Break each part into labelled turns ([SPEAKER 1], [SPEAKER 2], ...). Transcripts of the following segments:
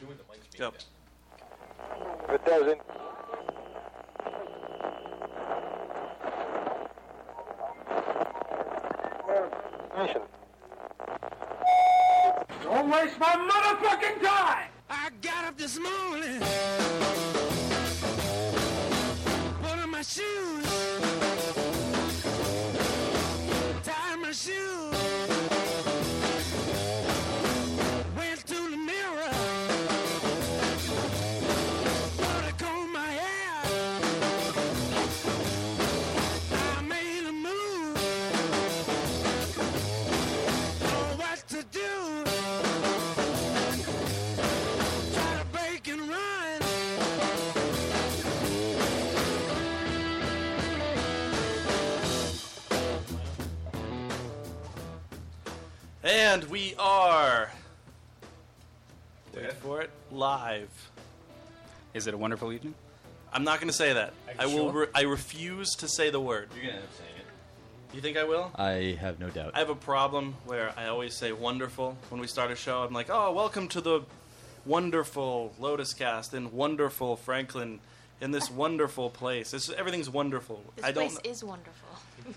[SPEAKER 1] doing the mics being
[SPEAKER 2] Yep.
[SPEAKER 1] down.
[SPEAKER 3] It doesn't. Mission.
[SPEAKER 4] Don't waste my motherfucking time!
[SPEAKER 5] I got up this morning, put on my shoes, tied my shoes, went to the mirror, put a comb in my hair. I made a move, know what to do. Try to break and run.
[SPEAKER 2] And we are. Wait
[SPEAKER 1] Dead?
[SPEAKER 2] for it. Live.
[SPEAKER 6] Is it a wonderful evening?
[SPEAKER 2] I'm not going to say that.
[SPEAKER 1] Are you
[SPEAKER 2] I will.
[SPEAKER 1] sure?
[SPEAKER 2] Re- I refuse to say the word.
[SPEAKER 1] You're gonna end up saying it.
[SPEAKER 2] You think I will?
[SPEAKER 7] I have no doubt.
[SPEAKER 2] I have a problem where I always say wonderful when we start a show. I'm like, oh, welcome to the wonderful Lotus Cast in wonderful Franklin in this wonderful place. It's, everything's wonderful.
[SPEAKER 8] This
[SPEAKER 2] I don't.
[SPEAKER 8] place is wonderful.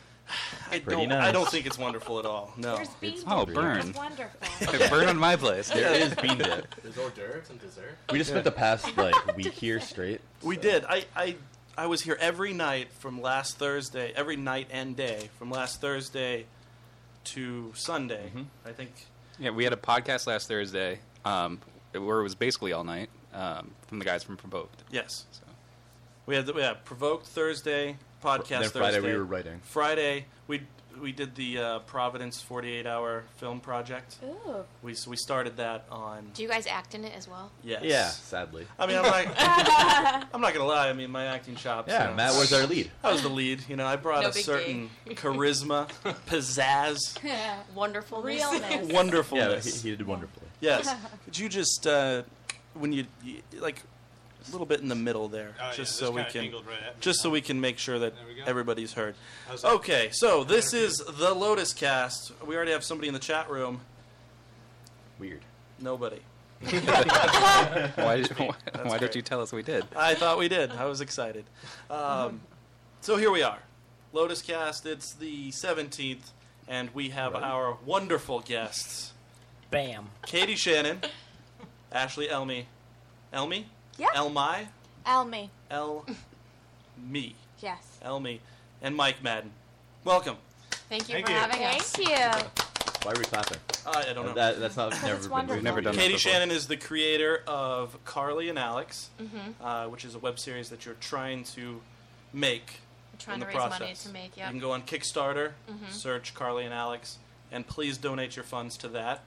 [SPEAKER 2] I
[SPEAKER 7] Pretty
[SPEAKER 2] don't. I
[SPEAKER 7] nice.
[SPEAKER 2] don't think it's wonderful at all. No.
[SPEAKER 8] There's beans.
[SPEAKER 6] Oh, burn.
[SPEAKER 8] It's wonderful.
[SPEAKER 6] Burn on my place.
[SPEAKER 7] there is bean dip.
[SPEAKER 9] There's hors d'oeuvres and dessert.
[SPEAKER 7] We just spent the past like week here straight.
[SPEAKER 2] We did. I, I I was here every night from last Thursday, every night and day from last Thursday to Sunday.
[SPEAKER 7] Mm-hmm.
[SPEAKER 2] I think.
[SPEAKER 6] Yeah, we had a podcast last Thursday um, where it was basically all night um, from the guys from Provoked.
[SPEAKER 2] Yes.
[SPEAKER 6] So.
[SPEAKER 2] We had the, we had provoked Thursday podcast.
[SPEAKER 7] then Friday
[SPEAKER 2] Thursday.
[SPEAKER 7] we were writing.
[SPEAKER 2] Friday we we did the uh, Providence 48 hour film project.
[SPEAKER 8] Ooh.
[SPEAKER 2] We so we started that on
[SPEAKER 8] Do you guys act in it as well?
[SPEAKER 2] yes.
[SPEAKER 7] Yeah, sadly.
[SPEAKER 2] I mean, I'm not. I'm not gonna lie. I mean, my acting chops. you
[SPEAKER 7] Yeah,
[SPEAKER 2] know,
[SPEAKER 7] Matt was our lead.
[SPEAKER 2] I was the lead. You know, I brought
[SPEAKER 8] No
[SPEAKER 2] a
[SPEAKER 8] big
[SPEAKER 2] certain charisma, pizzazz,
[SPEAKER 8] Wonderful.
[SPEAKER 4] Realness.
[SPEAKER 7] Yeah,
[SPEAKER 2] wonderfulness.
[SPEAKER 7] he, he did wonderfully.
[SPEAKER 2] Yes. Could you just uh, when you, you like a little bit in the middle there,
[SPEAKER 10] Oh, yeah,
[SPEAKER 2] just
[SPEAKER 10] this
[SPEAKER 2] so we
[SPEAKER 10] kinda
[SPEAKER 2] can,
[SPEAKER 10] angled right at me,
[SPEAKER 2] just so
[SPEAKER 10] huh?
[SPEAKER 2] we can make sure that
[SPEAKER 10] There we go.
[SPEAKER 2] everybody's heard.
[SPEAKER 10] How's that?
[SPEAKER 2] Okay, so this is the Lotus Cast. We already have somebody in the chat room.
[SPEAKER 7] Weird.
[SPEAKER 2] Nobody.
[SPEAKER 6] Why did, why, why
[SPEAKER 2] great.
[SPEAKER 6] did you tell us we did?
[SPEAKER 2] I thought we did. I was excited. Um, so here we are, Lotus Cast. It's the seventeenth, and we have our wonderful guests:
[SPEAKER 11] Bam.
[SPEAKER 2] Katie Shannon, Ashley Elmy, Elmy,
[SPEAKER 8] Yeah.
[SPEAKER 2] Elmi,
[SPEAKER 8] Almy.
[SPEAKER 2] El me.
[SPEAKER 8] Yes.
[SPEAKER 2] Elmi and Mike Madden. Welcome.
[SPEAKER 8] Thank you
[SPEAKER 10] Thank
[SPEAKER 8] for
[SPEAKER 10] you.
[SPEAKER 8] having us. Thank you.
[SPEAKER 7] Why are we clapping?
[SPEAKER 2] Uh, I don't know.
[SPEAKER 7] That, that's not never
[SPEAKER 8] it's
[SPEAKER 7] been
[SPEAKER 8] wonderful.
[SPEAKER 6] We've never done
[SPEAKER 2] Katie
[SPEAKER 6] that before.
[SPEAKER 2] Shannon is the creator of Carly and Alex,
[SPEAKER 8] Mm-hmm.
[SPEAKER 2] uh, which is a web series that you're trying to make.
[SPEAKER 8] I'm
[SPEAKER 2] in
[SPEAKER 8] trying
[SPEAKER 2] the
[SPEAKER 8] to raise
[SPEAKER 2] process.
[SPEAKER 8] money to make. Mm-hmm.
[SPEAKER 2] You
[SPEAKER 8] Yeah.
[SPEAKER 2] can go on Kickstarter, search Carly and Alex, and please donate your funds to that.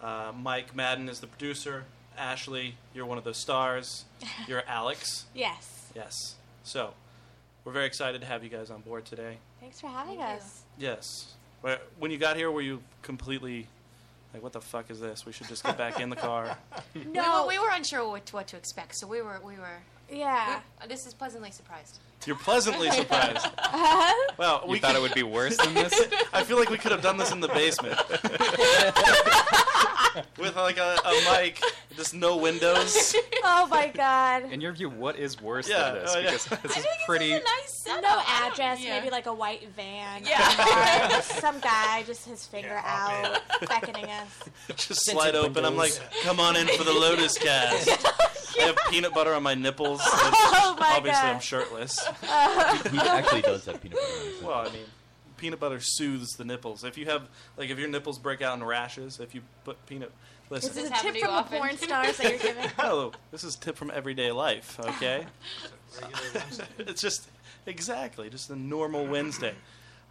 [SPEAKER 2] Uh, Mike Madden is the producer. Ashley, you're one of the stars. You're Alex.
[SPEAKER 4] Yes.
[SPEAKER 2] Yes. So, we're very excited to have you guys on board today.
[SPEAKER 4] Thanks for having
[SPEAKER 8] Thank
[SPEAKER 4] us.
[SPEAKER 2] Yes. Where- When you got here, were you completely like, what the fuck is this? We should just get back in the car.
[SPEAKER 4] No.
[SPEAKER 8] We were, we were unsure what, what to expect, so we were we were.
[SPEAKER 4] yeah.
[SPEAKER 8] we- this is pleasantly surprised.
[SPEAKER 2] You're pleasantly surprised. Well,
[SPEAKER 6] You
[SPEAKER 2] we
[SPEAKER 6] thought
[SPEAKER 2] could-
[SPEAKER 6] it would be worse than this?
[SPEAKER 2] I feel like we could have done this in the basement with like a, a mic, just no windows.
[SPEAKER 4] Oh my god.
[SPEAKER 6] In your view, what is worse
[SPEAKER 2] Yeah,
[SPEAKER 6] than this?
[SPEAKER 2] oh, yeah.
[SPEAKER 6] Because this is pretty.
[SPEAKER 8] nice
[SPEAKER 4] No address, maybe like a white van.
[SPEAKER 8] Yeah.
[SPEAKER 4] Car. Some guy, just his finger out, beckoning us.
[SPEAKER 2] Just
[SPEAKER 11] Tinted
[SPEAKER 2] slide open. I'm like,
[SPEAKER 11] windows.
[SPEAKER 2] come on in for the Lotus cast. I have peanut butter on my nipples. so
[SPEAKER 4] Oh my
[SPEAKER 2] Obviously,
[SPEAKER 4] God.
[SPEAKER 2] I'm shirtless.
[SPEAKER 7] He actually does have peanut butter on his
[SPEAKER 2] Well, I
[SPEAKER 7] head.
[SPEAKER 2] mean, peanut butter soothes the nipples. If you have, like, if your nipples break out in rashes, if you put peanut, listen,
[SPEAKER 4] This is a
[SPEAKER 8] happen
[SPEAKER 4] tip
[SPEAKER 8] to you
[SPEAKER 4] from the
[SPEAKER 8] often?
[SPEAKER 4] porn stars that you're giving.
[SPEAKER 2] hello, Oh, this is tip from everyday life. Okay,
[SPEAKER 10] Regular Wednesday.
[SPEAKER 2] it's just exactly just a normal Wednesday.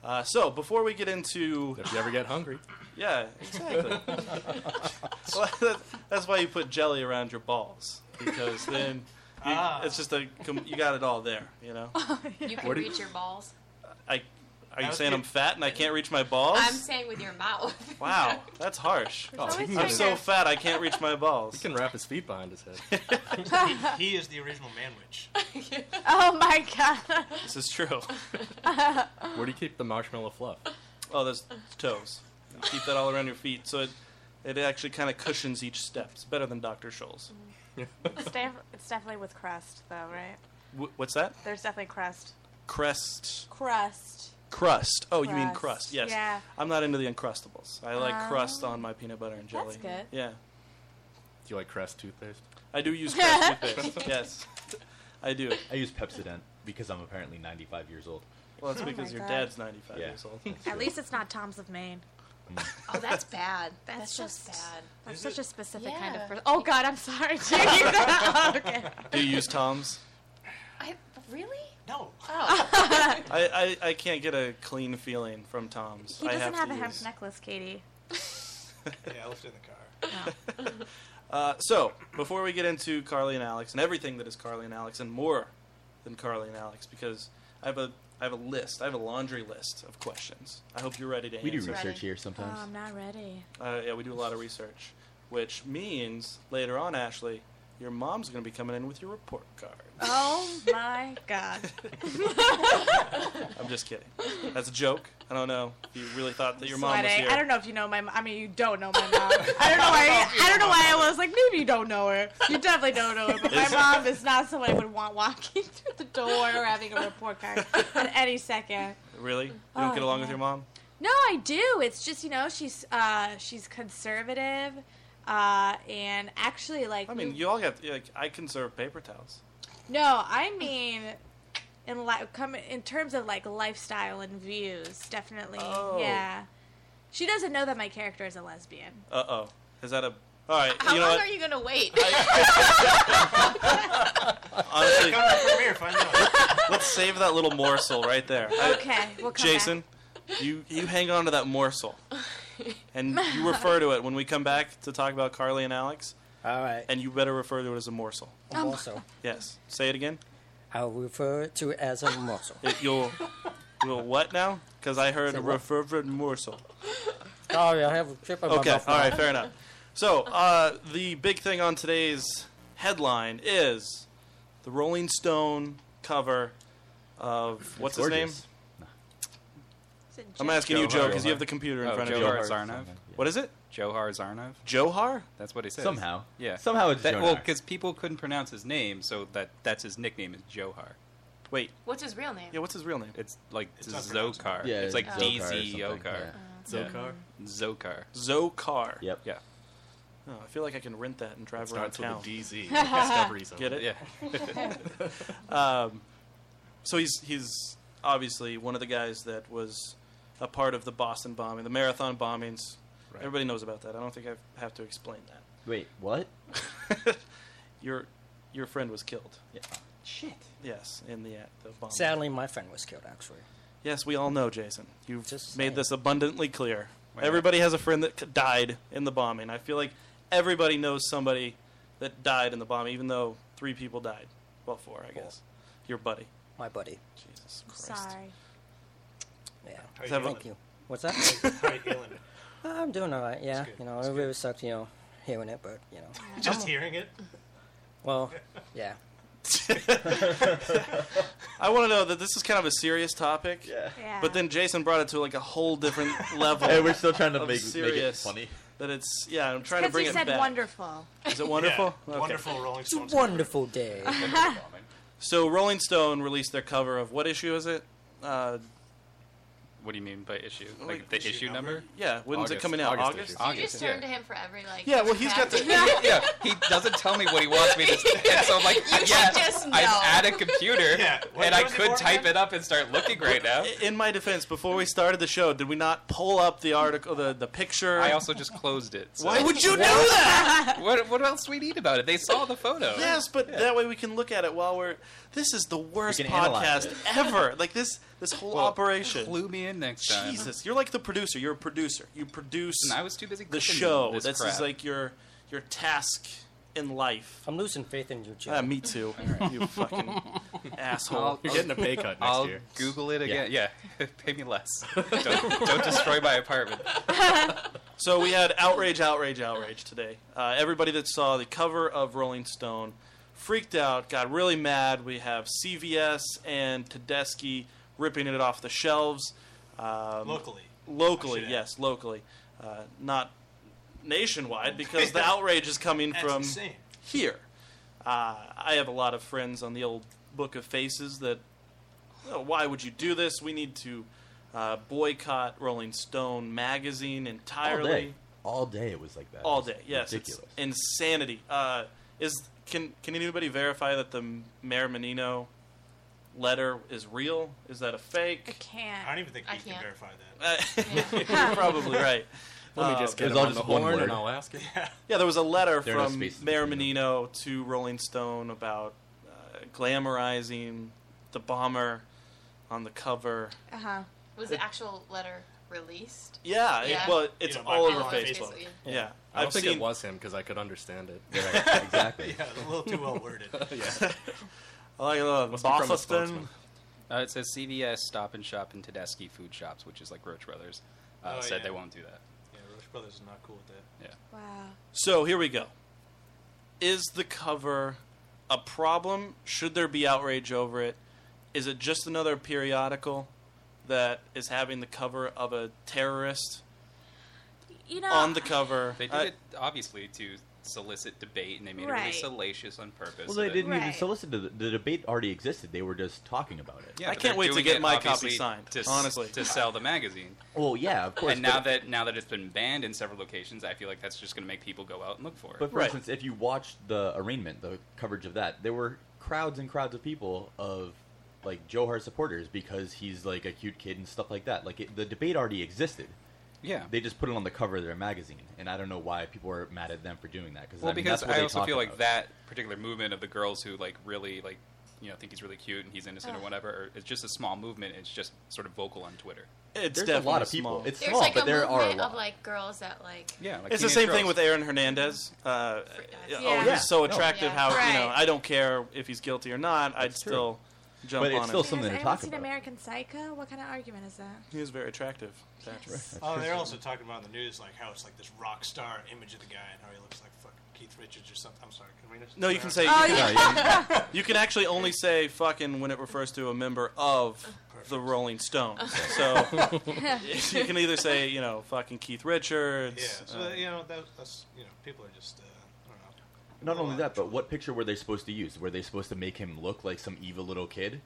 [SPEAKER 2] Uh, so before we get into
[SPEAKER 9] If you ever get hungry,
[SPEAKER 2] yeah, exactly. Well, that- that's why you put jelly around your balls because then. You,
[SPEAKER 10] Ah.
[SPEAKER 2] It's just a com- you got it all there, you know.
[SPEAKER 8] You can reach your balls.
[SPEAKER 2] I are you
[SPEAKER 10] was
[SPEAKER 2] saying I'm
[SPEAKER 10] good.
[SPEAKER 2] fat and I can't reach my balls?
[SPEAKER 8] I'm saying with your mouth.
[SPEAKER 2] wow, that's harsh.
[SPEAKER 4] Always
[SPEAKER 2] I'm
[SPEAKER 4] fingers.
[SPEAKER 2] so fat I can't reach my balls.
[SPEAKER 9] he can wrap his feet behind his head.
[SPEAKER 10] he is the original manwich.
[SPEAKER 4] Oh my god.
[SPEAKER 2] This is true.
[SPEAKER 9] Where do you keep the marshmallow fluff?
[SPEAKER 2] Oh, those toes. You keep that all around your feet, so it It actually kind of cushions each step. It's better than Dr. Scholl's.
[SPEAKER 4] It's, def- it's definitely with crust, though, right?
[SPEAKER 2] Wh- what's that?
[SPEAKER 4] There's definitely crust.
[SPEAKER 2] Crest.
[SPEAKER 4] Crust.
[SPEAKER 2] Crust. Oh, you mean
[SPEAKER 4] Crust.
[SPEAKER 2] crust? Yes.
[SPEAKER 4] Yeah.
[SPEAKER 2] I'm not into the Uncrustables. I like
[SPEAKER 4] Oh.
[SPEAKER 2] crust on my peanut butter and jelly.
[SPEAKER 4] That's good.
[SPEAKER 2] Yeah.
[SPEAKER 9] Do you like Crest toothpaste?
[SPEAKER 2] I do use crust toothpaste. Yes. I do.
[SPEAKER 7] I use Pepsodent because I'm apparently 95 years old.
[SPEAKER 2] Well, it's
[SPEAKER 4] Oh my
[SPEAKER 2] because your
[SPEAKER 4] God.
[SPEAKER 2] dad's 95
[SPEAKER 7] Yeah.
[SPEAKER 2] years old.
[SPEAKER 7] That's
[SPEAKER 4] At
[SPEAKER 7] true. Mm.
[SPEAKER 4] least it's not Tom's of Maine.
[SPEAKER 8] Oh, that's bad.
[SPEAKER 4] That's
[SPEAKER 8] That's, just
[SPEAKER 4] just-
[SPEAKER 8] bad.
[SPEAKER 4] That's
[SPEAKER 10] Is
[SPEAKER 4] such
[SPEAKER 10] it?
[SPEAKER 4] a specific kind
[SPEAKER 8] Yeah.
[SPEAKER 4] of person. Oh God, I'm sorry. Do you know? okay.
[SPEAKER 2] Do you use Tom's?
[SPEAKER 8] I really?
[SPEAKER 10] No.
[SPEAKER 8] Oh,
[SPEAKER 2] I, I, I can't get a clean feeling from Tom's.
[SPEAKER 4] He
[SPEAKER 2] I
[SPEAKER 4] doesn't
[SPEAKER 2] have,
[SPEAKER 4] have,
[SPEAKER 2] to
[SPEAKER 4] a hemp
[SPEAKER 2] use-
[SPEAKER 4] necklace, Katie.
[SPEAKER 10] Yeah, I left it in the car.
[SPEAKER 2] Uh, so, before we get into Carly and Alex and everything that is Carly and Alex and more than Carly and Alex, because I have a I have a list. I have a laundry list of questions. I hope you're ready to
[SPEAKER 7] we do
[SPEAKER 2] answer.
[SPEAKER 7] research
[SPEAKER 8] Ready.
[SPEAKER 7] here
[SPEAKER 4] Oh,
[SPEAKER 7] sometimes.
[SPEAKER 4] I'm not ready.
[SPEAKER 2] Uh, yeah, we do a lot of research, which means later on, Ashley, your mom's going to be coming in with your report card.
[SPEAKER 4] Oh my God.
[SPEAKER 2] I'm just kidding. That's a joke. I don't know. if You really thought that your mom was
[SPEAKER 4] Sweating.
[SPEAKER 2] here?
[SPEAKER 4] I don't know if you know my. mo- I mean, you don't know my mom. I don't know why. I don't know why I was like, maybe you don't know her. You definitely don't know her. But my
[SPEAKER 2] Is-
[SPEAKER 4] mom is not someone I would want walking through the door or having a report card at any second.
[SPEAKER 2] Really? You don't
[SPEAKER 4] Oh,
[SPEAKER 2] get along
[SPEAKER 4] yeah.
[SPEAKER 2] with your mom?
[SPEAKER 4] No, I do. It's just you know she's uh, she's conservative, uh, and actually like
[SPEAKER 2] I mean,
[SPEAKER 4] we-
[SPEAKER 2] you all got like I conserve paper towels.
[SPEAKER 4] no, I mean in li- come in terms of like lifestyle and views, definitely.
[SPEAKER 2] Oh.
[SPEAKER 4] Yeah, she doesn't know that my character is a lesbian.
[SPEAKER 2] Uh oh, is that a? All right,
[SPEAKER 8] how
[SPEAKER 2] you know
[SPEAKER 8] long
[SPEAKER 2] what?
[SPEAKER 8] are you gonna wait?
[SPEAKER 2] Honestly,
[SPEAKER 10] Come on, premiere, find out.
[SPEAKER 2] let's save that little morsel right there. I-
[SPEAKER 4] Okay, we'll come
[SPEAKER 2] Jason, you you hang on to that morsel, and you refer to it when we come back to talk about Carly and Alex,
[SPEAKER 11] All right.
[SPEAKER 2] and you better refer to it as a morsel.
[SPEAKER 4] Um,
[SPEAKER 11] also,
[SPEAKER 2] Yes, say it again.
[SPEAKER 11] I'll refer to it as a morsel.
[SPEAKER 2] It, you'll you'll what now? Because I heard
[SPEAKER 11] Say
[SPEAKER 2] a
[SPEAKER 11] what?
[SPEAKER 2] referred morsel.
[SPEAKER 11] Sorry, I have a chip on
[SPEAKER 2] Okay,
[SPEAKER 11] my
[SPEAKER 2] all
[SPEAKER 11] mouth. now.
[SPEAKER 2] right, fair enough. So uh, the big thing on today's headline is the Rolling Stone cover of what's his name?
[SPEAKER 7] Gorgeous.
[SPEAKER 4] Is it
[SPEAKER 2] I'm
[SPEAKER 4] Jason?
[SPEAKER 2] asking you,
[SPEAKER 6] Johar.
[SPEAKER 2] Joe, because you have the computer in
[SPEAKER 6] Oh,
[SPEAKER 2] front of you.
[SPEAKER 6] Johar
[SPEAKER 7] Johar
[SPEAKER 6] Zarnov.
[SPEAKER 7] Zarnov.
[SPEAKER 2] What is it?
[SPEAKER 6] Johar Zarnov.
[SPEAKER 2] Johar?
[SPEAKER 6] That's what he says.
[SPEAKER 7] Somehow.
[SPEAKER 6] Yeah.
[SPEAKER 7] Somehow it's
[SPEAKER 6] That, well,
[SPEAKER 7] Jonar.
[SPEAKER 6] because people couldn't pronounce his name, so that that's his nickname is Johar.
[SPEAKER 2] Wait,
[SPEAKER 8] What's his real name?
[SPEAKER 2] yeah, what's his real name?
[SPEAKER 6] It's like
[SPEAKER 10] It's not pronounced.
[SPEAKER 6] Zokar.
[SPEAKER 7] Yeah,
[SPEAKER 6] it's like
[SPEAKER 7] Zokar or
[SPEAKER 6] DZ
[SPEAKER 7] something,
[SPEAKER 6] Yokar.
[SPEAKER 9] Zokar.
[SPEAKER 8] Uh,
[SPEAKER 6] Zokar.
[SPEAKER 2] Zokar.
[SPEAKER 7] Yep.
[SPEAKER 6] Yeah.
[SPEAKER 2] Oh, I feel like I can rent that and drive
[SPEAKER 9] It
[SPEAKER 2] around
[SPEAKER 9] starts with a
[SPEAKER 2] town.
[SPEAKER 9] DZ. Discovery Zone.
[SPEAKER 2] Get it?
[SPEAKER 6] Yeah.
[SPEAKER 2] Um, so he's he's obviously one of the guys that was a part of the Boston bombing, the marathon bombings.
[SPEAKER 9] Right.
[SPEAKER 2] Everybody knows about that. I don't think I have to explain that.
[SPEAKER 7] Wait, what?
[SPEAKER 2] your your friend was killed.
[SPEAKER 7] Yeah. Shit.
[SPEAKER 2] Yes, in the at the bomb.
[SPEAKER 11] Sadly, my friend was killed, actually.
[SPEAKER 2] Yes, we all know, Jason. You've
[SPEAKER 11] Just
[SPEAKER 2] made
[SPEAKER 11] saying.
[SPEAKER 2] this abundantly clear.
[SPEAKER 6] Why not?
[SPEAKER 2] Everybody has a friend that c- died in the bombing. I feel like everybody knows somebody that died in the bombing, even though three people died. Well, four, I guess. Your buddy.
[SPEAKER 11] My buddy.
[SPEAKER 2] Jesus
[SPEAKER 4] I'm
[SPEAKER 2] Christ.
[SPEAKER 4] Sorry.
[SPEAKER 11] Yeah.
[SPEAKER 10] How you
[SPEAKER 2] Seven.
[SPEAKER 10] feeling?
[SPEAKER 11] Thank you. What's that?
[SPEAKER 10] How you feeling?
[SPEAKER 11] I'm doing all right. Yeah.
[SPEAKER 10] good.
[SPEAKER 11] You know,
[SPEAKER 10] It's
[SPEAKER 11] it really sucked, you know, hearing it, but you know.
[SPEAKER 10] Just hearing it.
[SPEAKER 11] Well, yeah.
[SPEAKER 2] I want to know that this is kind of a serious topic,
[SPEAKER 7] Yeah.
[SPEAKER 4] Yeah.
[SPEAKER 2] but then Jason brought it to like a whole different level.
[SPEAKER 7] Hey, we're still trying to
[SPEAKER 2] I'm
[SPEAKER 7] make, make it
[SPEAKER 2] serious.
[SPEAKER 7] funny.
[SPEAKER 2] that it's yeah. I'm trying to
[SPEAKER 4] because
[SPEAKER 2] bring
[SPEAKER 4] you
[SPEAKER 2] it
[SPEAKER 4] said
[SPEAKER 2] back.
[SPEAKER 4] wonderful.
[SPEAKER 2] Is it wonderful?
[SPEAKER 10] Yeah.
[SPEAKER 2] Okay.
[SPEAKER 10] Wonderful Rolling
[SPEAKER 11] It's a
[SPEAKER 10] Stones.
[SPEAKER 11] wonderful day.
[SPEAKER 2] So Rolling Stone released their cover of what issue is it? Uh,
[SPEAKER 6] What do you mean by issue? Like,
[SPEAKER 2] Like
[SPEAKER 6] the
[SPEAKER 10] issue
[SPEAKER 6] issue, number?
[SPEAKER 10] number?
[SPEAKER 2] yeah, when's it
[SPEAKER 6] August-
[SPEAKER 2] coming out?
[SPEAKER 9] August
[SPEAKER 2] August.
[SPEAKER 9] issue.
[SPEAKER 8] So you
[SPEAKER 6] August,
[SPEAKER 8] just turn to
[SPEAKER 6] yeah.
[SPEAKER 8] him for every like.
[SPEAKER 2] Yeah, well, he's got the-
[SPEAKER 8] crap-
[SPEAKER 6] yeah, he doesn't tell me what he wants me to. And so I'm like,
[SPEAKER 8] You should
[SPEAKER 6] yes,
[SPEAKER 8] just
[SPEAKER 6] I'm
[SPEAKER 8] know.
[SPEAKER 6] at a computer,
[SPEAKER 10] Yeah. What
[SPEAKER 6] and I
[SPEAKER 10] was it
[SPEAKER 6] could
[SPEAKER 10] for
[SPEAKER 6] type
[SPEAKER 10] again?
[SPEAKER 6] it up and start looking right now.
[SPEAKER 2] In my defense, before we started the show, did we not pull up the article, the, the picture?
[SPEAKER 6] I also just closed it. so-
[SPEAKER 2] Why would you do that?
[SPEAKER 6] uh, What, what else we need about it? They saw the photo.
[SPEAKER 2] yes, but that way we can look at it while we're. This is the worst
[SPEAKER 7] can
[SPEAKER 2] podcast
[SPEAKER 7] analyze it.
[SPEAKER 2] ever. Like this, this whole
[SPEAKER 6] Well,
[SPEAKER 2] operation.
[SPEAKER 6] Clue me in next time.
[SPEAKER 2] Jesus, you're like the producer. You're a producer. You produce
[SPEAKER 6] And I was too busy.
[SPEAKER 2] the
[SPEAKER 6] cooking
[SPEAKER 2] show.
[SPEAKER 6] This,
[SPEAKER 2] This is
[SPEAKER 6] crap.
[SPEAKER 2] like your your task in life.
[SPEAKER 11] I'm losing faith in you, Joe.
[SPEAKER 2] Ah, me too. You fucking asshole.
[SPEAKER 9] You're getting a pay cut next
[SPEAKER 6] I'll
[SPEAKER 9] year.
[SPEAKER 6] Google it again. Yeah, pay me less. don't, don't destroy my apartment.
[SPEAKER 2] So we had outrage, outrage, outrage today. Uh, everybody that saw the cover of Rolling Stone freaked out, got really mad. We have CVS and Tedeschi ripping it off the shelves. Um,
[SPEAKER 10] Locally.
[SPEAKER 2] locally,
[SPEAKER 10] I should add.
[SPEAKER 2] yes, locally, uh, not nationwide because the outrage is coming
[SPEAKER 10] That's
[SPEAKER 2] from
[SPEAKER 10] insane.
[SPEAKER 2] here. Uh, I have a lot of friends on the old Book of Faces that, "Oh, why would you do this? We need to uh, boycott Rolling Stone magazine entirely.
[SPEAKER 7] All day. All day it was like that.
[SPEAKER 2] All
[SPEAKER 7] It was
[SPEAKER 2] day, yes,
[SPEAKER 7] Ridiculous.
[SPEAKER 2] it's insanity. Uh, is can can anybody verify that the Mayor Menino letter is real? Is that a fake? I
[SPEAKER 4] can't.
[SPEAKER 10] I don't even think
[SPEAKER 4] I
[SPEAKER 10] we can
[SPEAKER 4] can't.
[SPEAKER 10] verify
[SPEAKER 2] Uh,
[SPEAKER 10] that.
[SPEAKER 2] You're probably right.
[SPEAKER 9] Let me just
[SPEAKER 2] Um,
[SPEAKER 9] get him on the horn and I'll ask him.
[SPEAKER 10] Yeah.
[SPEAKER 2] Yeah, there was a letter
[SPEAKER 9] There are no
[SPEAKER 2] from
[SPEAKER 9] spaces
[SPEAKER 2] Mayor Menino to Rolling Stone about uh, glamorizing the bomber on the cover.
[SPEAKER 4] Uh huh.
[SPEAKER 8] Was the actual letter released?
[SPEAKER 2] Yeah, it- well, it's all over Facebook. Yeah,
[SPEAKER 9] I don't
[SPEAKER 2] I've
[SPEAKER 9] think
[SPEAKER 2] seen.
[SPEAKER 9] it was him because I could understand it.
[SPEAKER 7] exactly.
[SPEAKER 10] yeah, a little too well worded.
[SPEAKER 9] yeah.
[SPEAKER 2] like uh,
[SPEAKER 9] Must be from the
[SPEAKER 2] Boston.
[SPEAKER 9] spokesman.
[SPEAKER 6] Uh, it says CVS, Stop and Shop, and Tedeschi food shops, which is like Roach Brothers, uh,
[SPEAKER 10] Oh,
[SPEAKER 6] said
[SPEAKER 10] yeah.
[SPEAKER 6] they won't do that.
[SPEAKER 10] Yeah, Roche Brothers is not cool with that.
[SPEAKER 6] Yeah.
[SPEAKER 4] Wow.
[SPEAKER 2] So here we go. Is the cover a problem? Should there be outrage over it? Is it just another periodical that is having the cover of a terrorist
[SPEAKER 4] You know,
[SPEAKER 2] on the cover? Uh,
[SPEAKER 6] They did
[SPEAKER 2] I-
[SPEAKER 6] it obviously to solicit debate, and they made it really
[SPEAKER 4] Right.
[SPEAKER 6] salacious on purpose.
[SPEAKER 7] Well, they
[SPEAKER 6] that-
[SPEAKER 7] didn't even
[SPEAKER 4] Right.
[SPEAKER 7] solicit the, the debate. Already existed. They were just talking about it.
[SPEAKER 6] Yeah,
[SPEAKER 2] I
[SPEAKER 6] but
[SPEAKER 2] can't
[SPEAKER 6] they're
[SPEAKER 2] wait to
[SPEAKER 6] doing
[SPEAKER 2] get
[SPEAKER 6] it
[SPEAKER 2] my copy
[SPEAKER 6] obviously
[SPEAKER 2] signed,
[SPEAKER 6] To, s-
[SPEAKER 2] honestly.
[SPEAKER 6] to sell the magazine.
[SPEAKER 7] Well, yeah, of course.
[SPEAKER 6] and now
[SPEAKER 7] but-
[SPEAKER 6] that now that it's been banned in several locations, I feel like that's just going to make people go out and look for it.
[SPEAKER 7] But for instance, if you watched the arraignment, the coverage of that, there were crowds and crowds of people of like Johar supporters because he's like a cute kid and stuff like that. Like it, the debate already existed.
[SPEAKER 6] Yeah.
[SPEAKER 7] They just put it on the cover of their magazine, and I don't know why people were mad at them for doing that. Cause,
[SPEAKER 6] well,
[SPEAKER 7] I mean,
[SPEAKER 6] because
[SPEAKER 7] that's what
[SPEAKER 6] I
[SPEAKER 7] they
[SPEAKER 6] also
[SPEAKER 7] talk
[SPEAKER 6] feel like
[SPEAKER 7] about.
[SPEAKER 6] that particular movement of the girls who like really like you know think he's really cute and he's innocent or
[SPEAKER 8] Ugh.
[SPEAKER 6] whatever. Or it's just a small movement. It's just sort of vocal on Twitter.
[SPEAKER 2] It's
[SPEAKER 7] There's
[SPEAKER 2] definitely
[SPEAKER 7] a lot of people.
[SPEAKER 2] small.
[SPEAKER 7] It's
[SPEAKER 8] There's
[SPEAKER 7] small,
[SPEAKER 8] like
[SPEAKER 7] but
[SPEAKER 8] a
[SPEAKER 7] there are a
[SPEAKER 8] movement
[SPEAKER 7] lot.
[SPEAKER 8] of like girls that like.
[SPEAKER 6] Yeah, like
[SPEAKER 2] it's the
[SPEAKER 6] teenage
[SPEAKER 2] same thing
[SPEAKER 6] girls.
[SPEAKER 2] with Aaron Hernandez. Uh,
[SPEAKER 8] Yeah.
[SPEAKER 2] Oh,
[SPEAKER 8] Yeah.
[SPEAKER 2] he's so
[SPEAKER 7] No.
[SPEAKER 2] attractive.
[SPEAKER 8] Yeah.
[SPEAKER 2] How you know?
[SPEAKER 4] Right.
[SPEAKER 2] I don't care if he's guilty or not. I'd
[SPEAKER 7] That's true.
[SPEAKER 2] still jump
[SPEAKER 7] But it's
[SPEAKER 2] on
[SPEAKER 7] still
[SPEAKER 2] him.
[SPEAKER 7] some-
[SPEAKER 4] Has
[SPEAKER 7] something to
[SPEAKER 4] anyone
[SPEAKER 7] talk
[SPEAKER 4] seen
[SPEAKER 7] about.
[SPEAKER 4] American Psycho? What kind of argument is that?
[SPEAKER 2] He was very attractive. Patrick.
[SPEAKER 10] Oh, they're also talking about in the news like how it's like this rock star image of the guy and how he looks like fucking Keith Richards or something. I'm sorry, can we just Uh,
[SPEAKER 2] No, you can say.
[SPEAKER 4] Oh,
[SPEAKER 2] you, can,
[SPEAKER 4] yeah.
[SPEAKER 2] you can actually only say "fucking" when it refers to a member of the Rolling Stones. So you can either say, you know, "fucking Keith Richards."
[SPEAKER 10] Yeah, so
[SPEAKER 2] uh,
[SPEAKER 10] you know that, that's you know people are just uh, I don't know.
[SPEAKER 7] Not only that, but what picture were they supposed to use? Were they supposed to make him look like some evil little kid?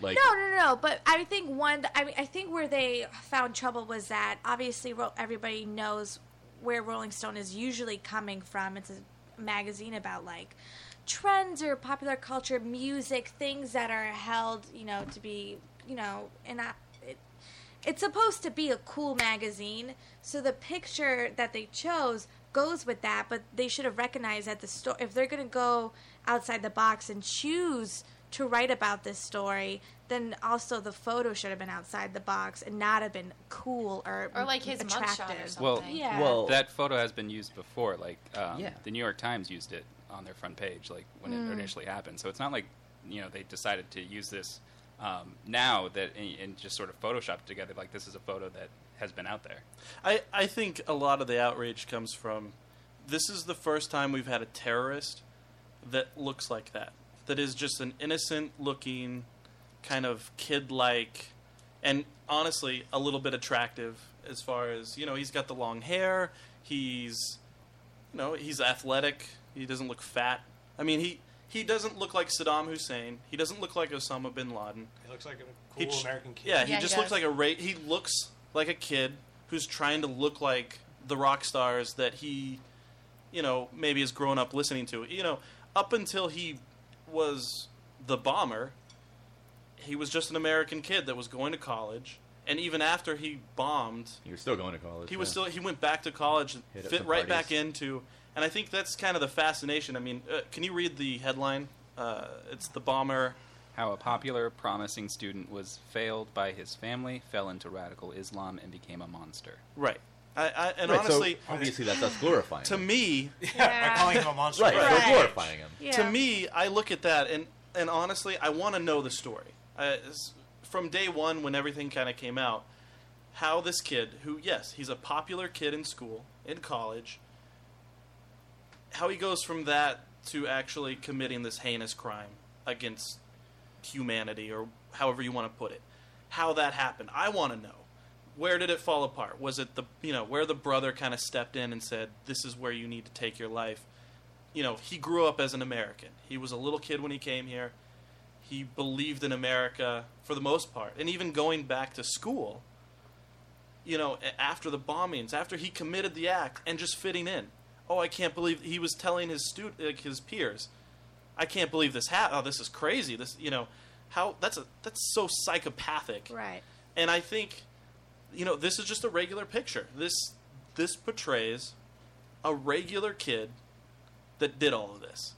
[SPEAKER 7] Like
[SPEAKER 4] no, no, no, no. But I think one. I mean, I think where they found trouble was that obviously Ro- everybody knows where Rolling Stone is usually coming from. It's a magazine about like trends or popular culture, music, things that are held, you know, to be, you know, and I, it, it's supposed to be a cool magazine. So the picture that they chose goes with that, but they should have recognized that the store if they're going to go outside the box and choose to write about this story, then also the photo should have been outside the box and not have been cool or
[SPEAKER 8] Or like his mugshot or
[SPEAKER 4] attractive.
[SPEAKER 8] something.
[SPEAKER 6] Well,
[SPEAKER 8] something.
[SPEAKER 4] yeah.
[SPEAKER 7] Well-
[SPEAKER 6] that photo has been used before. Like um,
[SPEAKER 7] Yeah.
[SPEAKER 6] the New York Times used it on their front page, like when it initially happened. So it's not like you know they decided to use this um, now that and, and just sort of photoshopped together. Like this is a photo that has been out there.
[SPEAKER 2] I, I think a lot of the outrage comes from this is the first time we've had a terrorist that looks like that. That is just an innocent looking, kind of kid like, and honestly, a little bit attractive as far as, you know, he's got the long hair, he's, you know, he's athletic, he doesn't look fat. I mean, he, he doesn't look like Saddam Hussein, he doesn't look like Osama bin Laden.
[SPEAKER 10] He looks like a
[SPEAKER 2] He
[SPEAKER 10] cool
[SPEAKER 2] j-
[SPEAKER 10] American kid.
[SPEAKER 2] Yeah, he
[SPEAKER 8] Yeah, he
[SPEAKER 2] just looks
[SPEAKER 8] does.
[SPEAKER 2] like a ra- he looks like a kid who's trying to look like the rock stars that he, you know, maybe has grown up listening to. You know, up until he was the bomber, he was just an American kid that was going to college. And even after he bombed,
[SPEAKER 7] he was still going to college.
[SPEAKER 2] he was still
[SPEAKER 7] yeah.
[SPEAKER 2] he went back to college, and
[SPEAKER 7] Hit up
[SPEAKER 2] fit
[SPEAKER 7] some
[SPEAKER 2] right back
[SPEAKER 7] parties.
[SPEAKER 2] into, and I think that's kind of the fascination. I mean, uh, can you read the headline? Uh, it's the bomber.
[SPEAKER 6] How a popular, promising student was failed by his family, fell into radical Islam, and became a monster.
[SPEAKER 2] Right. I, I, and
[SPEAKER 7] Right, so
[SPEAKER 2] honestly,
[SPEAKER 7] obviously, that's us glorifying.
[SPEAKER 2] to
[SPEAKER 7] him.
[SPEAKER 2] me,
[SPEAKER 10] yeah, by calling him a monster.
[SPEAKER 7] right?
[SPEAKER 10] Right.
[SPEAKER 7] We're glorifying him.
[SPEAKER 4] yeah.
[SPEAKER 2] to me, I look at that and and honestly, I want to know the story uh, s- from day one when everything kind of came out. How this kid, who yes, he's a popular kid in school, in college, how he goes from that to actually committing this heinous crime against humanity, or however you want to put it, how that happened. I want to know where did it fall apart? Was it the you know where the brother kind of stepped in and said, "This is where you need to take your life." You know, he grew up as an American. He was a little kid when he came here. He believed in America for the most part, and even going back to school. You know, a- after the bombings, after he committed the act, and just fitting in. Oh, I can't believe he was telling his stu- like his peers, "I can't believe this happened. Oh, this is crazy. This, you know, how that's a that's so psychopathic."
[SPEAKER 4] Right.
[SPEAKER 2] and I think, you know, this is just a regular picture. This this portrays a regular kid that did all of this,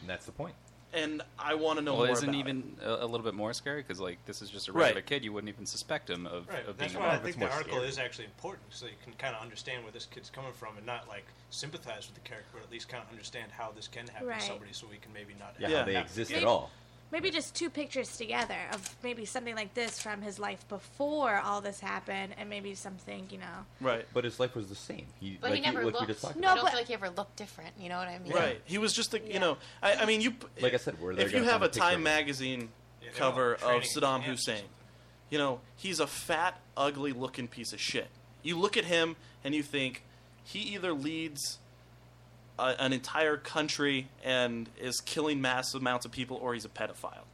[SPEAKER 7] And that's the point.
[SPEAKER 2] and I want to know
[SPEAKER 6] well,
[SPEAKER 2] more
[SPEAKER 6] isn't
[SPEAKER 2] about it.
[SPEAKER 6] even a, a little bit more scary because like this is just a
[SPEAKER 2] Right.
[SPEAKER 6] regular kid. You wouldn't even suspect him of,
[SPEAKER 10] Right.
[SPEAKER 6] of being
[SPEAKER 10] That's
[SPEAKER 6] a
[SPEAKER 10] why I
[SPEAKER 6] mob.
[SPEAKER 10] think the article is actually important, so you can kind of understand where this kid's coming from, and not like sympathize with the character, but at least kind of understand how this can happen
[SPEAKER 4] Right.
[SPEAKER 10] to somebody, so we can maybe not.
[SPEAKER 7] Yeah,
[SPEAKER 10] have it
[SPEAKER 7] how they
[SPEAKER 10] happen
[SPEAKER 7] exist
[SPEAKER 10] again.
[SPEAKER 7] at all.
[SPEAKER 4] Maybe just two pictures together of maybe something like this from his life before all this happened, and maybe something you know.
[SPEAKER 2] Right.
[SPEAKER 7] But his life was the same. He,
[SPEAKER 8] But
[SPEAKER 7] like
[SPEAKER 8] he never
[SPEAKER 7] like we
[SPEAKER 8] looked.
[SPEAKER 7] just talked
[SPEAKER 8] I
[SPEAKER 7] about.
[SPEAKER 8] don't feel like he ever looked different. You know what I mean?
[SPEAKER 2] Right. He was just the you know I, I mean you p-
[SPEAKER 7] Like I said, where they're
[SPEAKER 2] if you
[SPEAKER 7] gonna
[SPEAKER 2] have
[SPEAKER 7] find
[SPEAKER 2] a
[SPEAKER 7] a picture of
[SPEAKER 2] Time
[SPEAKER 7] him.
[SPEAKER 2] magazine
[SPEAKER 7] Yeah, they're
[SPEAKER 2] cover
[SPEAKER 7] all
[SPEAKER 2] of
[SPEAKER 7] training
[SPEAKER 2] Saddam
[SPEAKER 7] camps or
[SPEAKER 2] Hussein, you know he's a fat, ugly looking piece of shit. You look at him and you think he either leads a, an entire country and is killing massive amounts of people, or he's a pedophile.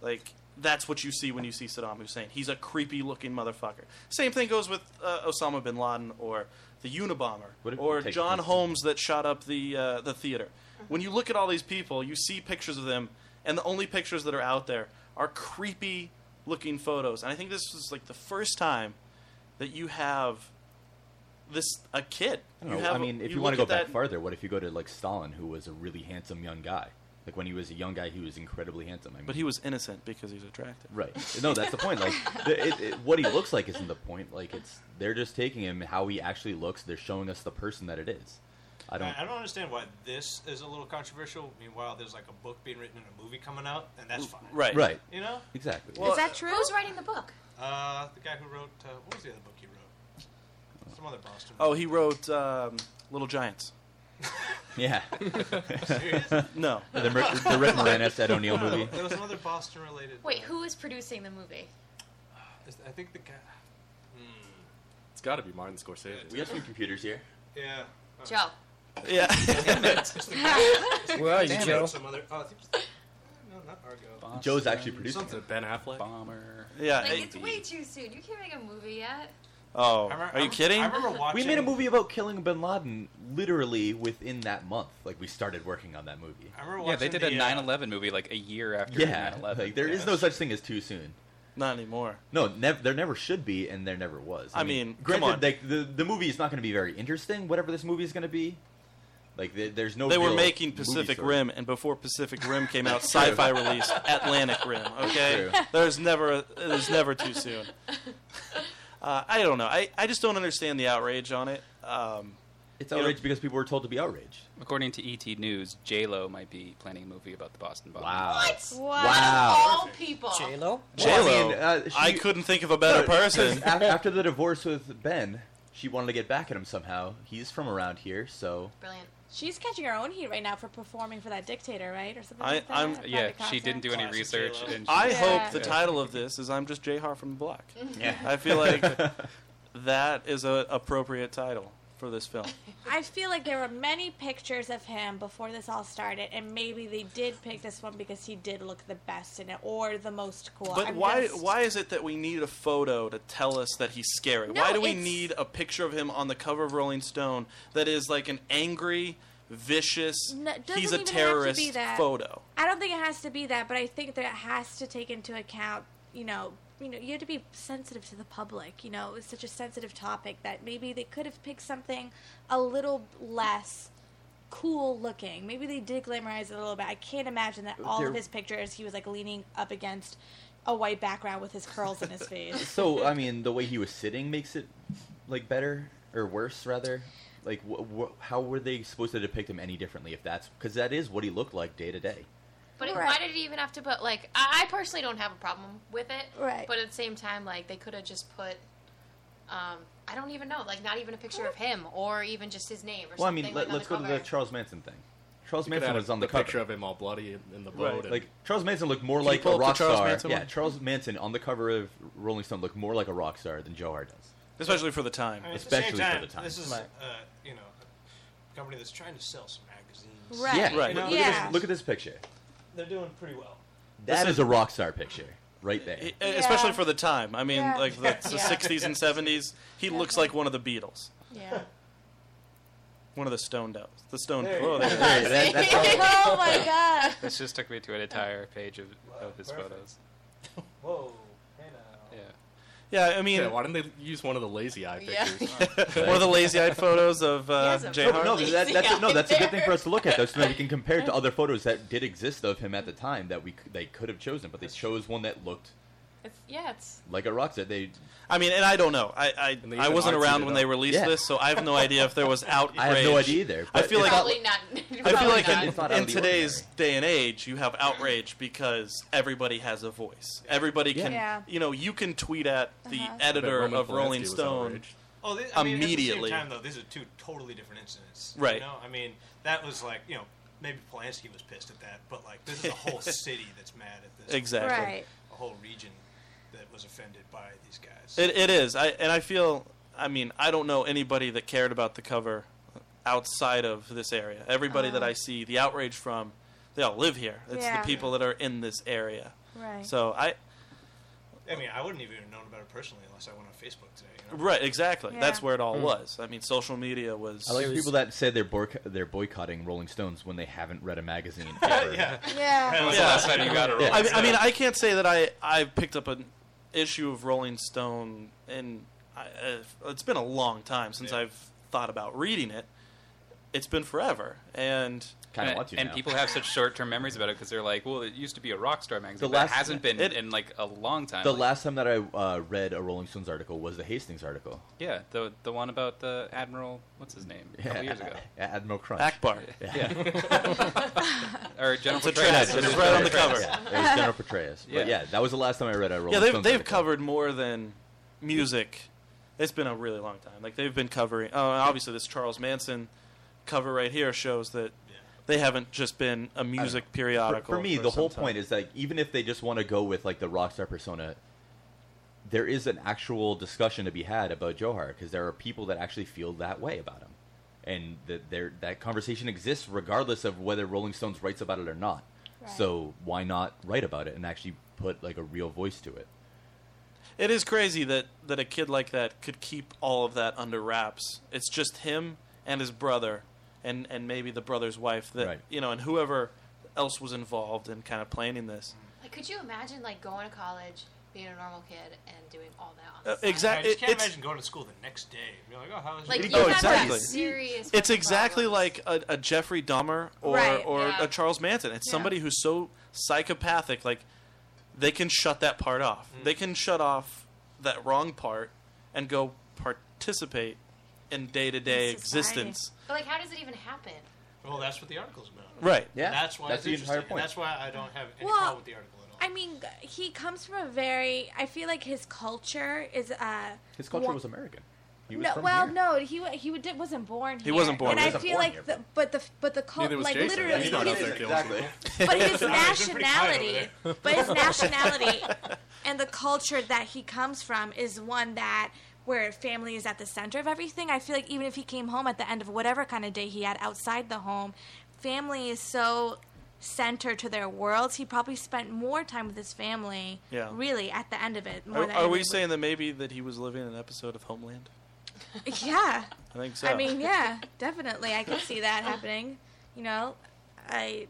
[SPEAKER 2] Like that's what you see when you see Saddam Hussein. He's a creepy looking motherfucker. Same thing goes with uh, Osama bin Laden or the Unabomber
[SPEAKER 7] if
[SPEAKER 2] or
[SPEAKER 7] you take
[SPEAKER 2] John
[SPEAKER 7] this-
[SPEAKER 2] Holmes that shot up the uh, the theater. When you look at all these people, you see pictures of them, and the only pictures that are out there are creepy looking photos. And I think this was like the first time that you have this a kid.
[SPEAKER 7] I don't
[SPEAKER 2] you
[SPEAKER 7] know.
[SPEAKER 2] have
[SPEAKER 7] I mean, if you,
[SPEAKER 2] look
[SPEAKER 7] want to go
[SPEAKER 2] at that-
[SPEAKER 7] back farther, what if you go to like Stalin, who was a really handsome young guy? Like when he was a young guy, he was incredibly handsome. I mean,
[SPEAKER 2] but he was innocent because he's attractive.
[SPEAKER 7] right. No, that's the point. Like the, it, it, what he looks like isn't the point. Like it's they're just taking him how he actually looks. They're showing us the person that it is. I don't.
[SPEAKER 10] I don't understand why this is a little controversial. Meanwhile, there's like a book being written and a movie coming out, and that's fine.
[SPEAKER 7] right. Right.
[SPEAKER 10] You know.
[SPEAKER 7] Exactly.
[SPEAKER 10] Well, Is
[SPEAKER 2] uh,
[SPEAKER 10] that
[SPEAKER 8] true? Who's writing the book?
[SPEAKER 10] Uh, the guy who wrote uh, what was the other book he wrote? Some other Boston.
[SPEAKER 2] Oh, he wrote um, Little Giants.
[SPEAKER 7] Yeah.
[SPEAKER 10] Serious?
[SPEAKER 2] no.
[SPEAKER 7] The Mer- the Rick Moranis, Ed O'Neill movie.
[SPEAKER 10] There was another Boston related.
[SPEAKER 8] Wait, who is producing the movie?
[SPEAKER 10] I think the guy.
[SPEAKER 9] It's got to be Martin Scorsese.
[SPEAKER 7] We have some computers here.
[SPEAKER 10] Yeah.
[SPEAKER 8] Joe.
[SPEAKER 2] Yeah.
[SPEAKER 9] Damn
[SPEAKER 10] it. It's the guy- it's the
[SPEAKER 9] Where
[SPEAKER 10] guy
[SPEAKER 9] are you,
[SPEAKER 10] who wrote
[SPEAKER 9] Joe?
[SPEAKER 10] Some other. Oh, I think it's- no, not Argo.
[SPEAKER 7] Joe's actually producing
[SPEAKER 9] Something Ben Affleck. Bomber.
[SPEAKER 2] Yeah.
[SPEAKER 8] like
[SPEAKER 2] it-
[SPEAKER 8] it's way too soon. You can't make a movie yet.
[SPEAKER 2] oh,
[SPEAKER 10] I remember-
[SPEAKER 2] are you
[SPEAKER 10] I-
[SPEAKER 2] kidding?
[SPEAKER 10] I remember
[SPEAKER 7] We
[SPEAKER 10] watching-
[SPEAKER 7] made a movie about killing Bin Laden literally within that month. Like we started working on that movie.
[SPEAKER 10] I remember
[SPEAKER 6] Yeah, they
[SPEAKER 10] watching
[SPEAKER 6] did
[SPEAKER 10] the,
[SPEAKER 6] a
[SPEAKER 10] uh,
[SPEAKER 6] 9/11 movie like a year after
[SPEAKER 7] Yeah,
[SPEAKER 6] 9/11.
[SPEAKER 7] like there is no such thing as too soon.
[SPEAKER 2] Not anymore.
[SPEAKER 7] No, nev- there never should be, and there never was.
[SPEAKER 2] I mean, come
[SPEAKER 7] granted,
[SPEAKER 2] on.
[SPEAKER 7] Like, the the movie is not going to be very interesting. Whatever this movie is going to be, like there- there's no.
[SPEAKER 2] they were
[SPEAKER 7] real
[SPEAKER 2] making
[SPEAKER 7] movie
[SPEAKER 2] Pacific
[SPEAKER 7] story.
[SPEAKER 2] Rim, and before Pacific Rim came out,
[SPEAKER 7] True.
[SPEAKER 2] Sci-Fi released Atlantic Rim. Okay,
[SPEAKER 7] True.
[SPEAKER 2] there's never a, there's never too soon. Uh, I don't know. I, I just don't understand the outrage on it. Um,
[SPEAKER 7] It's
[SPEAKER 2] you know,
[SPEAKER 7] outrage because people were told to be outraged.
[SPEAKER 6] According to ET News, J Lo might be planning a movie about the Boston bombing.
[SPEAKER 7] Wow.
[SPEAKER 8] What?
[SPEAKER 7] Wow.
[SPEAKER 8] Out of all people.
[SPEAKER 11] J Lo.
[SPEAKER 2] J-Lo.
[SPEAKER 7] Well, I mean, uh,
[SPEAKER 2] I
[SPEAKER 7] she-
[SPEAKER 2] couldn't think of a better
[SPEAKER 7] No, 'cause
[SPEAKER 2] person.
[SPEAKER 7] af- after the divorce with Ben, she wanted to get back at him somehow. He's from around here, so
[SPEAKER 8] Brilliant.
[SPEAKER 4] She's catching her own heat right now for performing for that dictator, right, or something.
[SPEAKER 2] I,
[SPEAKER 4] like that?
[SPEAKER 2] I'm.
[SPEAKER 4] Private
[SPEAKER 6] Yeah, she
[SPEAKER 4] concert?
[SPEAKER 6] didn't do any research.
[SPEAKER 10] J-Lo.
[SPEAKER 6] And she
[SPEAKER 2] I
[SPEAKER 6] just-
[SPEAKER 2] hope the
[SPEAKER 6] Yeah.
[SPEAKER 2] title of this is "I'm Just J Har from the Block."
[SPEAKER 7] Yeah.
[SPEAKER 2] I feel like that is a appropriate title for this film.
[SPEAKER 4] I feel like there were many pictures of him before this all started, and maybe they did pick this one because he did look the best in it or the most cool.
[SPEAKER 2] But
[SPEAKER 4] I'm
[SPEAKER 2] why
[SPEAKER 4] just-
[SPEAKER 2] why is it that we need a photo to tell us that he's scary?
[SPEAKER 4] No,
[SPEAKER 2] why do we
[SPEAKER 4] it's-
[SPEAKER 2] need a picture of him on the cover of Rolling Stone that is like an angry, vicious,
[SPEAKER 4] No, it doesn't
[SPEAKER 2] he's a
[SPEAKER 4] even have to
[SPEAKER 2] terrorist
[SPEAKER 4] be that.
[SPEAKER 2] photo?
[SPEAKER 4] I don't think it has to be that, but I think that it has to take into account, you know, you know, you have to be sensitive to the public. You know, it's such a sensitive topic that maybe they could have picked something a little less cool looking. Maybe they did glamorize it a little bit. I can't imagine that all
[SPEAKER 7] There-
[SPEAKER 4] of his pictures he was like leaning up against a white background with his curls in his face.
[SPEAKER 7] so I mean, the way he was sitting makes it like better or worse, rather. Like, wh- wh- how were they supposed to depict him any differently if that's because that is what he looked like day to day?
[SPEAKER 8] But it-
[SPEAKER 4] Right.
[SPEAKER 8] why did he even have to put like? I, I personally don't have a problem with it.
[SPEAKER 4] Right.
[SPEAKER 8] But at the same time, like they could have just put, um, I don't even know, like not even a picture of him or even just his name or
[SPEAKER 7] Well, I
[SPEAKER 8] something.
[SPEAKER 7] mean,
[SPEAKER 8] like,
[SPEAKER 7] let,
[SPEAKER 8] on
[SPEAKER 7] let's
[SPEAKER 8] the
[SPEAKER 7] go to the
[SPEAKER 8] cover.
[SPEAKER 7] Charles Manson thing. Charles
[SPEAKER 9] You could
[SPEAKER 7] Manson
[SPEAKER 9] add
[SPEAKER 7] was on the,
[SPEAKER 9] the
[SPEAKER 7] cover.
[SPEAKER 9] picture of him all bloody in, in the
[SPEAKER 2] Right.
[SPEAKER 9] boat. and-
[SPEAKER 7] like Charles Manson looked more
[SPEAKER 2] Can you
[SPEAKER 7] like
[SPEAKER 2] pull
[SPEAKER 7] a
[SPEAKER 2] up the
[SPEAKER 7] rock
[SPEAKER 2] Charles
[SPEAKER 7] star.
[SPEAKER 2] Manson
[SPEAKER 7] yeah,
[SPEAKER 2] one?
[SPEAKER 7] Charles Manson on the cover of Rolling Stone looked more like a rock star than Joe Hart does.
[SPEAKER 2] Especially for the time.
[SPEAKER 10] I mean, at the same time, This is, uh, you know, a company that's trying to sell some magazines.
[SPEAKER 4] Right.
[SPEAKER 7] Yeah,
[SPEAKER 10] Right.
[SPEAKER 7] Look, look
[SPEAKER 10] Yeah.
[SPEAKER 7] At this, look at this picture.
[SPEAKER 10] They're doing pretty well.
[SPEAKER 7] That
[SPEAKER 2] This
[SPEAKER 7] is
[SPEAKER 2] is-
[SPEAKER 7] a rock star picture right there.
[SPEAKER 2] E- Especially for the time. I mean,
[SPEAKER 10] Yeah.
[SPEAKER 2] like the, the
[SPEAKER 10] Yeah.
[SPEAKER 2] 60s and 70s. He looks like one of the Beatles.
[SPEAKER 4] Yeah.
[SPEAKER 2] One of the stoned out. The stoned.
[SPEAKER 4] There you go.
[SPEAKER 2] oh, there it is.
[SPEAKER 4] There you go. That's all. Oh my God.
[SPEAKER 6] This just took me to an entire page of, of his photos.
[SPEAKER 10] Whoa.
[SPEAKER 6] Yeah.
[SPEAKER 2] Yeah, I mean,
[SPEAKER 9] yeah, why didn't they use one of the lazy eye
[SPEAKER 6] Yeah.
[SPEAKER 9] pictures?
[SPEAKER 2] One of the lazy-eyed photos of, uh, He has a Jay
[SPEAKER 7] No,
[SPEAKER 2] Hart.
[SPEAKER 7] no, that, that's a, no,
[SPEAKER 2] Yeah,
[SPEAKER 7] that's a good thing
[SPEAKER 2] there.
[SPEAKER 7] for us to look at, though, so that we can compare it to other photos that did exist of him at the time that we c- they could have chosen, but they chose one that looked
[SPEAKER 8] It's, yeah, it's.
[SPEAKER 7] like a rock star. They,
[SPEAKER 2] I mean, and I don't know. oh, I I,
[SPEAKER 7] they
[SPEAKER 2] I
[SPEAKER 7] even
[SPEAKER 2] wasn't
[SPEAKER 7] artsied
[SPEAKER 2] around
[SPEAKER 7] it
[SPEAKER 2] when
[SPEAKER 7] up.
[SPEAKER 2] they released
[SPEAKER 7] Yeah.
[SPEAKER 2] this, so I have no idea if there was outrage.
[SPEAKER 7] I have no idea either,
[SPEAKER 2] I
[SPEAKER 7] but
[SPEAKER 2] feel
[SPEAKER 7] it's
[SPEAKER 2] like
[SPEAKER 8] Probably not.
[SPEAKER 2] I feel like
[SPEAKER 8] probably
[SPEAKER 2] in,
[SPEAKER 8] not.
[SPEAKER 2] in today's day and age, you have outrage because everybody has a voice. Everybody can,
[SPEAKER 10] Yeah.
[SPEAKER 2] you know, you can tweet at the
[SPEAKER 10] Uh-huh.
[SPEAKER 2] editor
[SPEAKER 9] I bet Roman
[SPEAKER 2] of Rolling
[SPEAKER 9] Polanski was
[SPEAKER 2] Stone
[SPEAKER 9] outraged.
[SPEAKER 10] Oh, thi- I mean,
[SPEAKER 2] immediately.
[SPEAKER 10] At the same time, though, these are two totally different incidents.
[SPEAKER 2] Right.
[SPEAKER 10] You know, I mean, that was like, you know, maybe Polanski was pissed at that, but like, this is a whole city that's mad at this.
[SPEAKER 2] Exactly. Right.
[SPEAKER 10] A whole region that was offended by these guys.
[SPEAKER 2] It, it is. I and I feel. I mean, I don't know anybody that cared about the cover outside of this area. Everybody that
[SPEAKER 10] Uh-huh.
[SPEAKER 2] I see the outrage from, they all live here. It's
[SPEAKER 10] Yeah.
[SPEAKER 2] the people that are in this area.
[SPEAKER 10] Right.
[SPEAKER 2] So I.
[SPEAKER 10] I mean, I wouldn't even have known about it personally unless I went on Facebook today. You know?
[SPEAKER 2] Right. Exactly. That's
[SPEAKER 10] Yeah.
[SPEAKER 2] where it all
[SPEAKER 9] Hmm.
[SPEAKER 10] Mm.
[SPEAKER 2] was. I mean, social media was.
[SPEAKER 7] I like the people that say they're, boyc- they're boycotting Rolling Stones when they haven't read a magazine. ever.
[SPEAKER 10] yeah.
[SPEAKER 4] Yeah.
[SPEAKER 6] When was the last time you got a Rolling
[SPEAKER 2] I, mean- I mean,
[SPEAKER 6] Stone?
[SPEAKER 2] I can't say that I I picked up an issue of Rolling Stone, and I, uh, it's been a long time since I've thought about reading it. It's been forever, and
[SPEAKER 6] and, and people have such short-term memories about it because they're like, "Well, it used to be a rock star magazine.
[SPEAKER 7] The
[SPEAKER 6] but it
[SPEAKER 7] last-
[SPEAKER 6] hasn't been
[SPEAKER 7] it-
[SPEAKER 6] in like a long time."
[SPEAKER 7] The
[SPEAKER 6] Like,
[SPEAKER 7] last time that I uh, read a Rolling Stones article was the Hastings article.
[SPEAKER 6] yeah, the the one about the admiral, what's his name, a couple years ago.
[SPEAKER 7] A- Admiral Crunch.
[SPEAKER 2] Akbar.
[SPEAKER 6] Yeah.
[SPEAKER 2] Or
[SPEAKER 6] or
[SPEAKER 2] General
[SPEAKER 6] General
[SPEAKER 2] It's a Petraeus. trend.
[SPEAKER 6] Petraeus.
[SPEAKER 2] It's right on the cover.
[SPEAKER 7] Yeah, it was General Petraeus.
[SPEAKER 2] Yeah.
[SPEAKER 7] But yeah, that was the last time I read a Rolling
[SPEAKER 2] yeah, they've
[SPEAKER 7] Stones
[SPEAKER 2] they've
[SPEAKER 7] article.
[SPEAKER 2] covered more than music. It's been a really long time. Like they've been covering. Oh, and obviously this Charles Manson cover right here shows that they haven't just been a
[SPEAKER 7] I don't
[SPEAKER 2] music
[SPEAKER 7] know.
[SPEAKER 2] periodical.
[SPEAKER 7] For, for me, the whole point is that even if they just want to go with like the rock star persona, there is an actual discussion to be had about Johar because there are people that actually feel that way about him, and that there that conversation exists regardless of whether Rolling Stones writes about it or not. So why not write about it and actually put like a real voice to it?
[SPEAKER 2] It is crazy that that a kid like that could keep all of that under wraps. It's just him and his brother, and and maybe the brother's wife that
[SPEAKER 7] Right.
[SPEAKER 2] you know, and whoever else was involved in kind of planning this.
[SPEAKER 8] Like, could you imagine like going to college, being a normal kid, and doing all that? On
[SPEAKER 2] Uh,
[SPEAKER 8] the side?
[SPEAKER 2] exact-
[SPEAKER 10] I just can't
[SPEAKER 2] it's-
[SPEAKER 10] imagine going to school the next day. and You're like, oh, how is
[SPEAKER 8] Like,
[SPEAKER 10] your
[SPEAKER 8] you
[SPEAKER 10] day?"
[SPEAKER 8] have exactly. serious.
[SPEAKER 2] It's exactly like a, a Jeffrey Dahmer or
[SPEAKER 8] Right,
[SPEAKER 2] or
[SPEAKER 8] yeah.
[SPEAKER 2] a Charles Manson. It's somebody who's so psychopathic, like they can shut that part off. They can shut off that wrong part and go participate in day to day existence.
[SPEAKER 8] But like, how does it even happen?
[SPEAKER 10] Well, that's what the article's about.
[SPEAKER 2] Right.
[SPEAKER 7] Yeah.
[SPEAKER 10] That's why
[SPEAKER 7] That's
[SPEAKER 10] it's
[SPEAKER 7] the
[SPEAKER 10] interesting.
[SPEAKER 7] entire
[SPEAKER 10] and
[SPEAKER 7] point.
[SPEAKER 10] that's why I don't have any
[SPEAKER 4] Well,
[SPEAKER 10] problem with the article.
[SPEAKER 4] I mean, g- he comes from a very. I feel like his culture is. Uh,
[SPEAKER 7] His culture
[SPEAKER 4] wa-
[SPEAKER 7] was American. He was
[SPEAKER 4] no,
[SPEAKER 7] from
[SPEAKER 4] well,
[SPEAKER 7] here.
[SPEAKER 4] no, he wa- he did, wasn't born
[SPEAKER 7] He
[SPEAKER 4] here.
[SPEAKER 7] wasn't born
[SPEAKER 4] And
[SPEAKER 7] here.
[SPEAKER 4] I
[SPEAKER 7] He wasn't
[SPEAKER 4] feel
[SPEAKER 7] born
[SPEAKER 4] like
[SPEAKER 7] here,
[SPEAKER 4] the but the but the cult
[SPEAKER 7] Neither was
[SPEAKER 4] like
[SPEAKER 7] Jason.
[SPEAKER 4] literally
[SPEAKER 7] He's not out there
[SPEAKER 4] his-
[SPEAKER 7] killing Exactly. people.
[SPEAKER 4] But his
[SPEAKER 7] No, he's been pretty quiet over
[SPEAKER 4] nationality,
[SPEAKER 7] there.
[SPEAKER 4] but his nationality, and the culture that he comes from is one that where family is at the center of everything. I feel like even if he came home at the end of whatever kind of day he had outside the home, family is so center to their worlds. He probably spent more time with his family.
[SPEAKER 2] Yeah.
[SPEAKER 4] Really, at the end of it, more
[SPEAKER 2] Are,
[SPEAKER 4] than
[SPEAKER 2] are we
[SPEAKER 4] anything.
[SPEAKER 2] saying that maybe that he was living an episode of Homeland?
[SPEAKER 4] Yeah.
[SPEAKER 2] I think so.
[SPEAKER 4] I mean, yeah, definitely. I can see that happening. You know, I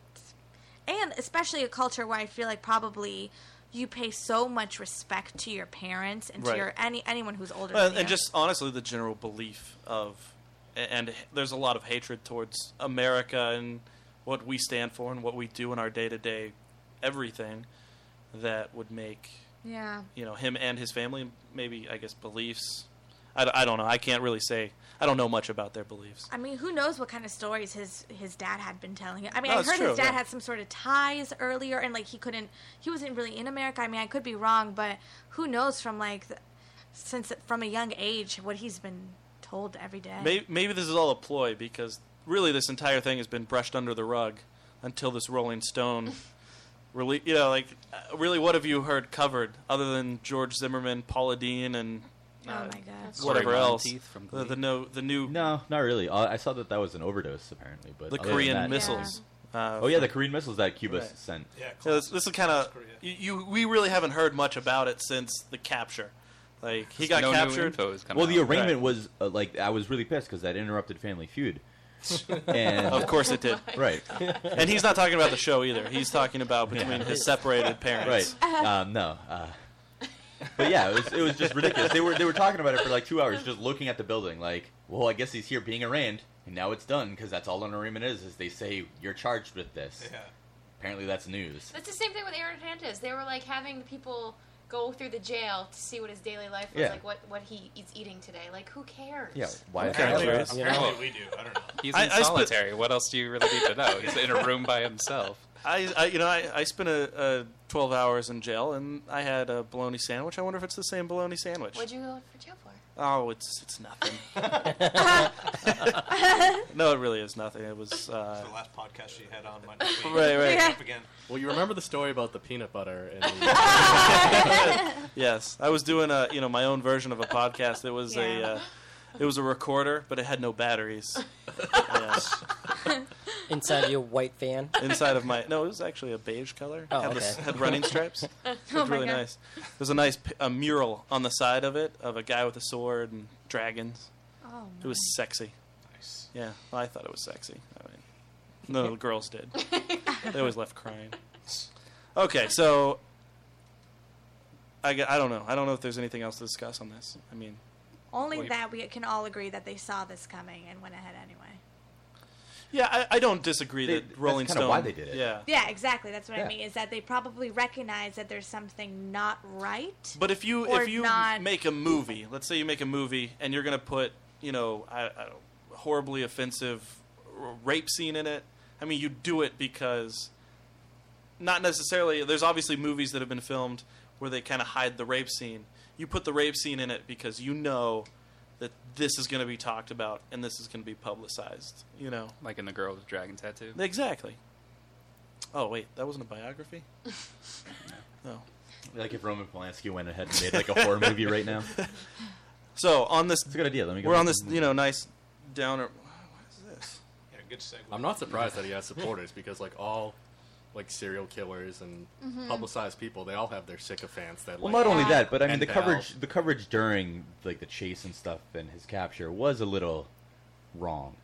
[SPEAKER 4] and especially a culture where I feel like probably you pay so much respect to your parents and
[SPEAKER 2] Right.
[SPEAKER 4] to your any anyone who's older.
[SPEAKER 2] Well,
[SPEAKER 4] than
[SPEAKER 2] and
[SPEAKER 4] you.
[SPEAKER 2] just honestly, the general belief of, a- and h- there's a lot of hatred towards America and what we stand for and what we do in our day to day everything that would make,
[SPEAKER 4] yeah.
[SPEAKER 2] you know, him and his family, maybe, I guess, beliefs. I, d- I don't know. I can't really say. I don't know much about their beliefs.
[SPEAKER 4] I mean, who knows what kind of stories his his dad had been telling him? I mean,
[SPEAKER 2] No,
[SPEAKER 4] I
[SPEAKER 2] it's
[SPEAKER 4] heard
[SPEAKER 2] true,
[SPEAKER 4] his dad
[SPEAKER 2] yeah.
[SPEAKER 4] had some sort of ties earlier, and like he couldn't, he wasn't really in America. I mean, I could be wrong, but who knows from like the, since from a young age what he's been told every day.
[SPEAKER 2] Maybe, maybe this is all a ploy because really this entire thing has been brushed under the rug until this Rolling Stone. Really, you know, like uh, really, what have you heard covered other than George Zimmerman, Paula Dean, and
[SPEAKER 4] Oh my
[SPEAKER 6] Not-
[SPEAKER 4] god.
[SPEAKER 6] That's
[SPEAKER 2] whatever
[SPEAKER 6] Sorry,
[SPEAKER 2] else.
[SPEAKER 6] teeth from
[SPEAKER 2] the, the no the new
[SPEAKER 7] No, not really. Uh, I saw that that was an overdose apparently, but
[SPEAKER 2] The
[SPEAKER 7] other than
[SPEAKER 2] Korean
[SPEAKER 7] that-
[SPEAKER 2] missiles, uh,
[SPEAKER 7] oh yeah, the
[SPEAKER 2] from-
[SPEAKER 7] Korean missiles that Cuba
[SPEAKER 2] Right.
[SPEAKER 7] sent.
[SPEAKER 2] Yeah, this, this is kind of you, you. We really haven't heard much about it since the capture. Like he got
[SPEAKER 6] No new
[SPEAKER 2] captured.
[SPEAKER 6] info is coming
[SPEAKER 7] Well, the
[SPEAKER 6] out.
[SPEAKER 7] arraignment was uh, like I was really pissed because that interrupted Family Feud. and
[SPEAKER 2] of course it did.
[SPEAKER 7] Right.
[SPEAKER 2] and he's not talking about the show either. He's talking about between
[SPEAKER 7] Yeah.
[SPEAKER 2] his separated parents.
[SPEAKER 7] Right. Um, no. Uh, but yeah, it was it was just ridiculous. They were they were talking about it for like two hours, just looking at the building. Like, well, I guess he's here being arraigned, and now it's done because that's all an arraignment is. Is they say you're charged with this.
[SPEAKER 10] Yeah.
[SPEAKER 7] Apparently, that's news.
[SPEAKER 8] That's the same thing with Aaron Hernandez. They were like having people go through the jail to see what his daily life was
[SPEAKER 7] Yeah.
[SPEAKER 8] like, what what he is eating today. Like, who cares?
[SPEAKER 7] Yeah, why is
[SPEAKER 6] Apparently-
[SPEAKER 7] that news?
[SPEAKER 6] apparently
[SPEAKER 10] we do. I don't know.
[SPEAKER 6] He's
[SPEAKER 2] I-
[SPEAKER 6] in
[SPEAKER 2] I split-
[SPEAKER 6] solitary. What else do you really need to know? He's in a room by himself.
[SPEAKER 2] I, I you know I, I spent a, a twelve hours in jail and I had a bologna sandwich. I wonder if it's the same bologna sandwich.
[SPEAKER 8] What'd you go for jail for?
[SPEAKER 2] Oh, it's it's nothing. no, it really is nothing. It was uh,
[SPEAKER 10] the last podcast she had on might not be
[SPEAKER 2] Right, right.
[SPEAKER 10] coming up again.
[SPEAKER 9] Well, you remember the story about the peanut butter and
[SPEAKER 2] yes. I was doing a you know my own version of a podcast. It was a uh, it was a recorder, but it had no batteries. Yes.
[SPEAKER 11] Inside your white van.
[SPEAKER 2] Inside of my no, it was actually a beige color.
[SPEAKER 11] Oh,
[SPEAKER 2] had, the
[SPEAKER 11] okay.
[SPEAKER 2] s- had running stripes.
[SPEAKER 11] Oh
[SPEAKER 2] It
[SPEAKER 11] my
[SPEAKER 2] was really
[SPEAKER 11] God.
[SPEAKER 2] nice. There's a nice p- a mural on the side of it of a guy with a sword and dragons.
[SPEAKER 4] Oh,
[SPEAKER 2] It was sexy. Nice. Yeah, well, I thought it was sexy. I mean, no, the girls did. they always left crying. Okay, so I, gu- I don't know. I don't know if there's anything else to discuss on this. I mean,
[SPEAKER 4] Only
[SPEAKER 2] Wait.
[SPEAKER 4] that we can all agree that they saw this coming and went ahead anyway.
[SPEAKER 2] yeah, I, I don't disagree
[SPEAKER 7] They-
[SPEAKER 2] that
[SPEAKER 7] that's
[SPEAKER 2] Rolling
[SPEAKER 7] kinda
[SPEAKER 2] Stone.
[SPEAKER 7] why they did it.
[SPEAKER 2] Yeah.
[SPEAKER 4] Yeah, exactly. That's what
[SPEAKER 2] Yeah.
[SPEAKER 4] I mean. Is that they probably recognize that there's something not right.
[SPEAKER 2] But if you
[SPEAKER 4] or
[SPEAKER 2] if you
[SPEAKER 4] not,
[SPEAKER 2] make a movie, let's say you make a movie and you're gonna put you know I, I don't- horribly offensive r- rape scene in it, I mean you do it because not necessarily. There's obviously movies that have been filmed where they kind of hide the rape scene. You put the rape scene in it because you know that this is going to be talked about and this is going to be publicized. You know
[SPEAKER 6] Like in the girl with the dragon tattoo.
[SPEAKER 2] exactly. Oh wait, that wasn't a biography. No.
[SPEAKER 7] Like if Roman Polanski went ahead and made like a horror movie right now.
[SPEAKER 2] So on this,
[SPEAKER 7] it's a good idea. Let me. Go
[SPEAKER 2] we're
[SPEAKER 7] make
[SPEAKER 2] on
[SPEAKER 7] a
[SPEAKER 2] this,
[SPEAKER 7] movie.
[SPEAKER 2] you know, nice downer. What is this?
[SPEAKER 10] Yeah, good segue.
[SPEAKER 9] I'm not surprised that he has supporters because like all like serial killers and
[SPEAKER 2] Mm-hmm.
[SPEAKER 10] Mhm.
[SPEAKER 9] publicized people, they all have their sycophants that.
[SPEAKER 7] Well,
[SPEAKER 9] like,
[SPEAKER 7] not only that, but I mean
[SPEAKER 9] pen
[SPEAKER 7] the
[SPEAKER 9] pals.
[SPEAKER 7] coverage the coverage during like the chase and stuff and his capture was a little wrong.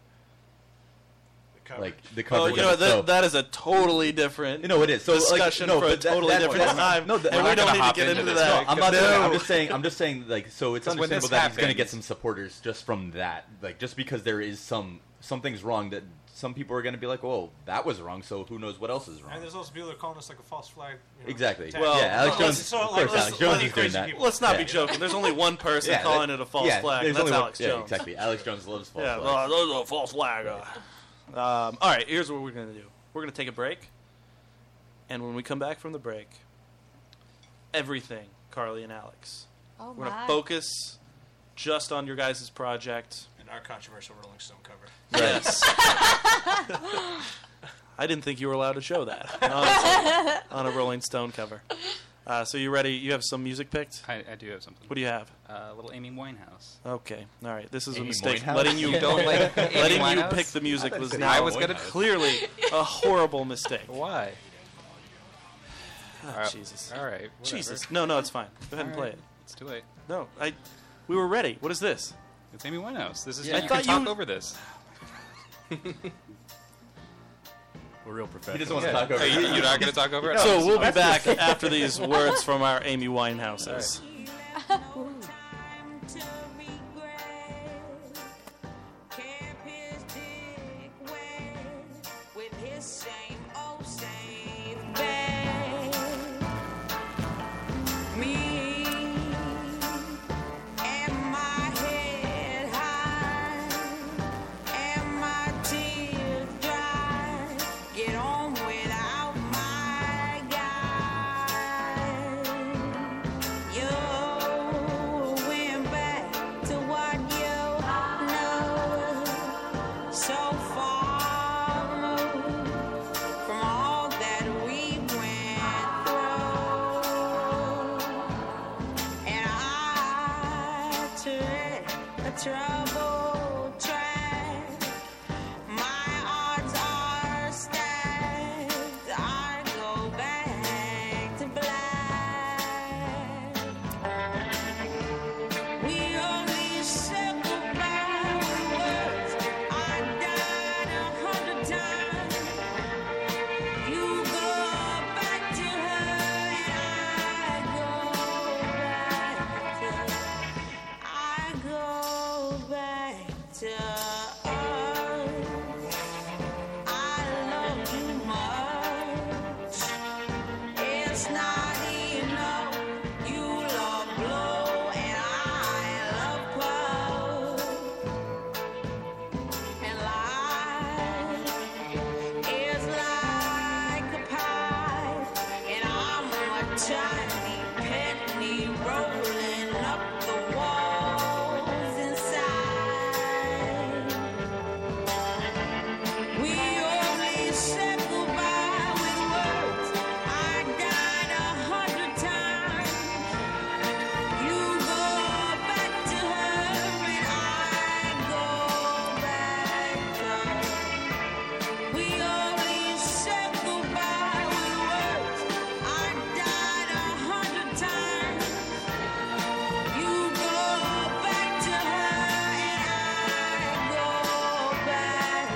[SPEAKER 7] Like the
[SPEAKER 2] Oh,
[SPEAKER 7] coverage.
[SPEAKER 2] you know,
[SPEAKER 7] of it,
[SPEAKER 2] that,
[SPEAKER 7] so-
[SPEAKER 2] that is a totally different.
[SPEAKER 7] No, it is. So, like,
[SPEAKER 2] discussion
[SPEAKER 7] no,
[SPEAKER 2] for a
[SPEAKER 7] but that-
[SPEAKER 2] totally
[SPEAKER 7] that's-
[SPEAKER 2] different
[SPEAKER 7] that's-
[SPEAKER 2] time.
[SPEAKER 7] no, that-
[SPEAKER 2] and
[SPEAKER 7] we're
[SPEAKER 2] we
[SPEAKER 7] not
[SPEAKER 2] don't
[SPEAKER 7] gonna
[SPEAKER 2] need
[SPEAKER 7] hop
[SPEAKER 2] to get
[SPEAKER 7] into
[SPEAKER 2] into
[SPEAKER 7] this.
[SPEAKER 2] that.
[SPEAKER 7] No, I'm not.
[SPEAKER 2] No.
[SPEAKER 7] saying- I'm just saying. I'm just saying. Like, so it's
[SPEAKER 6] 'Cause when this
[SPEAKER 7] understandable that he's going to
[SPEAKER 6] happens-
[SPEAKER 7] get some supporters just from that. Like, just because there is some something's wrong that some people are going to be like, "Whoa, that was wrong." So who knows what else is wrong?
[SPEAKER 10] And there's also people that are calling us like a false flag. You know,
[SPEAKER 7] Exactly.
[SPEAKER 10] attack.
[SPEAKER 7] Well, yeah, Alex
[SPEAKER 10] So,
[SPEAKER 7] Jones.
[SPEAKER 10] so,
[SPEAKER 7] of
[SPEAKER 10] like,
[SPEAKER 7] course,
[SPEAKER 10] let's-
[SPEAKER 7] Alex Jones
[SPEAKER 10] let's
[SPEAKER 7] is doing
[SPEAKER 10] crazy
[SPEAKER 7] that.
[SPEAKER 10] people.
[SPEAKER 2] Let's not be
[SPEAKER 7] Yeah.
[SPEAKER 2] joking. There's only one person
[SPEAKER 7] Yeah,
[SPEAKER 2] calling
[SPEAKER 7] that-
[SPEAKER 2] it a false
[SPEAKER 7] yeah,
[SPEAKER 2] flag. and
[SPEAKER 7] there's
[SPEAKER 2] That's
[SPEAKER 7] only one-
[SPEAKER 2] Alex
[SPEAKER 7] yeah,
[SPEAKER 2] Jones.
[SPEAKER 7] exactly. Alex Jones loves false
[SPEAKER 2] yeah,
[SPEAKER 7] flags.
[SPEAKER 2] well, those are a false flag. uh. Um, all right, here's what we're gonna do. We're gonna take a break, and when we come back from the break, everything Carly and Alex.
[SPEAKER 10] Oh,
[SPEAKER 2] we're gonna
[SPEAKER 10] my.
[SPEAKER 2] focus just on your guys' project.
[SPEAKER 10] And our controversial Rolling Stone cover.
[SPEAKER 2] Yes. I didn't think you were allowed to show that honestly, on a Rolling Stone cover. Uh, so you ready? You have some music picked.
[SPEAKER 6] I, I do have something.
[SPEAKER 2] What do you have?
[SPEAKER 6] Uh, little Amy Winehouse.
[SPEAKER 2] Okay, all right. This is a
[SPEAKER 6] Amy
[SPEAKER 2] mistake.
[SPEAKER 6] Winehouse?
[SPEAKER 2] Letting you
[SPEAKER 6] You don't like Amy
[SPEAKER 2] letting you
[SPEAKER 6] Winehouse?
[SPEAKER 2] pick the music
[SPEAKER 6] I thought
[SPEAKER 2] was
[SPEAKER 6] you said
[SPEAKER 2] now
[SPEAKER 6] I was gonna-
[SPEAKER 2] clearly a horrible mistake. Why?
[SPEAKER 6] All right.
[SPEAKER 2] Jesus.
[SPEAKER 6] Uh, All right. whatever.
[SPEAKER 2] Jesus. No, no, it's fine. Go ahead and
[SPEAKER 6] All
[SPEAKER 2] play
[SPEAKER 6] right.
[SPEAKER 2] it.
[SPEAKER 6] It's too late.
[SPEAKER 2] No, I. We were ready. What is this?
[SPEAKER 6] It's Amy Winehouse. This is.
[SPEAKER 2] Yeah. I
[SPEAKER 6] you
[SPEAKER 2] thought
[SPEAKER 6] can talk
[SPEAKER 2] you-
[SPEAKER 6] over this.
[SPEAKER 9] We're real professional.
[SPEAKER 6] doesn't wanna talk over it. you- you're not gonna talk over it?
[SPEAKER 2] So
[SPEAKER 6] No,
[SPEAKER 2] we'll be
[SPEAKER 6] that's-
[SPEAKER 2] back after these words from our Amy Winehouses.
[SPEAKER 5] Camp his dick wet with his same old same bag. Me and my head high and my tears dry. Get on without my guy. Yeah. It's not enough. You love blow and I love grow. And life is like a pie, and I'm a tiny penny rolling up the walls inside. We only said goodbye with words. I died a hundred times. You go back to her, and I go back home. We only said goodbye with words. I died a hundred times. You go back to her, and I go back down.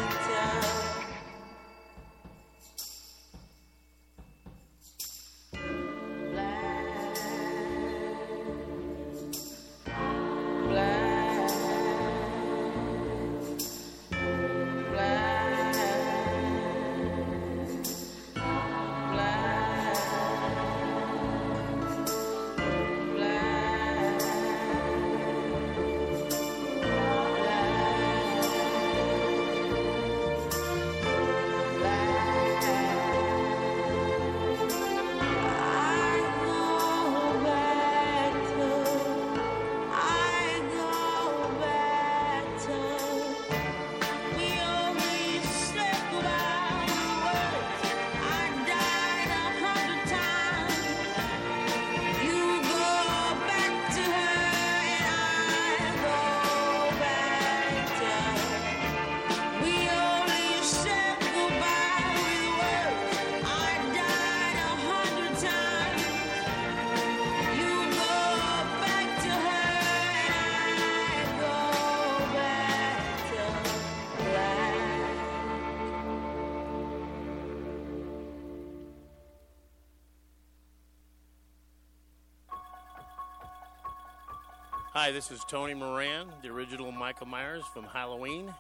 [SPEAKER 12] Hi, this is Tony Moran, the original Michael Myers from Halloween,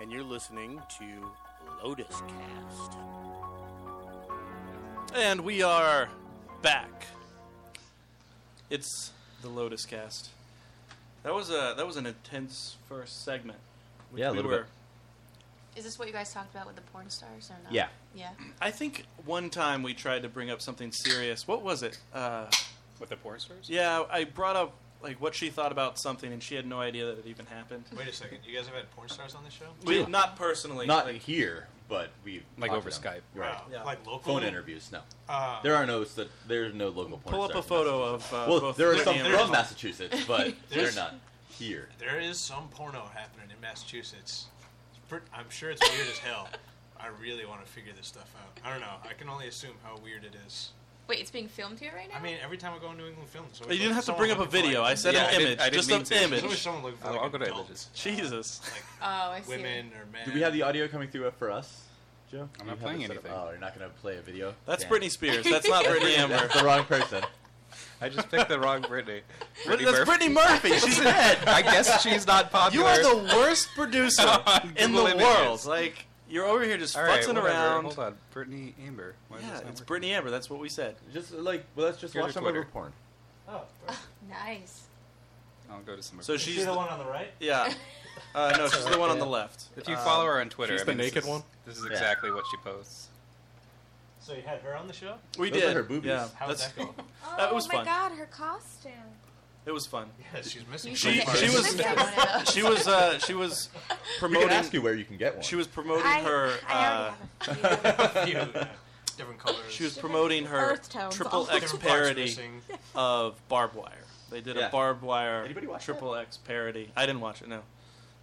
[SPEAKER 12] and you're listening to Lotus Cast.
[SPEAKER 2] And we are back. It's the Lotus Cast. That was a that was an intense first segment. which
[SPEAKER 7] Yeah, a little bit.
[SPEAKER 8] Is this what you guys talked about with the porn stars or not?
[SPEAKER 2] Yeah.
[SPEAKER 8] Yeah.
[SPEAKER 2] I think one time we tried to bring up something serious. What was it? Uh,
[SPEAKER 6] With the porn stars?
[SPEAKER 2] yeah, I brought up like what she thought about something, and she had no idea that it even happened.
[SPEAKER 10] Wait a second. You guys have had porn stars on this show?
[SPEAKER 2] We- not personally,
[SPEAKER 7] Not
[SPEAKER 2] like-
[SPEAKER 7] here, but we
[SPEAKER 6] Like
[SPEAKER 7] talked
[SPEAKER 6] over
[SPEAKER 7] to them.
[SPEAKER 6] Skype.
[SPEAKER 7] right?
[SPEAKER 10] Wow. Yeah. Like local?
[SPEAKER 7] phone interviews. No,
[SPEAKER 10] Ah.
[SPEAKER 7] there are no su- there's no local. porn
[SPEAKER 2] Pull up
[SPEAKER 7] stars
[SPEAKER 2] a
[SPEAKER 7] in
[SPEAKER 2] photo
[SPEAKER 7] Massachusetts.
[SPEAKER 2] of, uh,
[SPEAKER 7] well,
[SPEAKER 2] both
[SPEAKER 7] there are
[SPEAKER 2] Whitney
[SPEAKER 7] some
[SPEAKER 2] and
[SPEAKER 7] from
[SPEAKER 2] Rachel.
[SPEAKER 7] Massachusetts, but they're
[SPEAKER 10] There's-
[SPEAKER 7] not here.
[SPEAKER 10] There is some porno happening in Massachusetts. It's pret- I'm sure it's weird as hell. I really want to figure this stuff out. I don't know. I can only assume how weird it is.
[SPEAKER 8] Wait, it's being filmed here right now.
[SPEAKER 10] I mean, every time I go to New England Films,
[SPEAKER 2] You didn't have to bring up a video. I said
[SPEAKER 6] Yeah, I
[SPEAKER 2] an
[SPEAKER 6] didn't-
[SPEAKER 2] image,
[SPEAKER 6] I didn't
[SPEAKER 2] just an
[SPEAKER 6] mean to.
[SPEAKER 2] image.
[SPEAKER 6] There's always someone looking for, I'll- like, I'll go to adults. images.
[SPEAKER 2] Jesus.
[SPEAKER 8] oh, I see.
[SPEAKER 10] women
[SPEAKER 8] it.
[SPEAKER 10] or men.
[SPEAKER 7] Do we have the audio coming through for us, Joe?
[SPEAKER 6] I'm
[SPEAKER 7] You
[SPEAKER 6] not
[SPEAKER 7] have
[SPEAKER 6] playing
[SPEAKER 7] it set up-
[SPEAKER 6] anything.
[SPEAKER 7] Oh, you're not going to play a video.
[SPEAKER 2] That's
[SPEAKER 7] Damn.
[SPEAKER 2] Britney Spears. That's not
[SPEAKER 7] That's
[SPEAKER 2] Britney
[SPEAKER 7] Britney-
[SPEAKER 2] Amber.
[SPEAKER 7] that's the wrong person.
[SPEAKER 6] I just picked the wrong Britney.
[SPEAKER 2] What- that's Brittany Murphy. She's dead.
[SPEAKER 6] I guess she's not
[SPEAKER 2] You
[SPEAKER 6] popular.
[SPEAKER 2] are the worst producer
[SPEAKER 6] On
[SPEAKER 2] in the
[SPEAKER 6] Google Images.
[SPEAKER 2] world. Like you're over here just
[SPEAKER 6] All right,
[SPEAKER 2] futzing
[SPEAKER 6] whatever.
[SPEAKER 2] around.
[SPEAKER 6] Hold on, Brittany Amber. Why is
[SPEAKER 2] Yeah,
[SPEAKER 6] this not
[SPEAKER 2] it's
[SPEAKER 6] working?
[SPEAKER 2] Brittany Amber. That's what we said.
[SPEAKER 7] Just like, well, let's just
[SPEAKER 6] Go to
[SPEAKER 7] watch some of her
[SPEAKER 6] Twitter.
[SPEAKER 7] porn.
[SPEAKER 8] Oh, Nice.
[SPEAKER 6] I'll go to some. of
[SPEAKER 2] So
[SPEAKER 6] her-
[SPEAKER 2] she's Yeah. Uh, no, she's the one on the left.
[SPEAKER 6] If you
[SPEAKER 2] Uh,
[SPEAKER 6] follow her on Twitter,
[SPEAKER 9] she's
[SPEAKER 6] I
[SPEAKER 9] the
[SPEAKER 6] mean, this
[SPEAKER 9] naked
[SPEAKER 6] is-
[SPEAKER 9] one?
[SPEAKER 6] This is
[SPEAKER 9] Yeah.
[SPEAKER 6] exactly what she posts.
[SPEAKER 10] So you had her on the show?
[SPEAKER 2] We
[SPEAKER 7] Those are
[SPEAKER 2] did.
[SPEAKER 7] her boobies.
[SPEAKER 2] Yeah,
[SPEAKER 10] How did that go?
[SPEAKER 4] Oh
[SPEAKER 2] That was
[SPEAKER 4] my
[SPEAKER 2] fun.
[SPEAKER 4] god, her costume.
[SPEAKER 2] It was fun.
[SPEAKER 10] Yeah, she's missing.
[SPEAKER 2] She,
[SPEAKER 10] some parts.
[SPEAKER 2] she was she was uh, she was promoting.
[SPEAKER 7] ask you where you can get one.
[SPEAKER 2] She was promoting
[SPEAKER 4] I-
[SPEAKER 2] her.
[SPEAKER 4] I already
[SPEAKER 2] uh,
[SPEAKER 10] have a few. A few, yeah. Different colors.
[SPEAKER 2] She was
[SPEAKER 10] Different
[SPEAKER 2] promoting her
[SPEAKER 4] earth tones, all
[SPEAKER 2] triple X
[SPEAKER 10] different parts
[SPEAKER 2] parody
[SPEAKER 10] missing.
[SPEAKER 2] of Barbed Wire. They did
[SPEAKER 7] Yeah.
[SPEAKER 2] a Barbed Wire
[SPEAKER 7] Anybody watch
[SPEAKER 2] triple X parody. I didn't watch it. No.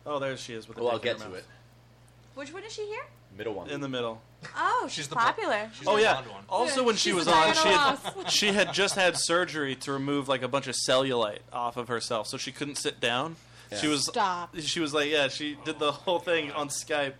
[SPEAKER 2] Oh, there she is with the.
[SPEAKER 7] Well, I'll
[SPEAKER 2] dick in
[SPEAKER 7] get
[SPEAKER 2] her
[SPEAKER 7] to
[SPEAKER 2] mouth.
[SPEAKER 7] it.
[SPEAKER 4] Which one is she here?
[SPEAKER 7] Middle one.
[SPEAKER 2] In the middle.
[SPEAKER 4] Oh, she's, popular.
[SPEAKER 2] oh yeah. Also, when she
[SPEAKER 4] She's
[SPEAKER 2] was
[SPEAKER 4] the
[SPEAKER 2] on, she
[SPEAKER 4] Diana
[SPEAKER 2] had,
[SPEAKER 4] Ross.
[SPEAKER 2] she had just had surgery to remove like a bunch of cellulite off of herself, so she couldn't sit down. She
[SPEAKER 7] Yeah.
[SPEAKER 2] was
[SPEAKER 4] Stop.
[SPEAKER 2] She was like, yeah, she did the whole thing on Skype,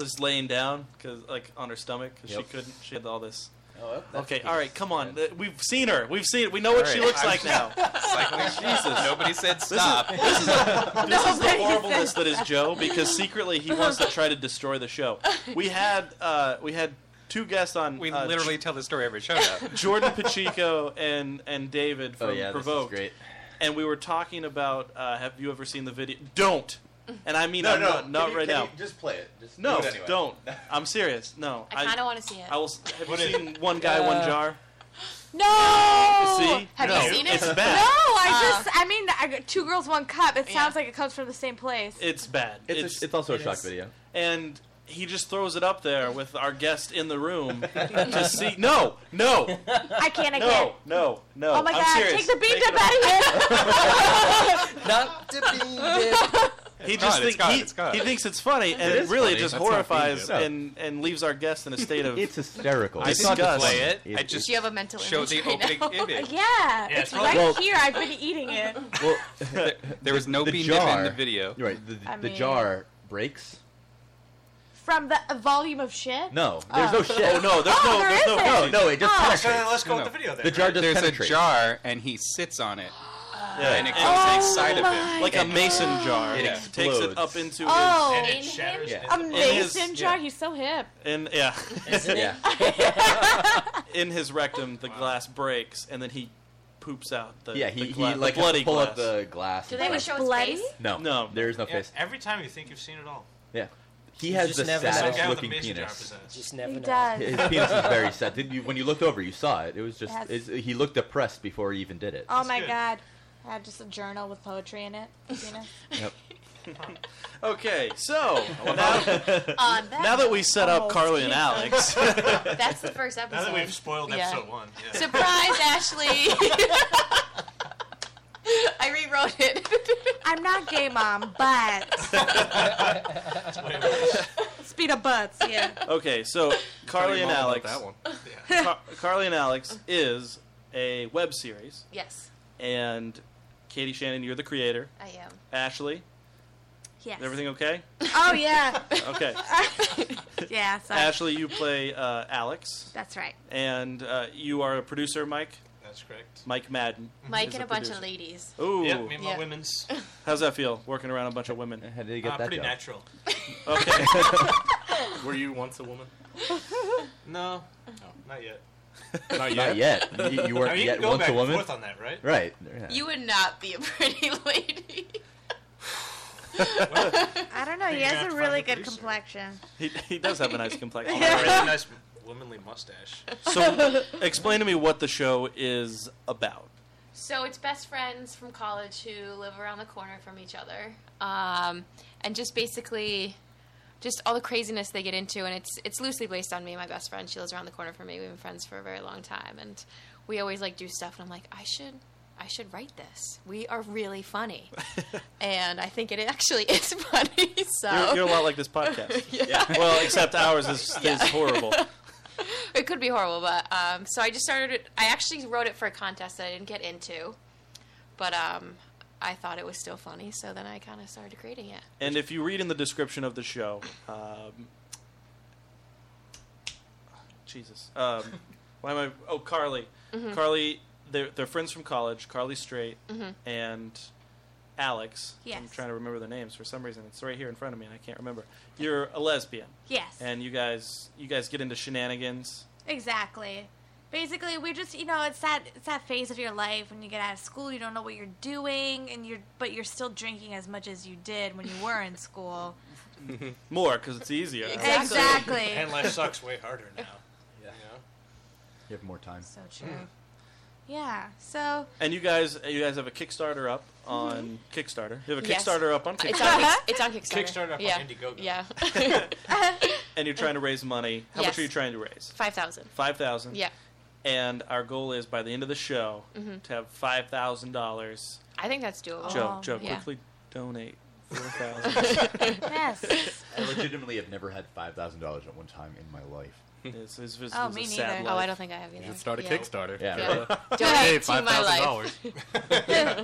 [SPEAKER 2] just laying down because like on her stomach 'cause
[SPEAKER 7] Yep.
[SPEAKER 2] she couldn't. She had all this.
[SPEAKER 7] Oh, that's
[SPEAKER 2] okay,
[SPEAKER 7] good.
[SPEAKER 2] all right, come on. Th- We've seen her. We've seen. We know what
[SPEAKER 6] All
[SPEAKER 2] she
[SPEAKER 6] right,
[SPEAKER 2] looks
[SPEAKER 6] I'm
[SPEAKER 2] like now.
[SPEAKER 6] just- It's like,
[SPEAKER 2] Jesus.
[SPEAKER 6] Nobody said stop.
[SPEAKER 2] This is, a, this is the
[SPEAKER 4] Nobody
[SPEAKER 2] horribleness
[SPEAKER 4] said
[SPEAKER 2] that is
[SPEAKER 4] that.
[SPEAKER 2] Joe because secretly he wants to try to destroy the show. We had uh, we had two guests on.
[SPEAKER 6] We
[SPEAKER 2] uh,
[SPEAKER 6] literally
[SPEAKER 2] J-
[SPEAKER 6] tell the story every show now.
[SPEAKER 2] Jordan Pacheco and and David from
[SPEAKER 6] Oh, yeah, this is
[SPEAKER 2] Provoked.
[SPEAKER 6] great.
[SPEAKER 2] And we were talking about uh, have you ever seen the video? Don't. And I mean,
[SPEAKER 7] No,
[SPEAKER 2] I'm
[SPEAKER 7] no,
[SPEAKER 2] not, not
[SPEAKER 7] can you-
[SPEAKER 2] right
[SPEAKER 7] can
[SPEAKER 2] now.
[SPEAKER 7] you just play it? Just
[SPEAKER 2] no,
[SPEAKER 7] do it anyway.
[SPEAKER 2] don't. I'm serious. No.
[SPEAKER 8] I kinda wanna see it.
[SPEAKER 2] I will. s- Have you
[SPEAKER 8] What is
[SPEAKER 2] seen
[SPEAKER 8] it?
[SPEAKER 2] One Guy, One
[SPEAKER 8] Uh,
[SPEAKER 2] Jar?
[SPEAKER 4] No.
[SPEAKER 2] See?
[SPEAKER 8] Have
[SPEAKER 2] no,
[SPEAKER 8] you seen it?
[SPEAKER 2] It's
[SPEAKER 4] No,
[SPEAKER 2] bad.
[SPEAKER 4] I just, I mean, I got two girls, one cup. It sounds like it comes from the same place.
[SPEAKER 2] It's bad. It's it's,
[SPEAKER 7] also a shock
[SPEAKER 2] is.
[SPEAKER 7] video.
[SPEAKER 2] And he just throws it up there with our guest in the room to see. No, no,
[SPEAKER 4] I can't, I can't.
[SPEAKER 2] no, no, no.
[SPEAKER 4] Oh my
[SPEAKER 2] I'm
[SPEAKER 4] god,
[SPEAKER 2] serious.
[SPEAKER 4] take the bean dip out of here!
[SPEAKER 11] Not
[SPEAKER 2] He just
[SPEAKER 6] It's gone,
[SPEAKER 2] think,
[SPEAKER 6] it's gone,
[SPEAKER 2] he,
[SPEAKER 6] it's gone.
[SPEAKER 2] he thinks it's funny, and
[SPEAKER 6] It
[SPEAKER 2] it,
[SPEAKER 6] is
[SPEAKER 2] really
[SPEAKER 6] funny.
[SPEAKER 2] just
[SPEAKER 6] That's not bean
[SPEAKER 2] horrifies
[SPEAKER 6] dip.
[SPEAKER 2] and, and leaves our guest in a state of
[SPEAKER 7] It's hysterical.
[SPEAKER 2] I
[SPEAKER 7] It's not
[SPEAKER 2] disgust.
[SPEAKER 7] just
[SPEAKER 6] play it.
[SPEAKER 7] funny.
[SPEAKER 6] I
[SPEAKER 7] It's-
[SPEAKER 6] just
[SPEAKER 8] Do you have a mental
[SPEAKER 6] show
[SPEAKER 8] image
[SPEAKER 6] the
[SPEAKER 8] right
[SPEAKER 6] opening
[SPEAKER 8] now?
[SPEAKER 6] image.
[SPEAKER 4] Yeah, it's
[SPEAKER 6] probably-
[SPEAKER 4] right
[SPEAKER 7] Well-
[SPEAKER 4] here. I've been eating it.
[SPEAKER 7] Well,
[SPEAKER 6] there was no
[SPEAKER 7] the
[SPEAKER 6] bean dip in
[SPEAKER 7] jar,
[SPEAKER 6] the video.
[SPEAKER 7] Right. The,
[SPEAKER 4] I
[SPEAKER 7] the
[SPEAKER 4] mean-
[SPEAKER 7] jar breaks.
[SPEAKER 4] From the volume of shit?
[SPEAKER 7] No, there's no
[SPEAKER 4] Oh.
[SPEAKER 7] shit.
[SPEAKER 4] Oh, no, there's Oh, no- there there's no-
[SPEAKER 7] no,
[SPEAKER 4] isn't.
[SPEAKER 7] no. It just
[SPEAKER 4] Oh.
[SPEAKER 7] penetrates.
[SPEAKER 4] So then let's
[SPEAKER 6] No, no.
[SPEAKER 7] The jar just
[SPEAKER 6] There's
[SPEAKER 7] penetrates.
[SPEAKER 6] a jar, and he sits on it,
[SPEAKER 2] Yeah.
[SPEAKER 6] and it goes
[SPEAKER 2] Oh
[SPEAKER 6] inside of
[SPEAKER 2] my
[SPEAKER 6] him,
[SPEAKER 2] Like a God. mason jar.
[SPEAKER 6] It
[SPEAKER 2] Yeah.
[SPEAKER 6] explodes.
[SPEAKER 2] Takes it up into
[SPEAKER 4] Oh,
[SPEAKER 2] his-
[SPEAKER 4] in
[SPEAKER 2] him?
[SPEAKER 4] A mason
[SPEAKER 2] His-
[SPEAKER 4] jar? He's so hip.
[SPEAKER 2] And yeah,
[SPEAKER 4] Isn't it?
[SPEAKER 2] in his rectum, the glass breaks, and then he poops out the
[SPEAKER 7] Yeah, he,
[SPEAKER 2] the
[SPEAKER 7] he
[SPEAKER 2] gla- the
[SPEAKER 7] like
[SPEAKER 2] bloody
[SPEAKER 7] pull
[SPEAKER 2] glass.
[SPEAKER 7] up the glass.
[SPEAKER 8] Do
[SPEAKER 7] and
[SPEAKER 8] they
[SPEAKER 7] stuff.
[SPEAKER 8] ever show his Bloody? face?
[SPEAKER 7] No, no. There is no
[SPEAKER 10] Yeah,
[SPEAKER 7] face.
[SPEAKER 10] every time you think you've seen it all.
[SPEAKER 7] Yeah. He
[SPEAKER 10] You
[SPEAKER 7] has
[SPEAKER 10] just
[SPEAKER 7] the
[SPEAKER 10] never know.
[SPEAKER 7] saddest
[SPEAKER 10] Some guy with a
[SPEAKER 7] looking
[SPEAKER 10] mason jar
[SPEAKER 7] penis.
[SPEAKER 10] possessed.
[SPEAKER 11] Just never
[SPEAKER 4] He
[SPEAKER 11] know.
[SPEAKER 4] does.
[SPEAKER 7] His penis is very sad. Didn't you? When you looked over, you saw it. It was just
[SPEAKER 4] Yes.
[SPEAKER 7] it's, he looked depressed before he even did it.
[SPEAKER 4] Oh my god. I had just a journal with poetry in it. Penis.
[SPEAKER 7] Yep.
[SPEAKER 2] Okay, so now,
[SPEAKER 8] On that
[SPEAKER 2] now that we set up
[SPEAKER 8] note-
[SPEAKER 2] Carly and Alex,
[SPEAKER 8] Oh, That's the first episode.
[SPEAKER 10] Now that we've spoiled
[SPEAKER 8] Yeah.
[SPEAKER 10] episode one. Yeah.
[SPEAKER 8] Surprise, Ashley. I rewrote it.
[SPEAKER 4] I'm not gay, mom, but. Speed of butts, yeah.
[SPEAKER 2] okay, so Carly
[SPEAKER 9] your
[SPEAKER 2] and
[SPEAKER 9] mom
[SPEAKER 2] Alex,
[SPEAKER 9] about
[SPEAKER 2] Car- Carly and Alex is a web series,
[SPEAKER 8] yes,
[SPEAKER 2] and Katie Shannon, you're the creator.
[SPEAKER 8] I am.
[SPEAKER 2] Ashley,
[SPEAKER 4] Yes.
[SPEAKER 2] is everything okay?
[SPEAKER 4] Oh, yeah.
[SPEAKER 2] Okay,
[SPEAKER 4] yeah, so.
[SPEAKER 2] Ashley, you play uh, Alex,
[SPEAKER 4] That's right.
[SPEAKER 2] and uh, you are a producer, Mike.
[SPEAKER 10] That's correct.
[SPEAKER 2] Mike Madden.
[SPEAKER 8] Mike
[SPEAKER 2] is
[SPEAKER 8] and
[SPEAKER 2] the
[SPEAKER 8] a bunch of
[SPEAKER 2] producer.
[SPEAKER 8] ladies.
[SPEAKER 2] Ooh.
[SPEAKER 10] Yep, me and my
[SPEAKER 8] Yeah.
[SPEAKER 10] women's.
[SPEAKER 2] How's that feel? Working around a bunch of women.
[SPEAKER 7] How did you
[SPEAKER 10] get Uh, that pretty job? natural.
[SPEAKER 2] Okay.
[SPEAKER 9] Were you once a woman?
[SPEAKER 10] No, not yet.
[SPEAKER 9] Not
[SPEAKER 7] Not yet. You, you weren't
[SPEAKER 10] I mean, you
[SPEAKER 7] yet
[SPEAKER 10] can go
[SPEAKER 7] once
[SPEAKER 10] back
[SPEAKER 7] a
[SPEAKER 10] and
[SPEAKER 7] woman.
[SPEAKER 10] forth on that, right?
[SPEAKER 7] Right. yeah.
[SPEAKER 8] You would not be a pretty lady.
[SPEAKER 4] I don't know. He
[SPEAKER 10] You're gonna
[SPEAKER 4] has
[SPEAKER 10] have
[SPEAKER 4] a
[SPEAKER 10] to
[SPEAKER 4] really
[SPEAKER 10] find a
[SPEAKER 4] good
[SPEAKER 10] producer.
[SPEAKER 4] complexion.
[SPEAKER 2] He, he does have a nice complexion.
[SPEAKER 10] I have a really nice womanly mustache.
[SPEAKER 2] So, explain to me what the show is about.
[SPEAKER 8] So it's best friends from college who live around the corner from each other, um, and just basically, just all the craziness they get into, and it's it's loosely based on me and my best friend. She lives around the corner from me. We've been friends for a very long time, and we always like do stuff. And I'm like, I should, I should write this. We are really funny, and I think it actually is funny. So
[SPEAKER 2] You're, you're a lot like this podcast. Well, except ours is, is horrible.
[SPEAKER 8] it could be horrible, but um, so I just started. It, I actually wrote it for a contest that I didn't get into, but um, I thought it was still funny, so then I kind of started creating it.
[SPEAKER 2] And if you read in the description of the show, um, Jesus, um, why am I? Oh, Carly,
[SPEAKER 4] Mm-hmm.
[SPEAKER 8] Mhm.
[SPEAKER 2] Carly, they're, they're friends from college. Carly Straight
[SPEAKER 8] Mhm.
[SPEAKER 2] and Alex. I'm
[SPEAKER 4] Mm-hmm. Yes.
[SPEAKER 2] trying to remember their names for some reason. It's right here in front of me, and I can't remember. You're a lesbian.
[SPEAKER 4] Yes.
[SPEAKER 2] And you guys, you guys get into shenanigans.
[SPEAKER 4] Exactly. Basically, we're just you know it's that it's that phase of your life when you get out of school, you don't know what you're doing, and you're but you're still drinking as much as you did when you were in school.
[SPEAKER 2] More because it's easier.
[SPEAKER 4] Exactly. Exactly.
[SPEAKER 10] and life sucks way harder now. Yeah.
[SPEAKER 7] You have more time. So
[SPEAKER 4] true. Yeah. So
[SPEAKER 2] Mm. And you guys, you guys have a Kickstarter up on Kickstarter. You have a
[SPEAKER 8] Mm-hmm. Yes.
[SPEAKER 2] Kickstarter up on Kickstarter.
[SPEAKER 8] It's on, Kicks- it's on Kickstarter.
[SPEAKER 10] Kickstarter up on
[SPEAKER 8] yeah.
[SPEAKER 10] Indiegogo.
[SPEAKER 8] Yeah,
[SPEAKER 2] and you're trying to raise money. How much
[SPEAKER 8] Yes.
[SPEAKER 2] are you trying to raise?
[SPEAKER 8] five thousand.
[SPEAKER 2] Five thousand.
[SPEAKER 8] Yeah,
[SPEAKER 2] And our goal is by the end of the show
[SPEAKER 8] Mhm.
[SPEAKER 2] to have five thousand dollars.
[SPEAKER 8] I think that's doable. Um,
[SPEAKER 2] Joe, Joe,
[SPEAKER 8] Oh. yeah.
[SPEAKER 2] quickly donate four thousand.
[SPEAKER 4] yes.
[SPEAKER 7] I legitimately have never had five thousand dollars at one time in my life.
[SPEAKER 2] This is, this
[SPEAKER 4] Oh, is me a sad neither.
[SPEAKER 8] Oh, I don't think I have either. Yeah.
[SPEAKER 7] Yeah.
[SPEAKER 8] Yeah.
[SPEAKER 2] Yeah.
[SPEAKER 8] Donate
[SPEAKER 2] Hey,
[SPEAKER 8] to my life.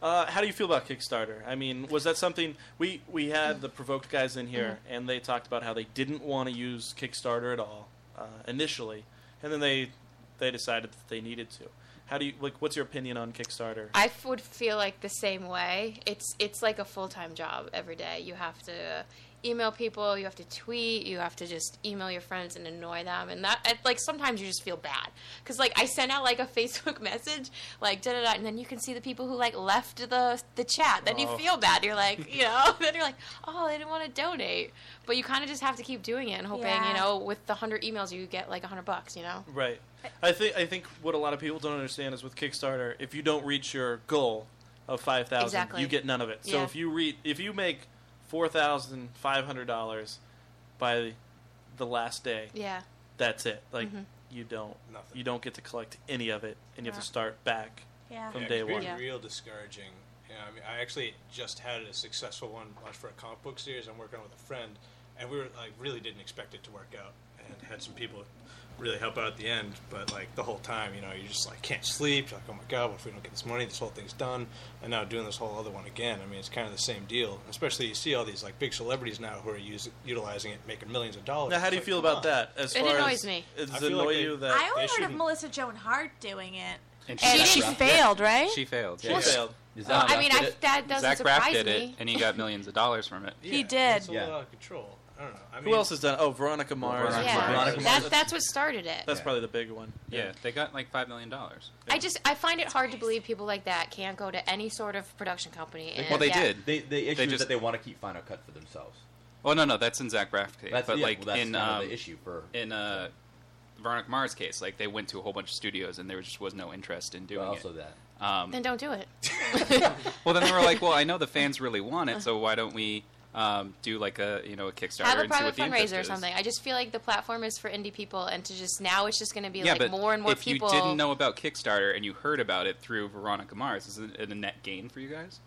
[SPEAKER 2] Uh, how do you feel about Kickstarter? I mean, was that something we we had the provoked guys in here,
[SPEAKER 8] Mm-hmm.
[SPEAKER 2] and they talked about how they didn't want to use Kickstarter at all uh, initially, and then they they decided that they needed to. How do you like? What's your opinion on Kickstarter?
[SPEAKER 8] I f- would feel like the same way. It's it's like a full time job every day. You have to email people, you have to tweet, you have to just email your friends and annoy them, and that it, like sometimes you just feel bad because like I sent out like a Facebook message like da da da, and then you can see the people who like left the the chat. Then
[SPEAKER 5] Oh.
[SPEAKER 8] you feel bad. You're like you know, then you're like oh they didn't want to donate, but you kind of just have to keep doing it and hoping
[SPEAKER 4] Yeah.
[SPEAKER 8] you know with the hundred emails you get like a hundred bucks, you know.
[SPEAKER 2] Right. I think I think what a lot of people don't understand is with Kickstarter, if you don't reach your goal of five thousand,
[SPEAKER 8] Exactly.
[SPEAKER 2] you get none of it. So
[SPEAKER 8] Yeah.
[SPEAKER 2] if you read, if you make four thousand five hundred dollars by the last day,
[SPEAKER 8] Yeah.
[SPEAKER 2] that's it. Like
[SPEAKER 8] Mhm.
[SPEAKER 2] you don't, you don't get to collect any of it, and you have
[SPEAKER 10] Yeah.
[SPEAKER 2] to start back from day
[SPEAKER 10] it's been
[SPEAKER 2] one.
[SPEAKER 10] real discouraging. Yeah, I mean, I actually just had a successful one uh, for a comic book series I'm working on with a friend, and we were like really didn't expect it to work out, and had some people really help out at the end. But like the whole time, you know, you just like can't sleep. You're like, oh my god, what if we don't get this money? This whole thing's done, and now doing this whole other one again. I mean, it's kind of the same deal. Especially you see all these like big celebrities now who are using utilizing it, making millions of dollars.
[SPEAKER 2] Now, how do you
[SPEAKER 10] It's
[SPEAKER 2] feel
[SPEAKER 10] like, come
[SPEAKER 2] about
[SPEAKER 10] on.
[SPEAKER 2] that? As It far as- annoys me. does it annoy you that-
[SPEAKER 4] I
[SPEAKER 10] they
[SPEAKER 4] only heard of
[SPEAKER 10] shouldn't-
[SPEAKER 4] Melissa Joan Hart doing it.
[SPEAKER 6] And
[SPEAKER 4] And,
[SPEAKER 6] she got
[SPEAKER 4] she
[SPEAKER 6] dropped.
[SPEAKER 4] failed,
[SPEAKER 6] Yeah.
[SPEAKER 4] right?
[SPEAKER 6] She failed.
[SPEAKER 4] She Well,
[SPEAKER 2] failed.
[SPEAKER 4] Well, I mean, I- that doesn't
[SPEAKER 6] Zach Braff
[SPEAKER 4] surprise
[SPEAKER 6] did it,
[SPEAKER 4] me.
[SPEAKER 6] and he got millions of dollars from it.
[SPEAKER 4] He did.
[SPEAKER 10] It's a little out of control. I don't know. I mean,
[SPEAKER 2] Who else has done? Oh, Veronica Mars.
[SPEAKER 6] Veronica
[SPEAKER 8] Yeah. Mars.
[SPEAKER 6] Veronica
[SPEAKER 8] That, that's what started it.
[SPEAKER 2] That's probably the big one.
[SPEAKER 6] Yeah, they got like five million dollars.
[SPEAKER 8] I just I find it hard to believe people like that can't go to any sort of production company. And,
[SPEAKER 6] well, they
[SPEAKER 8] yeah.
[SPEAKER 6] did.
[SPEAKER 7] They the issue is
[SPEAKER 6] just-
[SPEAKER 7] that they want to keep Final Cut for themselves.
[SPEAKER 6] Oh no, no, that's in Zach Braff case.
[SPEAKER 7] That's-
[SPEAKER 6] but
[SPEAKER 7] yeah,
[SPEAKER 6] like
[SPEAKER 7] well, that's
[SPEAKER 6] in
[SPEAKER 7] kind of
[SPEAKER 6] um,
[SPEAKER 7] the issue for-
[SPEAKER 6] in uh, Veronica Mars case, like they went to a whole bunch of studios and there just was no interest in doing
[SPEAKER 7] also
[SPEAKER 6] it. that. Um,
[SPEAKER 8] Then don't do it.
[SPEAKER 6] well, then they were like, well, I know the fans really want it, so why don't we um, do like a you know a Kickstarter
[SPEAKER 8] Uh-huh. Have a
[SPEAKER 6] and see
[SPEAKER 8] private
[SPEAKER 6] what the interest
[SPEAKER 8] fundraiser or
[SPEAKER 6] is.
[SPEAKER 8] something. I just feel like the platform is for indie people, and to just now it's just going to be
[SPEAKER 6] yeah,
[SPEAKER 8] like
[SPEAKER 6] but
[SPEAKER 8] more and more
[SPEAKER 6] if
[SPEAKER 8] people.
[SPEAKER 6] you didn't know about Kickstarter and you heard about it through Veronica Mars, is it a net gain for you guys?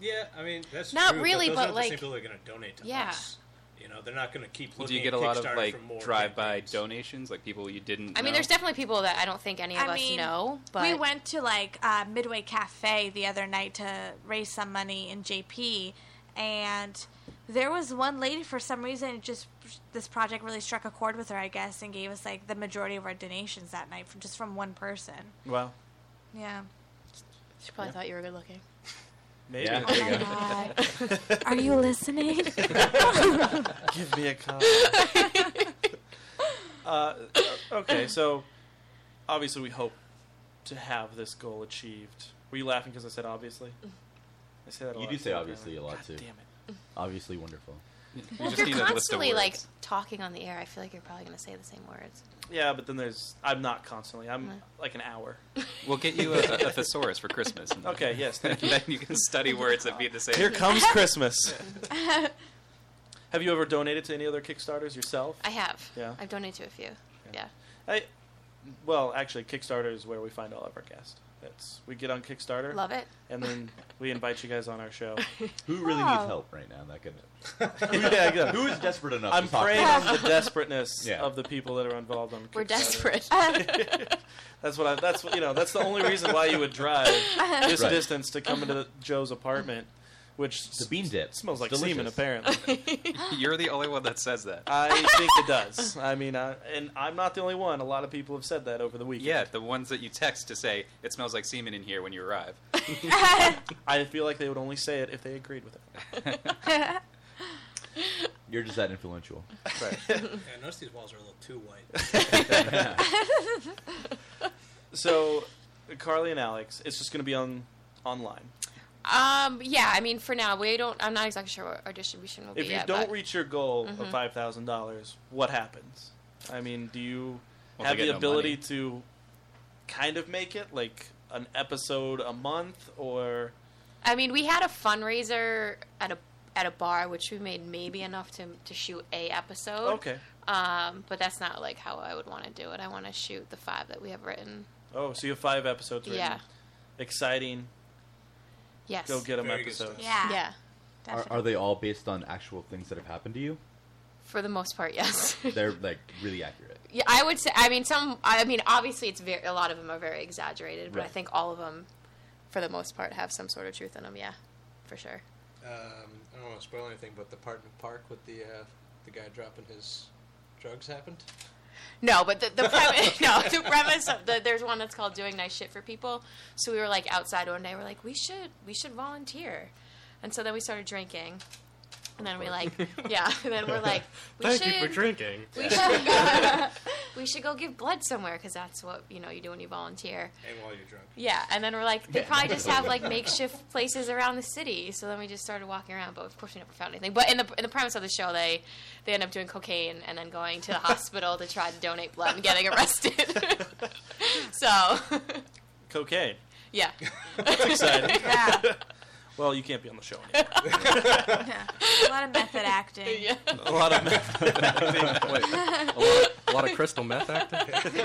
[SPEAKER 10] Yeah, I mean that's
[SPEAKER 8] Not
[SPEAKER 10] true,
[SPEAKER 8] really,
[SPEAKER 10] those
[SPEAKER 8] but,
[SPEAKER 10] aren't the
[SPEAKER 8] like-
[SPEAKER 10] same people that are going to donate to
[SPEAKER 8] Yeah.
[SPEAKER 10] us. You know, they're not going to keep
[SPEAKER 6] Well,
[SPEAKER 10] looking.
[SPEAKER 6] do you get a
[SPEAKER 10] at
[SPEAKER 6] lot of
[SPEAKER 10] Kickstarter
[SPEAKER 6] like
[SPEAKER 10] for more
[SPEAKER 6] drive-by donations, like people you didn't?
[SPEAKER 8] I mean,
[SPEAKER 6] know?
[SPEAKER 8] there's definitely people that I don't think any of
[SPEAKER 4] I
[SPEAKER 8] us
[SPEAKER 4] mean,
[SPEAKER 8] know, but
[SPEAKER 4] we went to like uh, Midway Cafe the other night to raise some money in JP, and there was one lady for some reason it just this project really struck a chord with her, I guess, and gave us like the majority of our donations that night from just from one person.
[SPEAKER 2] Wow.
[SPEAKER 4] Yeah.
[SPEAKER 8] She probably thought you were good looking.
[SPEAKER 2] Maybe.
[SPEAKER 4] Yeah, there you Oh go. my God. Are you listening?
[SPEAKER 2] Give me a call. uh, okay, so obviously we hope to have this goal achieved. Were you laughing because I said obviously? I say that a
[SPEAKER 7] You
[SPEAKER 2] lot.
[SPEAKER 7] do say
[SPEAKER 2] too,
[SPEAKER 7] obviously a
[SPEAKER 2] apparently.
[SPEAKER 7] lot
[SPEAKER 2] God
[SPEAKER 7] too.
[SPEAKER 2] damn it.
[SPEAKER 7] Obviously wonderful.
[SPEAKER 8] Well, if you're constantly like talking on the air, I feel like you're probably going to say the same words.
[SPEAKER 2] Yeah, but then there's I'm not constantly. I'm
[SPEAKER 8] Mm.
[SPEAKER 2] like an hour.
[SPEAKER 6] We'll get you a, a thesaurus for Christmas. and-
[SPEAKER 2] Okay, yes, thank you.
[SPEAKER 6] then you can study words that mean the same.
[SPEAKER 2] Here
[SPEAKER 6] thing.
[SPEAKER 2] comes Christmas. have you ever donated to any other Kickstarters yourself?
[SPEAKER 8] I have.
[SPEAKER 2] Yeah.
[SPEAKER 8] I've donated to a few. Yeah.
[SPEAKER 2] I, well, actually, Kickstarter is where we find all of our guests. That's we get on Kickstarter.
[SPEAKER 8] Love it.
[SPEAKER 2] And then we invite you guys on our show.
[SPEAKER 7] Who really
[SPEAKER 2] Oh.
[SPEAKER 7] needs help right now? That could.
[SPEAKER 2] yeah, yeah.
[SPEAKER 7] Who is desperate enough?
[SPEAKER 2] I'm
[SPEAKER 7] to talk
[SPEAKER 2] preying on
[SPEAKER 7] about
[SPEAKER 2] the
[SPEAKER 7] it?
[SPEAKER 2] desperateness
[SPEAKER 7] Yeah.
[SPEAKER 2] of the people that are involved on.
[SPEAKER 8] We're desperate.
[SPEAKER 2] Kickstarter. That's what I. That's what you know. That's the only reason why you would drive
[SPEAKER 8] Uh-huh.
[SPEAKER 2] this
[SPEAKER 7] Right.
[SPEAKER 2] distance to come into Joe's apartment, which the bean dip smells like
[SPEAKER 6] Delicious.
[SPEAKER 2] semen. Apparently,
[SPEAKER 6] You're the only one that says that.
[SPEAKER 2] I think it does. I mean, I, and I'm not the only one. A lot of people have said that over the weekend.
[SPEAKER 6] Yeah, the ones that you text to say it smells like semen in here when you arrive.
[SPEAKER 2] I feel like they would only say it if they agreed with it.
[SPEAKER 7] You're just that influential.
[SPEAKER 10] Yeah, I noticed these walls are a little too
[SPEAKER 2] white.
[SPEAKER 10] white.
[SPEAKER 2] so, Carly and Alex, it's just going to be on online.
[SPEAKER 8] Um, yeah, I mean, for now, we don't. I'm not exactly sure what our distribution will
[SPEAKER 2] If
[SPEAKER 8] be.
[SPEAKER 2] you
[SPEAKER 8] yet,
[SPEAKER 2] don't
[SPEAKER 8] Oh, but-
[SPEAKER 2] reach your goal of
[SPEAKER 8] Mhm.
[SPEAKER 2] five thousand dollars, what happens? I mean, do you
[SPEAKER 6] Well,
[SPEAKER 2] have
[SPEAKER 6] they
[SPEAKER 2] the
[SPEAKER 6] get no
[SPEAKER 2] ability to kind of make it like an episode a month, or
[SPEAKER 8] I mean, we had a fundraiser at a at a bar, which we made maybe enough to to shoot a episode.
[SPEAKER 2] Okay.
[SPEAKER 8] Um, but that's not like how I would want to do it. I want to shoot the five that we have written.
[SPEAKER 2] oh, so you have five episodes? Written.
[SPEAKER 8] Yeah.
[SPEAKER 2] Exciting.
[SPEAKER 8] Yes.
[SPEAKER 2] Go get them
[SPEAKER 8] Very good
[SPEAKER 2] episodes.
[SPEAKER 8] Yeah. Yeah.
[SPEAKER 7] Are, are they all based on actual things that have happened to you?
[SPEAKER 8] For the most part, yes.
[SPEAKER 7] They're like really accurate.
[SPEAKER 8] yeah, I would say. I mean, some. I mean, obviously, it's very. A lot of them are very exaggerated, but I
[SPEAKER 7] Right.
[SPEAKER 8] think all of them, for the most part, have some sort of truth in them. Yeah, for sure.
[SPEAKER 10] Um, I don't want to spoil anything, but the part in the park with the uh, the guy dropping his drugs happened.
[SPEAKER 8] No, but the, the premise, no, the premise of the, there's one that's called doing nice shit for people. So we were like outside one day, we're like, we should, we should volunteer. And so then we started drinking And then we like, yeah. And then we're like, we
[SPEAKER 9] Thank you
[SPEAKER 8] should,
[SPEAKER 9] for drinking.
[SPEAKER 8] We
[SPEAKER 9] Yeah.
[SPEAKER 8] should, go, we should go give blood somewhere because that's what you know you do when you volunteer.
[SPEAKER 10] And while you're drunk.
[SPEAKER 8] Yeah, and then we're like, they
[SPEAKER 10] Yeah.
[SPEAKER 8] probably just have like makeshift places around the city. So then we just started walking around, but of course we never found anything. But in the in the premise of the show, they they end up doing cocaine and then going to the hospital to try to donate blood and getting arrested. so
[SPEAKER 2] Cocaine.
[SPEAKER 8] yeah,
[SPEAKER 2] That's exciting.
[SPEAKER 4] Yeah.
[SPEAKER 2] Well, you can't be on the show anymore.
[SPEAKER 4] Yeah. A lot of method acting. Yeah.
[SPEAKER 2] A lot of meth acting.
[SPEAKER 9] Wait, a lot, a lot of crystal meth acting.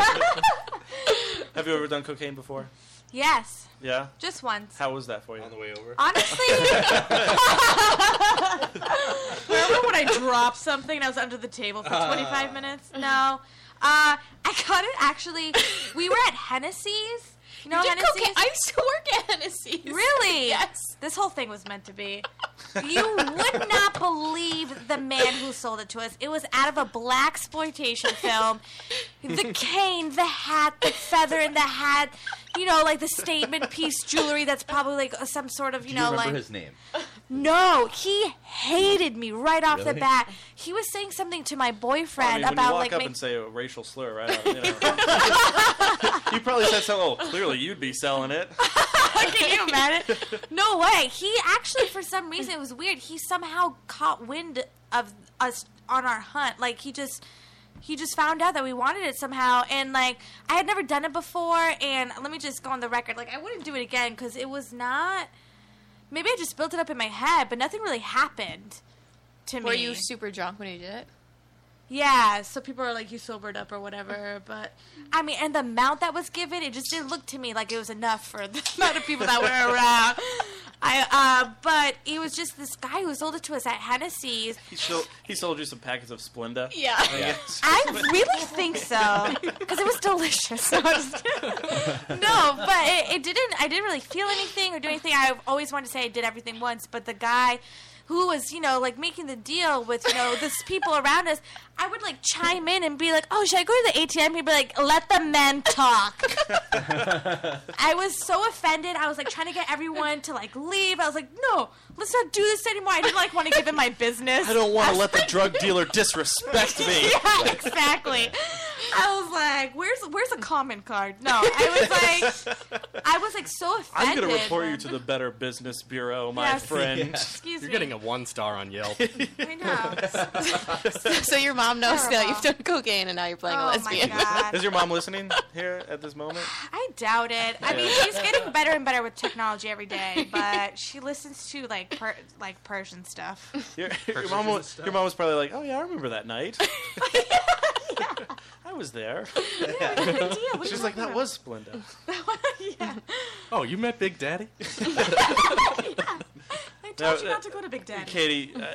[SPEAKER 2] Have you ever done cocaine before?
[SPEAKER 4] Yes.
[SPEAKER 2] Yeah.
[SPEAKER 4] Just once.
[SPEAKER 2] How was that for you? On the way over.
[SPEAKER 4] Honestly, remember when I dropped something and I was under the table for 25
[SPEAKER 5] Ah.
[SPEAKER 4] minutes? No. Uh, I got it actually. We were at Hennessy's. You know
[SPEAKER 8] You did
[SPEAKER 4] Hennessy's?
[SPEAKER 8] cocaine- I used to work at Hennessy's.
[SPEAKER 4] Really?
[SPEAKER 8] Yes.
[SPEAKER 4] This whole thing was meant to be. You would not believe the man who sold it to us. It was out of a black exploitation film. The cane, the hat, the feather in the hat. You know, like the statement piece jewelry that's probably like uh, some sort of,
[SPEAKER 7] Do
[SPEAKER 4] you
[SPEAKER 7] you
[SPEAKER 4] know,
[SPEAKER 7] remember
[SPEAKER 4] like
[SPEAKER 7] his name?
[SPEAKER 4] no, he hated me right off the
[SPEAKER 2] Really?
[SPEAKER 4] bat. He was saying something to my
[SPEAKER 2] Well, I
[SPEAKER 4] boyfriend
[SPEAKER 2] mean, when you
[SPEAKER 4] about
[SPEAKER 2] walk
[SPEAKER 4] like
[SPEAKER 2] up
[SPEAKER 4] make-
[SPEAKER 2] and say a racial slur, right? out, You, know. you probably said something. Oh, clearly you'd be selling it.
[SPEAKER 4] Can you imagine? No way. He actually, for some reason, it was weird. He somehow caught wind of us on our hunt. Like he just, he just found out that we wanted it somehow. And like I had never done it before. And let me just go on the record. Like I wouldn't do it again because it was not. Maybe I just built it up in my head, but nothing really happened to
[SPEAKER 8] Were
[SPEAKER 4] me.
[SPEAKER 8] you super drunk when you did it?
[SPEAKER 4] Yeah, so people are like, you sobered up or whatever. But I mean, and the amount that was given, it just didn't look to me like it was enough for the amount of people that were around. I, uh, but it was just this guy who sold it to us at Hennessy's.
[SPEAKER 2] He sold, he sold you some packets of Splenda.
[SPEAKER 4] Yeah.
[SPEAKER 2] I
[SPEAKER 4] Yeah.
[SPEAKER 2] guess.
[SPEAKER 4] I really think so because it was delicious. No, I'm just kidding. No, but it, it didn't. I didn't really feel anything or do anything. I've always wanted to say I did everything once, but the guy who was, you know, like making the deal with, you know, this people around us, I would like chime in and be like, "Oh, should I go to the ATM?" He'd be like, "Let the men talk." I was so offended. I was like trying to get everyone to like leave. I was like, "No, let's not do this anymore." I didn't like want to give him my business.
[SPEAKER 2] I don't want to let the drug dealer disrespect me.
[SPEAKER 4] yeah, exactly. I was like, "Where's where's a comment card?" No, I was like, I was like so
[SPEAKER 2] I'm
[SPEAKER 4] offended.
[SPEAKER 2] going to report you
[SPEAKER 4] when-
[SPEAKER 2] to the Better Business Bureau, my
[SPEAKER 4] Yes.
[SPEAKER 2] friend.
[SPEAKER 4] Yeah. Excuse
[SPEAKER 9] You're
[SPEAKER 4] me.
[SPEAKER 9] getting a one star on Yelp.
[SPEAKER 4] I know.
[SPEAKER 8] So, so your mom knows now you've done cocaine and now you're playing a
[SPEAKER 4] Oh, my
[SPEAKER 8] lesbian.
[SPEAKER 4] God.
[SPEAKER 2] Is your mom listening here at this moment?
[SPEAKER 4] I doubt it. I mean,
[SPEAKER 2] Yeah.
[SPEAKER 4] she's getting better and better with technology every day, but she listens to like per- like Persian stuff.
[SPEAKER 2] Your, your mom was, your mom was probably like, "Oh yeah, I remember that night. I was there."
[SPEAKER 4] What are you
[SPEAKER 2] She's
[SPEAKER 4] talking
[SPEAKER 2] like, "That
[SPEAKER 4] about?"
[SPEAKER 2] was Splenda."
[SPEAKER 9] Oh, you met Big Daddy?
[SPEAKER 4] I told
[SPEAKER 2] Now,
[SPEAKER 4] you not to go to Big Daddy.
[SPEAKER 2] Katie, uh,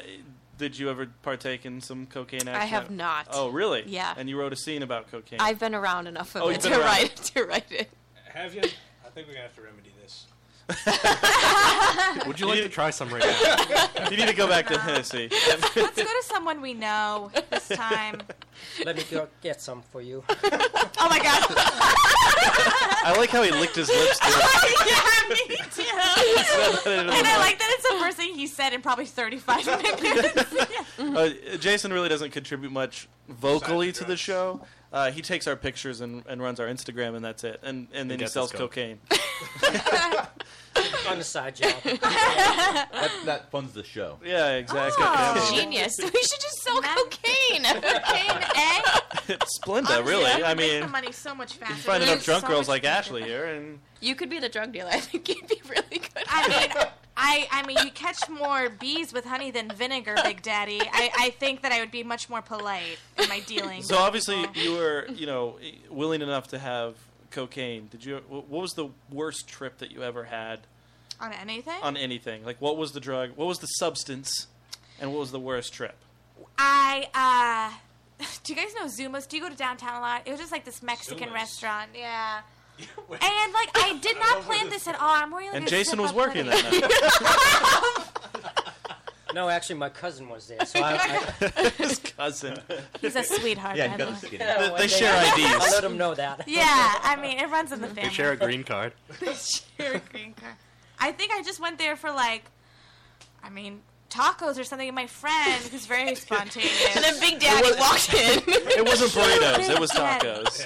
[SPEAKER 2] did you ever partake in some cocaine action?
[SPEAKER 8] have not.
[SPEAKER 2] Oh really?
[SPEAKER 8] Yeah.
[SPEAKER 2] And you wrote a scene about cocaine.
[SPEAKER 8] I've been around enough of
[SPEAKER 2] Oh,
[SPEAKER 8] it
[SPEAKER 2] you've been
[SPEAKER 8] to
[SPEAKER 2] around.
[SPEAKER 8] write to write it.
[SPEAKER 10] Have you? I think we're gonna have to remedy this.
[SPEAKER 9] Would you like to try some right now?
[SPEAKER 2] you need to go back to Hennessy.
[SPEAKER 4] Let's go to someone we know this time.
[SPEAKER 11] Let me go get some for you.
[SPEAKER 4] Oh my god!
[SPEAKER 2] I like how he licked his lips. Too.
[SPEAKER 4] yeah, me too.
[SPEAKER 2] into the
[SPEAKER 4] and I
[SPEAKER 2] mic.
[SPEAKER 4] like that it's the first thing he said in probably 35 minutes.
[SPEAKER 2] Uh, Jason really doesn't contribute much vocally to the show. Uh, he takes our pictures and, and runs our Instagram, and that's it. And and then he
[SPEAKER 11] gets
[SPEAKER 2] sells
[SPEAKER 11] his coke.
[SPEAKER 2] cocaine.
[SPEAKER 11] On the side job.
[SPEAKER 7] That, that funds the show.
[SPEAKER 2] Yeah, exactly.
[SPEAKER 7] Oh.
[SPEAKER 2] Yeah.
[SPEAKER 8] Genius. We should just sell cocaine. cocaine,
[SPEAKER 4] eh?
[SPEAKER 2] Splenda, really. I mean, you
[SPEAKER 4] money so much faster.
[SPEAKER 2] can find enough drunk girls like Ashley here, and
[SPEAKER 8] You could be the drug dealer. I think you'd be really good.
[SPEAKER 4] I mean, I, I mean, you catch more bees with honey than vinegar, Big Daddy. I, I think that I would be much more polite in my dealing.
[SPEAKER 2] so obviously you were, you know, willing enough to have cocaine. Did you? wh- What was the worst trip that you ever had
[SPEAKER 4] on anything,
[SPEAKER 2] on anything? Like, what was the drug? What was the substance? And what was the worst trip?
[SPEAKER 4] I uh, do you guys know Zuma's? Do you go to downtown a lot? It was just like this Mexican
[SPEAKER 2] Zuma's?
[SPEAKER 4] restaurant, yeah. and like I did not plan this at all. I'm wearing like
[SPEAKER 2] And
[SPEAKER 4] a
[SPEAKER 2] Jason was
[SPEAKER 4] zip-up
[SPEAKER 2] working
[SPEAKER 4] hoodie.
[SPEAKER 2] that night.
[SPEAKER 11] No, actually, my cousin was there, so I.
[SPEAKER 2] His cousin.
[SPEAKER 4] He's a sweetheart.
[SPEAKER 11] Yeah,
[SPEAKER 4] by
[SPEAKER 11] got
[SPEAKER 4] the
[SPEAKER 11] a
[SPEAKER 4] way.
[SPEAKER 11] sweetheart.
[SPEAKER 2] They- they share
[SPEAKER 11] I,
[SPEAKER 2] IDs.
[SPEAKER 11] will let him know that.
[SPEAKER 4] Yeah, I mean it runs in the family.
[SPEAKER 9] They share a green card.
[SPEAKER 4] They share a green card. I think I just went there for like, I mean, tacos or something, and my friend, who's very spontaneous,
[SPEAKER 8] And then Big Daddy walked in.
[SPEAKER 2] It wasn't burritos. It was
[SPEAKER 4] Yeah.
[SPEAKER 2] tacos.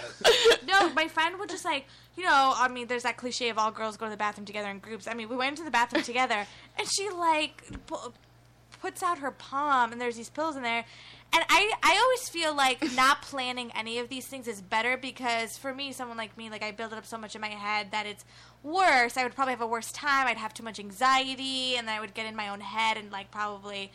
[SPEAKER 4] no, my friend would just like, you know, I mean, there's that cliche of all girls go to the bathroom together in groups. I mean, we went into the bathroom together, and she like pu- puts out her palm, and there's these pills in there. And I, I always feel like not planning any of these things is better because for me, someone like me, like I build it up so much in my head that it's worse. I would probably have a worse time. I'd have too much anxiety, and then I would get in my own head and like probably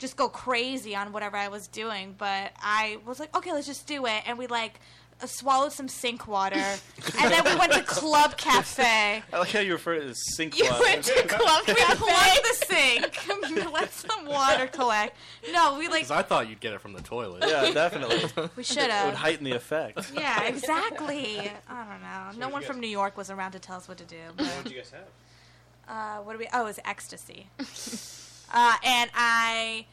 [SPEAKER 4] just go crazy on whatever I was doing. But I was like, okay, let's just do it. And we like uh, swallowed some sink water, and then we went to Club Cafe.
[SPEAKER 2] I like how you refer to it as sink
[SPEAKER 4] You
[SPEAKER 2] water.
[SPEAKER 4] went to Club Cafe. Plug the sink. Let some water collect. No, we like.
[SPEAKER 9] Because I thought you'd get it from the toilet.
[SPEAKER 2] Yeah, definitely.
[SPEAKER 4] We should've.
[SPEAKER 2] It would heighten the effect.
[SPEAKER 4] Yeah, exactly. I don't know. no
[SPEAKER 10] you
[SPEAKER 4] one
[SPEAKER 10] guys-
[SPEAKER 4] from New York was around to tell us what to do.
[SPEAKER 10] What
[SPEAKER 4] But,
[SPEAKER 10] did you guys have?
[SPEAKER 4] uh, what do we? Oh, it was ecstasy. uh, and I.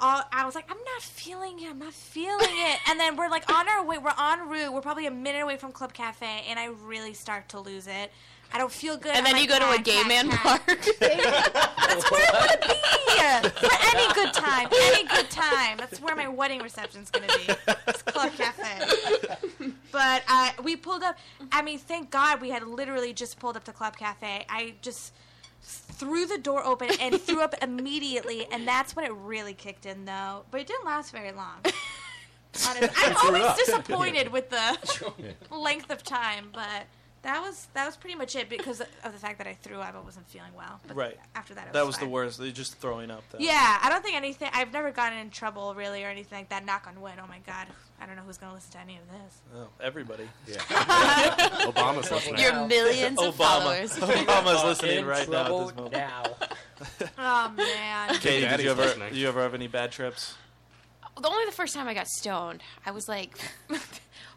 [SPEAKER 4] all, I was like, I'm not feeling it. I'm not feeling it. And then we're like on our way. We're en route. We're probably a minute away from Club Cafe, and I really start to lose it. I don't feel good.
[SPEAKER 8] And then you go to a gay man
[SPEAKER 4] park. That's where I want to be for any good time. Any good time. That's where my wedding reception's gonna be. It's Club Cafe. But uh, we pulled up. I mean, thank God we had literally just pulled up to Club Cafe. I just threw the door open and threw up immediately, and that's when it really kicked in, though. But it didn't last very long. Honestly, I'm
[SPEAKER 5] Threw it
[SPEAKER 4] always
[SPEAKER 5] up.
[SPEAKER 4] disappointed with the length of time, but that was that was pretty much it because of the fact that I threw up. I wasn't feeling well. But
[SPEAKER 2] Right.
[SPEAKER 4] After that, it
[SPEAKER 2] that
[SPEAKER 4] was
[SPEAKER 2] was the
[SPEAKER 4] fine.
[SPEAKER 2] worst. They just throwing up. Though.
[SPEAKER 4] Yeah, I don't think anything. I've never gotten in trouble really or anything like that. Knock on wood. Oh my God, I don't know who's gonna listen to any of this.
[SPEAKER 2] Oh, everybody.
[SPEAKER 9] Yeah.
[SPEAKER 2] Obama's listening.
[SPEAKER 4] Your millions of
[SPEAKER 2] Obama.
[SPEAKER 4] followers.
[SPEAKER 2] Obama's listening
[SPEAKER 11] In
[SPEAKER 2] right now at this
[SPEAKER 11] trouble
[SPEAKER 2] moment.
[SPEAKER 11] now.
[SPEAKER 4] Oh man.
[SPEAKER 2] Katie, did
[SPEAKER 9] Daddy's
[SPEAKER 2] you ever
[SPEAKER 9] listening.
[SPEAKER 2] did you ever have any bad trips?
[SPEAKER 8] the only the first time I got stoned, I was like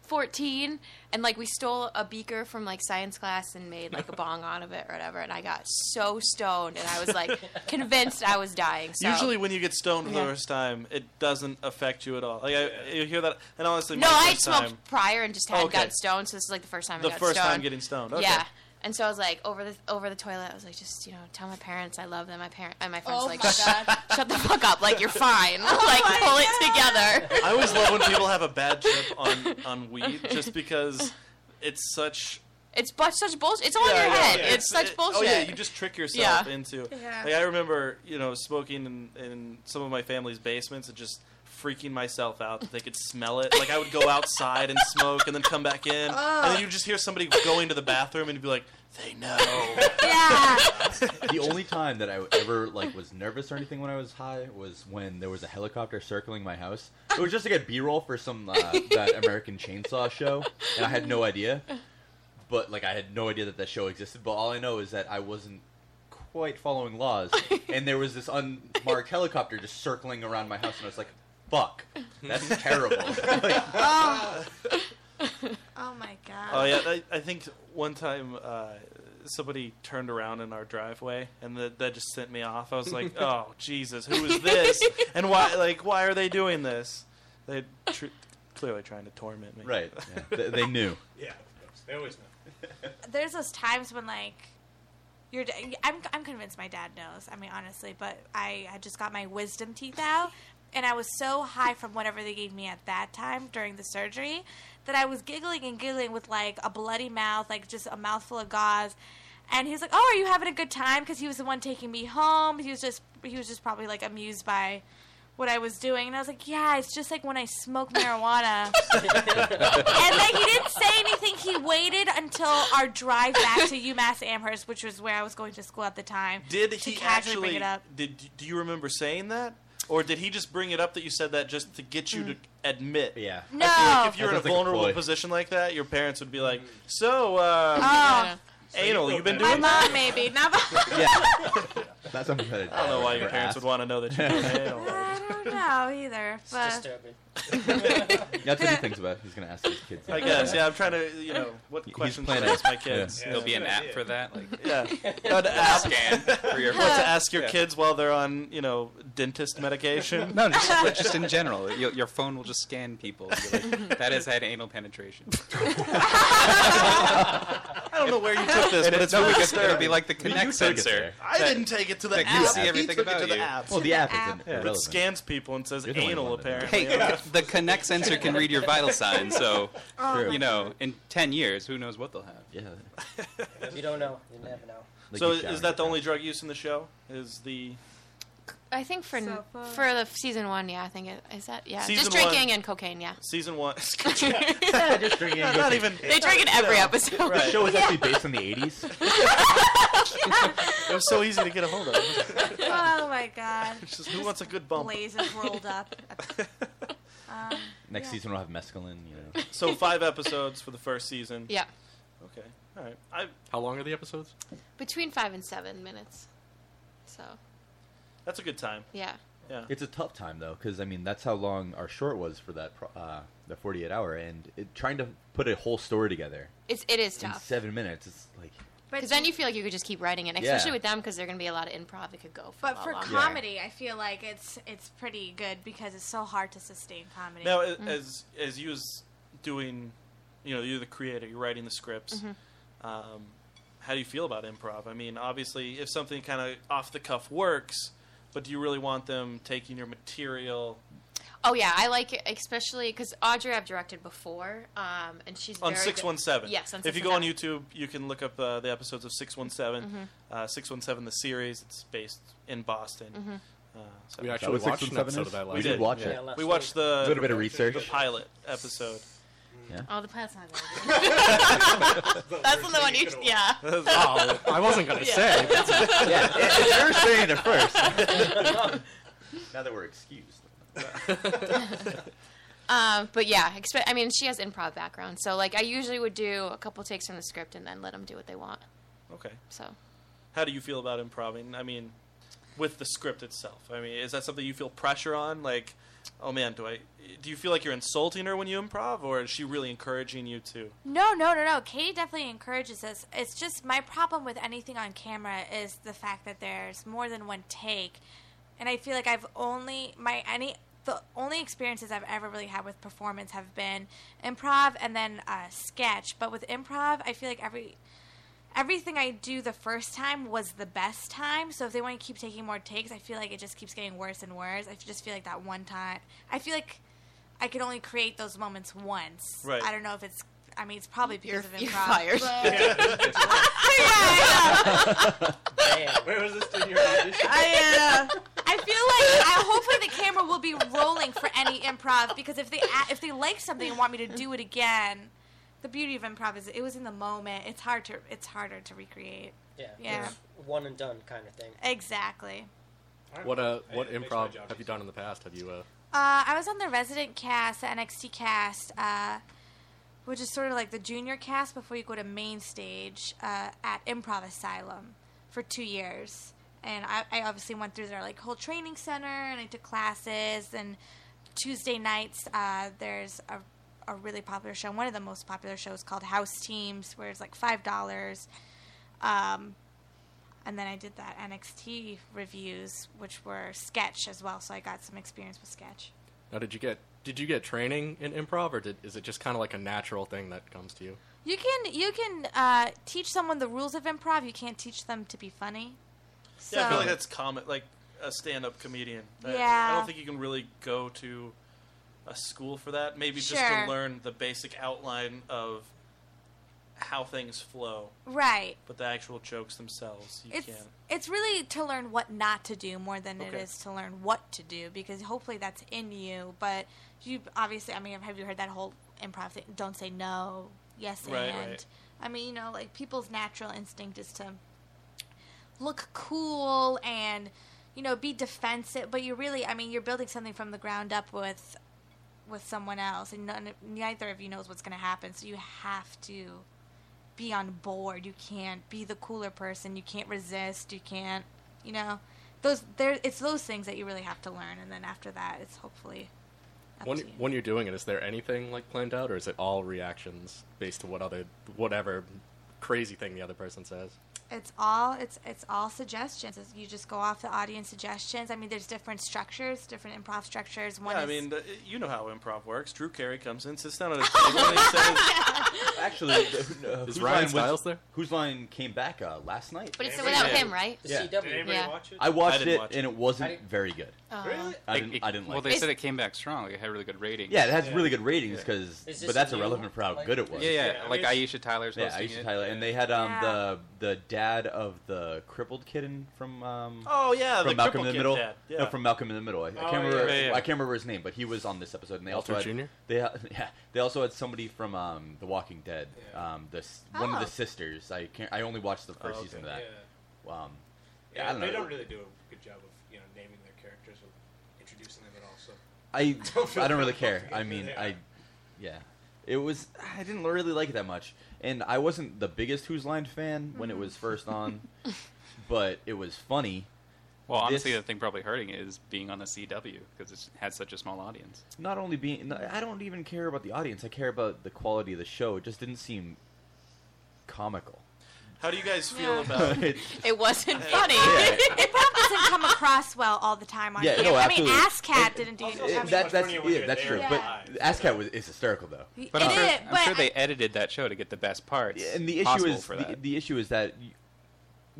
[SPEAKER 8] 14, and like we stole a beaker from like science class and made like a bong out of it or whatever, and I got so stoned, and I was like convinced I was dying. So.
[SPEAKER 2] Usually, when you get stoned for
[SPEAKER 8] Yeah.
[SPEAKER 2] the first time, it doesn't affect you at all. Like I, you hear that, and honestly,
[SPEAKER 8] no,
[SPEAKER 2] my
[SPEAKER 8] I had
[SPEAKER 2] first
[SPEAKER 8] smoked
[SPEAKER 2] time-
[SPEAKER 8] prior and just had
[SPEAKER 2] Okay.
[SPEAKER 8] not got stoned, so this is like the first time
[SPEAKER 2] The
[SPEAKER 8] I got
[SPEAKER 2] first
[SPEAKER 8] stoned.
[SPEAKER 2] time getting stoned, okay.
[SPEAKER 8] Yeah. And so I was like over the over the toilet. I was like, just you know, tell my parents I love them. My parent and my friends
[SPEAKER 5] Oh
[SPEAKER 8] like,
[SPEAKER 5] my Oh
[SPEAKER 8] "Shh, shut the fuck up. Like you're fine. like
[SPEAKER 5] my
[SPEAKER 8] pull it together.
[SPEAKER 2] I always love when people have a bad trip on on weed, just because it's such.
[SPEAKER 8] It's bu- such bullshit. It's all in
[SPEAKER 2] Yeah,
[SPEAKER 8] your
[SPEAKER 2] yeah,
[SPEAKER 8] head.
[SPEAKER 2] yeah.
[SPEAKER 8] It's, such
[SPEAKER 2] it-
[SPEAKER 8] bullshit.
[SPEAKER 2] Oh yeah, you just trick yourself
[SPEAKER 8] Yeah.
[SPEAKER 2] into.
[SPEAKER 8] Yeah.
[SPEAKER 2] Like I remember, you know, smoking in, in some of my family's basements and just freaking myself out that they could smell it. Like I would go outside and smoke, and then come back in, and then you just hear somebody going to the bathroom and you'd be like, "They know."
[SPEAKER 7] the only time that I ever like was nervous or anything when I was high was when there was a helicopter circling my house. It was just like a B-roll for some uh, that American Chainsaw show, and I had no idea. But like I had no idea that that show existed. But all I know is that I wasn't quite following laws, and there was this unmarked helicopter just circling around my house, and I was like, "Fuck, that's terrible." Like,
[SPEAKER 4] oh. oh my God.
[SPEAKER 2] Oh yeah, I, I think one time uh, somebody turned around in our driveway, and that that just sent me off. I was like, "Oh Jesus, who is this? And why? Like, why are they doing this? They tr- clearly trying to torment me."
[SPEAKER 7] Right. They- they knew.
[SPEAKER 10] Yeah, of course. They always know.
[SPEAKER 4] there's those times when like you're d- I'm, I'm convinced my dad knows i mean honestly but I, I just got my wisdom teeth out and i was so high from whatever they gave me at that time during the surgery that i was giggling and giggling with like a bloody mouth like just a mouthful of gauze and he's like oh are you having a good time because he was the one taking me home he was just he was just probably like amused by what I was doing, and I was like, "Yeah, it's just like when I smoke marijuana." and then he didn't say anything. He waited until our drive back to UMass Amherst, which was where I was going to school at the time.
[SPEAKER 2] Did
[SPEAKER 4] to
[SPEAKER 2] he
[SPEAKER 4] casually
[SPEAKER 2] actually?
[SPEAKER 4] bring it up?
[SPEAKER 2] Did do you remember saying that, or did he just bring it up that you said that just to get you to admit?
[SPEAKER 7] Yeah.
[SPEAKER 2] I feel
[SPEAKER 4] Mm. No.
[SPEAKER 2] like if you're
[SPEAKER 7] That
[SPEAKER 2] in a
[SPEAKER 7] sounds like a
[SPEAKER 2] vulnerable
[SPEAKER 7] ploy.
[SPEAKER 2] position like that, your parents would be like, "So, uh,
[SPEAKER 4] Mm. Oh.
[SPEAKER 2] anal, you've been
[SPEAKER 4] My
[SPEAKER 2] doing that."
[SPEAKER 4] mom, maybe. Not my-
[SPEAKER 7] That's something that
[SPEAKER 2] I don't know why your parents would want to know that you're doing anal.
[SPEAKER 4] I don't know either. But
[SPEAKER 7] That's what he thinks about. He's gonna ask his kids.
[SPEAKER 2] I guess. Yeah, I'm trying to. You know, what
[SPEAKER 7] He's
[SPEAKER 2] questions to
[SPEAKER 7] planning.
[SPEAKER 2] ask my
[SPEAKER 7] Yeah.
[SPEAKER 2] kids?
[SPEAKER 7] Yeah,
[SPEAKER 2] Yeah.
[SPEAKER 6] There'll be an app for that. Like,
[SPEAKER 2] an app.
[SPEAKER 6] Scan for your-
[SPEAKER 2] what to ask your
[SPEAKER 6] Yeah.
[SPEAKER 2] kids while they're on, you know, dentist medication.
[SPEAKER 6] no, just, like, just in general, your, your phone will just scan people. And be like, that has had anal penetration.
[SPEAKER 2] I don't know where you took this,
[SPEAKER 6] And
[SPEAKER 2] but
[SPEAKER 6] it-
[SPEAKER 2] it's
[SPEAKER 6] no,
[SPEAKER 2] really
[SPEAKER 6] because it'll
[SPEAKER 2] disturbing.
[SPEAKER 6] be like the You Kinect took it sensor there.
[SPEAKER 2] I
[SPEAKER 6] that-
[SPEAKER 2] didn't take it to the
[SPEAKER 6] that
[SPEAKER 2] app.
[SPEAKER 6] you see
[SPEAKER 2] He
[SPEAKER 6] everything
[SPEAKER 2] took it
[SPEAKER 6] about
[SPEAKER 2] to the
[SPEAKER 6] you.
[SPEAKER 2] app.
[SPEAKER 6] Well, the app is in-
[SPEAKER 2] Yeah, it
[SPEAKER 6] irrelevant.
[SPEAKER 2] scans people and says
[SPEAKER 6] You're the only
[SPEAKER 2] anal,
[SPEAKER 6] one that knows.
[SPEAKER 2] apparently.
[SPEAKER 6] Hey, the Kinect sensor can read your vital signs, so
[SPEAKER 11] Oh, True.
[SPEAKER 6] you know, in ten years, who knows what they'll have?
[SPEAKER 7] Yeah.
[SPEAKER 11] You don't know. You never know.
[SPEAKER 2] so is that the only drug use in the show? Is the
[SPEAKER 8] I think for
[SPEAKER 4] So far.
[SPEAKER 8] for the season one, yeah, I think it is that. Yeah,
[SPEAKER 2] Season
[SPEAKER 8] just drinking
[SPEAKER 2] one-
[SPEAKER 8] and cocaine. Yeah.
[SPEAKER 2] season one?
[SPEAKER 7] just drinking.
[SPEAKER 2] Not,
[SPEAKER 7] and
[SPEAKER 2] not
[SPEAKER 7] cooking.
[SPEAKER 2] even.
[SPEAKER 8] They drink in every episode.
[SPEAKER 7] The
[SPEAKER 2] Right.
[SPEAKER 7] show is actually based on the '80s.
[SPEAKER 2] It was so easy to get a hold of.
[SPEAKER 4] oh my god.
[SPEAKER 2] Just who wants a good bump?
[SPEAKER 4] Blazes rolled up. Um,
[SPEAKER 7] Next
[SPEAKER 4] yeah.
[SPEAKER 7] season we'll have mescaline. You know.
[SPEAKER 2] So five episodes for the first season.
[SPEAKER 8] Yeah.
[SPEAKER 2] Okay. All right. I,
[SPEAKER 9] How long are the episodes?
[SPEAKER 8] Between five and seven minutes. So
[SPEAKER 2] that's a good time.
[SPEAKER 8] yeah.
[SPEAKER 2] Yeah.
[SPEAKER 7] It's a tough time though, because I mean that's how long our short was for that pro- uh, the 48 hour, and it, trying to put a whole story together
[SPEAKER 8] It's it is
[SPEAKER 7] in
[SPEAKER 8] tough.
[SPEAKER 7] seven minutes, it's like
[SPEAKER 8] Because then you feel like you could just keep writing it,
[SPEAKER 7] Yeah.
[SPEAKER 8] especially with them, because they're going to be a lot of improv that could go. For a
[SPEAKER 4] But
[SPEAKER 8] lot
[SPEAKER 4] for
[SPEAKER 8] longer.
[SPEAKER 4] comedy, I feel like it's it's pretty good because it's so hard to sustain comedy.
[SPEAKER 2] Now, a-
[SPEAKER 8] Mm-hmm.
[SPEAKER 2] as as you was doing, you know, you're the creator. You're writing the scripts.
[SPEAKER 4] Mhm.
[SPEAKER 8] Mm-hmm.
[SPEAKER 2] Um, how do you feel about improv? I mean, obviously, if something kind of off the cuff works, but do you really want them taking your material
[SPEAKER 8] Oh yeah, I like it, especially because Audrey I've directed before, um, and she's
[SPEAKER 2] on
[SPEAKER 8] very
[SPEAKER 2] six one seven?
[SPEAKER 8] Good. Yes, on
[SPEAKER 2] if you go on
[SPEAKER 8] 617.
[SPEAKER 2] YouTube, you can look up uh, the episodes of six one seven, Uh,
[SPEAKER 8] Mhm.
[SPEAKER 2] six one seven the series. It's based in Boston.
[SPEAKER 8] Mhm.
[SPEAKER 2] Uh, so-
[SPEAKER 9] We actually watched an episode of that last
[SPEAKER 2] We did
[SPEAKER 9] week.
[SPEAKER 7] watch
[SPEAKER 9] Yeah.
[SPEAKER 7] it.
[SPEAKER 2] We watched the
[SPEAKER 7] A little bit of research.
[SPEAKER 2] the pilot episode.
[SPEAKER 7] Yeah.
[SPEAKER 8] Oh, the pilot's not good. That's the one you. Yeah.
[SPEAKER 9] Oh, I wasn't gonna
[SPEAKER 8] Yeah.
[SPEAKER 9] say.
[SPEAKER 7] yeah, if you're saying it first. now that we're excused.
[SPEAKER 8] Um, but yeah, expe- I mean, she has improv background, so like I usually would do a couple takes from the script and then let them do what they want.
[SPEAKER 2] Okay.
[SPEAKER 8] So
[SPEAKER 2] How do you feel about improving? I mean, with the script itself. I mean, is that something you feel pressure on? Like, oh man, do I? Do you feel like you're insulting her when you improv, or is she really encouraging you to?
[SPEAKER 4] No, no, no, no. Katie definitely encourages us. It's just my problem with anything on camera is the fact that there's more than one take, and I feel like I've only my any the only experiences I've ever really had with performance have been improv and then uh, sketch. But with improv, I feel like every everything I do the first time was the best time. So if they want to keep taking more takes, I feel like it just keeps getting worse and worse. I just feel like that one time, I feel like I can only create those moments once.
[SPEAKER 5] Right.
[SPEAKER 4] I don't know if it's. I mean, it's probably because of improv.
[SPEAKER 5] you're fired.
[SPEAKER 4] but-
[SPEAKER 9] Where was this in your audition?
[SPEAKER 4] I,
[SPEAKER 8] uh,
[SPEAKER 4] feel like I, hopefully the camera will be rolling for any improv because if they a- if they like something and want me to do it again, the beauty of improv is it was in the moment. It's hard to it's harder to recreate.
[SPEAKER 11] Yeah.
[SPEAKER 4] Yeah.
[SPEAKER 11] It's one and done kind of thing.
[SPEAKER 4] Exactly.
[SPEAKER 9] What uh,
[SPEAKER 11] Hey,
[SPEAKER 9] what
[SPEAKER 11] it makes
[SPEAKER 9] improv have you done in the past? Have you uh,
[SPEAKER 4] Uh, I was on the resident cast, the NXT cast, uh, which is sort of like the junior cast before you go to main stage uh, at Improv Asylum for two years. And I, I obviously went through their like whole training center, and I took classes. And Tuesday nights, uh, there's a, a really popular show, one of the most popular shows called House Teams, where it's like five dollars. Um, and then I did that NXT reviews, which were sketch as well. So I got some experience with sketch.
[SPEAKER 9] now did you get did you get training in improv or did is it just kind of like a natural thing that comes to you?
[SPEAKER 4] You can you can uh, teach someone the rules of improv. You can't teach them to be funny. So
[SPEAKER 2] yeah, I feel like that's common. Like a stand-up comedian. I- I,
[SPEAKER 4] Yeah.
[SPEAKER 2] don't think you can really go to a school for that. Maybe just to
[SPEAKER 4] Sure.
[SPEAKER 2] learn the basic outline of how things flow.
[SPEAKER 4] Right.
[SPEAKER 2] But the actual jokes themselves, you
[SPEAKER 4] it's
[SPEAKER 2] can't.
[SPEAKER 4] it's really to learn what not to do more than
[SPEAKER 2] Okay.
[SPEAKER 4] it is to learn what to do because hopefully that's in you. But you obviously, I mean, have you heard that whole improv thing? Don't say no. Yes
[SPEAKER 5] Right,
[SPEAKER 4] and.
[SPEAKER 5] right.
[SPEAKER 4] I mean, you know, like people's natural instinct is to look cool and you know be defensive, but you really, I mean, you're building something from the ground up with with someone else, and none, neither of you knows what's going to happen. So you have to be on board. You can't be the cooler person. You can't resist. You can't, you know, those there. It's those things that you really have to learn, and then after that, it's hopefully. up
[SPEAKER 9] When
[SPEAKER 4] to you.
[SPEAKER 9] when you're doing it, is there anything like planned out or is it all reactions based on what other whatever crazy thing the other person says?
[SPEAKER 4] It's all it's it's all suggestions. It's- You just go off the audience suggestions. I mean, there's different structures, different improv structures. One is
[SPEAKER 2] yeah, I mean, the, you know how improv works. Drew Carey comes in, sits down at a table, and he says,
[SPEAKER 7] Actually, uh,
[SPEAKER 9] Is
[SPEAKER 7] Whose
[SPEAKER 9] Ryan
[SPEAKER 7] Line was-
[SPEAKER 9] Stiles there?
[SPEAKER 7] Whose line came back uh, last night?
[SPEAKER 8] But it's without him, right?
[SPEAKER 7] Yeah.
[SPEAKER 10] Did anybody
[SPEAKER 8] Yeah.
[SPEAKER 10] watch it?
[SPEAKER 7] I watched
[SPEAKER 6] didn't
[SPEAKER 7] it
[SPEAKER 6] watch
[SPEAKER 7] and
[SPEAKER 6] it.
[SPEAKER 7] it wasn't
[SPEAKER 6] I didn't-
[SPEAKER 7] very good.
[SPEAKER 8] Oh. Really?
[SPEAKER 7] I
[SPEAKER 6] Like,
[SPEAKER 7] didn't.
[SPEAKER 6] it-
[SPEAKER 7] I didn't like.
[SPEAKER 6] Well, they
[SPEAKER 7] it.
[SPEAKER 6] said it came back strong. Like, it had really good ratings.
[SPEAKER 7] Yeah, it has really good ratings
[SPEAKER 6] Yeah.
[SPEAKER 7] because, but that's irrelevant for how good it was.
[SPEAKER 6] Yeah, yeah. like Aisha Tyler's
[SPEAKER 7] Yeah,
[SPEAKER 6] hosting
[SPEAKER 7] Aisha
[SPEAKER 6] it.
[SPEAKER 7] Tyler, and they had um
[SPEAKER 6] Yeah.
[SPEAKER 7] the the dad of the crippled kid in, from um
[SPEAKER 2] Oh, yeah,
[SPEAKER 7] from
[SPEAKER 2] the
[SPEAKER 7] Malcolm in the
[SPEAKER 2] crippled kid
[SPEAKER 7] Middle.
[SPEAKER 2] dad,
[SPEAKER 7] No,
[SPEAKER 2] yeah.
[SPEAKER 7] from Malcolm in the Middle. I, I
[SPEAKER 2] Oh,
[SPEAKER 7] can't
[SPEAKER 2] yeah,
[SPEAKER 7] remember.
[SPEAKER 2] yeah, yeah.
[SPEAKER 7] I can't remember his name, but he was on this episode, and they
[SPEAKER 9] Walter
[SPEAKER 7] also had,
[SPEAKER 9] Jr.?
[SPEAKER 7] They ha- yeah, they also had somebody from um The Walking Dead, um the s- one of
[SPEAKER 10] Oh.
[SPEAKER 7] the sisters. I can't. I only watched the
[SPEAKER 10] Oh,
[SPEAKER 7] first
[SPEAKER 10] okay.
[SPEAKER 7] season of that. Um, yeah,
[SPEAKER 10] Yeah,
[SPEAKER 7] I don't know.
[SPEAKER 10] they don't really do a good job of you know naming their characters or introducing them at all. So
[SPEAKER 7] I
[SPEAKER 10] feel
[SPEAKER 7] I don't really
[SPEAKER 10] comfortable
[SPEAKER 7] care.
[SPEAKER 10] to
[SPEAKER 7] I
[SPEAKER 10] get
[SPEAKER 7] mean,
[SPEAKER 10] there.
[SPEAKER 7] I yeah. It was I didn't really like it that much, and I wasn't the biggest Who's Line fan when it was first on, but it was funny.
[SPEAKER 6] Well,
[SPEAKER 7] This-
[SPEAKER 6] honestly, the thing probably hurting it is being on the CW because it had such a small audience.
[SPEAKER 7] not only being no, I don't even care about the audience. I care about the quality of the show. It just didn't seem comical.
[SPEAKER 2] How do you guys feel
[SPEAKER 7] Yeah.
[SPEAKER 2] about
[SPEAKER 7] It-
[SPEAKER 4] It wasn't
[SPEAKER 7] funny. Yeah.
[SPEAKER 4] it probably doesn't come across well all the time on
[SPEAKER 7] Yeah,
[SPEAKER 4] camera.
[SPEAKER 7] no,
[SPEAKER 4] I mean,
[SPEAKER 7] absolutely.
[SPEAKER 4] Ass Cat didn't do
[SPEAKER 7] It- that, that's yeah, that's true.
[SPEAKER 4] Yeah.
[SPEAKER 7] But Ascat was is hysterical though.
[SPEAKER 6] But I'm
[SPEAKER 4] It
[SPEAKER 6] sure,
[SPEAKER 4] is,
[SPEAKER 6] I'm
[SPEAKER 4] but
[SPEAKER 6] sure they edited that show to get the best parts.
[SPEAKER 7] and the issue
[SPEAKER 6] possible
[SPEAKER 7] is
[SPEAKER 6] for
[SPEAKER 7] the,
[SPEAKER 6] that.
[SPEAKER 7] the issue is that y-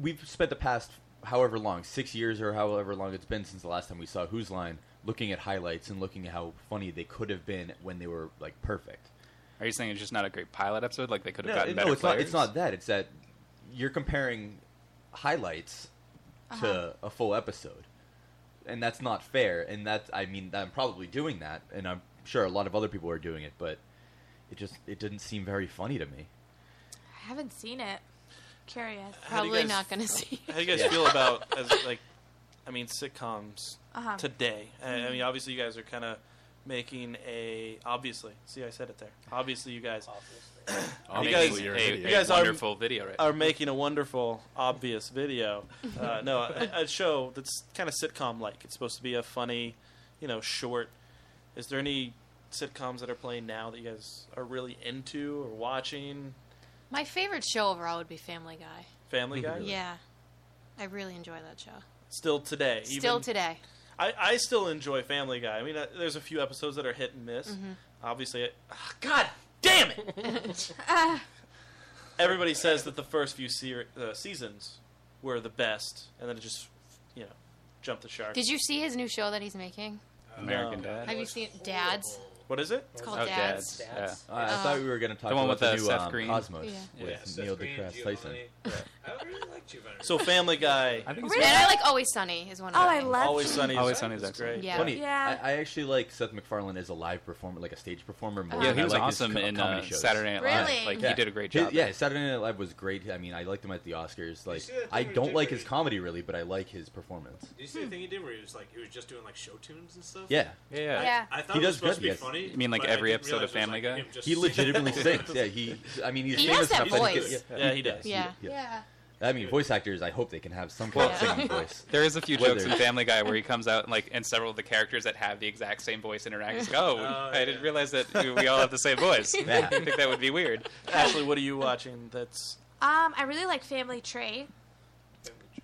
[SPEAKER 7] we've spent the past however long six years or however long it's been since the last time we saw Who's Line looking at highlights and looking at how funny they could have been when they were like perfect.
[SPEAKER 6] Are you saying it's just not a great pilot episode? Like they could have
[SPEAKER 7] no,
[SPEAKER 6] gotten
[SPEAKER 7] no,
[SPEAKER 6] better
[SPEAKER 7] it's not. It's
[SPEAKER 6] players?
[SPEAKER 7] not that. It's that you're comparing highlights
[SPEAKER 6] Uh-huh.
[SPEAKER 7] to a full episode, and that's not fair. And that's I mean I'm probably doing that, and I'm sure a lot of other people are doing it, but it just it didn't seem very funny to me.
[SPEAKER 4] I haven't seen it. Curious.
[SPEAKER 8] How do you Probably guys- not gonna see
[SPEAKER 2] How do you guys
[SPEAKER 8] Yeah.
[SPEAKER 2] feel about as like, I mean, sitcoms
[SPEAKER 4] Uh-huh.
[SPEAKER 2] today? I- I
[SPEAKER 4] Mhm.
[SPEAKER 8] Mm-hmm.
[SPEAKER 2] mean, obviously, you guys are kind of making a obviously. See, I said it there. Obviously, you guys.
[SPEAKER 6] Obviously.
[SPEAKER 2] you guys,
[SPEAKER 6] Obviously, you're an idiot.
[SPEAKER 2] you guys
[SPEAKER 6] A
[SPEAKER 2] are,
[SPEAKER 6] wonderful video right
[SPEAKER 2] are
[SPEAKER 6] now.
[SPEAKER 2] making a wonderful, obvious video. Uh, no, a, a show that's kind of sitcom like. It's supposed to be a funny, you know, short. Is there any sitcoms that are playing now that you guys are really into or watching?
[SPEAKER 8] My favorite show overall would be Family Guy.
[SPEAKER 2] Family
[SPEAKER 6] Mm-hmm.
[SPEAKER 2] Guy?
[SPEAKER 8] Yeah, I really enjoy that show.
[SPEAKER 2] Still today.
[SPEAKER 8] Still
[SPEAKER 2] even-
[SPEAKER 8] today.
[SPEAKER 2] I, I still enjoy Family Guy. I mean, uh, there's a few episodes that are hit and miss.
[SPEAKER 8] Mhm.
[SPEAKER 2] Obviously, it, ah, God damn it! Everybody says that the first few ser- uh, seasons were the best, and then it just, you know, jumped the shark.
[SPEAKER 8] Did you see his new show that he's making?
[SPEAKER 6] American Dad?
[SPEAKER 8] Have you seen Dads?
[SPEAKER 2] What is it?
[SPEAKER 6] Oh,
[SPEAKER 8] It's
[SPEAKER 7] Oh,
[SPEAKER 8] called Dads.
[SPEAKER 7] Uh, I thought we were going to talk
[SPEAKER 6] the one
[SPEAKER 7] about
[SPEAKER 6] with
[SPEAKER 7] the
[SPEAKER 6] uh,
[SPEAKER 7] new
[SPEAKER 6] Seth
[SPEAKER 7] um,
[SPEAKER 6] Green.
[SPEAKER 7] Cosmos
[SPEAKER 8] Yeah.
[SPEAKER 7] with
[SPEAKER 6] Yeah, Seth
[SPEAKER 7] Neil
[SPEAKER 6] Green,
[SPEAKER 7] deGrasse Tyson.
[SPEAKER 10] I really liked you better.
[SPEAKER 2] So Family Guy.
[SPEAKER 6] I think
[SPEAKER 8] And I like Always Sunny is one of
[SPEAKER 4] Oh,
[SPEAKER 8] my
[SPEAKER 4] I
[SPEAKER 8] favorites.
[SPEAKER 4] love
[SPEAKER 2] Always Sunny. is-
[SPEAKER 6] Always Sunny is
[SPEAKER 2] is
[SPEAKER 6] excellent.
[SPEAKER 2] great.
[SPEAKER 8] Yeah.
[SPEAKER 7] Funny.
[SPEAKER 4] Yeah.
[SPEAKER 7] I, I actually like Seth MacFarlane as a live performer, like a stage performer. More
[SPEAKER 6] Yeah,
[SPEAKER 7] than
[SPEAKER 6] he
[SPEAKER 7] I
[SPEAKER 6] was
[SPEAKER 7] like his
[SPEAKER 6] awesome
[SPEAKER 7] co-
[SPEAKER 6] in,
[SPEAKER 7] comedy
[SPEAKER 6] uh,
[SPEAKER 7] shows.
[SPEAKER 6] Saturday Night Live. Really? Like, he
[SPEAKER 7] Yeah.
[SPEAKER 6] did a great
[SPEAKER 7] His-
[SPEAKER 6] job
[SPEAKER 7] yeah,
[SPEAKER 6] there.
[SPEAKER 7] Saturday Night Live was great. I mean, I liked him at the Oscars. Like,
[SPEAKER 10] see that
[SPEAKER 7] I
[SPEAKER 10] thing we
[SPEAKER 7] don't
[SPEAKER 10] did
[SPEAKER 7] like
[SPEAKER 10] where
[SPEAKER 7] his comedy really, but I like his performance.
[SPEAKER 10] Did you see
[SPEAKER 4] Hmm.
[SPEAKER 10] the thing he did where he was like he was just doing like show tunes and stuff?
[SPEAKER 7] Yeah.
[SPEAKER 6] Yeah, yeah.
[SPEAKER 10] I-
[SPEAKER 6] Yeah.
[SPEAKER 10] I, thought
[SPEAKER 7] He
[SPEAKER 10] it
[SPEAKER 7] does
[SPEAKER 10] was supposed
[SPEAKER 7] good,
[SPEAKER 10] to be
[SPEAKER 7] yes.
[SPEAKER 10] funny.
[SPEAKER 6] You mean like
[SPEAKER 10] but I
[SPEAKER 6] every
[SPEAKER 10] didn't
[SPEAKER 6] episode of
[SPEAKER 10] realize it was, like,
[SPEAKER 6] Family Guy?
[SPEAKER 10] him just
[SPEAKER 7] He
[SPEAKER 10] singing.
[SPEAKER 7] legitimately sings. Yeah, he. I mean, he's
[SPEAKER 8] He
[SPEAKER 7] famous
[SPEAKER 8] has that
[SPEAKER 7] enough he
[SPEAKER 8] voice.
[SPEAKER 7] can-
[SPEAKER 2] Yeah, he does.
[SPEAKER 8] Yeah.
[SPEAKER 7] yeah.
[SPEAKER 8] Yeah.
[SPEAKER 7] I mean, voice actors. I hope they can have some kind of
[SPEAKER 6] Well,
[SPEAKER 7] singing voice.
[SPEAKER 6] There is a few
[SPEAKER 7] Whether-
[SPEAKER 6] jokes in Family Guy where he comes out and like, and several of the characters that have the exact same voice interact. He's like, oh,
[SPEAKER 2] Oh,
[SPEAKER 6] I didn't realize that we all have the same voice.
[SPEAKER 7] Yeah.
[SPEAKER 6] I think that would be weird.
[SPEAKER 2] Ashley, what are you watching? That's
[SPEAKER 4] Um, I really like Family Tree.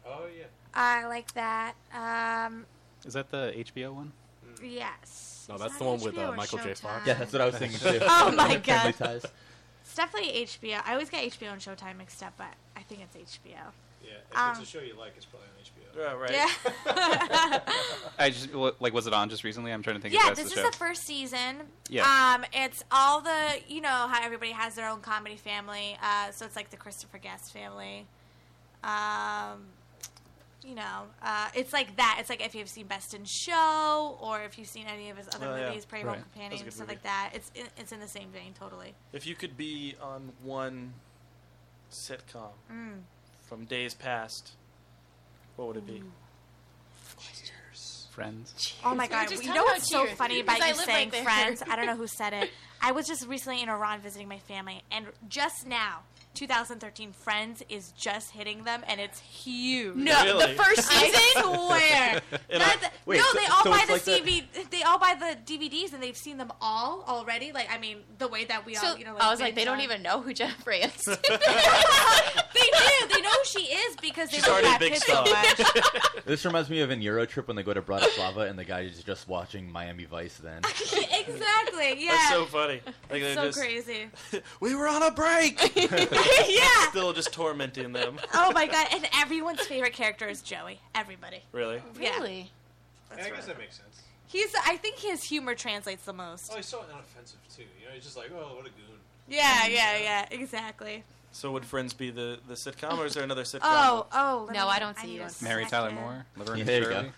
[SPEAKER 10] Oh yeah.
[SPEAKER 4] I like that. Um,
[SPEAKER 6] Is that the HBO one?
[SPEAKER 4] yes.
[SPEAKER 9] No,
[SPEAKER 4] It's
[SPEAKER 9] that's
[SPEAKER 4] not
[SPEAKER 9] the one with
[SPEAKER 4] HBO
[SPEAKER 9] uh,
[SPEAKER 4] or
[SPEAKER 9] Michael J.
[SPEAKER 4] Showtime.
[SPEAKER 9] Fox.
[SPEAKER 7] Yeah, that's what I was thinking too.
[SPEAKER 4] Oh my
[SPEAKER 7] Family
[SPEAKER 4] God.
[SPEAKER 7] Ties.
[SPEAKER 4] It's definitely HBO. I always get HBO and Showtime mixed up, but I think it's HBO.
[SPEAKER 10] Yeah, if
[SPEAKER 4] Um,
[SPEAKER 10] it's a show you like, it's probably on HBO.
[SPEAKER 2] Yeah, right.
[SPEAKER 4] Yeah.
[SPEAKER 6] I just well, like was it on just recently? I'm trying to think.
[SPEAKER 4] yeah,
[SPEAKER 6] if that's
[SPEAKER 4] this
[SPEAKER 6] the
[SPEAKER 4] is
[SPEAKER 6] show.
[SPEAKER 4] the first season.
[SPEAKER 6] Yeah.
[SPEAKER 4] Um, it's all the you know how everybody has their own comedy family. Uh, so it's like the Christopher Guest family. Um, you know, uh, it's like that. It's like if you've seen Best in Show or if you've seen any of his other
[SPEAKER 2] Oh, yeah.
[SPEAKER 4] movies, Prairie Home
[SPEAKER 2] Right.
[SPEAKER 4] Companion,
[SPEAKER 2] That's a good
[SPEAKER 4] stuff
[SPEAKER 2] movie.
[SPEAKER 4] like that. It's in, it's in the same vein, totally.
[SPEAKER 2] If you could be on one sitcom
[SPEAKER 4] Mm.
[SPEAKER 2] from days past, what would it be?
[SPEAKER 6] Friends.
[SPEAKER 4] Oh my
[SPEAKER 8] We were
[SPEAKER 4] god!
[SPEAKER 8] just
[SPEAKER 4] You
[SPEAKER 8] talking
[SPEAKER 4] know
[SPEAKER 8] about
[SPEAKER 4] what's so
[SPEAKER 8] Cheers,
[SPEAKER 4] funny
[SPEAKER 8] because
[SPEAKER 4] about
[SPEAKER 8] I
[SPEAKER 4] you
[SPEAKER 8] live
[SPEAKER 4] saying
[SPEAKER 8] right there.
[SPEAKER 4] friends? I don't know who said it. I was just recently in Iran visiting my family, and just now, 2013 Friends is just hitting them, and it's huge.
[SPEAKER 8] No, the Really? first
[SPEAKER 4] I
[SPEAKER 8] season?
[SPEAKER 4] swear.
[SPEAKER 8] And
[SPEAKER 4] Not
[SPEAKER 8] I-
[SPEAKER 4] the-
[SPEAKER 8] Wait,
[SPEAKER 4] no,
[SPEAKER 8] so-
[SPEAKER 4] they all
[SPEAKER 8] so
[SPEAKER 4] buy
[SPEAKER 8] it's
[SPEAKER 4] the
[SPEAKER 8] like that-
[SPEAKER 4] CV. They all buy the DVDs, and they've seen them all already. Like, I mean, the way that we
[SPEAKER 8] So
[SPEAKER 4] all, you know,
[SPEAKER 8] I was like, they
[SPEAKER 4] binge
[SPEAKER 8] don't
[SPEAKER 4] on-
[SPEAKER 8] even know who Jennifer is.
[SPEAKER 4] They do. They know who she is because they
[SPEAKER 8] She's
[SPEAKER 4] love
[SPEAKER 8] already a
[SPEAKER 4] Brad
[SPEAKER 8] big
[SPEAKER 4] Pitt so
[SPEAKER 8] star.
[SPEAKER 4] much.
[SPEAKER 7] This reminds me of an Eurotrip when they go to Bratislava and the guy is just watching Miami Vice. Then
[SPEAKER 4] exactly. Yeah.
[SPEAKER 2] That's so funny. Totally. Like
[SPEAKER 4] It's
[SPEAKER 2] they're
[SPEAKER 4] so
[SPEAKER 2] just,
[SPEAKER 4] crazy.
[SPEAKER 2] We were on a break.
[SPEAKER 4] yeah.
[SPEAKER 2] Still just tormenting them.
[SPEAKER 4] Oh my god! And everyone's favorite character is Joey. Everybody.
[SPEAKER 2] Really?
[SPEAKER 4] Really?
[SPEAKER 10] I guess that makes sense.
[SPEAKER 4] He's. I think his humor translates the most.
[SPEAKER 10] Oh, he's so unoffensive too. You know, he's just like, oh, what a goon.
[SPEAKER 4] Yeah, yeah, yeah. Exactly.
[SPEAKER 2] So would Friends be the, the sitcom, or is there another sitcom?
[SPEAKER 4] Oh, oh. let
[SPEAKER 8] No,
[SPEAKER 4] me-
[SPEAKER 8] I don't see
[SPEAKER 4] need
[SPEAKER 8] you
[SPEAKER 4] a
[SPEAKER 8] on-
[SPEAKER 6] Mary Tyler Moore, Laverne Shirley,
[SPEAKER 7] All in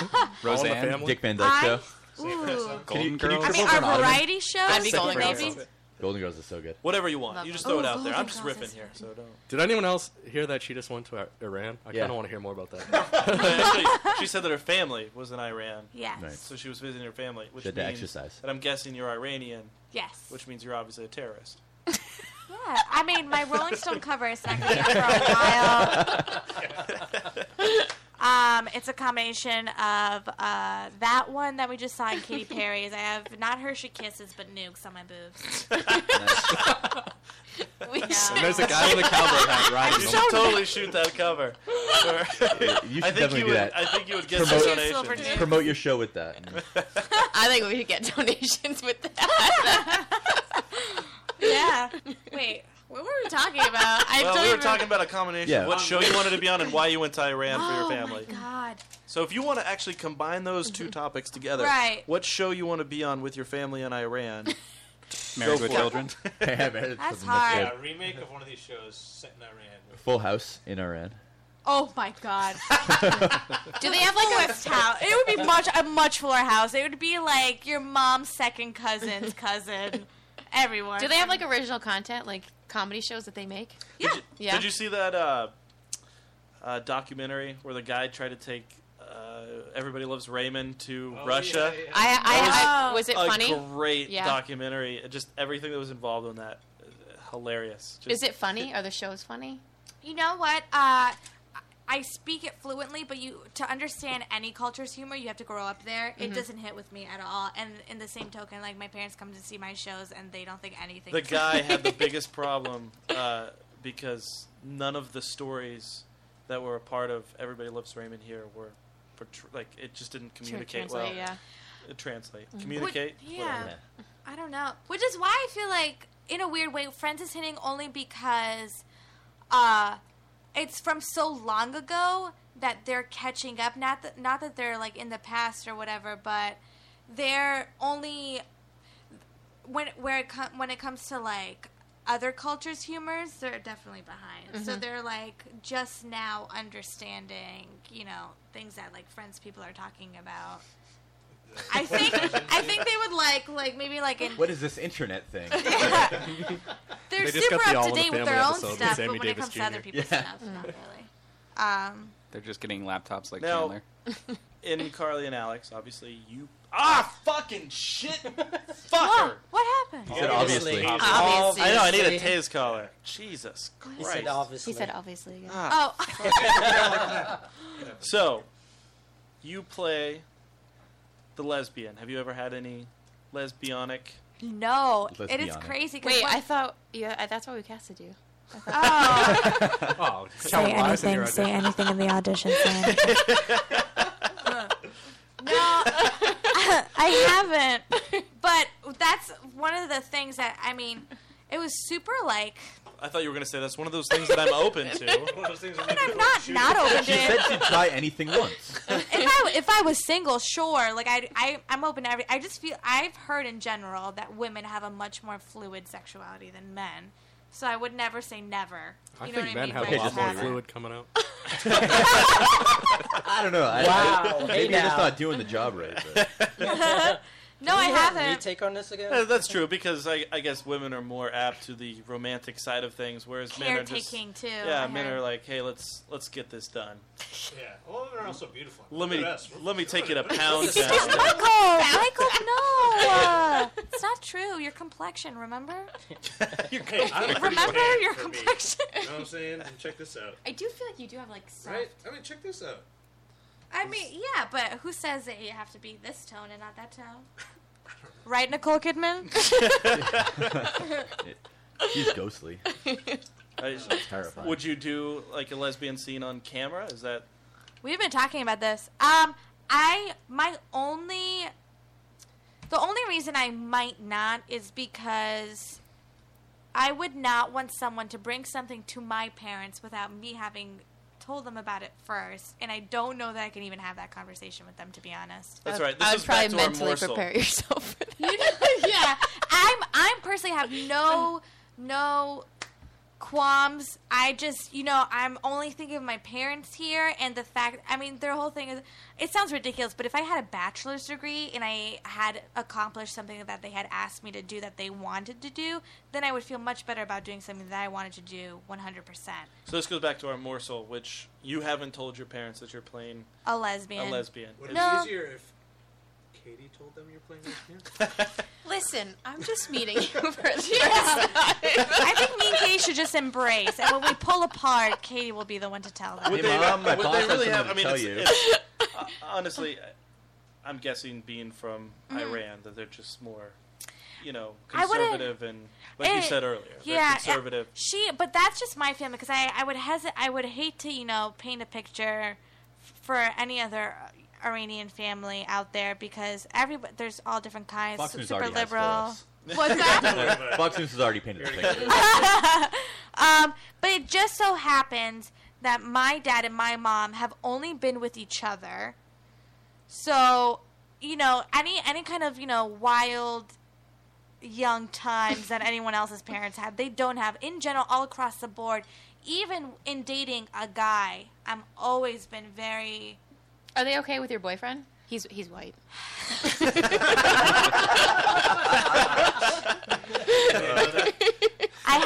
[SPEAKER 7] the
[SPEAKER 6] Roseanne,
[SPEAKER 7] Family? Dick Van Dyke I- Show. Ooh.
[SPEAKER 6] Golden
[SPEAKER 7] Can you- can you
[SPEAKER 6] Girls.
[SPEAKER 4] I think
[SPEAKER 7] Triple
[SPEAKER 4] our
[SPEAKER 7] Brown.
[SPEAKER 4] variety shows.
[SPEAKER 8] I'd be Golden
[SPEAKER 4] maybe?
[SPEAKER 7] Girls. Golden Girls is so good.
[SPEAKER 2] Whatever you want.
[SPEAKER 4] Love
[SPEAKER 2] you just
[SPEAKER 4] them.
[SPEAKER 2] throw it
[SPEAKER 4] Oh,
[SPEAKER 2] out there.
[SPEAKER 4] Golden
[SPEAKER 2] I'm just
[SPEAKER 4] Girls is
[SPEAKER 2] riffing here, so don't.
[SPEAKER 9] Did anyone else hear that she just went to Ar- Iran? I
[SPEAKER 2] Yeah.
[SPEAKER 9] kind of want to hear more about that.
[SPEAKER 2] Actually, she said that her family was in Iran.
[SPEAKER 4] Yes.
[SPEAKER 9] Right.
[SPEAKER 2] So she was visiting her family, which
[SPEAKER 7] She had to
[SPEAKER 2] means
[SPEAKER 7] exercise.
[SPEAKER 2] that I'm guessing you're Iranian.
[SPEAKER 4] Yes.
[SPEAKER 2] Which means you're obviously a terrorist.
[SPEAKER 4] Yeah. I mean, my Rolling Stone cover is not going to be out for a while. Um, it's a combination of uh, that one that we just saw in Katy Perry's. I have not Hershey Kisses, but Nukes on my boobs.
[SPEAKER 8] We
[SPEAKER 2] And
[SPEAKER 9] there's a guy with a cowboy hat riding
[SPEAKER 2] You
[SPEAKER 9] him.
[SPEAKER 2] should totally shoot that cover. Or-
[SPEAKER 7] You should
[SPEAKER 2] I think
[SPEAKER 7] definitely
[SPEAKER 2] you
[SPEAKER 7] do
[SPEAKER 2] would.
[SPEAKER 7] that.
[SPEAKER 2] I think you would get
[SPEAKER 7] promote,
[SPEAKER 2] some donations.
[SPEAKER 7] promote your show with that.
[SPEAKER 8] I think we should get donations with that.
[SPEAKER 4] yeah. Wait, what were we talking about? I
[SPEAKER 2] well,
[SPEAKER 4] don't
[SPEAKER 2] we were
[SPEAKER 4] even
[SPEAKER 2] talking about a combination
[SPEAKER 7] Yeah.
[SPEAKER 2] of what show you wanted to be on and why you went to Iran for your
[SPEAKER 4] Oh, my
[SPEAKER 2] family.
[SPEAKER 4] God.
[SPEAKER 2] So if you want to actually combine those
[SPEAKER 7] Mm-hmm.
[SPEAKER 2] two topics together,
[SPEAKER 4] Right.
[SPEAKER 2] what show you want to be on with your family in Iran?
[SPEAKER 7] Married with Children. Yeah, Married That's with Children. hard.
[SPEAKER 10] Yeah, a remake of one of these shows set in Iran.
[SPEAKER 7] Full House in Iran.
[SPEAKER 4] Oh my god.
[SPEAKER 8] Do they have like a-
[SPEAKER 4] Fullest house? It would be much a much fuller house. It would be like your mom's second cousin's cousin. Everyone.
[SPEAKER 8] Do they have like original content, like comedy shows that they make?
[SPEAKER 2] Yeah. Did you,
[SPEAKER 8] Yeah.
[SPEAKER 2] Did you see that uh, uh, documentary where the guy tried to take uh, Everybody Loves Raymond to Russia?
[SPEAKER 8] Oh, yeah, yeah. I- I-
[SPEAKER 2] That
[SPEAKER 8] I- oh. was it
[SPEAKER 2] a
[SPEAKER 8] funny?
[SPEAKER 2] Great
[SPEAKER 8] Yeah.
[SPEAKER 2] documentary. It Just everything that was involved in that, uh, hilarious. Just,
[SPEAKER 8] Is it funny? Are the shows funny?
[SPEAKER 4] You know what? Uh, I speak it fluently, but you to understand any culture's humor, you have to grow up there. It
[SPEAKER 8] Mhm.
[SPEAKER 4] doesn't hit with me at all. And in the same token, like my parents come to see my shows and they don't think anything.
[SPEAKER 2] The
[SPEAKER 4] is
[SPEAKER 2] guy
[SPEAKER 4] funny.
[SPEAKER 2] had the biggest problem uh, because none of the stories that were a part of Everybody Loves Raymond here were, portray- like, it just didn't communicate well.
[SPEAKER 8] translate, yeah.
[SPEAKER 2] Uh, Translate,
[SPEAKER 8] Mhm.
[SPEAKER 2] communicate.
[SPEAKER 4] Would- yeah.
[SPEAKER 2] whatever.
[SPEAKER 4] I don't know. Which is why I feel like, in a weird way, Friends is hitting only because uh, it's from so long ago that they're catching up. Not that, not that they're like in the past or whatever, but they're only when where it com- when it comes to like other cultures' humors, they're definitely behind. So
[SPEAKER 8] Mhm.
[SPEAKER 4] they're like just now understanding, you know, things that like Friends people are talking about. I think I think they would like like maybe like in
[SPEAKER 7] What is this internet thing?
[SPEAKER 4] they're
[SPEAKER 7] They just
[SPEAKER 4] super
[SPEAKER 7] got the
[SPEAKER 4] up
[SPEAKER 7] All
[SPEAKER 4] to
[SPEAKER 7] in the
[SPEAKER 4] date with
[SPEAKER 7] Family
[SPEAKER 4] their own
[SPEAKER 7] episode with
[SPEAKER 4] stuff, but
[SPEAKER 7] Sammy
[SPEAKER 4] when it
[SPEAKER 7] Davis
[SPEAKER 4] comes to other
[SPEAKER 7] Jr..
[SPEAKER 4] people's
[SPEAKER 7] Yeah.
[SPEAKER 4] stuff, not really. Um,
[SPEAKER 6] They're just getting laptops like
[SPEAKER 2] Now-
[SPEAKER 6] Chandler.
[SPEAKER 2] in Carly and Alex, obviously you ah fucking shit, fucker.
[SPEAKER 4] What happened?
[SPEAKER 2] You
[SPEAKER 7] said obviously. Obviously.
[SPEAKER 2] Ob- I know. I need a
[SPEAKER 7] Obviously.
[SPEAKER 2] Taze collar. Jesus Christ.
[SPEAKER 11] He said obviously.
[SPEAKER 8] He said obviously. Yeah.
[SPEAKER 2] Ah,
[SPEAKER 4] Oh.
[SPEAKER 2] fuck. Ah. so, you play the lesbian. Have you ever had any lesbionic?
[SPEAKER 4] no,
[SPEAKER 2] Let's
[SPEAKER 4] it
[SPEAKER 2] be
[SPEAKER 4] is
[SPEAKER 2] honest.
[SPEAKER 4] crazy. 'cause
[SPEAKER 8] Wait,
[SPEAKER 4] what-
[SPEAKER 8] I thought yeah, I, that's why we casted you. I
[SPEAKER 4] thought-
[SPEAKER 9] Oh,
[SPEAKER 4] Say anything. Say anything in the audition. Say anything. no, I haven't. But that's one of the things that I mean. It was super like
[SPEAKER 2] I thought you were gonna say that's one of those things that I'm open to.
[SPEAKER 4] I'm not not open to
[SPEAKER 7] She
[SPEAKER 4] it.
[SPEAKER 7] said she'd try anything once.
[SPEAKER 4] if I if I was single, sure. Like I I I'm open to every. I just feel I've heard in general that women have a much more fluid sexuality than men. So I would never say never. You
[SPEAKER 9] I
[SPEAKER 4] know
[SPEAKER 9] think
[SPEAKER 4] what
[SPEAKER 9] men
[SPEAKER 4] I mean?
[SPEAKER 9] have
[SPEAKER 4] Like,
[SPEAKER 9] a lot more
[SPEAKER 4] have it.
[SPEAKER 9] fluid coming out.
[SPEAKER 7] I don't know. I,
[SPEAKER 11] Wow.
[SPEAKER 7] I,
[SPEAKER 11] Hey
[SPEAKER 7] maybe you're just
[SPEAKER 11] now.
[SPEAKER 7] not doing the job right. But.
[SPEAKER 4] No, I haven't.
[SPEAKER 11] Retake on this again.
[SPEAKER 2] Uh, that's true because I, I guess women are more apt to the romantic side of things, whereas men are just
[SPEAKER 4] Caretaking, too, Uh-huh.
[SPEAKER 2] Yeah,
[SPEAKER 4] I
[SPEAKER 2] men
[SPEAKER 4] heard.
[SPEAKER 2] are like, hey, let's let's get this done.
[SPEAKER 10] Yeah, all of them are also beautiful.
[SPEAKER 2] Let me
[SPEAKER 10] Look at us.
[SPEAKER 2] let me take it a pound down.
[SPEAKER 4] Michael, Michael, no, uh, it's not true. Your complexion, remember?
[SPEAKER 10] Hey, I'm pretty
[SPEAKER 4] Remember
[SPEAKER 10] tan
[SPEAKER 4] your
[SPEAKER 10] for me.
[SPEAKER 4] complexion.
[SPEAKER 10] You know what I'm saying? And check this out.
[SPEAKER 8] I do feel like you do have like soft.
[SPEAKER 10] Right? I mean, check this out.
[SPEAKER 4] I mean, yeah, but who says that you have to be this tone and not that tone? Right, Nicole Kidman.
[SPEAKER 7] She's ghostly.
[SPEAKER 2] I-
[SPEAKER 7] terrifying.
[SPEAKER 2] Would you do like a lesbian scene on camera? Is that
[SPEAKER 4] We've been talking about this. Um, I my only The only reason I might not is because I would not want someone to bring something to my parents without me having told them about it first, and I don't know that I can even have that conversation with them. To be honest,
[SPEAKER 2] That's I- right. This I would is back probably to our mentally morsel. prepare yourself
[SPEAKER 4] for that. yeah, I'm. I'm personally have no no qualms. I just, you know, I'm only thinking of my parents here and the fact, I mean, their whole thing is, it sounds ridiculous, but if I had a bachelor's degree and I had accomplished something that they had asked me to do that they wanted to do, then I would feel much better about doing something that I wanted to do 100%.
[SPEAKER 2] So this goes back to our morsel, which you haven't told your parents that you're playing
[SPEAKER 4] A lesbian.
[SPEAKER 2] A lesbian.
[SPEAKER 10] Would it
[SPEAKER 4] No.
[SPEAKER 10] be easier if Katie told them you're playing lesbian?
[SPEAKER 8] Listen, I'm just meeting you for the
[SPEAKER 4] I think me and Katie should just embrace, and when we pull apart, Katie will be the one to tell them.
[SPEAKER 2] Would they,
[SPEAKER 7] Mom, my
[SPEAKER 2] would
[SPEAKER 7] boss
[SPEAKER 2] they
[SPEAKER 7] has
[SPEAKER 2] really
[SPEAKER 7] something
[SPEAKER 2] have?
[SPEAKER 7] to
[SPEAKER 2] I mean,
[SPEAKER 7] tell
[SPEAKER 2] it's,
[SPEAKER 7] you.
[SPEAKER 2] it's- uh, honestly, I- I'm guessing being from
[SPEAKER 4] Mhm.
[SPEAKER 2] Iran that they're just more, you know,
[SPEAKER 4] I wouldn't-
[SPEAKER 2] conservative and like you
[SPEAKER 4] Eh,
[SPEAKER 2] said earlier, they're
[SPEAKER 4] yeah, eh,
[SPEAKER 2] conservative.
[SPEAKER 4] She, but that's just my family because I, I would hesitate, I would hate to, you know, paint a picture f- for any other Iranian family out there because everybody, there's all different kinds.
[SPEAKER 7] Fox
[SPEAKER 4] su-
[SPEAKER 7] News
[SPEAKER 4] super
[SPEAKER 7] already has for
[SPEAKER 4] liberal.
[SPEAKER 7] us.
[SPEAKER 4] What's that?
[SPEAKER 7] Fox News has already painted the picture.
[SPEAKER 4] um, but it just so happens that my dad and my mom have only been with each other. So, you know, any any kind of, you know, wild young times that anyone else's parents had, they don't have in general all across the board. Even in dating a guy, I'm always been very
[SPEAKER 8] Are they okay with your boyfriend? He's he's white.
[SPEAKER 4] I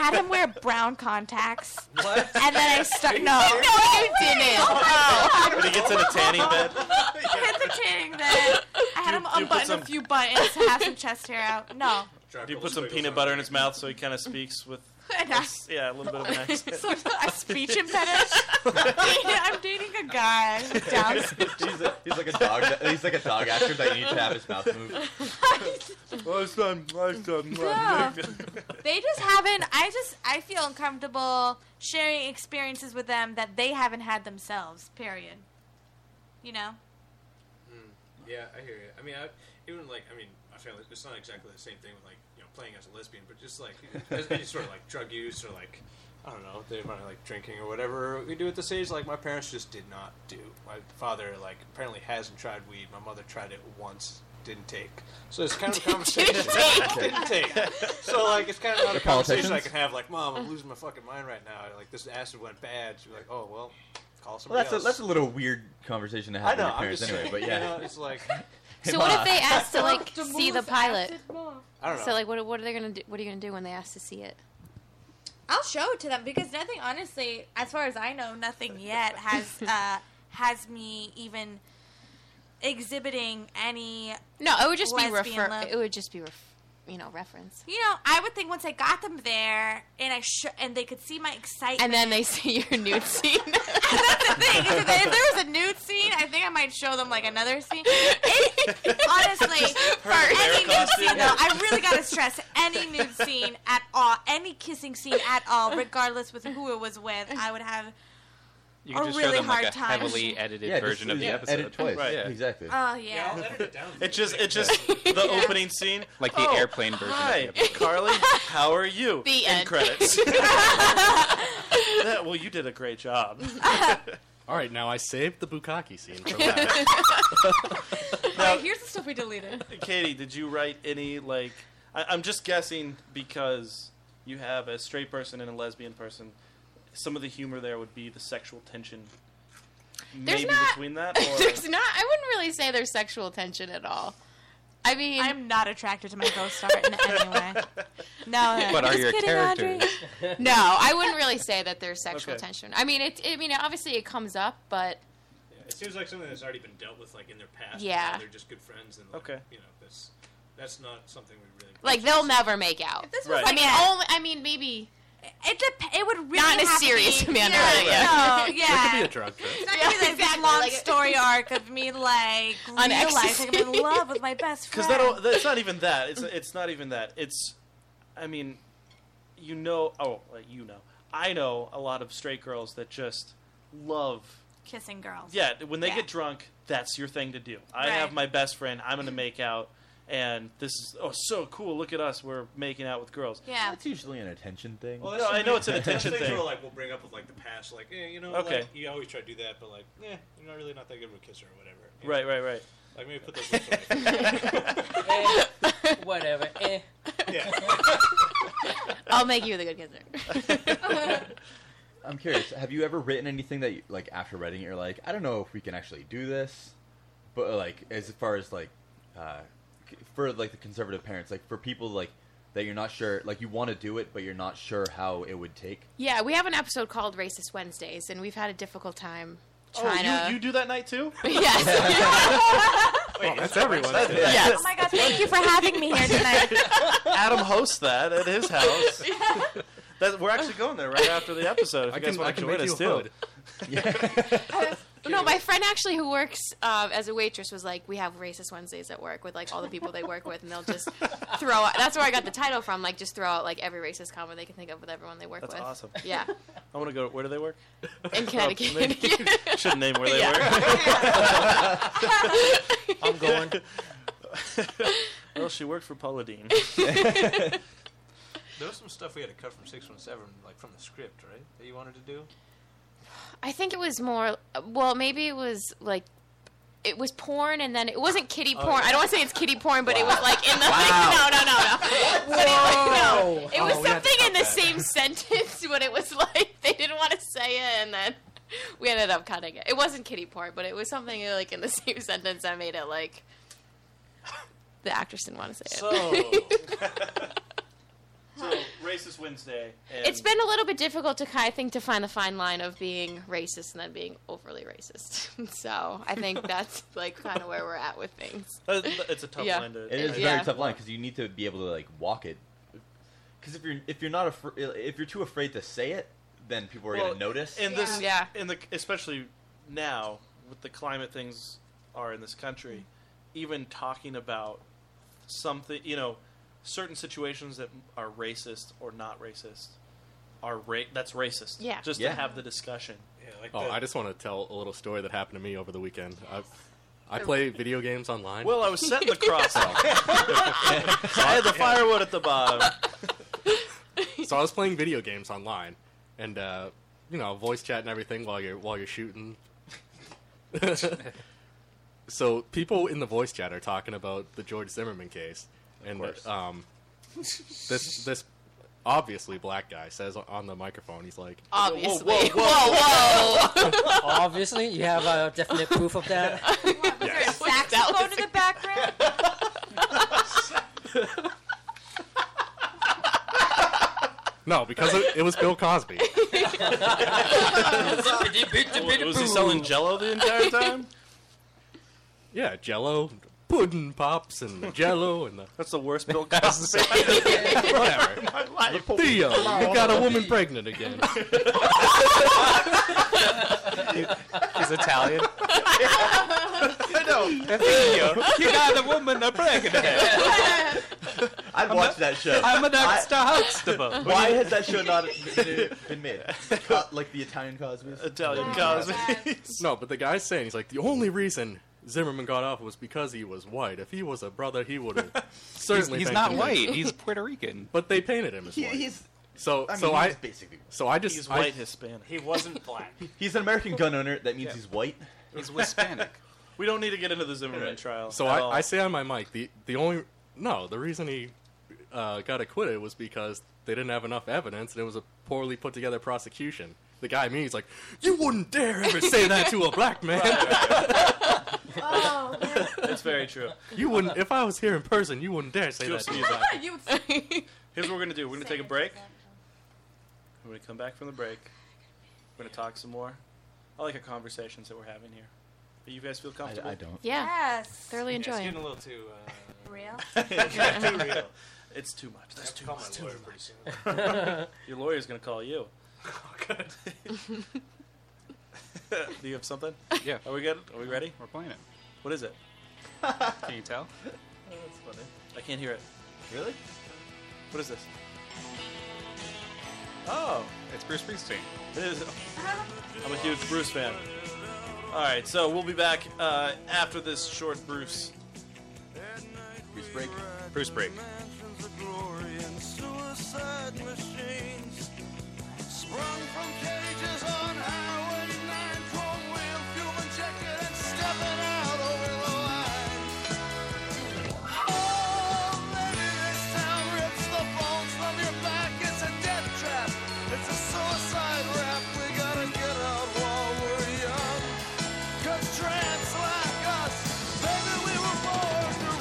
[SPEAKER 4] had him wear brown contacts. And then I start no. No, you didn't.
[SPEAKER 2] Oh,
[SPEAKER 4] Oh,
[SPEAKER 2] When he gets in a tanning bed,
[SPEAKER 4] Hit the tanning bed. I had him
[SPEAKER 2] you put
[SPEAKER 4] unbutton
[SPEAKER 2] some-
[SPEAKER 4] a few buttons, have some chest hair out. No.
[SPEAKER 2] you put some peanut butter in his mouth so he kind of speaks with,
[SPEAKER 4] And I-
[SPEAKER 2] yeah, a little bit of an accent.
[SPEAKER 4] So I speech impediment. I'm dating a guy. with Down
[SPEAKER 7] he's, a, he's like a dog. that- He's like a dog actor that you need to have his mouth move.
[SPEAKER 2] Last time, last time.
[SPEAKER 4] Yeah. they just haven't i just i feel uncomfortable sharing experiences with them that they haven't had themselves period you know
[SPEAKER 10] Mm. Yeah, I hear you. I mean, I, even like, I mean, my family, it's not exactly the same thing with like, you know, playing as a lesbian, but just like, as any sort of like drug use or like, I don't know, they might like drinking or whatever we do at this age, like my parents just did not do. My father, like, apparently hasn't tried weed. My mother tried it once, didn't take. So it's kind of a conversation.
[SPEAKER 5] take.
[SPEAKER 10] Didn't take. So, like, it's kind of not a
[SPEAKER 5] They're
[SPEAKER 10] conversation I
[SPEAKER 5] politicians?
[SPEAKER 10] can have, like, Mom, I'm losing my fucking mind right now. Like, this acid went bad. She's like, oh, well, call
[SPEAKER 7] Well,
[SPEAKER 10] somebody
[SPEAKER 7] that's a,
[SPEAKER 10] else.
[SPEAKER 7] that's a little weird conversation to have
[SPEAKER 10] I know,
[SPEAKER 7] with your
[SPEAKER 10] I'm
[SPEAKER 7] parents
[SPEAKER 10] just
[SPEAKER 7] anyway.
[SPEAKER 10] saying,
[SPEAKER 7] But
[SPEAKER 10] you
[SPEAKER 7] yeah,
[SPEAKER 10] know, it's like,
[SPEAKER 8] So what if they asked to like
[SPEAKER 5] Dr.
[SPEAKER 8] see the
[SPEAKER 5] Moore's
[SPEAKER 8] pilot?
[SPEAKER 10] I don't know.
[SPEAKER 8] So like what what are they gonna do? What are you gonna do when they ask to see it?
[SPEAKER 4] i'll show it to them because nothing honestly as far as i know nothing yet has uh has me even exhibiting any
[SPEAKER 8] No, it would just be
[SPEAKER 4] lesbian
[SPEAKER 8] refer.
[SPEAKER 4] love.
[SPEAKER 8] It would just be ref- you know reference.
[SPEAKER 4] you know i would think once i got them there and i sh- and they could see my excitement
[SPEAKER 8] And then they see your nude scene.
[SPEAKER 4] if there was a nude scene, I think I might show them like another scene. It- honestly, for any nude
[SPEAKER 5] costume.
[SPEAKER 4] scene though, I really gotta stress any nude scene at all, any kissing scene at all, regardless with who it was with, I would have.
[SPEAKER 6] You can
[SPEAKER 4] A
[SPEAKER 6] just
[SPEAKER 4] really
[SPEAKER 6] show them like
[SPEAKER 4] hard
[SPEAKER 6] a
[SPEAKER 4] time.
[SPEAKER 6] heavily edited
[SPEAKER 7] Yeah, just
[SPEAKER 6] version of the
[SPEAKER 7] edit
[SPEAKER 6] episode.
[SPEAKER 7] twice.
[SPEAKER 6] Right.
[SPEAKER 7] Yeah, exactly.
[SPEAKER 4] Oh yeah.
[SPEAKER 2] It's just, it's just the opening scene,
[SPEAKER 6] Like the
[SPEAKER 2] Oh,
[SPEAKER 6] airplane version of
[SPEAKER 2] Hi,
[SPEAKER 6] the episode.
[SPEAKER 2] Carly. How are you?
[SPEAKER 8] The
[SPEAKER 2] End
[SPEAKER 8] end.
[SPEAKER 2] credits. That- well, you did a great job.
[SPEAKER 9] All right, now I saved the bukkake scene for
[SPEAKER 2] Now,
[SPEAKER 4] here's the stuff we deleted.
[SPEAKER 2] Katie, did you write any like? I, I'm just guessing because you have a straight person and a lesbian person. Some of the humor there would be the sexual tension,
[SPEAKER 8] There's
[SPEAKER 2] maybe
[SPEAKER 8] not-
[SPEAKER 2] between that. Or...
[SPEAKER 8] there's not. I wouldn't really say there's sexual tension at all. I mean,
[SPEAKER 4] I'm not attracted to my ghost star in any way. No,
[SPEAKER 6] What are
[SPEAKER 4] just
[SPEAKER 6] your
[SPEAKER 4] kidding, Audrey.
[SPEAKER 6] characters?
[SPEAKER 8] no, I wouldn't really say that there's sexual
[SPEAKER 10] Okay.
[SPEAKER 8] tension. I mean, it. I mean, obviously it comes up, but
[SPEAKER 10] It seems like something that's already been dealt with, like in their past. and
[SPEAKER 8] Yeah.
[SPEAKER 10] now they're just good friends, and like, okay, you know, that's that's not something we really.
[SPEAKER 8] like they'll never make out.
[SPEAKER 4] This
[SPEAKER 10] was Right.
[SPEAKER 8] I
[SPEAKER 10] like
[SPEAKER 8] mean,
[SPEAKER 10] a-
[SPEAKER 8] only. I mean, maybe.
[SPEAKER 4] It dep- It would really
[SPEAKER 8] not in a
[SPEAKER 4] have to
[SPEAKER 8] serious
[SPEAKER 4] be-
[SPEAKER 8] manner.
[SPEAKER 4] Yeah,
[SPEAKER 8] yeah.
[SPEAKER 4] no, yeah.
[SPEAKER 9] It could be a drug trip.
[SPEAKER 4] It's not gonna be this long story arc of me like
[SPEAKER 8] On
[SPEAKER 4] real life. Like, I'm
[SPEAKER 8] ecstasy.
[SPEAKER 4] in love with my best friend.
[SPEAKER 2] Because that that's not even that. It's it's not even that. It's, I mean, you know. Oh, like, you know. I know a lot of straight girls that just love.
[SPEAKER 4] kissing girls.
[SPEAKER 2] Yeah, when they
[SPEAKER 4] Yeah.
[SPEAKER 2] get drunk, that's your thing to do. I
[SPEAKER 4] Right.
[SPEAKER 2] have my best friend. I'm gonna make out. and this is oh so cool. Look at us, we're making out with girls.
[SPEAKER 4] Yeah.
[SPEAKER 7] That's usually an attention thing.
[SPEAKER 2] Well, no, I know it's an attention
[SPEAKER 10] things
[SPEAKER 2] thing.
[SPEAKER 10] We'll, like we'll bring up with like the past, like eh, you know,
[SPEAKER 2] Okay.
[SPEAKER 10] like, you always try to do that, but like, eh, you're not really not that good of a kisser or whatever. you
[SPEAKER 2] Right,
[SPEAKER 10] know?
[SPEAKER 2] right, right.
[SPEAKER 10] Like maybe put those lips away.
[SPEAKER 11] Eh, whatever. Eh.
[SPEAKER 8] I'll make you the good kisser.
[SPEAKER 7] I'm curious. Have you ever written anything that, you, like, after writing it, you're like, I don't know if we can actually do this, but like, as far as like, uh, c- for like the conservative parents, like for people like that you're not sure, like you want to do it, but you're not sure how it would take.
[SPEAKER 8] yeah, we have an episode called Racist Wednesdays, and we've had a difficult time
[SPEAKER 2] Oh,
[SPEAKER 8] trying to.
[SPEAKER 2] you, you do that night too?
[SPEAKER 9] Oh,
[SPEAKER 8] Yes.
[SPEAKER 2] that's everyone.
[SPEAKER 8] Yes.
[SPEAKER 4] Oh my god, thank you for having me here tonight.
[SPEAKER 2] Adam hosts that at his house. That, we're actually going there right after the episode. If
[SPEAKER 9] I
[SPEAKER 2] you guys
[SPEAKER 9] can- I
[SPEAKER 2] want to
[SPEAKER 9] can
[SPEAKER 2] join
[SPEAKER 9] make
[SPEAKER 2] us
[SPEAKER 9] you a
[SPEAKER 2] too.
[SPEAKER 9] hood.
[SPEAKER 8] no, my friend actually who works uh, as a waitress was like, we have racist Wednesdays at work with like all the people they work with, and they'll just throw. Out, that's where I got the title from. Like, just throw out like every racist comment they can think of with everyone they work
[SPEAKER 2] That's
[SPEAKER 8] with.
[SPEAKER 2] awesome.
[SPEAKER 8] Yeah,
[SPEAKER 2] I want to go. Where do they work? Oh,
[SPEAKER 8] in Connecticut.
[SPEAKER 2] Should name where they work.
[SPEAKER 11] I'm going.
[SPEAKER 2] well, she worked for Paula Dean.
[SPEAKER 10] there was some stuff we had to cut from six one seven, like from the script, right? That you wanted to do.
[SPEAKER 8] I think it was more. Well, maybe it was like. It was porn, and then it wasn't kitty
[SPEAKER 5] Oh,
[SPEAKER 8] porn.
[SPEAKER 5] yeah.
[SPEAKER 8] I don't want to say it's kitty porn, but it was like in the
[SPEAKER 5] Wow.
[SPEAKER 8] no, no, no, no. But it was, no, it
[SPEAKER 5] Whoa.
[SPEAKER 8] was
[SPEAKER 5] Oh, we had to
[SPEAKER 8] something in
[SPEAKER 5] cut
[SPEAKER 8] the
[SPEAKER 5] that.
[SPEAKER 8] same sentence, but it was like they didn't want to say it, and then we ended up cutting it. It wasn't kitty porn, but it was something like in the same sentence that made it like the actress didn't want to say it.
[SPEAKER 2] so racist Wednesday. And
[SPEAKER 8] it's been a little bit difficult to ki- I think to find the fine line of being racist and then being overly racist. so I think that's like kind of where we're at with things.
[SPEAKER 2] It's a tough
[SPEAKER 8] Yeah.
[SPEAKER 2] line to.
[SPEAKER 7] It is a
[SPEAKER 8] Yeah.
[SPEAKER 7] very tough line because you need to be able to like walk it. Because if you're if you're not afr- if you're too afraid to say it, then people are
[SPEAKER 2] Well,
[SPEAKER 7] gonna notice.
[SPEAKER 2] In this, yeah, in the especially now with the climate things are in this country, even talking about something, you know, certain situations that are racist or not racist are ra- that's racist.
[SPEAKER 5] Yeah.
[SPEAKER 2] just
[SPEAKER 9] Yeah.
[SPEAKER 2] to have the discussion.
[SPEAKER 10] Yeah, like
[SPEAKER 9] Oh, I just want to tell a little story that happened to me over the weekend. I've, I play video games online.
[SPEAKER 2] Well, I was setting the cross up. I had the firewood at the bottom.
[SPEAKER 9] so I was playing video games online, and uh, you know, voice chat and everything while you're while you're shooting. so people in the voice chat are talking about the George Zimmerman case, and um, this this obviously black guy says on the microphone, he's like,
[SPEAKER 8] Obviously.
[SPEAKER 11] Whoa,
[SPEAKER 8] Whoa, whoa.
[SPEAKER 11] Obviously, you have a definite proof of that.
[SPEAKER 4] Saxophone in the background.
[SPEAKER 9] no, because it, it was Bill Cosby.
[SPEAKER 2] was he selling Jello the entire time?
[SPEAKER 9] Yeah, Jello, pudding pops, and the Jello, and the
[SPEAKER 2] that's the worst Bill Cosby.
[SPEAKER 9] Whatever.
[SPEAKER 2] My life.
[SPEAKER 9] Theo, you got a woman pregnant again.
[SPEAKER 13] He's Italian.
[SPEAKER 2] I know.
[SPEAKER 13] you got a woman pregnant.
[SPEAKER 7] I'd watch that show.
[SPEAKER 13] I'm an
[SPEAKER 7] I-
[SPEAKER 13] extra Huxtable.
[SPEAKER 7] Why has that show not been made? Co- like the Italian Cosby's?
[SPEAKER 2] Italian
[SPEAKER 9] no, but the guy's saying he's like the only reason Zimmerman got off was because he was white. If he was a brother, he would have certainly.
[SPEAKER 13] he's
[SPEAKER 9] thanked
[SPEAKER 13] not
[SPEAKER 9] him.
[SPEAKER 13] white. He's Puerto Rican.
[SPEAKER 9] But they painted him as
[SPEAKER 7] He-
[SPEAKER 9] white.
[SPEAKER 7] he's-
[SPEAKER 9] so
[SPEAKER 7] I
[SPEAKER 9] so
[SPEAKER 7] mean,
[SPEAKER 9] I
[SPEAKER 7] he's basically white.
[SPEAKER 9] so I just
[SPEAKER 2] He's
[SPEAKER 9] I-
[SPEAKER 2] white Hispanic. He wasn't black.
[SPEAKER 7] He's an American gun owner. That means he's white.
[SPEAKER 2] He's Hispanic. we don't need to get into the Zimmerman trial.
[SPEAKER 9] So
[SPEAKER 2] at
[SPEAKER 9] I,
[SPEAKER 2] all.
[SPEAKER 9] I say on my mic the the only no the reason he uh, got acquitted was because they didn't have enough evidence and it was a poorly put together prosecution. The guy me he's like, you wouldn't dare ever say that to a black man.
[SPEAKER 4] Oh,
[SPEAKER 2] That's very true.
[SPEAKER 9] You wouldn't if I was here in person. You wouldn't dare say
[SPEAKER 2] Do
[SPEAKER 9] that
[SPEAKER 2] us
[SPEAKER 9] to
[SPEAKER 2] a
[SPEAKER 9] me.
[SPEAKER 2] favor.
[SPEAKER 4] you
[SPEAKER 2] Here's what we're gonna do. We're gonna take a break. We're gonna come back from the break. We're gonna talk some more. I like our conversations that we're having here. Do you guys feel comfortable?
[SPEAKER 7] I don't.
[SPEAKER 8] Yeah.
[SPEAKER 4] Yes.
[SPEAKER 8] Thoroughly
[SPEAKER 2] Yeah, it's
[SPEAKER 8] enjoying.
[SPEAKER 2] getting
[SPEAKER 10] A little too. Uh,
[SPEAKER 4] Real?
[SPEAKER 2] too real. It's too much. That's
[SPEAKER 10] I
[SPEAKER 2] too
[SPEAKER 10] call my
[SPEAKER 2] much.
[SPEAKER 10] lawyer
[SPEAKER 2] too
[SPEAKER 10] pretty soon.
[SPEAKER 2] much. Your lawyer's gonna call you.
[SPEAKER 10] Oh,
[SPEAKER 2] Do you have something?
[SPEAKER 13] Yeah.
[SPEAKER 2] Are we good? Are we ready?
[SPEAKER 13] We're playing it.
[SPEAKER 2] What is it?
[SPEAKER 13] Can you tell?
[SPEAKER 2] that's funny. I can't hear it.
[SPEAKER 7] Really?
[SPEAKER 2] What is this? Oh,
[SPEAKER 13] it's Bruce Springsteen.
[SPEAKER 2] It is. I'm a huge Bruce fan. All right, so we'll be back uh, after this short Bruce.
[SPEAKER 7] Bruce
[SPEAKER 6] Brake. Bruce Brake.
[SPEAKER 5] mansions of glory and suicide machines. Sprung from cages on Highway 9, chrome wheel, fuel injected, and stepping out over the line. Oh, maybe this town rips the bones from your back. It's a death trap. It's a suicide rap. We gotta get out while we're young. 'Cause trans like us, baby, we were born to run.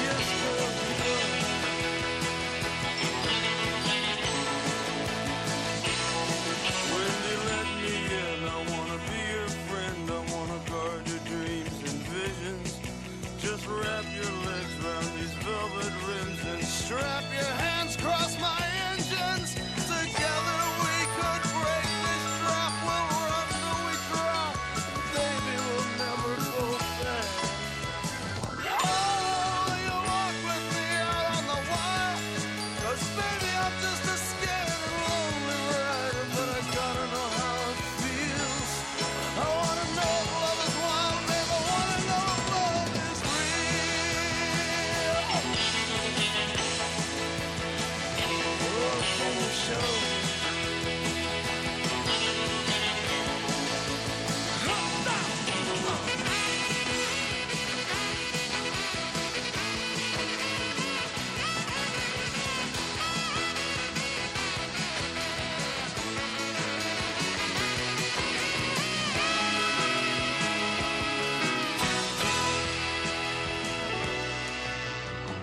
[SPEAKER 5] Yes, girl, we run. When they let me in, I wanna be your friend. I wanna guard your dreams and visions. Just wrap your legs around these velvet rims and strap your hands across my engines. Together we could break this trap. We'll run till we drop. Baby, we'll never go back. Oh, you walk with me out on the wire. Cause baby, I'm just a scared and lonely rider, but I gotta know how it feels. I wanna know if love is wild, babe. I wanna know if love is real. Oh, can you show me?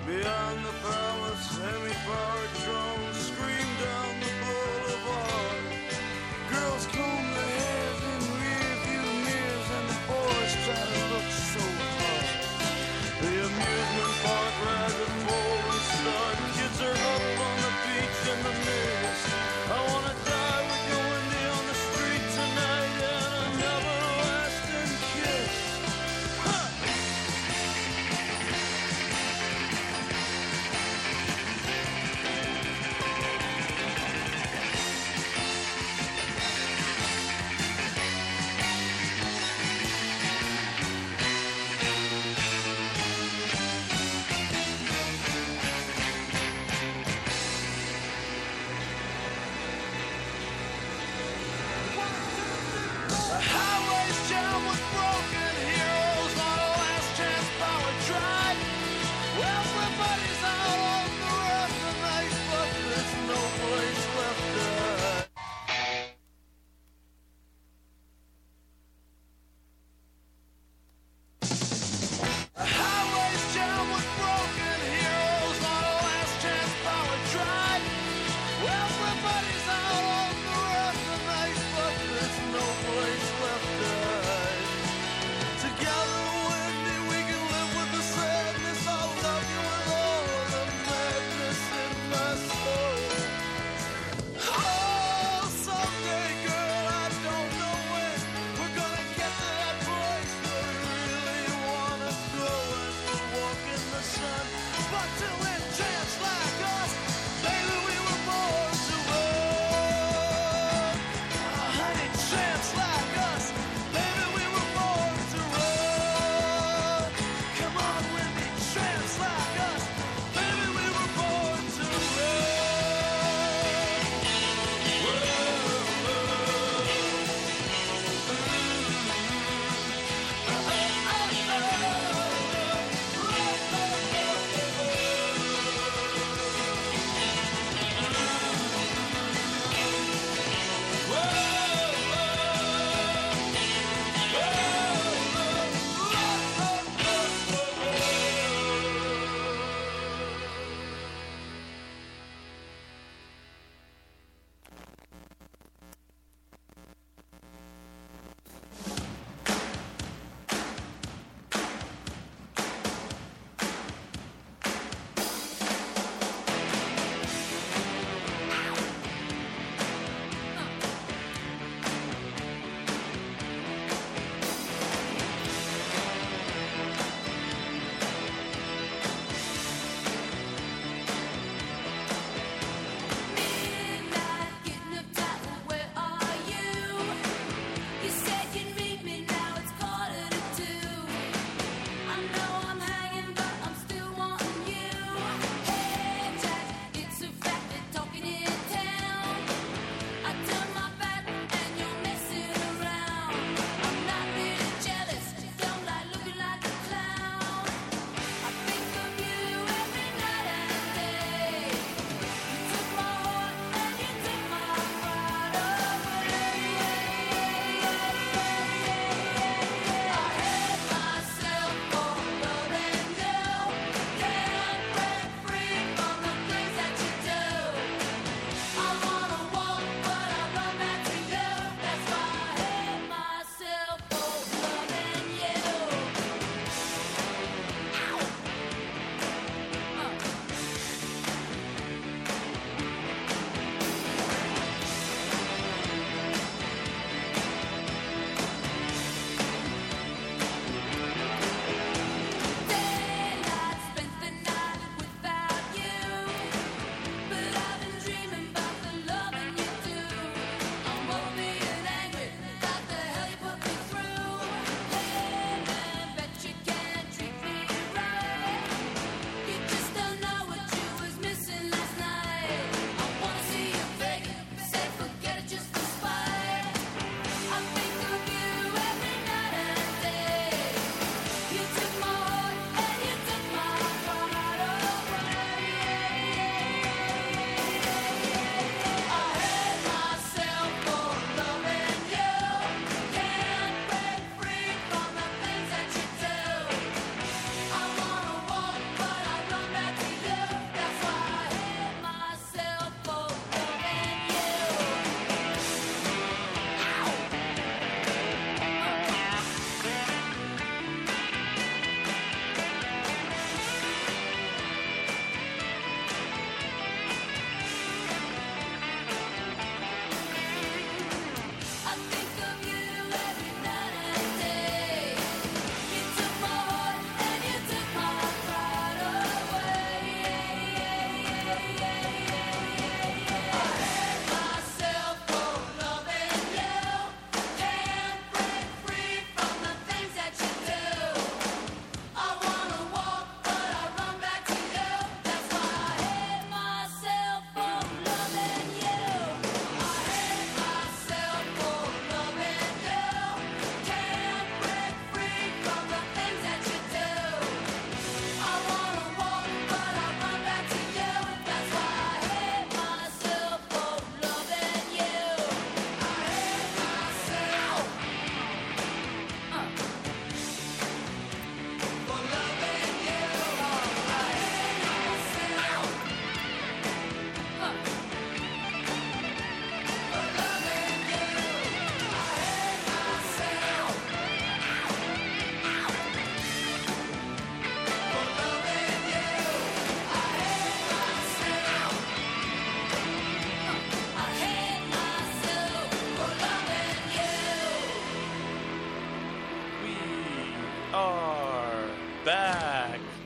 [SPEAKER 5] Beyond the palace, semi-powered drones scream down the boulevard. Girls comb their hairs in rearview mirrors, and the boys try to look so hard. The amusement park ride the pole and start. Kids are up on the beach in the mist. I wanna die with your Wendy on the street tonight and an everlasting kiss.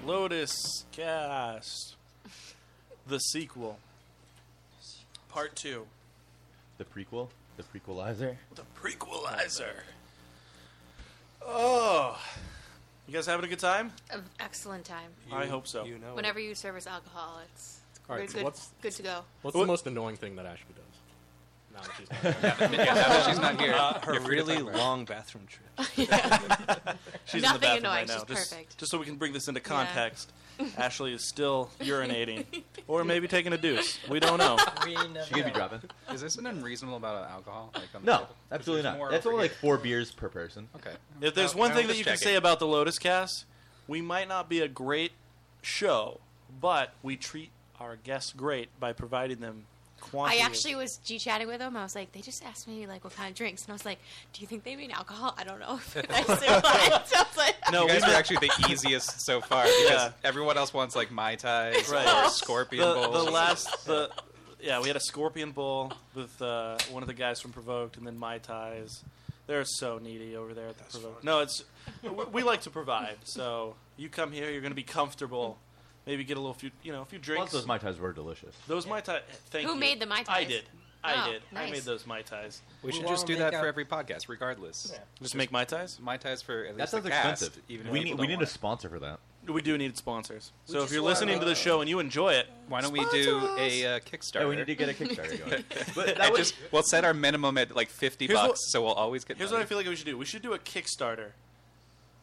[SPEAKER 2] Lotus Cast, the sequel, part two,
[SPEAKER 7] The prequel? The prequelizer?
[SPEAKER 2] the prequelizer. Oh, you guys having a good time?
[SPEAKER 8] An excellent time.
[SPEAKER 2] I hope so.
[SPEAKER 8] Whenever you service alcohol, it's
[SPEAKER 9] All right,
[SPEAKER 8] good,
[SPEAKER 9] so
[SPEAKER 8] good,
[SPEAKER 9] what's-
[SPEAKER 8] good to go.
[SPEAKER 9] What's the most annoying thing that Ashley does? Now that she's not
[SPEAKER 10] Yeah,
[SPEAKER 9] here.
[SPEAKER 10] but- yeah, now that she's not here, Uh, her you're free to really talk about it. long bathroom trip. Yeah.
[SPEAKER 2] She's in the
[SPEAKER 10] Nothing
[SPEAKER 2] bathroom
[SPEAKER 10] annoying,
[SPEAKER 2] right now.
[SPEAKER 10] she's
[SPEAKER 2] just,
[SPEAKER 10] perfect.
[SPEAKER 2] just so we can bring this into
[SPEAKER 10] Yeah.
[SPEAKER 2] context, Ashley is still urinating, or maybe taking a deuce. We don't know.
[SPEAKER 11] We never
[SPEAKER 7] She could be dropping.
[SPEAKER 6] Is this an unreasonable amount of alcohol? Like on
[SPEAKER 7] No,
[SPEAKER 6] the table? 'Cause
[SPEAKER 7] absolutely
[SPEAKER 6] there's
[SPEAKER 7] not.
[SPEAKER 6] more
[SPEAKER 7] That's
[SPEAKER 6] over
[SPEAKER 7] only like
[SPEAKER 6] here.
[SPEAKER 7] four beers per person.
[SPEAKER 6] Okay.
[SPEAKER 2] If there's
[SPEAKER 6] No,
[SPEAKER 2] one
[SPEAKER 6] no,
[SPEAKER 2] thing that
[SPEAKER 6] just
[SPEAKER 2] you can
[SPEAKER 6] checking.
[SPEAKER 2] say about the Lotus Cast, we might not be a great show, but we treat our guests great by providing them
[SPEAKER 8] I
[SPEAKER 2] quantity. of-
[SPEAKER 8] actually was G chatting with them. I was like, they just asked me like what kind of drinks, and I was like, do you think they mean alcohol? I don't know. if I said what. So I was like,
[SPEAKER 2] No,
[SPEAKER 6] you guys
[SPEAKER 2] we
[SPEAKER 6] are
[SPEAKER 2] meant-
[SPEAKER 6] actually the easiest so far because
[SPEAKER 2] Yeah.
[SPEAKER 6] everyone else wants like mai tais or scorpion
[SPEAKER 2] the,
[SPEAKER 6] bowls.
[SPEAKER 2] The last, the yeah, we had a scorpion bowl with uh, one of the guys from Provoked, and then mai tais. They're so needy over there at the Provoked. No, it's we, we like to provide. So you come here, you're going to be comfortable. Maybe get a little few, you know, a few
[SPEAKER 7] Plus,
[SPEAKER 2] drinks.
[SPEAKER 7] those Mai Tais were delicious.
[SPEAKER 2] Those mai tai. Thank
[SPEAKER 8] Who
[SPEAKER 2] you.
[SPEAKER 8] made the Mai Tais?
[SPEAKER 2] I did. I
[SPEAKER 8] Oh,
[SPEAKER 2] did. I
[SPEAKER 8] nice.
[SPEAKER 2] made those mai tais.
[SPEAKER 6] We should just do that for every podcast, regardless.
[SPEAKER 2] Yeah. Just make mai tais.
[SPEAKER 6] Mai tais for at
[SPEAKER 7] That
[SPEAKER 6] least
[SPEAKER 7] sounds
[SPEAKER 6] the cast,
[SPEAKER 7] expensive.
[SPEAKER 6] Even if
[SPEAKER 7] we
[SPEAKER 6] people
[SPEAKER 7] need,
[SPEAKER 6] don't
[SPEAKER 7] we need
[SPEAKER 6] want
[SPEAKER 7] a
[SPEAKER 6] it.
[SPEAKER 7] sponsor for that.
[SPEAKER 2] We do need sponsors.
[SPEAKER 6] We
[SPEAKER 2] so if
[SPEAKER 6] just
[SPEAKER 2] you're
[SPEAKER 6] want,
[SPEAKER 2] listening to
[SPEAKER 6] uh,
[SPEAKER 2] the show and you enjoy it,
[SPEAKER 6] Why don't we do
[SPEAKER 2] sponsor us.
[SPEAKER 6] a uh, Kickstarter?
[SPEAKER 7] Yeah, Oh, we need to get a Kickstarter going. But that
[SPEAKER 6] And
[SPEAKER 7] would-
[SPEAKER 6] just, we'll set our minimum at like fifty
[SPEAKER 2] Here's
[SPEAKER 6] bucks,
[SPEAKER 2] what-
[SPEAKER 6] so we'll always get.
[SPEAKER 2] Here's what I feel like we should do. We should do a Kickstarter.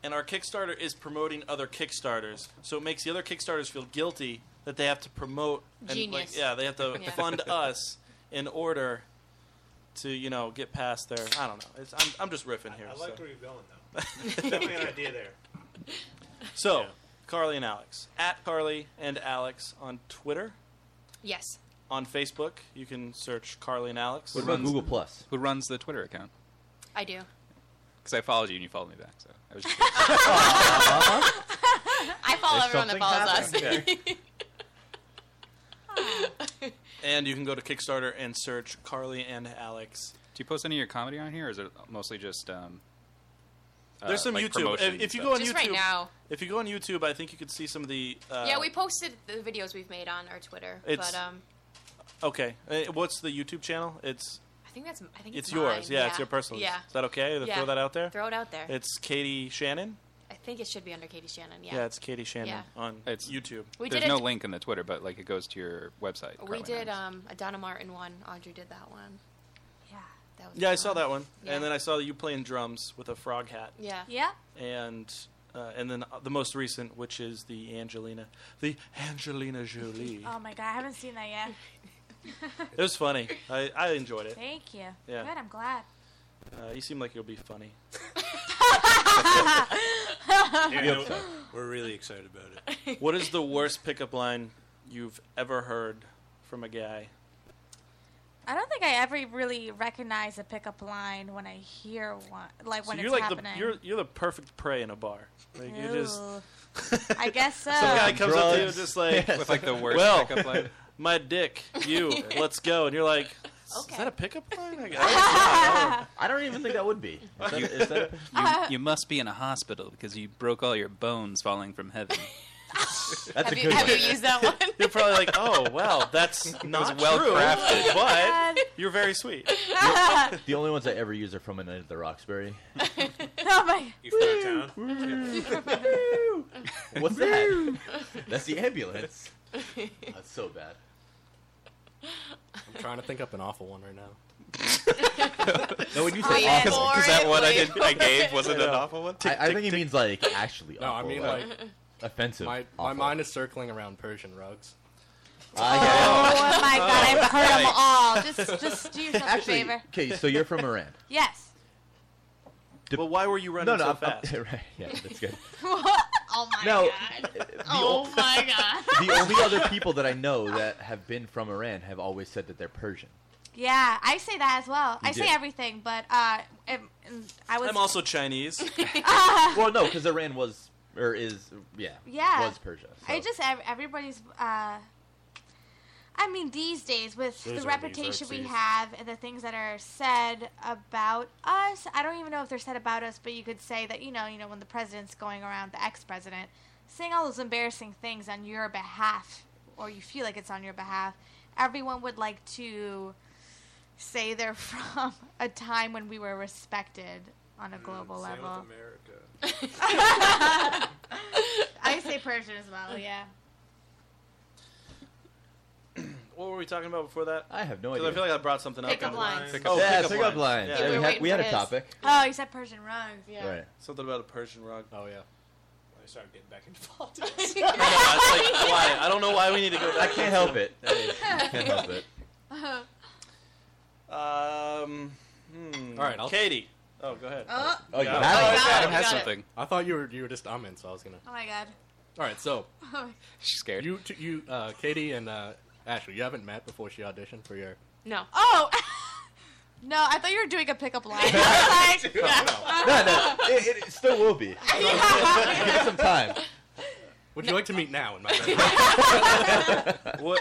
[SPEAKER 2] And our Kickstarter is promoting other Kickstarters. So it makes the other Kickstarters feel guilty that they have to promote and like
[SPEAKER 13] Genius.
[SPEAKER 2] yeah, they have to
[SPEAKER 13] Yeah.
[SPEAKER 2] fund us in order to, you know, get past their I don't know. It's, I'm I'm just riffing here.
[SPEAKER 10] I
[SPEAKER 2] so.
[SPEAKER 10] like where you're going though. Definitely an idea there.
[SPEAKER 2] So, Carly and Alex. At Carly and Alex on Twitter,
[SPEAKER 8] yes.
[SPEAKER 2] on Facebook, you can search Carly and Alex.
[SPEAKER 7] What about Google Plus?
[SPEAKER 6] Who runs the Twitter account?
[SPEAKER 8] I do.
[SPEAKER 6] Because I followed you and you followed me back, so I was just
[SPEAKER 8] I follow
[SPEAKER 6] There's
[SPEAKER 8] everyone that
[SPEAKER 6] something
[SPEAKER 8] follows
[SPEAKER 6] happening.
[SPEAKER 8] us.
[SPEAKER 2] And you can go to Kickstarter and search Carly and Alex.
[SPEAKER 6] Do you post any of your comedy on here, or is it mostly just? Um, uh,
[SPEAKER 2] There's some
[SPEAKER 6] like
[SPEAKER 2] YouTube.
[SPEAKER 6] promotion
[SPEAKER 2] If, if you
[SPEAKER 6] stuff?
[SPEAKER 2] go on
[SPEAKER 8] Just
[SPEAKER 2] YouTube,
[SPEAKER 8] right now.
[SPEAKER 2] if you go on YouTube, I think you could see some of the. Uh,
[SPEAKER 8] yeah, we posted the videos we've made on our Twitter,
[SPEAKER 2] It's-
[SPEAKER 8] but um,
[SPEAKER 2] Okay, Uh, what's the YouTube channel? It's
[SPEAKER 8] I think that's I think
[SPEAKER 2] it's,
[SPEAKER 8] it's,
[SPEAKER 2] yours.
[SPEAKER 8] mine.
[SPEAKER 2] Yeah, it's your personal.
[SPEAKER 8] Yeah,
[SPEAKER 2] Is that okay to
[SPEAKER 8] Yeah.
[SPEAKER 2] throw that out there?
[SPEAKER 8] Throw it out there.
[SPEAKER 2] It's Katie Shannon.
[SPEAKER 8] I think it should be under Katie Shannon. Yeah,
[SPEAKER 2] Yeah, it's Katie Shannon
[SPEAKER 8] Yeah.
[SPEAKER 2] on YouTube.
[SPEAKER 8] We
[SPEAKER 6] There's
[SPEAKER 8] did
[SPEAKER 6] no
[SPEAKER 8] it-
[SPEAKER 6] link in the Twitter, but like it goes to your website.
[SPEAKER 8] we
[SPEAKER 6] Carly.
[SPEAKER 8] did um, a Donna Martin one. Audrey did that one. Yeah, that was.
[SPEAKER 2] Yeah, I saw that one,
[SPEAKER 8] Yeah.
[SPEAKER 2] and then I saw you playing drums with a frog hat.
[SPEAKER 8] Yeah. Yeah.
[SPEAKER 2] and uh, and then uh, the most recent, which is the Angelina, the Angelina Jolie.
[SPEAKER 4] Oh my god, I haven't seen that yet.
[SPEAKER 2] It was funny. I, I enjoyed it.
[SPEAKER 4] Thank you.
[SPEAKER 2] Yeah.
[SPEAKER 4] Good, I'm glad.
[SPEAKER 2] Uh, you seem like you'll be funny.
[SPEAKER 10] Yeah, no, we're really excited about it.
[SPEAKER 2] what is the worst pickup line you've ever heard from a guy?
[SPEAKER 4] I don't think I ever really recognize a pickup line when I hear one, like when it's
[SPEAKER 2] so you're like
[SPEAKER 4] happening.
[SPEAKER 2] the you're you're the perfect prey in a bar. Like you just
[SPEAKER 4] Ooh. I guess so.
[SPEAKER 2] some guy comes up to you
[SPEAKER 4] Drugs.
[SPEAKER 2] and just like
[SPEAKER 6] With, like, the worst
[SPEAKER 2] well,
[SPEAKER 6] pickup line."
[SPEAKER 2] My dick, you, let's go, and you're like,
[SPEAKER 8] Okay.
[SPEAKER 2] is that a pickup line? I guess.
[SPEAKER 7] I don't even think that
[SPEAKER 8] uh,
[SPEAKER 7] would be. Is that-
[SPEAKER 6] You,
[SPEAKER 7] is that-
[SPEAKER 6] you, you must be in a hospital because you broke all your bones falling from heaven.
[SPEAKER 7] That's
[SPEAKER 8] Have you- have you used that one?
[SPEAKER 2] You're probably like, oh well, that's not
[SPEAKER 7] well
[SPEAKER 2] true,
[SPEAKER 7] crafted.
[SPEAKER 2] but you're very sweet.
[SPEAKER 7] the only ones I ever use are from A Night at the Roxbury.
[SPEAKER 4] oh my.
[SPEAKER 10] You found
[SPEAKER 7] What's that? That's the ambulance. That's so bad.
[SPEAKER 9] I'm trying to think up an awful one right now.
[SPEAKER 7] No, when you
[SPEAKER 9] Oh,
[SPEAKER 7] say
[SPEAKER 9] yeah,
[SPEAKER 7] awful,
[SPEAKER 9] for 'Cause that it, one I wait did- I for gave it. wasn't an
[SPEAKER 7] Yeah.
[SPEAKER 9] awful one? Tick,
[SPEAKER 7] I, I
[SPEAKER 9] tick,
[SPEAKER 7] think he
[SPEAKER 9] tick.
[SPEAKER 7] means like actually
[SPEAKER 9] No, I
[SPEAKER 7] awful,
[SPEAKER 9] mean, like,
[SPEAKER 7] offensive.
[SPEAKER 9] My, my
[SPEAKER 7] awful.
[SPEAKER 9] mind is circling around Persian rugs.
[SPEAKER 7] I get it.
[SPEAKER 4] Oh my god, I've heard them
[SPEAKER 9] Yikes.
[SPEAKER 4] all. Just, just do yourself
[SPEAKER 7] Actually,
[SPEAKER 4] a favor.
[SPEAKER 7] okay, so you're from Iran.
[SPEAKER 4] Yes.
[SPEAKER 2] Well, why were you running
[SPEAKER 7] no, no,
[SPEAKER 2] so
[SPEAKER 7] I'm- I'm-
[SPEAKER 2] fast?
[SPEAKER 7] right, yeah, that's good.
[SPEAKER 4] oh my
[SPEAKER 7] No,
[SPEAKER 4] god.
[SPEAKER 7] the
[SPEAKER 4] oh
[SPEAKER 7] ol-
[SPEAKER 4] my god.
[SPEAKER 7] the only other people that I know that have been from Iran have always said that they're Persian.
[SPEAKER 4] Yeah, I say that as well.
[SPEAKER 7] You
[SPEAKER 4] I say
[SPEAKER 7] did.
[SPEAKER 4] everything, but uh, um, I was. Uh,
[SPEAKER 2] I'm also Chinese.
[SPEAKER 7] well, no, because Iran was or is yeah,
[SPEAKER 4] Yeah.
[SPEAKER 7] was Persia.
[SPEAKER 4] I just ev- everybody's. Uh, I mean, these days with the
[SPEAKER 7] Those are
[SPEAKER 4] reputation we
[SPEAKER 7] Xerxes.
[SPEAKER 4] have and the things that are said about us, I don't even know if they're said about us, but you could say that you know, you know, when the president's going around, the ex-president saying all those embarrassing things on your behalf, or you feel like it's on your behalf, everyone would like to say they're from a time when we were respected on a global
[SPEAKER 10] Mm, Same
[SPEAKER 4] level.
[SPEAKER 10] with America.
[SPEAKER 4] I say Persian as well, yeah.
[SPEAKER 2] What were we talking about before that?
[SPEAKER 7] I have no
[SPEAKER 2] 'Cause I
[SPEAKER 7] idea.
[SPEAKER 2] feel like I brought something up.
[SPEAKER 4] Pickup
[SPEAKER 2] and-
[SPEAKER 4] lines.
[SPEAKER 7] Pickup Yeah, lines. pickup lines. Yeah, we had- we had a topic.
[SPEAKER 4] Oh, you said Persian rugs, yeah.
[SPEAKER 7] Right.
[SPEAKER 2] Something about a Persian rug.
[SPEAKER 9] Oh yeah.
[SPEAKER 10] I started getting back into
[SPEAKER 2] I, know, I was like, why? I don't know why we need to go.
[SPEAKER 7] I
[SPEAKER 2] Back
[SPEAKER 7] can't
[SPEAKER 2] into-
[SPEAKER 7] help it.
[SPEAKER 2] That is-
[SPEAKER 7] Can't help it.
[SPEAKER 4] Uh,
[SPEAKER 2] Um. hmm.
[SPEAKER 9] All right, I'll-
[SPEAKER 2] Katie. Oh, go ahead.
[SPEAKER 4] Oh.
[SPEAKER 2] Yeah.
[SPEAKER 9] got
[SPEAKER 7] got
[SPEAKER 9] it.
[SPEAKER 7] it.
[SPEAKER 9] Oh,
[SPEAKER 4] Adam has Got it. something.
[SPEAKER 9] I thought you were you were just I'm in, so I was gonna.
[SPEAKER 4] Oh my god.
[SPEAKER 9] All right, so
[SPEAKER 4] Oh,
[SPEAKER 9] she's scared. You t- you uh, Katie and uh, Ashley, you haven't met before she auditioned for your.
[SPEAKER 4] No. Oh! no, I thought you were doing a pickup line. I was like,
[SPEAKER 7] No, no, it, it still will be. Give it some time.
[SPEAKER 9] Would you like to meet now in my
[SPEAKER 2] what?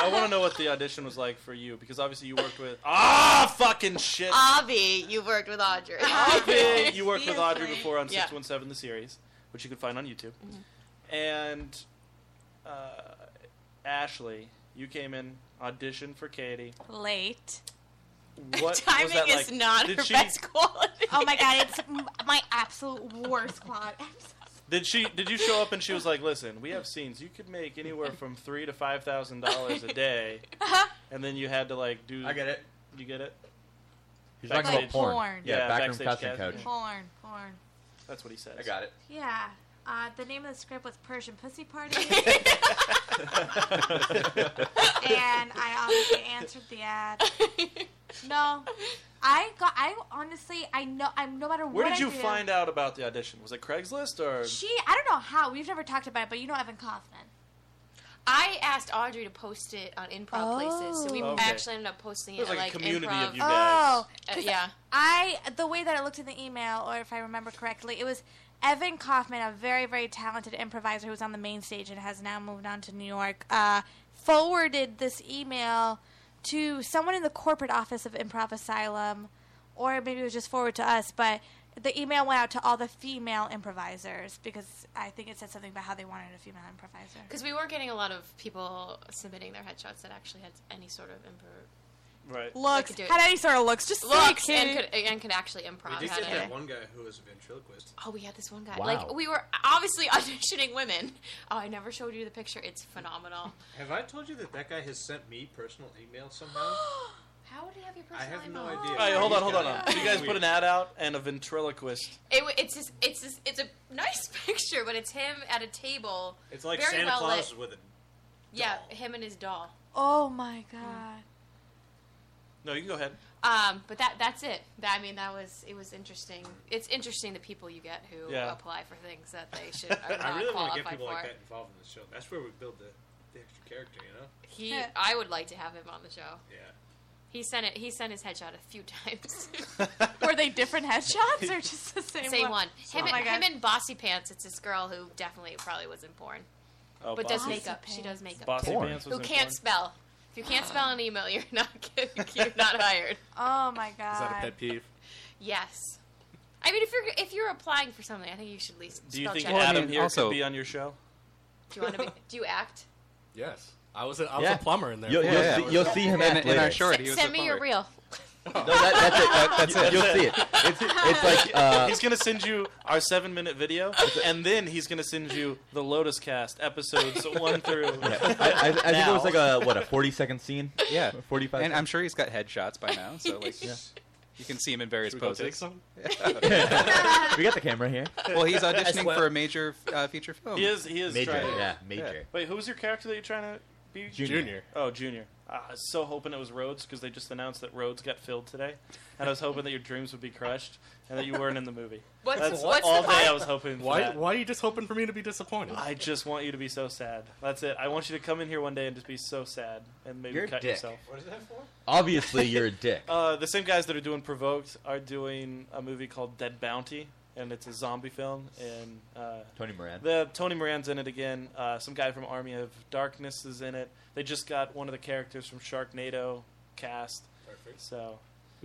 [SPEAKER 2] I want to know what the audition was like for you because obviously you worked with ah fucking shit.
[SPEAKER 14] Avi, you worked with Audrey.
[SPEAKER 2] Audrey, you worked with Audrey before on
[SPEAKER 14] Yeah.
[SPEAKER 2] Six One Seven the series, which you can find on YouTube, and uh, Ashley, you came in audition for Katie.
[SPEAKER 4] late.
[SPEAKER 2] What was that like? did she,
[SPEAKER 4] quality. Oh my god, it's m- my absolute worst quality.
[SPEAKER 2] Did she? Did you show up and she was like, "Listen, we have scenes. You could make anywhere from three to five thousand dollars a day,
[SPEAKER 8] Uh-huh.
[SPEAKER 2] and then you had to like do." I
[SPEAKER 7] get it.
[SPEAKER 2] You get it?
[SPEAKER 7] He's talking about
[SPEAKER 2] Backstage-
[SPEAKER 7] porn. Porn. Yeah, backroom
[SPEAKER 2] backstage
[SPEAKER 7] casting
[SPEAKER 2] casting.
[SPEAKER 7] couch.
[SPEAKER 4] Porn, porn.
[SPEAKER 2] That's what he says.
[SPEAKER 7] I got it.
[SPEAKER 4] Yeah. Uh, the name of the script was Persian Pussy Party. and I obviously answered the ad. No. I got I honestly I know I'm no matter what
[SPEAKER 2] Where did
[SPEAKER 4] I
[SPEAKER 2] you
[SPEAKER 4] do-
[SPEAKER 2] find out about the audition? Was it Craigslist or?
[SPEAKER 4] She I don't know how, we've never talked about it, but you know Evan Kaufman.
[SPEAKER 8] I asked Audrey to post it on improv places, so we
[SPEAKER 4] Oh. Okay.
[SPEAKER 8] actually ended up posting it
[SPEAKER 4] There's
[SPEAKER 8] at,
[SPEAKER 4] like a
[SPEAKER 8] like
[SPEAKER 4] community
[SPEAKER 8] improv.
[SPEAKER 4] of you guys.
[SPEAKER 8] Uh,
[SPEAKER 4] 'Cause
[SPEAKER 8] yeah.
[SPEAKER 4] I the way that I looked in the email, or if I remember correctly, it was Evan Kaufman, a very very talented improviser who was on the main stage and has now moved on to New York, uh, forwarded this email to someone in the corporate office of Improv Asylum, or maybe it was just forward to us, but. The email went out to all the female improvisers because I think it said something about how they wanted a female improviser.
[SPEAKER 8] Because we weren't getting a lot of people submitting their headshots that actually had any sort of improv.
[SPEAKER 2] Right.
[SPEAKER 4] Looks. Had any sort of looks, just say
[SPEAKER 8] looks
[SPEAKER 4] it,
[SPEAKER 8] and
[SPEAKER 4] Katie.
[SPEAKER 8] could and could actually improv.
[SPEAKER 10] We did
[SPEAKER 8] how
[SPEAKER 10] get
[SPEAKER 8] to-
[SPEAKER 10] that one guy who was a ventriloquist.
[SPEAKER 8] Oh, we had this one guy.
[SPEAKER 10] Wow.
[SPEAKER 8] Like we were obviously auditioning women. Oh, I never showed you the picture. It's phenomenal.
[SPEAKER 10] Have I told you that that guy has sent me personal email somehow?
[SPEAKER 8] How would he have your
[SPEAKER 10] I
[SPEAKER 8] personal
[SPEAKER 10] have no
[SPEAKER 8] email?
[SPEAKER 10] idea.
[SPEAKER 2] All right, hold on, hold on.
[SPEAKER 10] Yeah.
[SPEAKER 2] So you guys put an ad out and a ventriloquist.
[SPEAKER 8] It, w- it's just, it's just, it's a nice picture, but it's him at a table.
[SPEAKER 10] It's like
[SPEAKER 8] very
[SPEAKER 10] Santa
[SPEAKER 8] well
[SPEAKER 10] Claus
[SPEAKER 8] lit.
[SPEAKER 10] with a.
[SPEAKER 8] Yeah, him and his doll.
[SPEAKER 4] Oh my god.
[SPEAKER 2] No, you can go ahead.
[SPEAKER 8] Um, but that that's it. That, I mean, that was it was interesting. It's interesting the people you get who
[SPEAKER 10] Yeah.
[SPEAKER 8] apply for things that they should are not
[SPEAKER 10] I really want to
[SPEAKER 8] qualified
[SPEAKER 10] get people
[SPEAKER 8] for.
[SPEAKER 10] like that involved in the show. That's where we build the, the extra character, you know?
[SPEAKER 8] He, I would like to have him on the show.
[SPEAKER 10] Yeah.
[SPEAKER 8] He sent it. He sent his headshot a few times.
[SPEAKER 4] Were they different headshots or just the same?
[SPEAKER 8] Same one.
[SPEAKER 4] Oh
[SPEAKER 8] Him,
[SPEAKER 4] my
[SPEAKER 8] and,
[SPEAKER 4] God.
[SPEAKER 8] him and Bossy Pants. It's this girl who definitely probably was in porn,
[SPEAKER 2] Oh,
[SPEAKER 8] but does
[SPEAKER 2] Bossy-
[SPEAKER 8] makeup. She does makeup.
[SPEAKER 2] Bossy
[SPEAKER 8] too.
[SPEAKER 2] Porn. Pants was
[SPEAKER 8] who
[SPEAKER 2] in
[SPEAKER 8] can't
[SPEAKER 2] porn?
[SPEAKER 8] spell. If you can't spell an email, you're not getting- you're not hired.
[SPEAKER 4] Oh my god.
[SPEAKER 9] Is that a pet peeve?
[SPEAKER 8] Yes. I mean, if you're if you're applying for something, I think you should at least.
[SPEAKER 2] Do you
[SPEAKER 8] spell
[SPEAKER 2] think
[SPEAKER 8] check it.
[SPEAKER 2] Adam here
[SPEAKER 9] also-
[SPEAKER 2] could be on your show?
[SPEAKER 8] Do you want to be? Do you act?
[SPEAKER 9] Yes, I was a, I was a plumber in there.
[SPEAKER 7] You'll,
[SPEAKER 9] for a
[SPEAKER 7] you'll
[SPEAKER 9] while.
[SPEAKER 7] see, you'll see him
[SPEAKER 9] In-
[SPEAKER 7] act
[SPEAKER 9] in
[SPEAKER 7] later.
[SPEAKER 9] our short,
[SPEAKER 8] S- send me your reel.
[SPEAKER 7] No, that, that's it. That, that's it. You'll see it. It's, it's like uh,
[SPEAKER 2] he's gonna send you our seven minute video, and then he's gonna send you the Lotus Cast episodes one through.
[SPEAKER 7] yeah. I, I, I think it was
[SPEAKER 2] Now.
[SPEAKER 7] like a what a forty second scene.
[SPEAKER 13] Yeah.
[SPEAKER 7] forty five.
[SPEAKER 13] And I'm sure he's got headshots by now, so like you can see him in various
[SPEAKER 9] Should we go
[SPEAKER 13] poses.
[SPEAKER 9] take some?
[SPEAKER 7] we got the camera here.
[SPEAKER 13] Well, he's
[SPEAKER 7] I
[SPEAKER 13] auditioning
[SPEAKER 7] swear.
[SPEAKER 13] for a major uh, feature film.
[SPEAKER 2] He is. He is
[SPEAKER 7] Major,
[SPEAKER 2] trying.
[SPEAKER 7] yeah, major.
[SPEAKER 2] Wait, who's your character that you're trying to be?
[SPEAKER 7] Junior. Junior.
[SPEAKER 2] Oh, Junior. Ah, I was so hoping it was Rhodes because they just announced that Rhodes got filled today, and I was hoping that your dreams would be crushed and that you weren't in the movie.
[SPEAKER 9] What's-
[SPEAKER 2] That's
[SPEAKER 9] what's
[SPEAKER 2] all
[SPEAKER 9] the
[SPEAKER 2] day
[SPEAKER 9] part-
[SPEAKER 2] I was hoping. For
[SPEAKER 9] Why-
[SPEAKER 2] that.
[SPEAKER 9] why are you just hoping for me to be disappointed?
[SPEAKER 2] I just want you to be so sad. That's it. I want you to come in here one day and just be so sad and maybe
[SPEAKER 7] You're a
[SPEAKER 2] cut
[SPEAKER 7] dick.
[SPEAKER 2] yourself.
[SPEAKER 10] What is that for?
[SPEAKER 7] Obviously, you're a dick.
[SPEAKER 2] Uh, the same guys that are doing Provoked are doing a movie called Dead Bounty, and it's a zombie film. And uh,
[SPEAKER 7] Tony Moran.
[SPEAKER 2] The Tony Moran's in it again. Uh, some guy from Army of Darkness is in it. They just got one of the characters from Sharknado cast.
[SPEAKER 10] Perfect.
[SPEAKER 2] So,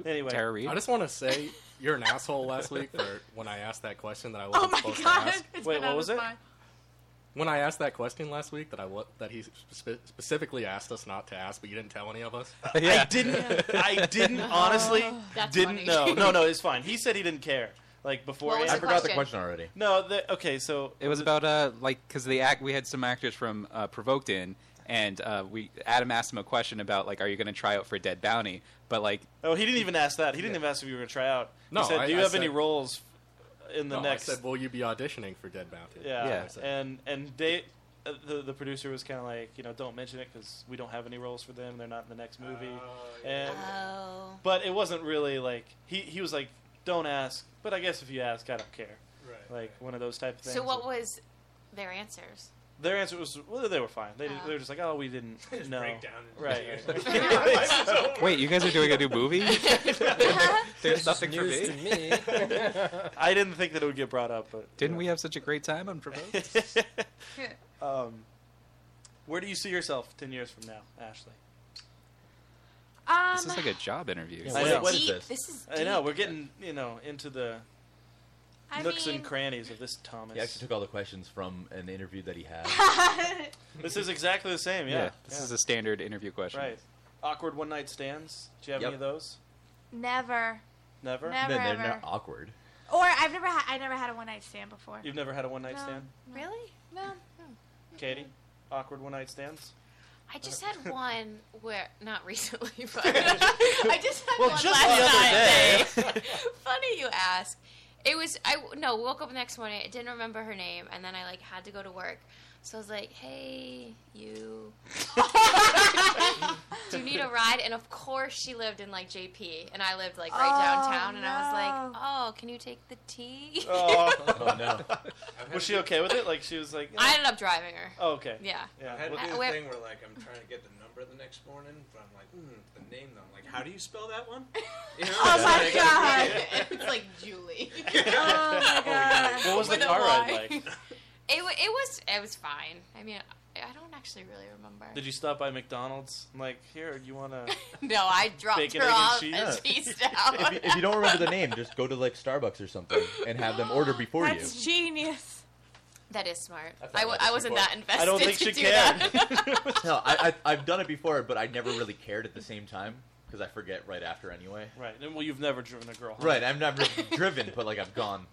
[SPEAKER 2] anyway,
[SPEAKER 9] I just want to say you're an asshole last week for when I asked that question that I
[SPEAKER 2] Oh my
[SPEAKER 9] wasn't supposed
[SPEAKER 2] God.
[SPEAKER 9] to ask.
[SPEAKER 2] It's Wait, been what on was his it? mind.
[SPEAKER 9] when I asked that question last week that I wa- that he spe- specifically asked us not to ask, but you didn't tell any of us.
[SPEAKER 2] I didn't. I didn't. Honestly, didn't know. Oh, No, no, it's fine. He said he didn't care. Like before,
[SPEAKER 7] What
[SPEAKER 2] it-
[SPEAKER 7] was the I forgot the question? question already.
[SPEAKER 2] No. The, okay, so
[SPEAKER 6] It was about uh like because the act we had some actors from uh, Provoked in, and uh, we Adam asked him a question about like, are you going to try out for Dead Bounty? But like,
[SPEAKER 2] Oh, he didn't even ask that. He didn't even ask if you were going to try out.
[SPEAKER 6] No,
[SPEAKER 2] he said,
[SPEAKER 6] I-
[SPEAKER 2] "Do you
[SPEAKER 6] I
[SPEAKER 2] have any
[SPEAKER 6] said-
[SPEAKER 2] roles in the
[SPEAKER 9] No,
[SPEAKER 2] next?"
[SPEAKER 9] I said, "Will you be auditioning for Dead Bounty?"
[SPEAKER 2] yeah.
[SPEAKER 9] That's what I said.
[SPEAKER 2] And and they, uh, the the producer was kind of like, you know, don't mention it because we don't have any roles for them. They're not in the next movie. and,
[SPEAKER 7] Oh.
[SPEAKER 2] But it wasn't really like he he was like, don't ask. But I guess if you ask, I don't care. Right. Like one of those type of things.
[SPEAKER 8] So what was their answers?
[SPEAKER 2] Their answer was, well, they were fine. They, did- they were just like, oh, we didn't
[SPEAKER 10] just
[SPEAKER 2] know.
[SPEAKER 10] break down and-
[SPEAKER 2] right.
[SPEAKER 6] wait, you guys are doing a new movie? There's nothing for me.
[SPEAKER 2] News I didn't think that it would get brought up, but
[SPEAKER 6] Didn't we have such a great time on Provoked?
[SPEAKER 2] um, where do you see yourself ten years from now, Ashley?
[SPEAKER 4] Um,
[SPEAKER 6] this is like a job interview.
[SPEAKER 2] I know, what is
[SPEAKER 4] Deep. This is
[SPEAKER 2] I know
[SPEAKER 4] deep.
[SPEAKER 2] we're getting you know into the
[SPEAKER 4] I
[SPEAKER 2] nooks
[SPEAKER 4] mean-
[SPEAKER 2] and crannies of this Thomas.
[SPEAKER 7] He actually took all the questions from an interview that he had.
[SPEAKER 2] this is exactly the same. Yeah,
[SPEAKER 6] this
[SPEAKER 2] yeah.
[SPEAKER 6] is a standard interview question.
[SPEAKER 2] right. Awkward one night stands. Do you have
[SPEAKER 7] Yep.
[SPEAKER 2] any of those?
[SPEAKER 4] Never.
[SPEAKER 2] Never.
[SPEAKER 4] Never, Then they're ever. not
[SPEAKER 7] awkward.
[SPEAKER 4] Or I've never had. I never had a one night stand before.
[SPEAKER 2] You've never had a one night
[SPEAKER 4] No.
[SPEAKER 2] stand,
[SPEAKER 8] Really? No.
[SPEAKER 2] Katie? Awkward one night stands.
[SPEAKER 8] I just had one where not recently, but I just had
[SPEAKER 2] Well,
[SPEAKER 8] one
[SPEAKER 2] just
[SPEAKER 8] last
[SPEAKER 2] the
[SPEAKER 8] night. Funny you ask. It was I no woke up the next morning. I didn't remember her name, and then I like had to go to work. So I was like, "Hey, you, do you need a ride?" And of course, she lived in like JP, and I lived like right
[SPEAKER 4] Oh,
[SPEAKER 8] downtown. And I was like, "Oh, can you take the T?"
[SPEAKER 2] Oh, Was she okay with it? Like she was like. you know-
[SPEAKER 8] I ended up driving her.
[SPEAKER 2] Oh, okay.
[SPEAKER 8] Yeah.
[SPEAKER 2] Yeah.
[SPEAKER 10] I had
[SPEAKER 2] Well,
[SPEAKER 10] to do
[SPEAKER 8] Uh,
[SPEAKER 10] the
[SPEAKER 8] we're-
[SPEAKER 10] thing where like I'm trying to get the number the next morning, but I'm like, mm, the name though. I'm like, how do you spell that one? You know,
[SPEAKER 14] Oh
[SPEAKER 10] it's
[SPEAKER 14] my
[SPEAKER 10] like-
[SPEAKER 14] God. It's like Julie. Oh my God.
[SPEAKER 2] What was the
[SPEAKER 14] With a
[SPEAKER 2] car ride
[SPEAKER 14] Y.
[SPEAKER 2] like?
[SPEAKER 8] It, wa- it was it was fine. I mean, I I don't actually really remember.
[SPEAKER 2] Did you stop by McDonald's? I'm like, here, you want to?
[SPEAKER 8] No, I dropped
[SPEAKER 2] Bacon,
[SPEAKER 8] her
[SPEAKER 2] egg, and
[SPEAKER 8] off
[SPEAKER 2] cheese?
[SPEAKER 8] and cheese down.
[SPEAKER 7] if, you, if you don't remember the name, just go to like Starbucks or something and have them order before you.
[SPEAKER 4] genius.
[SPEAKER 8] That is smart.
[SPEAKER 7] thought
[SPEAKER 8] I, w-
[SPEAKER 7] about
[SPEAKER 8] I
[SPEAKER 7] this
[SPEAKER 8] wasn't
[SPEAKER 7] before.
[SPEAKER 8] that invested.
[SPEAKER 7] I don't think
[SPEAKER 8] to
[SPEAKER 7] she
[SPEAKER 8] do
[SPEAKER 7] can.
[SPEAKER 8] That.
[SPEAKER 7] no, I, I, I've done it before, but I never really cared at the same time because I forget right after anyway.
[SPEAKER 2] Right. And well, you've never driven a girl. Home.
[SPEAKER 7] Right, I've never driven, but like I've gone.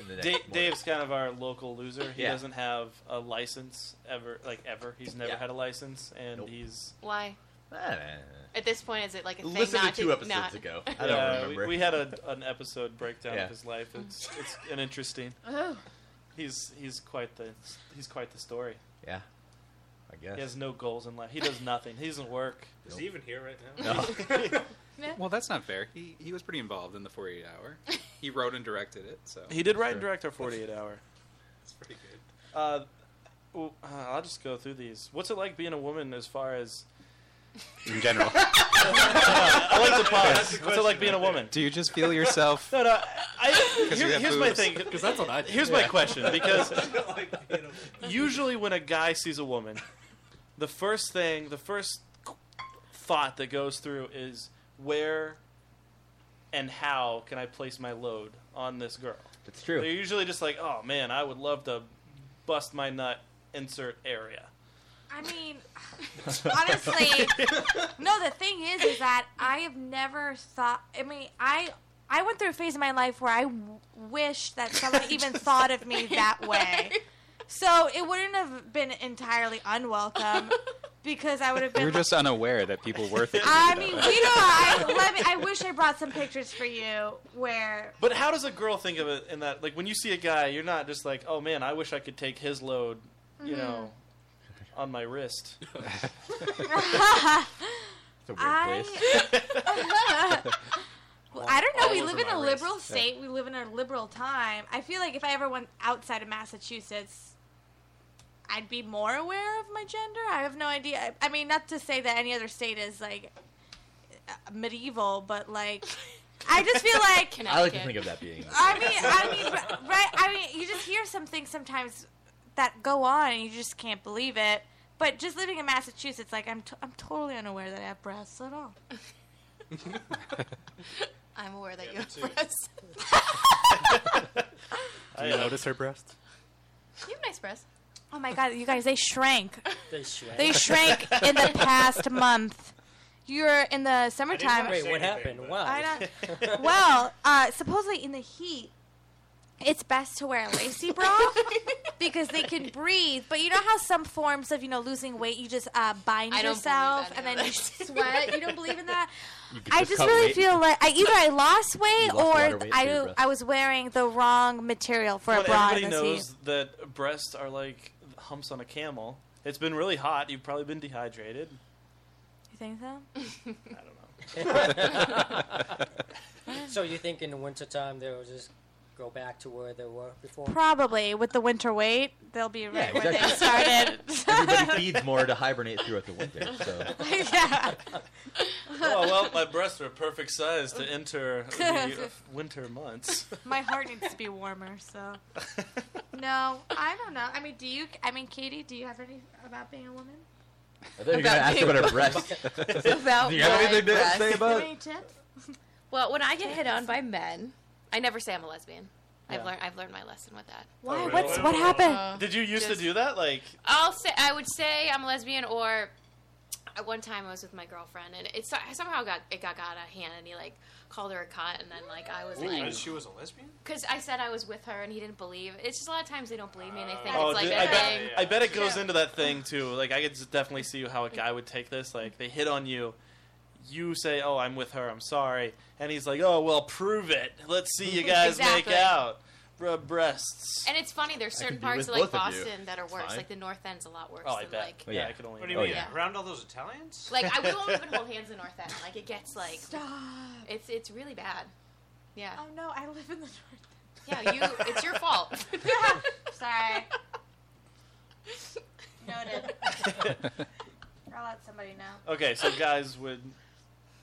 [SPEAKER 7] In the next
[SPEAKER 2] Da-
[SPEAKER 7] morning.
[SPEAKER 2] Dave's kind of our local loser. He
[SPEAKER 7] Yeah.
[SPEAKER 2] doesn't have a license ever, like ever. He's never
[SPEAKER 7] Yeah.
[SPEAKER 2] had a license, and he's.
[SPEAKER 8] Why? At this point, is it like a thing
[SPEAKER 7] Listen to
[SPEAKER 8] not
[SPEAKER 7] two episodes
[SPEAKER 8] not...
[SPEAKER 7] ago.
[SPEAKER 2] Yeah,
[SPEAKER 7] I don't
[SPEAKER 2] we-
[SPEAKER 7] remember.
[SPEAKER 2] We, had a, an episode breakdown
[SPEAKER 7] Yeah.
[SPEAKER 2] of his life. It's it's an interesting.
[SPEAKER 8] Oh.
[SPEAKER 2] He's he's quite the he's quite the story.
[SPEAKER 7] Yeah, I guess.
[SPEAKER 2] He has no goals in life. He does nothing. He doesn't work.
[SPEAKER 10] Is he even here right now?
[SPEAKER 6] Well, that's not fair. He he was pretty involved in the 48 hour. He wrote and directed it. So
[SPEAKER 2] He did write and direct our 48 hour.
[SPEAKER 10] That's pretty good.
[SPEAKER 2] Uh, well, uh, I'll just go through these. What's it like being a woman as far as.
[SPEAKER 6] in general.
[SPEAKER 2] I like to
[SPEAKER 6] That's
[SPEAKER 2] pause.
[SPEAKER 6] the
[SPEAKER 2] What's it like
[SPEAKER 6] question
[SPEAKER 2] being a
[SPEAKER 6] right there.
[SPEAKER 2] woman?
[SPEAKER 6] Do you just feel yourself?
[SPEAKER 2] No, no. I,
[SPEAKER 6] 'Cause
[SPEAKER 2] here-
[SPEAKER 6] you have
[SPEAKER 2] here's my
[SPEAKER 6] boobs?
[SPEAKER 2] thing.
[SPEAKER 6] 'Cause that's what I do.
[SPEAKER 2] Here's my
[SPEAKER 6] Yeah.
[SPEAKER 2] question because usually when a guy sees a woman, the first thing, the first thought that goes through is where and how can I place my load on this girl?
[SPEAKER 7] That's true.
[SPEAKER 2] They're usually just like, oh man, I would love to bust my nut. Insert area.
[SPEAKER 4] I mean, honestly, no. The thing is, is that I have never thought. I mean, I I went through a phase in my life where I w- wished that someone even thought of me that way. So it wouldn't have been entirely unwelcome because I would have been.
[SPEAKER 6] You're just unaware that people were thinking.
[SPEAKER 4] I
[SPEAKER 6] about
[SPEAKER 4] mean, we
[SPEAKER 6] it.
[SPEAKER 4] don't. I, let me, I wish I brought some pictures for you where
[SPEAKER 2] But how does a girl think of it in that? Like when you see a guy, you're not just like, oh man, I wish I could take his load, you
[SPEAKER 4] Mhm.
[SPEAKER 2] know, on my wrist.
[SPEAKER 7] It's a weird
[SPEAKER 4] I-
[SPEAKER 7] place.
[SPEAKER 4] Well, I don't know.
[SPEAKER 7] All
[SPEAKER 4] We
[SPEAKER 7] over
[SPEAKER 4] live in
[SPEAKER 7] my
[SPEAKER 4] a
[SPEAKER 7] wrist.
[SPEAKER 4] liberal
[SPEAKER 7] Yeah.
[SPEAKER 4] state. We live in a liberal time. I feel like if I ever went outside of Massachusetts, I'd be more aware of my gender. I have no idea. I, I mean, not to say that any other state is like uh, medieval, but like, I just feel like
[SPEAKER 7] I like to think of that being.
[SPEAKER 4] I mean, I mean, ri- right? I mean, you just hear some things sometimes that go on, and you just can't believe it. But just living in Massachusetts, like I'm, t- I'm totally unaware that I have breasts at all.
[SPEAKER 8] I'm aware that
[SPEAKER 4] Yeah,
[SPEAKER 8] you
[SPEAKER 4] me
[SPEAKER 8] have
[SPEAKER 4] too.
[SPEAKER 8] breasts.
[SPEAKER 2] uh,
[SPEAKER 9] Do you notice her breasts?
[SPEAKER 8] you have nice breasts.
[SPEAKER 4] Oh my god, you guys, they shrank.
[SPEAKER 11] They shrank.
[SPEAKER 4] They shrank in the past month. You're in the summertime.
[SPEAKER 11] Wait, what happened? Why?
[SPEAKER 4] I don't, well, uh, supposedly in the heat, it's best to wear a lacy bra because they can breathe. But you know how some forms of you know losing weight, you just uh, bind
[SPEAKER 8] I don't believe
[SPEAKER 4] yourself
[SPEAKER 8] any
[SPEAKER 4] and
[SPEAKER 8] of
[SPEAKER 4] then you
[SPEAKER 8] that.
[SPEAKER 4] sweat. You don't believe in that?
[SPEAKER 7] You could
[SPEAKER 4] I
[SPEAKER 7] just
[SPEAKER 4] just
[SPEAKER 7] cut
[SPEAKER 4] really
[SPEAKER 7] weight.
[SPEAKER 4] feel like I either I lost weight
[SPEAKER 2] You lost water
[SPEAKER 4] or
[SPEAKER 2] weight for your
[SPEAKER 4] I
[SPEAKER 2] breath.
[SPEAKER 4] I was wearing the wrong material for a
[SPEAKER 2] But
[SPEAKER 4] bra in
[SPEAKER 2] everybody
[SPEAKER 4] this heat.
[SPEAKER 2] knows that breasts are like humps on a camel. It's been really hot. You've probably been dehydrated.
[SPEAKER 4] You think so?
[SPEAKER 11] so you think in the wintertime they'll just go back to where they were before?
[SPEAKER 4] Probably with the winter weight, they'll be right where they started.
[SPEAKER 7] exactly. Everybody feeds more to hibernate throughout the winter. So
[SPEAKER 4] yeah.
[SPEAKER 2] oh well, my breasts are perfect size to enter the winter months.
[SPEAKER 4] My heart needs to be warmer, so. No, I don't know. I mean, do you? I mean, Katie, do you have any about being a woman?
[SPEAKER 7] I thought you were gonna ask about her breasts.
[SPEAKER 8] About
[SPEAKER 7] Do you have
[SPEAKER 8] my
[SPEAKER 7] anything to
[SPEAKER 8] breasts.
[SPEAKER 7] say about?
[SPEAKER 4] Any tips?
[SPEAKER 8] Well, when I get hit on by men, I never say I'm a lesbian. I've
[SPEAKER 2] Yeah.
[SPEAKER 8] learned I've learned my lesson with that. Uh,
[SPEAKER 4] Why?
[SPEAKER 2] Oh,
[SPEAKER 4] What's
[SPEAKER 2] really?
[SPEAKER 4] what happened?
[SPEAKER 2] Did you used to do that? Like,
[SPEAKER 8] I'll say I would say I'm a lesbian or at one time I was with my girlfriend and it so- somehow got it got, got out of hand and he like called her a cunt and then like I was like
[SPEAKER 10] she was a lesbian.
[SPEAKER 8] because I said I was with her and he didn't believe. It's just a lot of times they don't believe me and they think
[SPEAKER 2] oh,
[SPEAKER 8] it's like
[SPEAKER 2] dude,
[SPEAKER 8] a
[SPEAKER 2] I bet,
[SPEAKER 8] thing.
[SPEAKER 2] I bet it goes
[SPEAKER 8] Yeah.
[SPEAKER 2] into that thing too. Like, I could s- definitely see how a guy would take this. Like, they hit on you. You say, "Oh, I'm with her. I'm sorry," and he's like, "Oh, well, prove it. Let's see you guys
[SPEAKER 8] Exactly.
[SPEAKER 2] make out." Bruh, breasts.
[SPEAKER 8] And it's funny. There's
[SPEAKER 2] I
[SPEAKER 8] certain
[SPEAKER 2] could be
[SPEAKER 8] parts
[SPEAKER 2] with
[SPEAKER 8] of like
[SPEAKER 2] both of you.
[SPEAKER 8] Boston that are
[SPEAKER 2] It's
[SPEAKER 8] worse.
[SPEAKER 2] fine.
[SPEAKER 8] Like the North End's a lot worse.
[SPEAKER 2] Oh, I
[SPEAKER 8] than,
[SPEAKER 2] bet.
[SPEAKER 8] Like,
[SPEAKER 2] yeah, I could only.
[SPEAKER 10] What do you
[SPEAKER 2] oh,
[SPEAKER 10] mean?
[SPEAKER 2] Yeah.
[SPEAKER 10] Around all those Italians?
[SPEAKER 8] like I we won't even hold hands in North End. Like it gets like It's it's really bad. Yeah.
[SPEAKER 4] Oh no, I live in the north.
[SPEAKER 8] Yeah, you. It's your fault.
[SPEAKER 4] Sorry. Noted. I'll let somebody know.
[SPEAKER 2] Okay, so guys would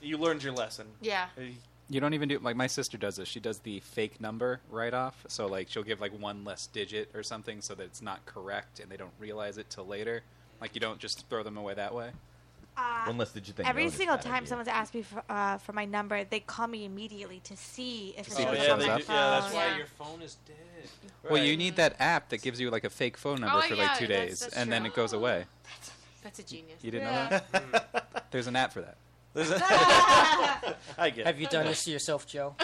[SPEAKER 2] you learned your lesson?
[SPEAKER 4] Yeah.
[SPEAKER 6] You don't even do like my sister does this. She does the fake number write off. So like she'll give like one less digit or something so that it's not correct and they don't realize it till later. Like you don't just throw them away that way.
[SPEAKER 4] Uh,
[SPEAKER 7] Unless did you think
[SPEAKER 4] Every
[SPEAKER 7] noticed
[SPEAKER 4] single
[SPEAKER 7] that
[SPEAKER 4] time
[SPEAKER 7] idea.
[SPEAKER 4] someone's asked me for, uh, for my number, they call me immediately to see if
[SPEAKER 6] To
[SPEAKER 4] it's
[SPEAKER 6] see if
[SPEAKER 4] on
[SPEAKER 6] it
[SPEAKER 4] my
[SPEAKER 6] shows
[SPEAKER 4] phone.
[SPEAKER 6] up. Yeah,
[SPEAKER 10] That's why your phone is dead.
[SPEAKER 6] Well, you need that app that gives you like a fake phone number
[SPEAKER 8] Oh,
[SPEAKER 6] for
[SPEAKER 8] yeah,
[SPEAKER 6] like two
[SPEAKER 8] that's-
[SPEAKER 6] days
[SPEAKER 8] that's
[SPEAKER 6] and then
[SPEAKER 8] true.
[SPEAKER 6] it goes away.
[SPEAKER 8] That's a genius.
[SPEAKER 6] You didn't
[SPEAKER 8] Yeah.
[SPEAKER 6] know
[SPEAKER 7] Mm.
[SPEAKER 6] that? There's an app for that.
[SPEAKER 2] I get.
[SPEAKER 11] Have you done
[SPEAKER 2] it.
[SPEAKER 11] this to yourself, Joe?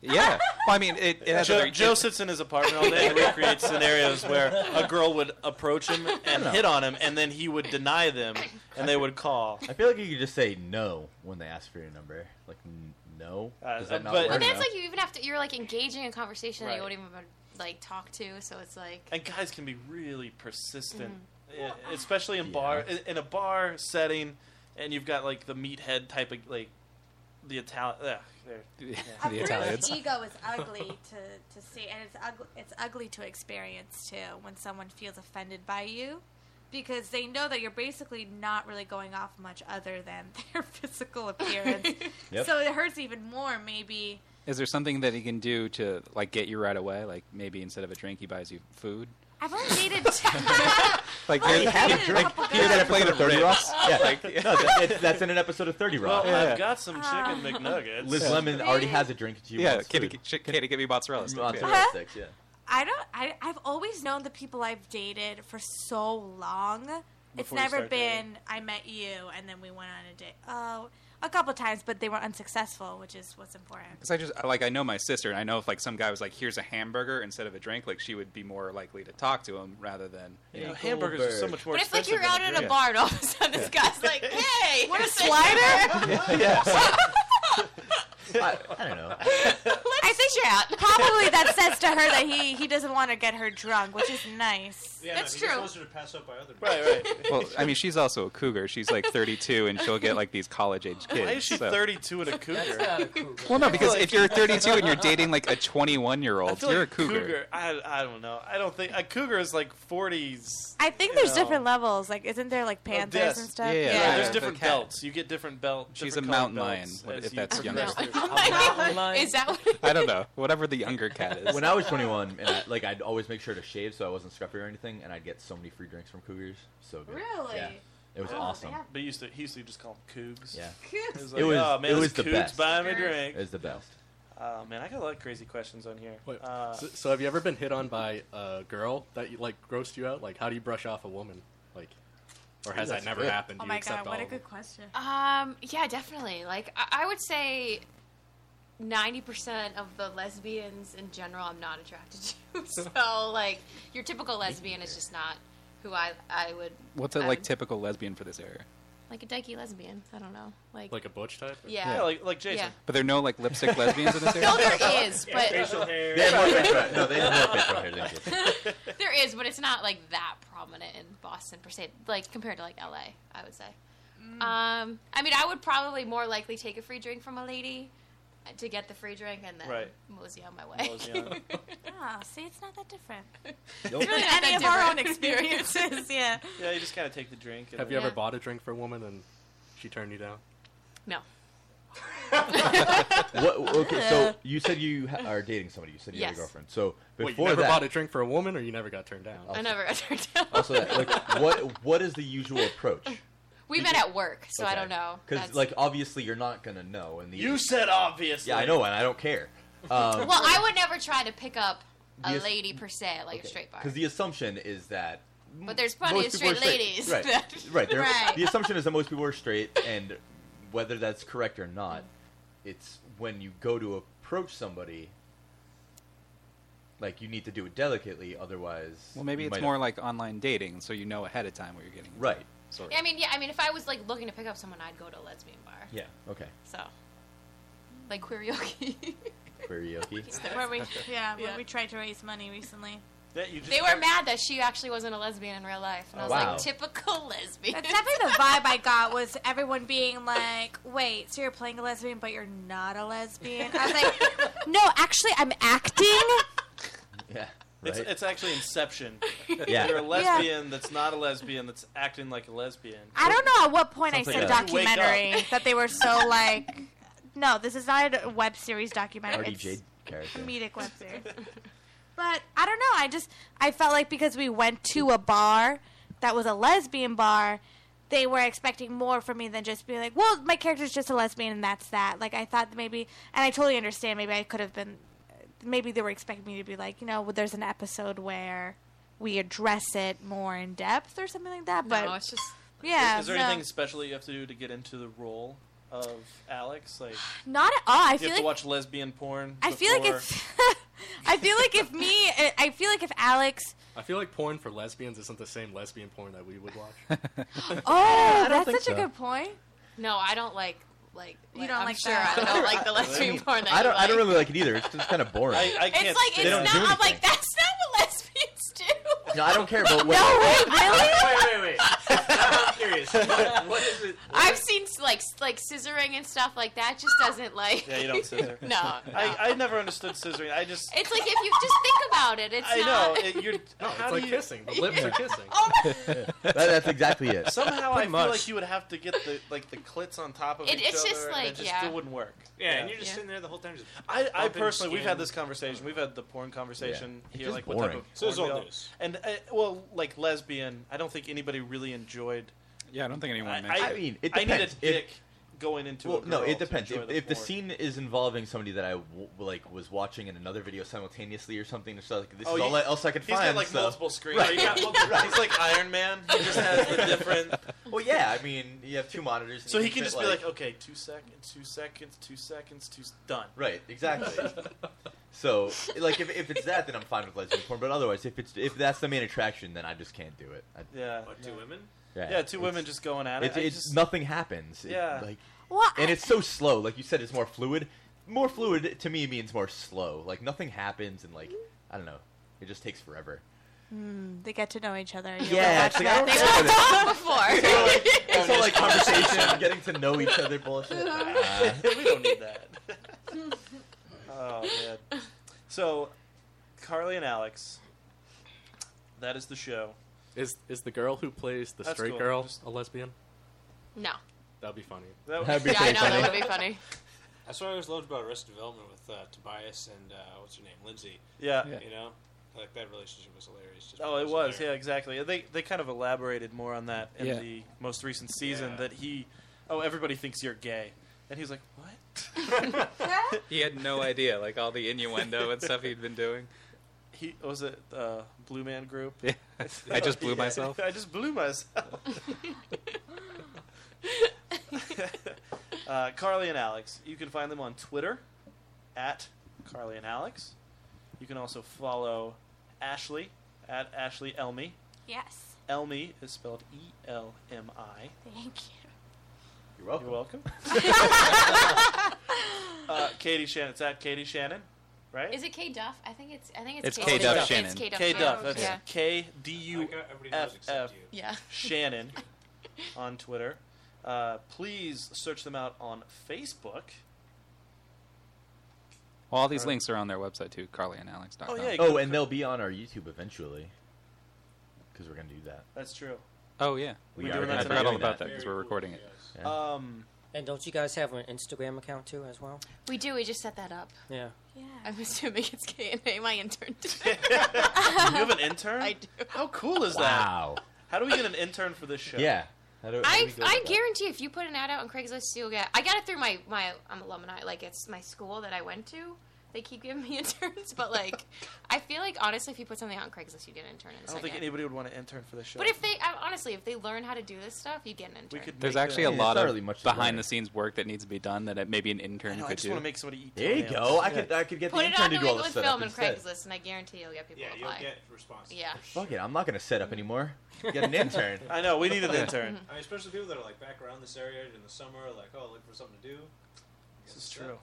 [SPEAKER 6] Yeah. Well, I mean, it, it has
[SPEAKER 2] Joe,
[SPEAKER 6] other-
[SPEAKER 2] Joe sits in his apartment all day and recreates scenarios where a girl would approach him and
[SPEAKER 7] No.
[SPEAKER 2] hit on him, and then he would deny them, and they would call.
[SPEAKER 7] I feel like you could just say no when they ask for your number. Like n- no, does that not
[SPEAKER 2] Uh, but-
[SPEAKER 7] work?
[SPEAKER 8] But that's like you even have to. You're like engaging in conversation that you
[SPEAKER 2] Right.
[SPEAKER 8] wouldn't even like talk to. So it's like
[SPEAKER 2] And guys can be really persistent,
[SPEAKER 4] Mm-hmm.
[SPEAKER 2] e- especially in bar in- in a bar setting, and you've got like the meathead type of like the Italian. Uh,
[SPEAKER 4] A bruised ego is ugly to, to see, and it's ugly. It's ugly to experience too when someone feels offended by you, because they know that you're basically not really going off much other than their physical appearance.
[SPEAKER 6] Yep.
[SPEAKER 4] So it hurts even more. Maybe
[SPEAKER 6] Is there something that he can do to like get you right away? Like maybe instead of a drink, he buys you food.
[SPEAKER 4] I've only dated.
[SPEAKER 6] Like
[SPEAKER 4] Well,
[SPEAKER 6] here's-
[SPEAKER 4] he had it a
[SPEAKER 6] like,
[SPEAKER 4] couple
[SPEAKER 6] here's
[SPEAKER 4] times.
[SPEAKER 6] a plate of
[SPEAKER 7] Thirty
[SPEAKER 6] ribs.
[SPEAKER 7] Rocks? Yeah,
[SPEAKER 6] Like-
[SPEAKER 7] no, that, it's, that's in an episode of Thirty Rock.
[SPEAKER 2] Well, I've got some
[SPEAKER 4] Ah.
[SPEAKER 2] chicken McNuggets.
[SPEAKER 7] Liz Lemon already has a drink. She
[SPEAKER 6] Yeah,
[SPEAKER 7] wants
[SPEAKER 6] Katie,
[SPEAKER 7] food.
[SPEAKER 6] Katie, Katie, give me mozzarella sticks.
[SPEAKER 7] Mozzarella
[SPEAKER 8] Uh-huh.
[SPEAKER 6] yeah.
[SPEAKER 7] sticks. Yeah.
[SPEAKER 4] I don't. I, I've always known the people I've dated for so long. it's
[SPEAKER 7] Before you
[SPEAKER 4] never
[SPEAKER 7] start dating.
[SPEAKER 4] been I met you and then we went on a date. Oh, a couple times, but they were unsuccessful, which is what's important.
[SPEAKER 6] Because I just like I know my sister, and I know if like some guy was like, "Here's a hamburger" instead of a drink, like she would be more likely to talk to him rather than you
[SPEAKER 2] Yeah,
[SPEAKER 6] know
[SPEAKER 2] hamburgers are so much more
[SPEAKER 8] But if like
[SPEAKER 2] expensive
[SPEAKER 8] you're out
[SPEAKER 2] than
[SPEAKER 8] at a
[SPEAKER 6] drink.
[SPEAKER 8] bar and all of a sudden this guy's like, "Hey,
[SPEAKER 4] What a
[SPEAKER 8] here's
[SPEAKER 4] slider!"
[SPEAKER 6] yeah.
[SPEAKER 7] I, I don't know.
[SPEAKER 4] I think you're out. probably that says to her that he he doesn't want to get her drunk, which is nice.
[SPEAKER 10] Yeah, no, he Just wants her to pass up by other. Right,
[SPEAKER 2] right.
[SPEAKER 6] Well, I mean, she's also a cougar. She's like 32, and she'll get like these college age kids.
[SPEAKER 2] Why is she
[SPEAKER 6] so-
[SPEAKER 2] 32 and a cougar?
[SPEAKER 6] Well, no, because if you're 32 and you're dating like a 21 year
[SPEAKER 2] I
[SPEAKER 6] old,
[SPEAKER 2] feel
[SPEAKER 6] you're
[SPEAKER 2] like
[SPEAKER 6] a cougar.
[SPEAKER 2] I, I don't know. I don't think a cougar is like 40s.
[SPEAKER 4] I think
[SPEAKER 2] you
[SPEAKER 4] there's
[SPEAKER 2] know.
[SPEAKER 4] different levels. Like, isn't there like
[SPEAKER 2] Oh,
[SPEAKER 4] panthers
[SPEAKER 2] yes.
[SPEAKER 4] and stuff?
[SPEAKER 2] Right,
[SPEAKER 6] the
[SPEAKER 2] There's different
[SPEAKER 6] cat.
[SPEAKER 2] belts. You get different belt.
[SPEAKER 6] She's
[SPEAKER 2] different
[SPEAKER 6] a
[SPEAKER 2] colored
[SPEAKER 6] mountain lion,
[SPEAKER 2] belts
[SPEAKER 6] what-
[SPEAKER 2] as
[SPEAKER 6] if
[SPEAKER 2] you
[SPEAKER 6] that's
[SPEAKER 2] progress
[SPEAKER 6] younger.
[SPEAKER 2] through-
[SPEAKER 8] Is that what?
[SPEAKER 6] I don't know. Whatever the younger cat is.
[SPEAKER 7] When I was 21, and I, like I'd always make sure to shave so I wasn't scruffy or anything, and I'd get so many free drinks from Cougars. So good.
[SPEAKER 4] Really?
[SPEAKER 7] Yeah. It was
[SPEAKER 4] Oh,
[SPEAKER 7] awesome.
[SPEAKER 4] man.
[SPEAKER 2] They used to he used to just call them cougs.
[SPEAKER 7] Yeah.
[SPEAKER 2] It was,
[SPEAKER 7] It was-
[SPEAKER 2] oh, man,
[SPEAKER 7] it
[SPEAKER 2] this
[SPEAKER 7] was the
[SPEAKER 2] cougs
[SPEAKER 7] best.
[SPEAKER 2] buying me a drink.
[SPEAKER 7] It was the best.
[SPEAKER 2] Oh man, I got a lot of crazy questions on here.
[SPEAKER 9] Wait,
[SPEAKER 2] Uh,
[SPEAKER 9] so, so have you ever been hit on by a girl that you, like grossed you out? Like, how do you brush off a woman? Like, or has that
[SPEAKER 2] That's
[SPEAKER 9] never
[SPEAKER 2] good.
[SPEAKER 9] happened?
[SPEAKER 4] Oh
[SPEAKER 9] Do
[SPEAKER 4] my
[SPEAKER 9] you accept
[SPEAKER 4] god, what
[SPEAKER 9] all
[SPEAKER 4] a
[SPEAKER 9] of them?
[SPEAKER 4] good question.
[SPEAKER 8] Um, yeah, definitely. Like, I, I would say 90% of the lesbians in general I'm not attracted to. so, like, your typical lesbian is just not who I, I would,
[SPEAKER 13] What's a like typical lesbian for this area?
[SPEAKER 8] like a dykey lesbian. I don't know. Like,
[SPEAKER 9] a butch type?
[SPEAKER 8] Yeah. Yeah, like- like Jason. Yeah.
[SPEAKER 13] But there are no like lipstick lesbians in this area.
[SPEAKER 8] No, there is, but
[SPEAKER 13] They have more facial hair. No, they have more facial hair than
[SPEAKER 8] there is, but it's not like that prominent in Boston per se. Like compared to like LA, I would say.
[SPEAKER 13] Mm.
[SPEAKER 8] Um, I mean, I would probably more likely take a free drink from a lady uh, to get the free drink and then
[SPEAKER 2] Right.
[SPEAKER 8] mosey on my way.
[SPEAKER 2] Mosey on.
[SPEAKER 4] Ah, see, it's not that different.
[SPEAKER 9] Nope.
[SPEAKER 4] It's really
[SPEAKER 8] Not that
[SPEAKER 4] any of our own
[SPEAKER 8] different.
[SPEAKER 4] experiences. yeah.
[SPEAKER 2] Yeah, you just kind of take the drink. And
[SPEAKER 9] Have you
[SPEAKER 2] then-
[SPEAKER 9] ever bought a drink for a woman and she turned you down?
[SPEAKER 8] No.
[SPEAKER 7] What, okay, so you said you ha- are dating somebody. You said you had
[SPEAKER 8] Yes.
[SPEAKER 7] a girlfriend. So
[SPEAKER 9] Wait,
[SPEAKER 7] before
[SPEAKER 9] you never
[SPEAKER 7] that,
[SPEAKER 9] bought a drink for a woman, or you never got turned down?
[SPEAKER 8] I never got turned down.
[SPEAKER 7] also that, like, what what is the usual approach?
[SPEAKER 8] we met at work, so I don't know.
[SPEAKER 7] Because
[SPEAKER 8] Oh, That's-
[SPEAKER 7] like obviously you're not gonna know. And the
[SPEAKER 2] You said obviously.
[SPEAKER 7] Yeah, I know, and I don't care. Um,
[SPEAKER 8] well, I would never try to pick up a
[SPEAKER 7] Yes.
[SPEAKER 8] lady per se at like a straight bar.
[SPEAKER 7] because the assumption is that
[SPEAKER 8] But there's plenty
[SPEAKER 7] most
[SPEAKER 8] of
[SPEAKER 7] people are
[SPEAKER 8] straight ladies.
[SPEAKER 7] Right,
[SPEAKER 8] that-
[SPEAKER 7] right. they're-
[SPEAKER 8] Right.
[SPEAKER 7] The assumption is that most people are straight, and whether that's correct or not, it's when you go to approach somebody, like you need to do it delicately, otherwise.
[SPEAKER 13] Well, maybe
[SPEAKER 7] you
[SPEAKER 13] it's
[SPEAKER 7] might-
[SPEAKER 13] more like online dating, so you know ahead of time what you're getting.
[SPEAKER 7] Right.
[SPEAKER 13] Sort
[SPEAKER 8] Yeah, I mean, yeah, I mean, if I was like looking to pick up someone, I'd go to a lesbian bar.
[SPEAKER 7] Yeah. Okay.
[SPEAKER 8] So, like karaoke.
[SPEAKER 7] Karaoke.
[SPEAKER 4] Where we, yeah, where
[SPEAKER 8] Yeah.
[SPEAKER 4] we tried to raise money recently.
[SPEAKER 2] Yeah, you just
[SPEAKER 8] They were mad that she actually wasn't a lesbian in real life. And I was
[SPEAKER 7] Wow.
[SPEAKER 8] like, typical lesbian.
[SPEAKER 4] That's definitely the vibe I got was everyone being like, "Wait, so you're playing a lesbian, but you're not a lesbian?" I was like, "No, actually, I'm acting."
[SPEAKER 7] Yeah.
[SPEAKER 2] It's,
[SPEAKER 7] Right?
[SPEAKER 2] it's actually Inception.
[SPEAKER 7] Yeah.
[SPEAKER 2] You're a
[SPEAKER 7] Yeah.
[SPEAKER 2] lesbian that's not a lesbian that's acting like a lesbian.
[SPEAKER 4] I don't know at what point
[SPEAKER 2] Sounds
[SPEAKER 4] I
[SPEAKER 2] like
[SPEAKER 4] said
[SPEAKER 2] a- You wake up.
[SPEAKER 4] documentary that they were so like, "No, this is not a web series documentary."
[SPEAKER 7] RDJ
[SPEAKER 4] It's
[SPEAKER 7] character.
[SPEAKER 4] comedic web series. But I don't know. I just I felt like because we went to a bar that was a lesbian bar, they were expecting more from me than just being like, "Well, my character's just a lesbian and that's that." Like I thought that maybe, and I totally understand. Maybe I could have been, maybe they were expecting me to be like, you know, well, there's an episode where we address it more in depth or something like that. But
[SPEAKER 8] no, it's just
[SPEAKER 4] yeah,
[SPEAKER 2] Is, is there
[SPEAKER 4] no.
[SPEAKER 2] anything special you have to do to get into the role of Alex? Like,
[SPEAKER 4] Not at all. I
[SPEAKER 2] you
[SPEAKER 4] feel
[SPEAKER 2] have
[SPEAKER 4] like-
[SPEAKER 2] to watch lesbian porn.
[SPEAKER 4] I feel like
[SPEAKER 2] before-
[SPEAKER 4] if I feel like if me, I I feel like if Alex.
[SPEAKER 9] I feel like porn for lesbians isn't the same lesbian porn that we would watch.
[SPEAKER 4] Oh,
[SPEAKER 9] don't
[SPEAKER 4] that's
[SPEAKER 9] think
[SPEAKER 4] such a
[SPEAKER 9] so.
[SPEAKER 4] good point.
[SPEAKER 8] no, I don't like like.
[SPEAKER 4] You don't
[SPEAKER 8] I'm
[SPEAKER 4] like
[SPEAKER 8] sure
[SPEAKER 4] that.
[SPEAKER 8] I don't like the lesbian porn. That
[SPEAKER 7] I don't.
[SPEAKER 8] you
[SPEAKER 7] I don't
[SPEAKER 8] like.
[SPEAKER 7] really like it either. It's just kind of boring.
[SPEAKER 8] It's like
[SPEAKER 7] They
[SPEAKER 8] it's
[SPEAKER 7] don't
[SPEAKER 8] not.
[SPEAKER 7] do
[SPEAKER 8] I'm
[SPEAKER 7] anything.
[SPEAKER 8] like that's not what lesbians do.
[SPEAKER 7] No, I don't care. But what,
[SPEAKER 2] wait, wait, wait. I'm curious. What, what is it?
[SPEAKER 8] I've seen like s- like scissoring and stuff like that. Just doesn't like.
[SPEAKER 2] Yeah, you don't scissor.
[SPEAKER 8] No, no.
[SPEAKER 2] I, I never understood scissoring. I just.
[SPEAKER 8] It's like if you just think about it, it's
[SPEAKER 2] I know.
[SPEAKER 8] not. Oh
[SPEAKER 2] It, you're, how do
[SPEAKER 9] like
[SPEAKER 2] you...
[SPEAKER 9] kissing. The lips are kissing.
[SPEAKER 7] That- that's exactly it.
[SPEAKER 2] Somehow I
[SPEAKER 7] Pretty
[SPEAKER 2] feel
[SPEAKER 7] much.
[SPEAKER 2] like you would have to get the like the clits on top of
[SPEAKER 8] It-
[SPEAKER 2] each
[SPEAKER 8] it's
[SPEAKER 2] other.
[SPEAKER 8] just
[SPEAKER 2] and
[SPEAKER 8] like,
[SPEAKER 2] it just
[SPEAKER 8] yeah.
[SPEAKER 2] still wouldn't work.
[SPEAKER 10] Yeah, and you're just sitting there the whole time. Just
[SPEAKER 2] I, I
[SPEAKER 10] bumping
[SPEAKER 2] personally, we've had
[SPEAKER 10] skin.
[SPEAKER 2] this conversation. We've had the porn conversation
[SPEAKER 10] It's
[SPEAKER 2] here,
[SPEAKER 10] just
[SPEAKER 2] like what
[SPEAKER 10] boring.
[SPEAKER 2] type of
[SPEAKER 10] So it's
[SPEAKER 2] porn
[SPEAKER 10] all
[SPEAKER 2] we all-
[SPEAKER 10] this.
[SPEAKER 2] And uh, well, like lesbian, I don't think anybody really enjoyed.
[SPEAKER 13] Yeah, I don't think anyone.
[SPEAKER 7] makes it. I mean, it
[SPEAKER 2] I need a
[SPEAKER 7] depends. If-
[SPEAKER 2] dick going into a
[SPEAKER 7] Well,
[SPEAKER 2] girl
[SPEAKER 7] no, it
[SPEAKER 2] to
[SPEAKER 7] depends.
[SPEAKER 2] enjoy
[SPEAKER 7] If, if the
[SPEAKER 2] porn.
[SPEAKER 7] scene is involving somebody that I w- like was watching in another video simultaneously or something, it's like this
[SPEAKER 2] Oh,
[SPEAKER 7] is all
[SPEAKER 2] you-
[SPEAKER 7] I, else I can
[SPEAKER 2] he's
[SPEAKER 7] find.
[SPEAKER 2] got like
[SPEAKER 7] so-
[SPEAKER 2] multiple screens.
[SPEAKER 7] Right.
[SPEAKER 2] He's, got multiple- he's like Iron Man. He just has the different.
[SPEAKER 7] well, yeah. I mean, you have two monitors. and
[SPEAKER 2] So
[SPEAKER 7] you
[SPEAKER 2] he can
[SPEAKER 7] fit,
[SPEAKER 2] just be like, okay, two seconds, two seconds, two seconds, two. s- Done.
[SPEAKER 7] right, exactly. so, like, if, if it's that, then I'm fine with lesbian porn. But otherwise, if it's if that's the main attraction, then I just can't do it. I,
[SPEAKER 2] Yeah.
[SPEAKER 10] two women?
[SPEAKER 7] yeah,
[SPEAKER 2] Yeah, two
[SPEAKER 7] it's-
[SPEAKER 2] women just going at it.
[SPEAKER 7] It's,
[SPEAKER 2] I
[SPEAKER 7] it's
[SPEAKER 2] just-
[SPEAKER 7] nothing happens. It,
[SPEAKER 2] Yeah.
[SPEAKER 7] like,
[SPEAKER 4] Well,
[SPEAKER 7] and it's so slow. Like you said, it's more fluid. More fluid to me means more slow. Like nothing happens, and like I don't know, it just takes forever.
[SPEAKER 4] Hmm, they get to know each other. You
[SPEAKER 7] Yeah,
[SPEAKER 4] watch
[SPEAKER 7] it's like,
[SPEAKER 4] that.
[SPEAKER 7] I don't
[SPEAKER 4] They
[SPEAKER 7] know
[SPEAKER 4] don't
[SPEAKER 7] this.
[SPEAKER 4] talk
[SPEAKER 7] It's all like,
[SPEAKER 4] before.
[SPEAKER 7] it's all like conversation, getting to know each other bullshit.
[SPEAKER 4] Uh-huh.
[SPEAKER 7] Ah.
[SPEAKER 2] we don't need that. oh man. So, Carly and Alex. That is the show.
[SPEAKER 9] Is is the girl who plays the
[SPEAKER 2] That's
[SPEAKER 9] straight
[SPEAKER 2] cool.
[SPEAKER 9] girl a lesbian?
[SPEAKER 8] No.
[SPEAKER 9] That'd be funny.
[SPEAKER 2] That
[SPEAKER 10] would-
[SPEAKER 8] Yeah, I know that would be funny.
[SPEAKER 10] That's what I always loved about Arrested Development with uh, Tobias and uh, what's her name, Lindsay.
[SPEAKER 2] Yeah. Yeah.
[SPEAKER 10] you know, like that relationship was hilarious. Just
[SPEAKER 2] Oh, it
[SPEAKER 10] because of
[SPEAKER 2] was.
[SPEAKER 10] their-
[SPEAKER 2] Yeah, exactly. They they kind of elaborated more on that in
[SPEAKER 10] Yeah.
[SPEAKER 2] the most recent season
[SPEAKER 10] Yeah.
[SPEAKER 2] that he. Oh, everybody thinks you're gay. And he's like, what?
[SPEAKER 6] he had no idea, like all the innuendo and stuff he'd been doing.
[SPEAKER 2] He was it uh, Blue Man Group.
[SPEAKER 6] Yeah. I just blew myself.
[SPEAKER 2] I just blew myself. uh, Carly and Alex. You can find them on Twitter at Carly and Alex. You can also follow Ashley at Ashley Elmy.
[SPEAKER 4] Yes.
[SPEAKER 2] Elmy is spelled E L M I.
[SPEAKER 4] Thank you.
[SPEAKER 2] You're welcome. You're welcome. uh, Katie Shannon. It's at Katie Shannon, right?
[SPEAKER 8] Is it K Duff? I think it's. I think it's.
[SPEAKER 6] It's K Duff Shannon.
[SPEAKER 8] It's Oh, K Duff.
[SPEAKER 2] K Duff.
[SPEAKER 8] Shannon.
[SPEAKER 2] That's K D U F F.
[SPEAKER 8] Yeah.
[SPEAKER 2] Shannon on Twitter. Uh, please search them out on Facebook.
[SPEAKER 6] Well, all these links are on their website too, carlyandalex.com.
[SPEAKER 2] Oh, yeah.
[SPEAKER 7] Oh, and they'll be on our YouTube eventually. Because we're gonna do that.
[SPEAKER 2] That's true.
[SPEAKER 6] Oh yeah,
[SPEAKER 7] We are
[SPEAKER 6] I
[SPEAKER 7] gonna
[SPEAKER 6] forgot
[SPEAKER 7] do
[SPEAKER 6] all about
[SPEAKER 7] that.
[SPEAKER 6] that because we're recording it.
[SPEAKER 2] Um,
[SPEAKER 11] and don't you guys have an Instagram account too, as well?
[SPEAKER 8] We do. We just set that up.
[SPEAKER 11] Yeah.
[SPEAKER 8] Yeah. I'm assuming it's K and A. My intern. did.
[SPEAKER 2] you have an intern? I
[SPEAKER 8] do.
[SPEAKER 2] How cool is that?
[SPEAKER 7] Wow.
[SPEAKER 2] How do we get an intern for this show?
[SPEAKER 7] Yeah. How do, how do
[SPEAKER 8] I,
[SPEAKER 7] we go
[SPEAKER 8] I
[SPEAKER 7] about that?
[SPEAKER 8] guarantee if you put an ad out on Craigslist, you'll get. I got it through my my I'm alumni. Like it's my school that I went to. They keep giving me interns, but like, I feel like honestly, if you put something out on Craigslist, you get an intern in a
[SPEAKER 2] I don't
[SPEAKER 8] second.
[SPEAKER 2] think anybody would want to intern for this show.
[SPEAKER 8] but if they I- honestly, if they learn how to do this stuff, you get an intern.
[SPEAKER 2] we could
[SPEAKER 6] There's
[SPEAKER 2] make
[SPEAKER 6] actually a
[SPEAKER 7] Yeah,
[SPEAKER 6] lot
[SPEAKER 7] it's not
[SPEAKER 6] of
[SPEAKER 7] really much to learn.
[SPEAKER 6] behind the scenes work that needs to be done that it, maybe an intern
[SPEAKER 2] I know, I
[SPEAKER 6] could
[SPEAKER 2] just
[SPEAKER 6] do.
[SPEAKER 2] want to make somebody eat.
[SPEAKER 7] There you
[SPEAKER 2] toenails.
[SPEAKER 7] go. I could I could get
[SPEAKER 8] Put
[SPEAKER 7] the
[SPEAKER 8] it
[SPEAKER 7] intern
[SPEAKER 8] on
[SPEAKER 7] to
[SPEAKER 8] New
[SPEAKER 7] do all
[SPEAKER 8] England
[SPEAKER 7] this stuff
[SPEAKER 8] Film and
[SPEAKER 7] instead.
[SPEAKER 8] Craigslist, and I guarantee you'll get people
[SPEAKER 10] Yeah,
[SPEAKER 8] to
[SPEAKER 10] you'll
[SPEAKER 8] apply.
[SPEAKER 10] get responses.
[SPEAKER 8] Yeah.
[SPEAKER 7] Fuck it, I'm not gonna set up anymore. Get an intern.
[SPEAKER 2] I know. We need an intern.
[SPEAKER 10] I mean, especially people that are like back around this area in the summer, like oh, look for something to do.
[SPEAKER 2] This is true.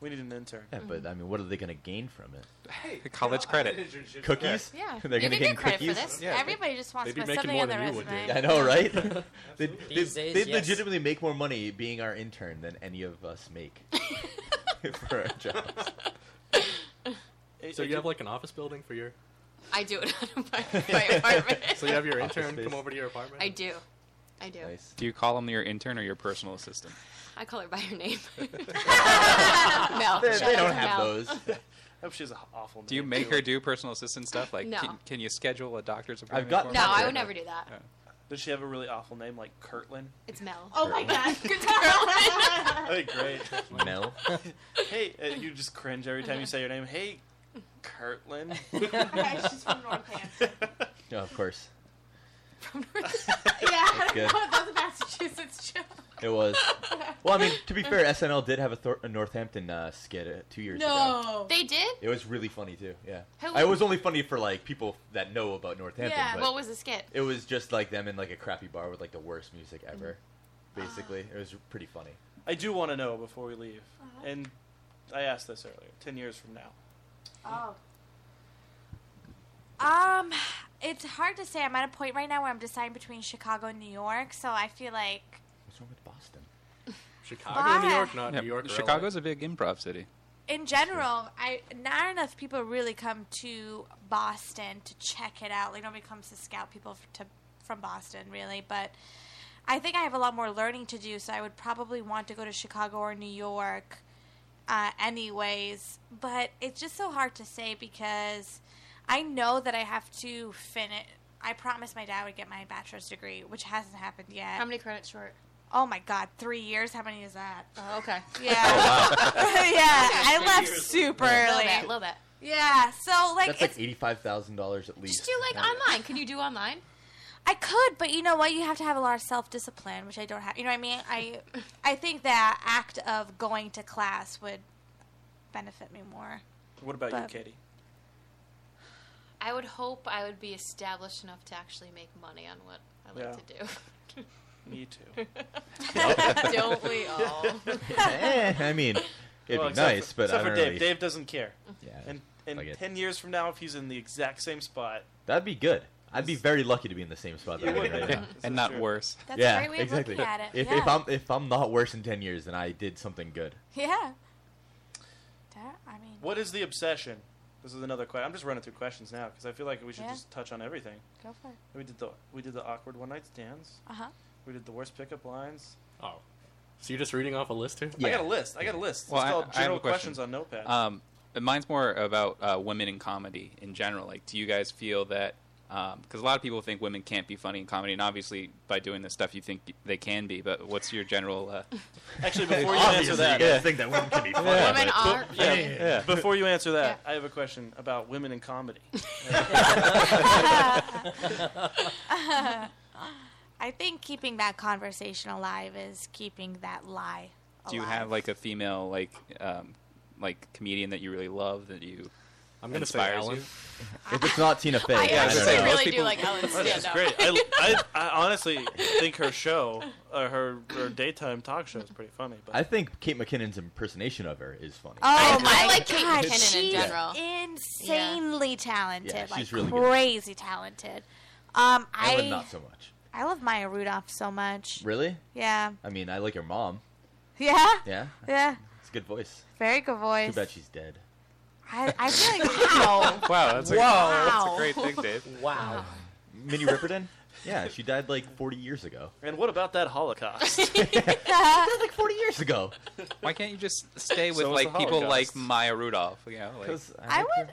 [SPEAKER 2] We need an intern.
[SPEAKER 7] Yeah, but I mean, what are they gonna gain from it?
[SPEAKER 10] Hey,
[SPEAKER 6] College credit.
[SPEAKER 7] Cookies?
[SPEAKER 4] Yeah. You
[SPEAKER 7] They're gonna
[SPEAKER 4] can
[SPEAKER 7] get
[SPEAKER 4] get credit for
[SPEAKER 7] cookies.
[SPEAKER 4] this. Yeah. Everybody just wants
[SPEAKER 9] They'd
[SPEAKER 4] to
[SPEAKER 9] be
[SPEAKER 4] put
[SPEAKER 9] making
[SPEAKER 4] something
[SPEAKER 9] more
[SPEAKER 4] on their
[SPEAKER 9] than you would
[SPEAKER 4] resume.
[SPEAKER 9] do.
[SPEAKER 7] I know, right? they they,
[SPEAKER 11] These days,
[SPEAKER 7] they
[SPEAKER 11] yes.
[SPEAKER 7] legitimately make more money being our intern than any of us make for our jobs.
[SPEAKER 9] So you have like an office building for your.
[SPEAKER 8] I do it out of my, my apartment.
[SPEAKER 9] So you have your
[SPEAKER 6] Office
[SPEAKER 9] intern
[SPEAKER 6] space.
[SPEAKER 9] come over to your apartment.
[SPEAKER 8] I do. I do.
[SPEAKER 6] Do you call them your intern or your personal assistant?
[SPEAKER 8] I call her by her name. no,
[SPEAKER 6] They-
[SPEAKER 8] shout
[SPEAKER 6] they
[SPEAKER 8] out
[SPEAKER 6] don't
[SPEAKER 8] to Mel.
[SPEAKER 6] have those.
[SPEAKER 2] I hope she's an awful.
[SPEAKER 6] Do you
[SPEAKER 2] name,
[SPEAKER 6] make
[SPEAKER 2] too.
[SPEAKER 6] her do personal assistant stuff? Like,
[SPEAKER 8] No.
[SPEAKER 6] can, can you schedule a doctor's appointment?
[SPEAKER 7] got-
[SPEAKER 6] for
[SPEAKER 8] No,
[SPEAKER 6] her?
[SPEAKER 8] I would never do that.
[SPEAKER 2] Does she have a really awful name like Kirtland?
[SPEAKER 8] It's Mel.
[SPEAKER 14] Oh my god.
[SPEAKER 2] That'd be great.
[SPEAKER 7] Mel.
[SPEAKER 2] hey, uh, you just cringe every time you say your name. Hey, Kirtland.
[SPEAKER 14] Yeah, she's from Northampton.
[SPEAKER 7] No, of course.
[SPEAKER 14] Yeah, I
[SPEAKER 7] That's
[SPEAKER 14] don't know.
[SPEAKER 7] good.
[SPEAKER 14] That was a Massachusetts joke.
[SPEAKER 7] It was. Well, I mean, to be fair, SNL did have a, Thor- a Northampton uh, skit uh, two years ago.
[SPEAKER 8] They did?
[SPEAKER 7] It was really funny too. Yeah.
[SPEAKER 8] Who-
[SPEAKER 7] I- It was only funny for like people that know about Northampton.
[SPEAKER 8] Yeah.
[SPEAKER 7] But
[SPEAKER 8] What was the skit?
[SPEAKER 7] It was just like them in like a crappy bar with like the worst music
[SPEAKER 4] Mm-hmm.
[SPEAKER 7] ever. Basically,
[SPEAKER 4] Ah.
[SPEAKER 7] it was pretty funny.
[SPEAKER 2] I do want to know before we leave, and I asked this earlier. Ten years from now,
[SPEAKER 14] Oh.
[SPEAKER 4] Um, it's hard to say. I'm at a point right now where I'm deciding between Chicago and New York, so I feel like
[SPEAKER 7] What's wrong with Boston?
[SPEAKER 9] Chicago, New York, not
[SPEAKER 6] Yeah,
[SPEAKER 9] New York. or
[SPEAKER 6] Chicago's a big improv city.
[SPEAKER 4] in general, I not enough people really come to Boston to check it out. Like nobody comes to scout people f- to from Boston really, but I think I have a lot more learning to do, so I would probably want to go to Chicago or New York, uh, anyways. But it's just so hard to say because I know that I have to finish. I promised my dad would get my bachelor's degree, which hasn't happened yet.
[SPEAKER 8] How many credits short?
[SPEAKER 4] Oh my god, three years? How many is that?
[SPEAKER 8] Oh, okay.
[SPEAKER 4] Yeah.
[SPEAKER 7] Oh,
[SPEAKER 4] yeah, I
[SPEAKER 8] Three
[SPEAKER 4] left
[SPEAKER 8] years.
[SPEAKER 4] super
[SPEAKER 8] Little
[SPEAKER 4] early.
[SPEAKER 8] bit, little bit.
[SPEAKER 4] Yeah, so like,
[SPEAKER 7] That's
[SPEAKER 4] it's,
[SPEAKER 7] like eighty-five thousand dollars at least.
[SPEAKER 8] Just do like
[SPEAKER 7] Yeah.
[SPEAKER 8] online. Can you do online?
[SPEAKER 4] I could, but you know what? You have to have a lot of self discipline, which I don't have. You know what I mean? I I think that act of going to class would benefit me more.
[SPEAKER 2] what about you,
[SPEAKER 4] But-
[SPEAKER 2] Katie?
[SPEAKER 8] I would hope I would be established enough to actually make money on what I like
[SPEAKER 2] Yeah.
[SPEAKER 8] to do.
[SPEAKER 2] Me too.
[SPEAKER 8] Don't we all?
[SPEAKER 7] Eh, I mean, it'd
[SPEAKER 2] Well,
[SPEAKER 7] be
[SPEAKER 2] except
[SPEAKER 7] nice,
[SPEAKER 2] for-
[SPEAKER 7] but I
[SPEAKER 2] except
[SPEAKER 7] don't
[SPEAKER 2] for Dave.
[SPEAKER 7] really.
[SPEAKER 2] Dave doesn't care.
[SPEAKER 7] Yeah,
[SPEAKER 2] And and
[SPEAKER 7] fuck it.
[SPEAKER 2] ten years from now, if he's in the exact same spot,
[SPEAKER 7] That'd be good. I'd be very lucky to be in the same spot that I'm in
[SPEAKER 2] Yeah.
[SPEAKER 7] right now.
[SPEAKER 2] This
[SPEAKER 6] and
[SPEAKER 2] is
[SPEAKER 6] not
[SPEAKER 2] true.
[SPEAKER 6] worse.
[SPEAKER 4] That's a
[SPEAKER 7] yeah,
[SPEAKER 4] great way of
[SPEAKER 7] exactly.
[SPEAKER 4] looking at it.
[SPEAKER 7] If,
[SPEAKER 4] yeah.
[SPEAKER 7] if I'm if I'm not worse in ten years, then I did something good.
[SPEAKER 4] yeah. That- I mean,
[SPEAKER 2] what is the obsession? This is another question. I'm just running through questions now because I feel like we should
[SPEAKER 4] Yeah.
[SPEAKER 2] just touch on everything.
[SPEAKER 4] go for it.
[SPEAKER 2] We did the we did the awkward one night stands.
[SPEAKER 4] Uh huh.
[SPEAKER 2] We did the worst pickup lines.
[SPEAKER 9] Oh. So you're just reading off a list here?
[SPEAKER 2] I got a list. I got a list.
[SPEAKER 6] Well,
[SPEAKER 2] it's
[SPEAKER 6] I,
[SPEAKER 2] called
[SPEAKER 6] I have
[SPEAKER 2] general
[SPEAKER 6] a question.
[SPEAKER 2] questions on Notepad.
[SPEAKER 6] Um, and mine's more about uh, women in comedy in general. Like, do you guys feel that because a lot of people think women can't be funny in comedy, and obviously by doing this stuff, you think they can be. But what's your general? Uh...
[SPEAKER 2] Actually, before you answer that,
[SPEAKER 6] Yeah.
[SPEAKER 2] Be-
[SPEAKER 6] Yeah.
[SPEAKER 2] yeah.
[SPEAKER 6] Yeah.
[SPEAKER 2] Before you answer that, I have a question about women in comedy.
[SPEAKER 4] I think keeping that conversation alive is keeping that lie.
[SPEAKER 6] Do you have like a female like um, like comedian that you really love that you?
[SPEAKER 9] I'm gonna say
[SPEAKER 6] inspires
[SPEAKER 9] Ellen.
[SPEAKER 6] you?
[SPEAKER 7] If it's not Tina Fey,
[SPEAKER 6] Yeah, I was
[SPEAKER 7] don't
[SPEAKER 6] gonna say,
[SPEAKER 7] know.
[SPEAKER 6] most people-
[SPEAKER 2] Oh, she's great. I, I, I honestly think her show, uh, her her daytime talk show, is pretty funny. But
[SPEAKER 7] I think Kate McKinnon's impersonation of her is funny.
[SPEAKER 4] Oh
[SPEAKER 8] I-
[SPEAKER 4] my
[SPEAKER 8] I like Kate
[SPEAKER 4] God,
[SPEAKER 8] McKinnon in
[SPEAKER 4] she's
[SPEAKER 8] general.
[SPEAKER 4] Insanely talented,
[SPEAKER 7] Yeah,
[SPEAKER 4] like
[SPEAKER 7] she's really good.
[SPEAKER 4] crazy talented. Um, I
[SPEAKER 7] Ellen, not so much.
[SPEAKER 4] I love Maya Rudolph so much.
[SPEAKER 7] Really?
[SPEAKER 4] Yeah.
[SPEAKER 7] I mean, I like your mom.
[SPEAKER 4] Yeah.
[SPEAKER 7] Yeah.
[SPEAKER 4] Yeah.
[SPEAKER 7] It's a good voice.
[SPEAKER 4] Very good voice.
[SPEAKER 7] Too bad she's dead.
[SPEAKER 4] I, I feel like wow.
[SPEAKER 6] Wow, that's
[SPEAKER 7] a- Wow. that's a great thing,
[SPEAKER 6] Dave.
[SPEAKER 11] Wow.
[SPEAKER 7] Minnie Riperton? Yeah, she died like 40 years ago.
[SPEAKER 2] And what about that Holocaust?
[SPEAKER 7] like 40 years ago.
[SPEAKER 6] Why can't you just stay with
[SPEAKER 7] So was
[SPEAKER 6] like
[SPEAKER 7] the
[SPEAKER 6] people
[SPEAKER 7] Holocaust.
[SPEAKER 6] like Maya Rudolph? You know, like
[SPEAKER 7] 'Cause I
[SPEAKER 4] I
[SPEAKER 7] like
[SPEAKER 4] would.
[SPEAKER 14] uh,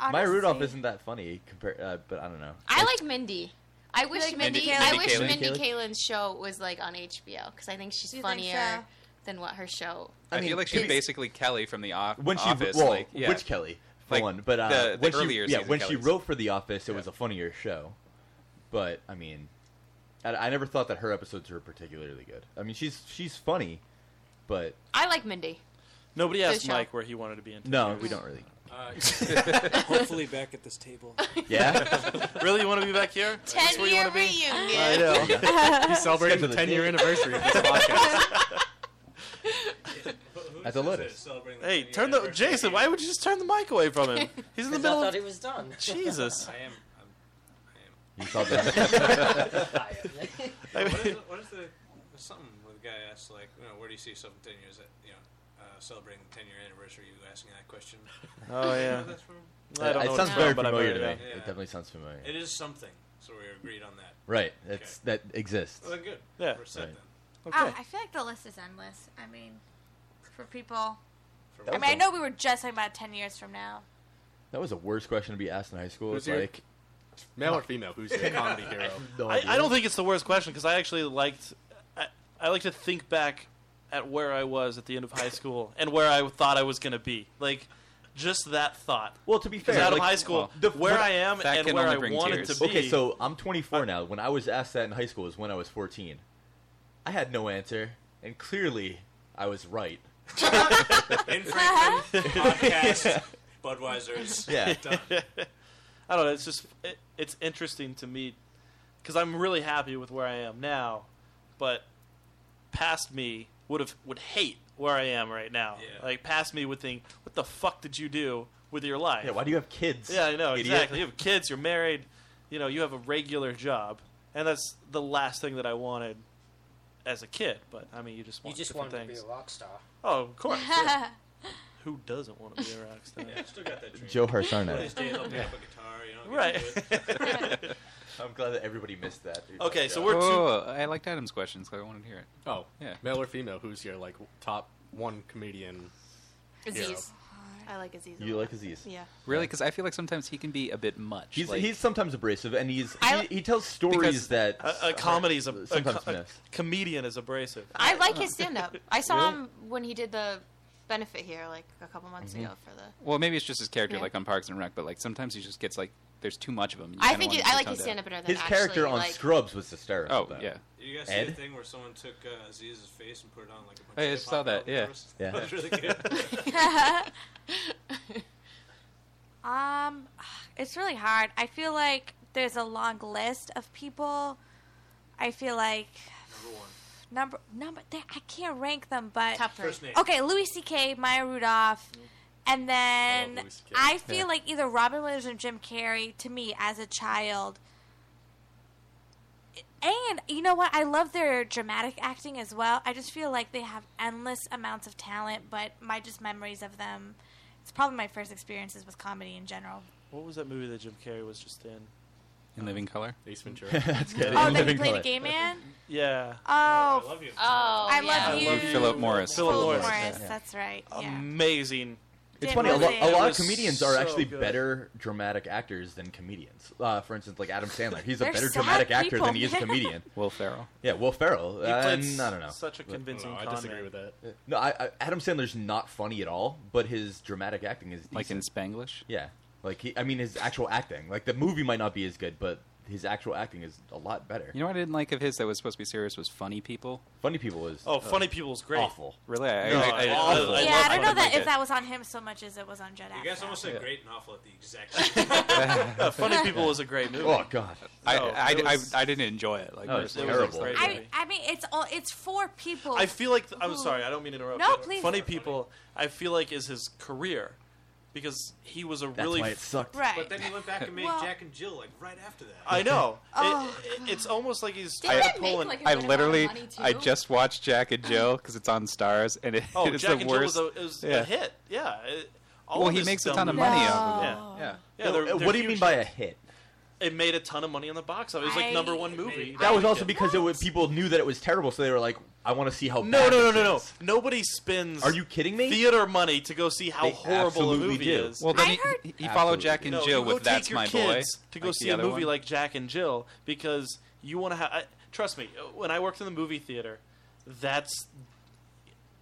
[SPEAKER 4] Honestly,
[SPEAKER 7] Maya Rudolph isn't that funny, compared, uh, but I don't know.
[SPEAKER 8] I like Mindy. I wish
[SPEAKER 4] like
[SPEAKER 8] Mindy.
[SPEAKER 4] Mindy
[SPEAKER 8] I
[SPEAKER 7] Kaling?
[SPEAKER 8] wish
[SPEAKER 7] Mindy
[SPEAKER 8] Mindy
[SPEAKER 7] Kaling?
[SPEAKER 8] Kaling's show was like on HBO because I think she's
[SPEAKER 4] You think
[SPEAKER 8] funnier
[SPEAKER 4] so?
[SPEAKER 8] than what her show.
[SPEAKER 6] I, feel like she's basically Kelly from the off-
[SPEAKER 7] when she
[SPEAKER 6] office.
[SPEAKER 7] well,
[SPEAKER 6] like, yeah.
[SPEAKER 7] which Kelly for
[SPEAKER 6] Like,
[SPEAKER 7] one, but uh,
[SPEAKER 6] the, the
[SPEAKER 7] when
[SPEAKER 6] earlier
[SPEAKER 7] she, yeah,
[SPEAKER 6] season
[SPEAKER 7] when she
[SPEAKER 6] Kellys.
[SPEAKER 7] wrote for The Office, it was a funnier show. But I mean, I, I never thought that her episodes were particularly good. I mean, she's she's funny, but
[SPEAKER 8] I like Mindy.
[SPEAKER 2] Nobody
[SPEAKER 8] Good
[SPEAKER 2] asked
[SPEAKER 8] show.
[SPEAKER 2] Mike where he wanted to be in. ten
[SPEAKER 7] No,
[SPEAKER 2] years.
[SPEAKER 7] we don't really.
[SPEAKER 15] Uh, hopefully back at this table.
[SPEAKER 7] Yeah?
[SPEAKER 2] really, you want to be back here? Is this where you wanna be?
[SPEAKER 9] I know. He's celebrating the 10 year anniversary of this podcast.
[SPEAKER 7] As a
[SPEAKER 10] lotus. Celebrating
[SPEAKER 2] Hey, turn the Jason. Why would you just turn the mic away from him? He's in the
[SPEAKER 11] Because I
[SPEAKER 2] middle.
[SPEAKER 11] thought
[SPEAKER 2] of...
[SPEAKER 11] he was done.
[SPEAKER 2] Jesus.
[SPEAKER 11] I am-
[SPEAKER 7] You
[SPEAKER 10] saw
[SPEAKER 11] that.
[SPEAKER 10] what, is, what is the there's something where the guy asked like, you know, where do you see yourself in ten years? That you know, uh, celebrating the ten year anniversary, you asking that question.
[SPEAKER 2] Oh,
[SPEAKER 10] You know
[SPEAKER 2] yeah.
[SPEAKER 10] where that's from?
[SPEAKER 2] I don't know
[SPEAKER 7] it sounds
[SPEAKER 2] what it's
[SPEAKER 7] very
[SPEAKER 2] from, but I
[SPEAKER 7] familiar to
[SPEAKER 2] better
[SPEAKER 7] me.
[SPEAKER 2] know.
[SPEAKER 7] It definitely sounds familiar.
[SPEAKER 10] It is something. So we agreed on that.
[SPEAKER 7] Right, that's that exists.
[SPEAKER 10] Well, then good.
[SPEAKER 2] Yeah.
[SPEAKER 10] We're set
[SPEAKER 7] Right.
[SPEAKER 10] then.
[SPEAKER 4] Ah, I feel like the list is endless. I mean, for people.
[SPEAKER 7] That
[SPEAKER 4] I
[SPEAKER 7] was
[SPEAKER 4] mean, I
[SPEAKER 7] a-
[SPEAKER 4] know we were just talking about ten years from now.
[SPEAKER 7] That was the worst question to be asked in high school.
[SPEAKER 9] Who's
[SPEAKER 7] it's
[SPEAKER 9] your-
[SPEAKER 7] like
[SPEAKER 9] Male or female? Who's your comedy hero?
[SPEAKER 7] No
[SPEAKER 2] I,
[SPEAKER 7] idea.
[SPEAKER 2] I don't think it's the worst question because I actually liked. I, I like to think back at where I was at the end of high school and where I thought I was going to be. Like, just that thought.
[SPEAKER 7] Well, to be
[SPEAKER 2] 'Cause
[SPEAKER 7] fair,
[SPEAKER 2] out of
[SPEAKER 7] like,
[SPEAKER 2] high school,
[SPEAKER 7] the-
[SPEAKER 2] where
[SPEAKER 7] when-
[SPEAKER 2] I am and where I wanted to be.
[SPEAKER 7] Okay, so I'm 24 now. When I was asked that in high school was when I was 14. I had no answer, and clearly I was right.
[SPEAKER 10] In Franklin, podcast, Budweiser's.
[SPEAKER 7] Yeah.
[SPEAKER 10] Done.
[SPEAKER 2] I don't know. It's just it, it's interesting to me because I'm really happy with where I am now, but past me would have would hate where I am right now. Like past me would think, "What the fuck did you do with your life?
[SPEAKER 7] Yeah, why do you have kids,
[SPEAKER 2] Yeah, I know
[SPEAKER 7] idiot?
[SPEAKER 2] exactly. You have kids. You're married. You know, you have a regular job, and that's the last thing that I wanted as a kid. But I mean, you just
[SPEAKER 11] You
[SPEAKER 2] want
[SPEAKER 11] just
[SPEAKER 2] different
[SPEAKER 11] wanted to
[SPEAKER 2] things.
[SPEAKER 11] be a rock star.
[SPEAKER 2] Oh, of course. sure. Who doesn't want to be a rock star?
[SPEAKER 10] Yeah, still got that dream.
[SPEAKER 7] Joe Harsarna.
[SPEAKER 10] One of these days I'll pick up a guitar, you know, get
[SPEAKER 2] right.
[SPEAKER 10] into it.
[SPEAKER 7] I'm glad that everybody missed that. uh,
[SPEAKER 6] Whoa,
[SPEAKER 8] Oh,
[SPEAKER 6] whoa, whoa, I liked Adam's questions. 'cause I wanted to hear it.
[SPEAKER 9] Oh,
[SPEAKER 6] yeah.
[SPEAKER 9] Male or female? Who's your like top one comedian? hero?
[SPEAKER 8] Aziz. I like Aziz. a
[SPEAKER 7] You
[SPEAKER 8] lot.
[SPEAKER 7] like Aziz?
[SPEAKER 8] Yeah.
[SPEAKER 6] Really? Because I feel like sometimes he can be a bit much.
[SPEAKER 7] He's,
[SPEAKER 6] like-
[SPEAKER 7] he's sometimes abrasive, Oh. and he's
[SPEAKER 8] I-
[SPEAKER 7] he, he tells stories
[SPEAKER 6] Because
[SPEAKER 7] that
[SPEAKER 2] a, a comedy is a, a
[SPEAKER 7] sometimes
[SPEAKER 2] co- a
[SPEAKER 7] missed.
[SPEAKER 2] comedian is abrasive.
[SPEAKER 8] I like his stand-up. I saw
[SPEAKER 6] Really?
[SPEAKER 8] him when he did the benefit here, like a couple months
[SPEAKER 7] Mm-hmm.
[SPEAKER 6] Mhm.
[SPEAKER 8] ago for the.
[SPEAKER 6] Well, maybe it's just his character,
[SPEAKER 8] Yeah.
[SPEAKER 6] like um, on Parks and Rec, but like sometimes he just gets like there's too much of him. You
[SPEAKER 8] I
[SPEAKER 6] kinda
[SPEAKER 8] think
[SPEAKER 6] want
[SPEAKER 8] he-
[SPEAKER 6] him to
[SPEAKER 8] I like
[SPEAKER 6] tone
[SPEAKER 8] his
[SPEAKER 6] down.
[SPEAKER 8] stand-up better than
[SPEAKER 7] His character on Scrubs was hysterical.
[SPEAKER 6] Oh,
[SPEAKER 7] though.
[SPEAKER 6] yeah.
[SPEAKER 10] You guys see the
[SPEAKER 7] Ed?
[SPEAKER 10] thing where someone took uh, Aziz's face and put it on like a bunch
[SPEAKER 6] Oh, yeah, I
[SPEAKER 10] of
[SPEAKER 6] saw that, yeah.
[SPEAKER 7] Yeah.
[SPEAKER 10] That's really good.
[SPEAKER 4] Um, it's really hard. I feel like there's a long list of people. I feel like
[SPEAKER 10] Number one.
[SPEAKER 4] number number they, I can't rank them, but
[SPEAKER 8] Top three. First name.
[SPEAKER 4] Okay, Louis C.K., Maya Rudolph, and then
[SPEAKER 8] Louis C.K..
[SPEAKER 4] I, feel
[SPEAKER 8] Yeah.
[SPEAKER 4] like either Robin Williams or Jim Carrey to me as a child. And you know what? I love their dramatic acting as well. I just feel like they have endless amounts of talent, but my just memories of them. It's probably my first experiences with comedy in general.
[SPEAKER 2] What was that movie that Jim Carrey was just in? Um,
[SPEAKER 6] In Living Color.
[SPEAKER 9] Ace Ventura.
[SPEAKER 6] That's
[SPEAKER 2] good.
[SPEAKER 4] Oh, that he played a gay man.
[SPEAKER 2] Yeah.
[SPEAKER 4] Oh,
[SPEAKER 10] I love you.
[SPEAKER 4] I love
[SPEAKER 6] I
[SPEAKER 4] you.
[SPEAKER 6] love Philip Morris.
[SPEAKER 2] Philip Morris. Um,
[SPEAKER 4] Morris, that's right. Yeah.
[SPEAKER 2] Amazing
[SPEAKER 7] It's
[SPEAKER 4] Did
[SPEAKER 7] funny. A, lo-
[SPEAKER 4] really?
[SPEAKER 7] a
[SPEAKER 4] It
[SPEAKER 7] lot of
[SPEAKER 4] was
[SPEAKER 7] comedians are
[SPEAKER 4] so
[SPEAKER 7] actually
[SPEAKER 4] good.
[SPEAKER 7] better dramatic actors than comedians. Uh, for instance, like Adam Sandler, he's a
[SPEAKER 4] They're
[SPEAKER 7] better
[SPEAKER 4] sad
[SPEAKER 7] dramatic actor than he is a
[SPEAKER 4] people, man.
[SPEAKER 7] comedian.
[SPEAKER 6] Will Ferrell.
[SPEAKER 7] Yeah, Will Ferrell.
[SPEAKER 2] He played
[SPEAKER 7] um, I don't know.
[SPEAKER 2] such a
[SPEAKER 7] But-
[SPEAKER 2] convincing No, I con disagree man. with that.
[SPEAKER 7] No, I, I, Adam Sandler's not funny at all, but his dramatic acting is
[SPEAKER 6] Like in
[SPEAKER 7] decent.
[SPEAKER 6] Spanglish?
[SPEAKER 7] Yeah, like he. I mean, his actual acting. Like the movie might not be as good, but his actual acting is a lot better.
[SPEAKER 6] You know what I didn't like of his that was supposed to be serious was Funny People.
[SPEAKER 7] Funny People was
[SPEAKER 2] Oh, Funny People's great.
[SPEAKER 7] Awful.
[SPEAKER 6] Really? I,
[SPEAKER 2] No,
[SPEAKER 6] I,
[SPEAKER 2] I-
[SPEAKER 6] I,
[SPEAKER 2] I- I love
[SPEAKER 4] yeah, I don't know
[SPEAKER 6] Funny
[SPEAKER 4] that
[SPEAKER 6] People.
[SPEAKER 4] if that was on him so much as it was on Judd.
[SPEAKER 10] You guys
[SPEAKER 4] Apatow.
[SPEAKER 10] almost said
[SPEAKER 6] Yeah.
[SPEAKER 10] great and awful at the exact same time.
[SPEAKER 2] Yeah, Funny People was a great movie.
[SPEAKER 7] Oh, God.
[SPEAKER 6] I,
[SPEAKER 2] No,
[SPEAKER 6] I,
[SPEAKER 2] it
[SPEAKER 6] I,
[SPEAKER 2] was-
[SPEAKER 6] I didn't enjoy it. Like
[SPEAKER 2] No, it's
[SPEAKER 6] personally.
[SPEAKER 2] terrible. It was a great
[SPEAKER 4] I, I mean, it's all it's for people.
[SPEAKER 2] I feel like I'm
[SPEAKER 4] who-
[SPEAKER 2] sorry. I don't mean to interrupt.
[SPEAKER 4] No,
[SPEAKER 2] but
[SPEAKER 4] please.
[SPEAKER 2] Funny people. I feel like is his career, because he was a really.
[SPEAKER 7] why it sucked.
[SPEAKER 4] Right.
[SPEAKER 10] But then he went back and made
[SPEAKER 4] Well-
[SPEAKER 10] Jack and Jill like right after that.
[SPEAKER 2] I know.
[SPEAKER 4] Oh,
[SPEAKER 2] it, it, it's almost like he's
[SPEAKER 4] Didn't
[SPEAKER 2] trying
[SPEAKER 4] that
[SPEAKER 2] to
[SPEAKER 4] make,
[SPEAKER 2] pull in.
[SPEAKER 4] like,
[SPEAKER 6] I literally, I just watched Jack and Jill because it's on Stars, and it,
[SPEAKER 2] oh,
[SPEAKER 6] it is
[SPEAKER 2] Jack
[SPEAKER 6] the
[SPEAKER 2] and
[SPEAKER 6] worst.
[SPEAKER 2] Jill was a, it was
[SPEAKER 6] Yeah.
[SPEAKER 2] a hit. Yeah. It, all
[SPEAKER 6] Well,
[SPEAKER 2] of
[SPEAKER 6] he
[SPEAKER 2] his
[SPEAKER 6] makes a
[SPEAKER 2] dumb
[SPEAKER 6] ton of
[SPEAKER 2] movies-
[SPEAKER 6] money off of it.
[SPEAKER 2] Yeah. Yeah.
[SPEAKER 7] No,
[SPEAKER 2] they're-
[SPEAKER 7] uh,
[SPEAKER 2] they're
[SPEAKER 7] what do you mean
[SPEAKER 2] huge
[SPEAKER 7] by a
[SPEAKER 2] hits.
[SPEAKER 7] hit?
[SPEAKER 2] It made a ton of money on the box office. It was like
[SPEAKER 4] I-
[SPEAKER 2] number one movie.
[SPEAKER 7] That was also because it was, people knew that it was terrible, so they were like, "I want to see how."
[SPEAKER 2] No, no,
[SPEAKER 7] bad
[SPEAKER 2] no,
[SPEAKER 7] this
[SPEAKER 2] no, no.
[SPEAKER 7] is.
[SPEAKER 2] Nobody spends.
[SPEAKER 7] Are you kidding me?
[SPEAKER 2] Theater money to go see how
[SPEAKER 7] They
[SPEAKER 2] horrible a
[SPEAKER 7] absolutely
[SPEAKER 2] movie
[SPEAKER 7] do.
[SPEAKER 2] is.
[SPEAKER 6] Well, then he, he he
[SPEAKER 7] Absolutely.
[SPEAKER 6] followed Jack and
[SPEAKER 2] No,
[SPEAKER 6] Jill
[SPEAKER 2] you go
[SPEAKER 6] with That's
[SPEAKER 2] take your
[SPEAKER 6] My
[SPEAKER 2] kids
[SPEAKER 6] Boy.
[SPEAKER 2] to go
[SPEAKER 6] like the
[SPEAKER 2] see a
[SPEAKER 6] other
[SPEAKER 2] movie
[SPEAKER 6] one.
[SPEAKER 2] like Jack and Jill because you want to have. I, trust me, when I worked in the movie theater, that's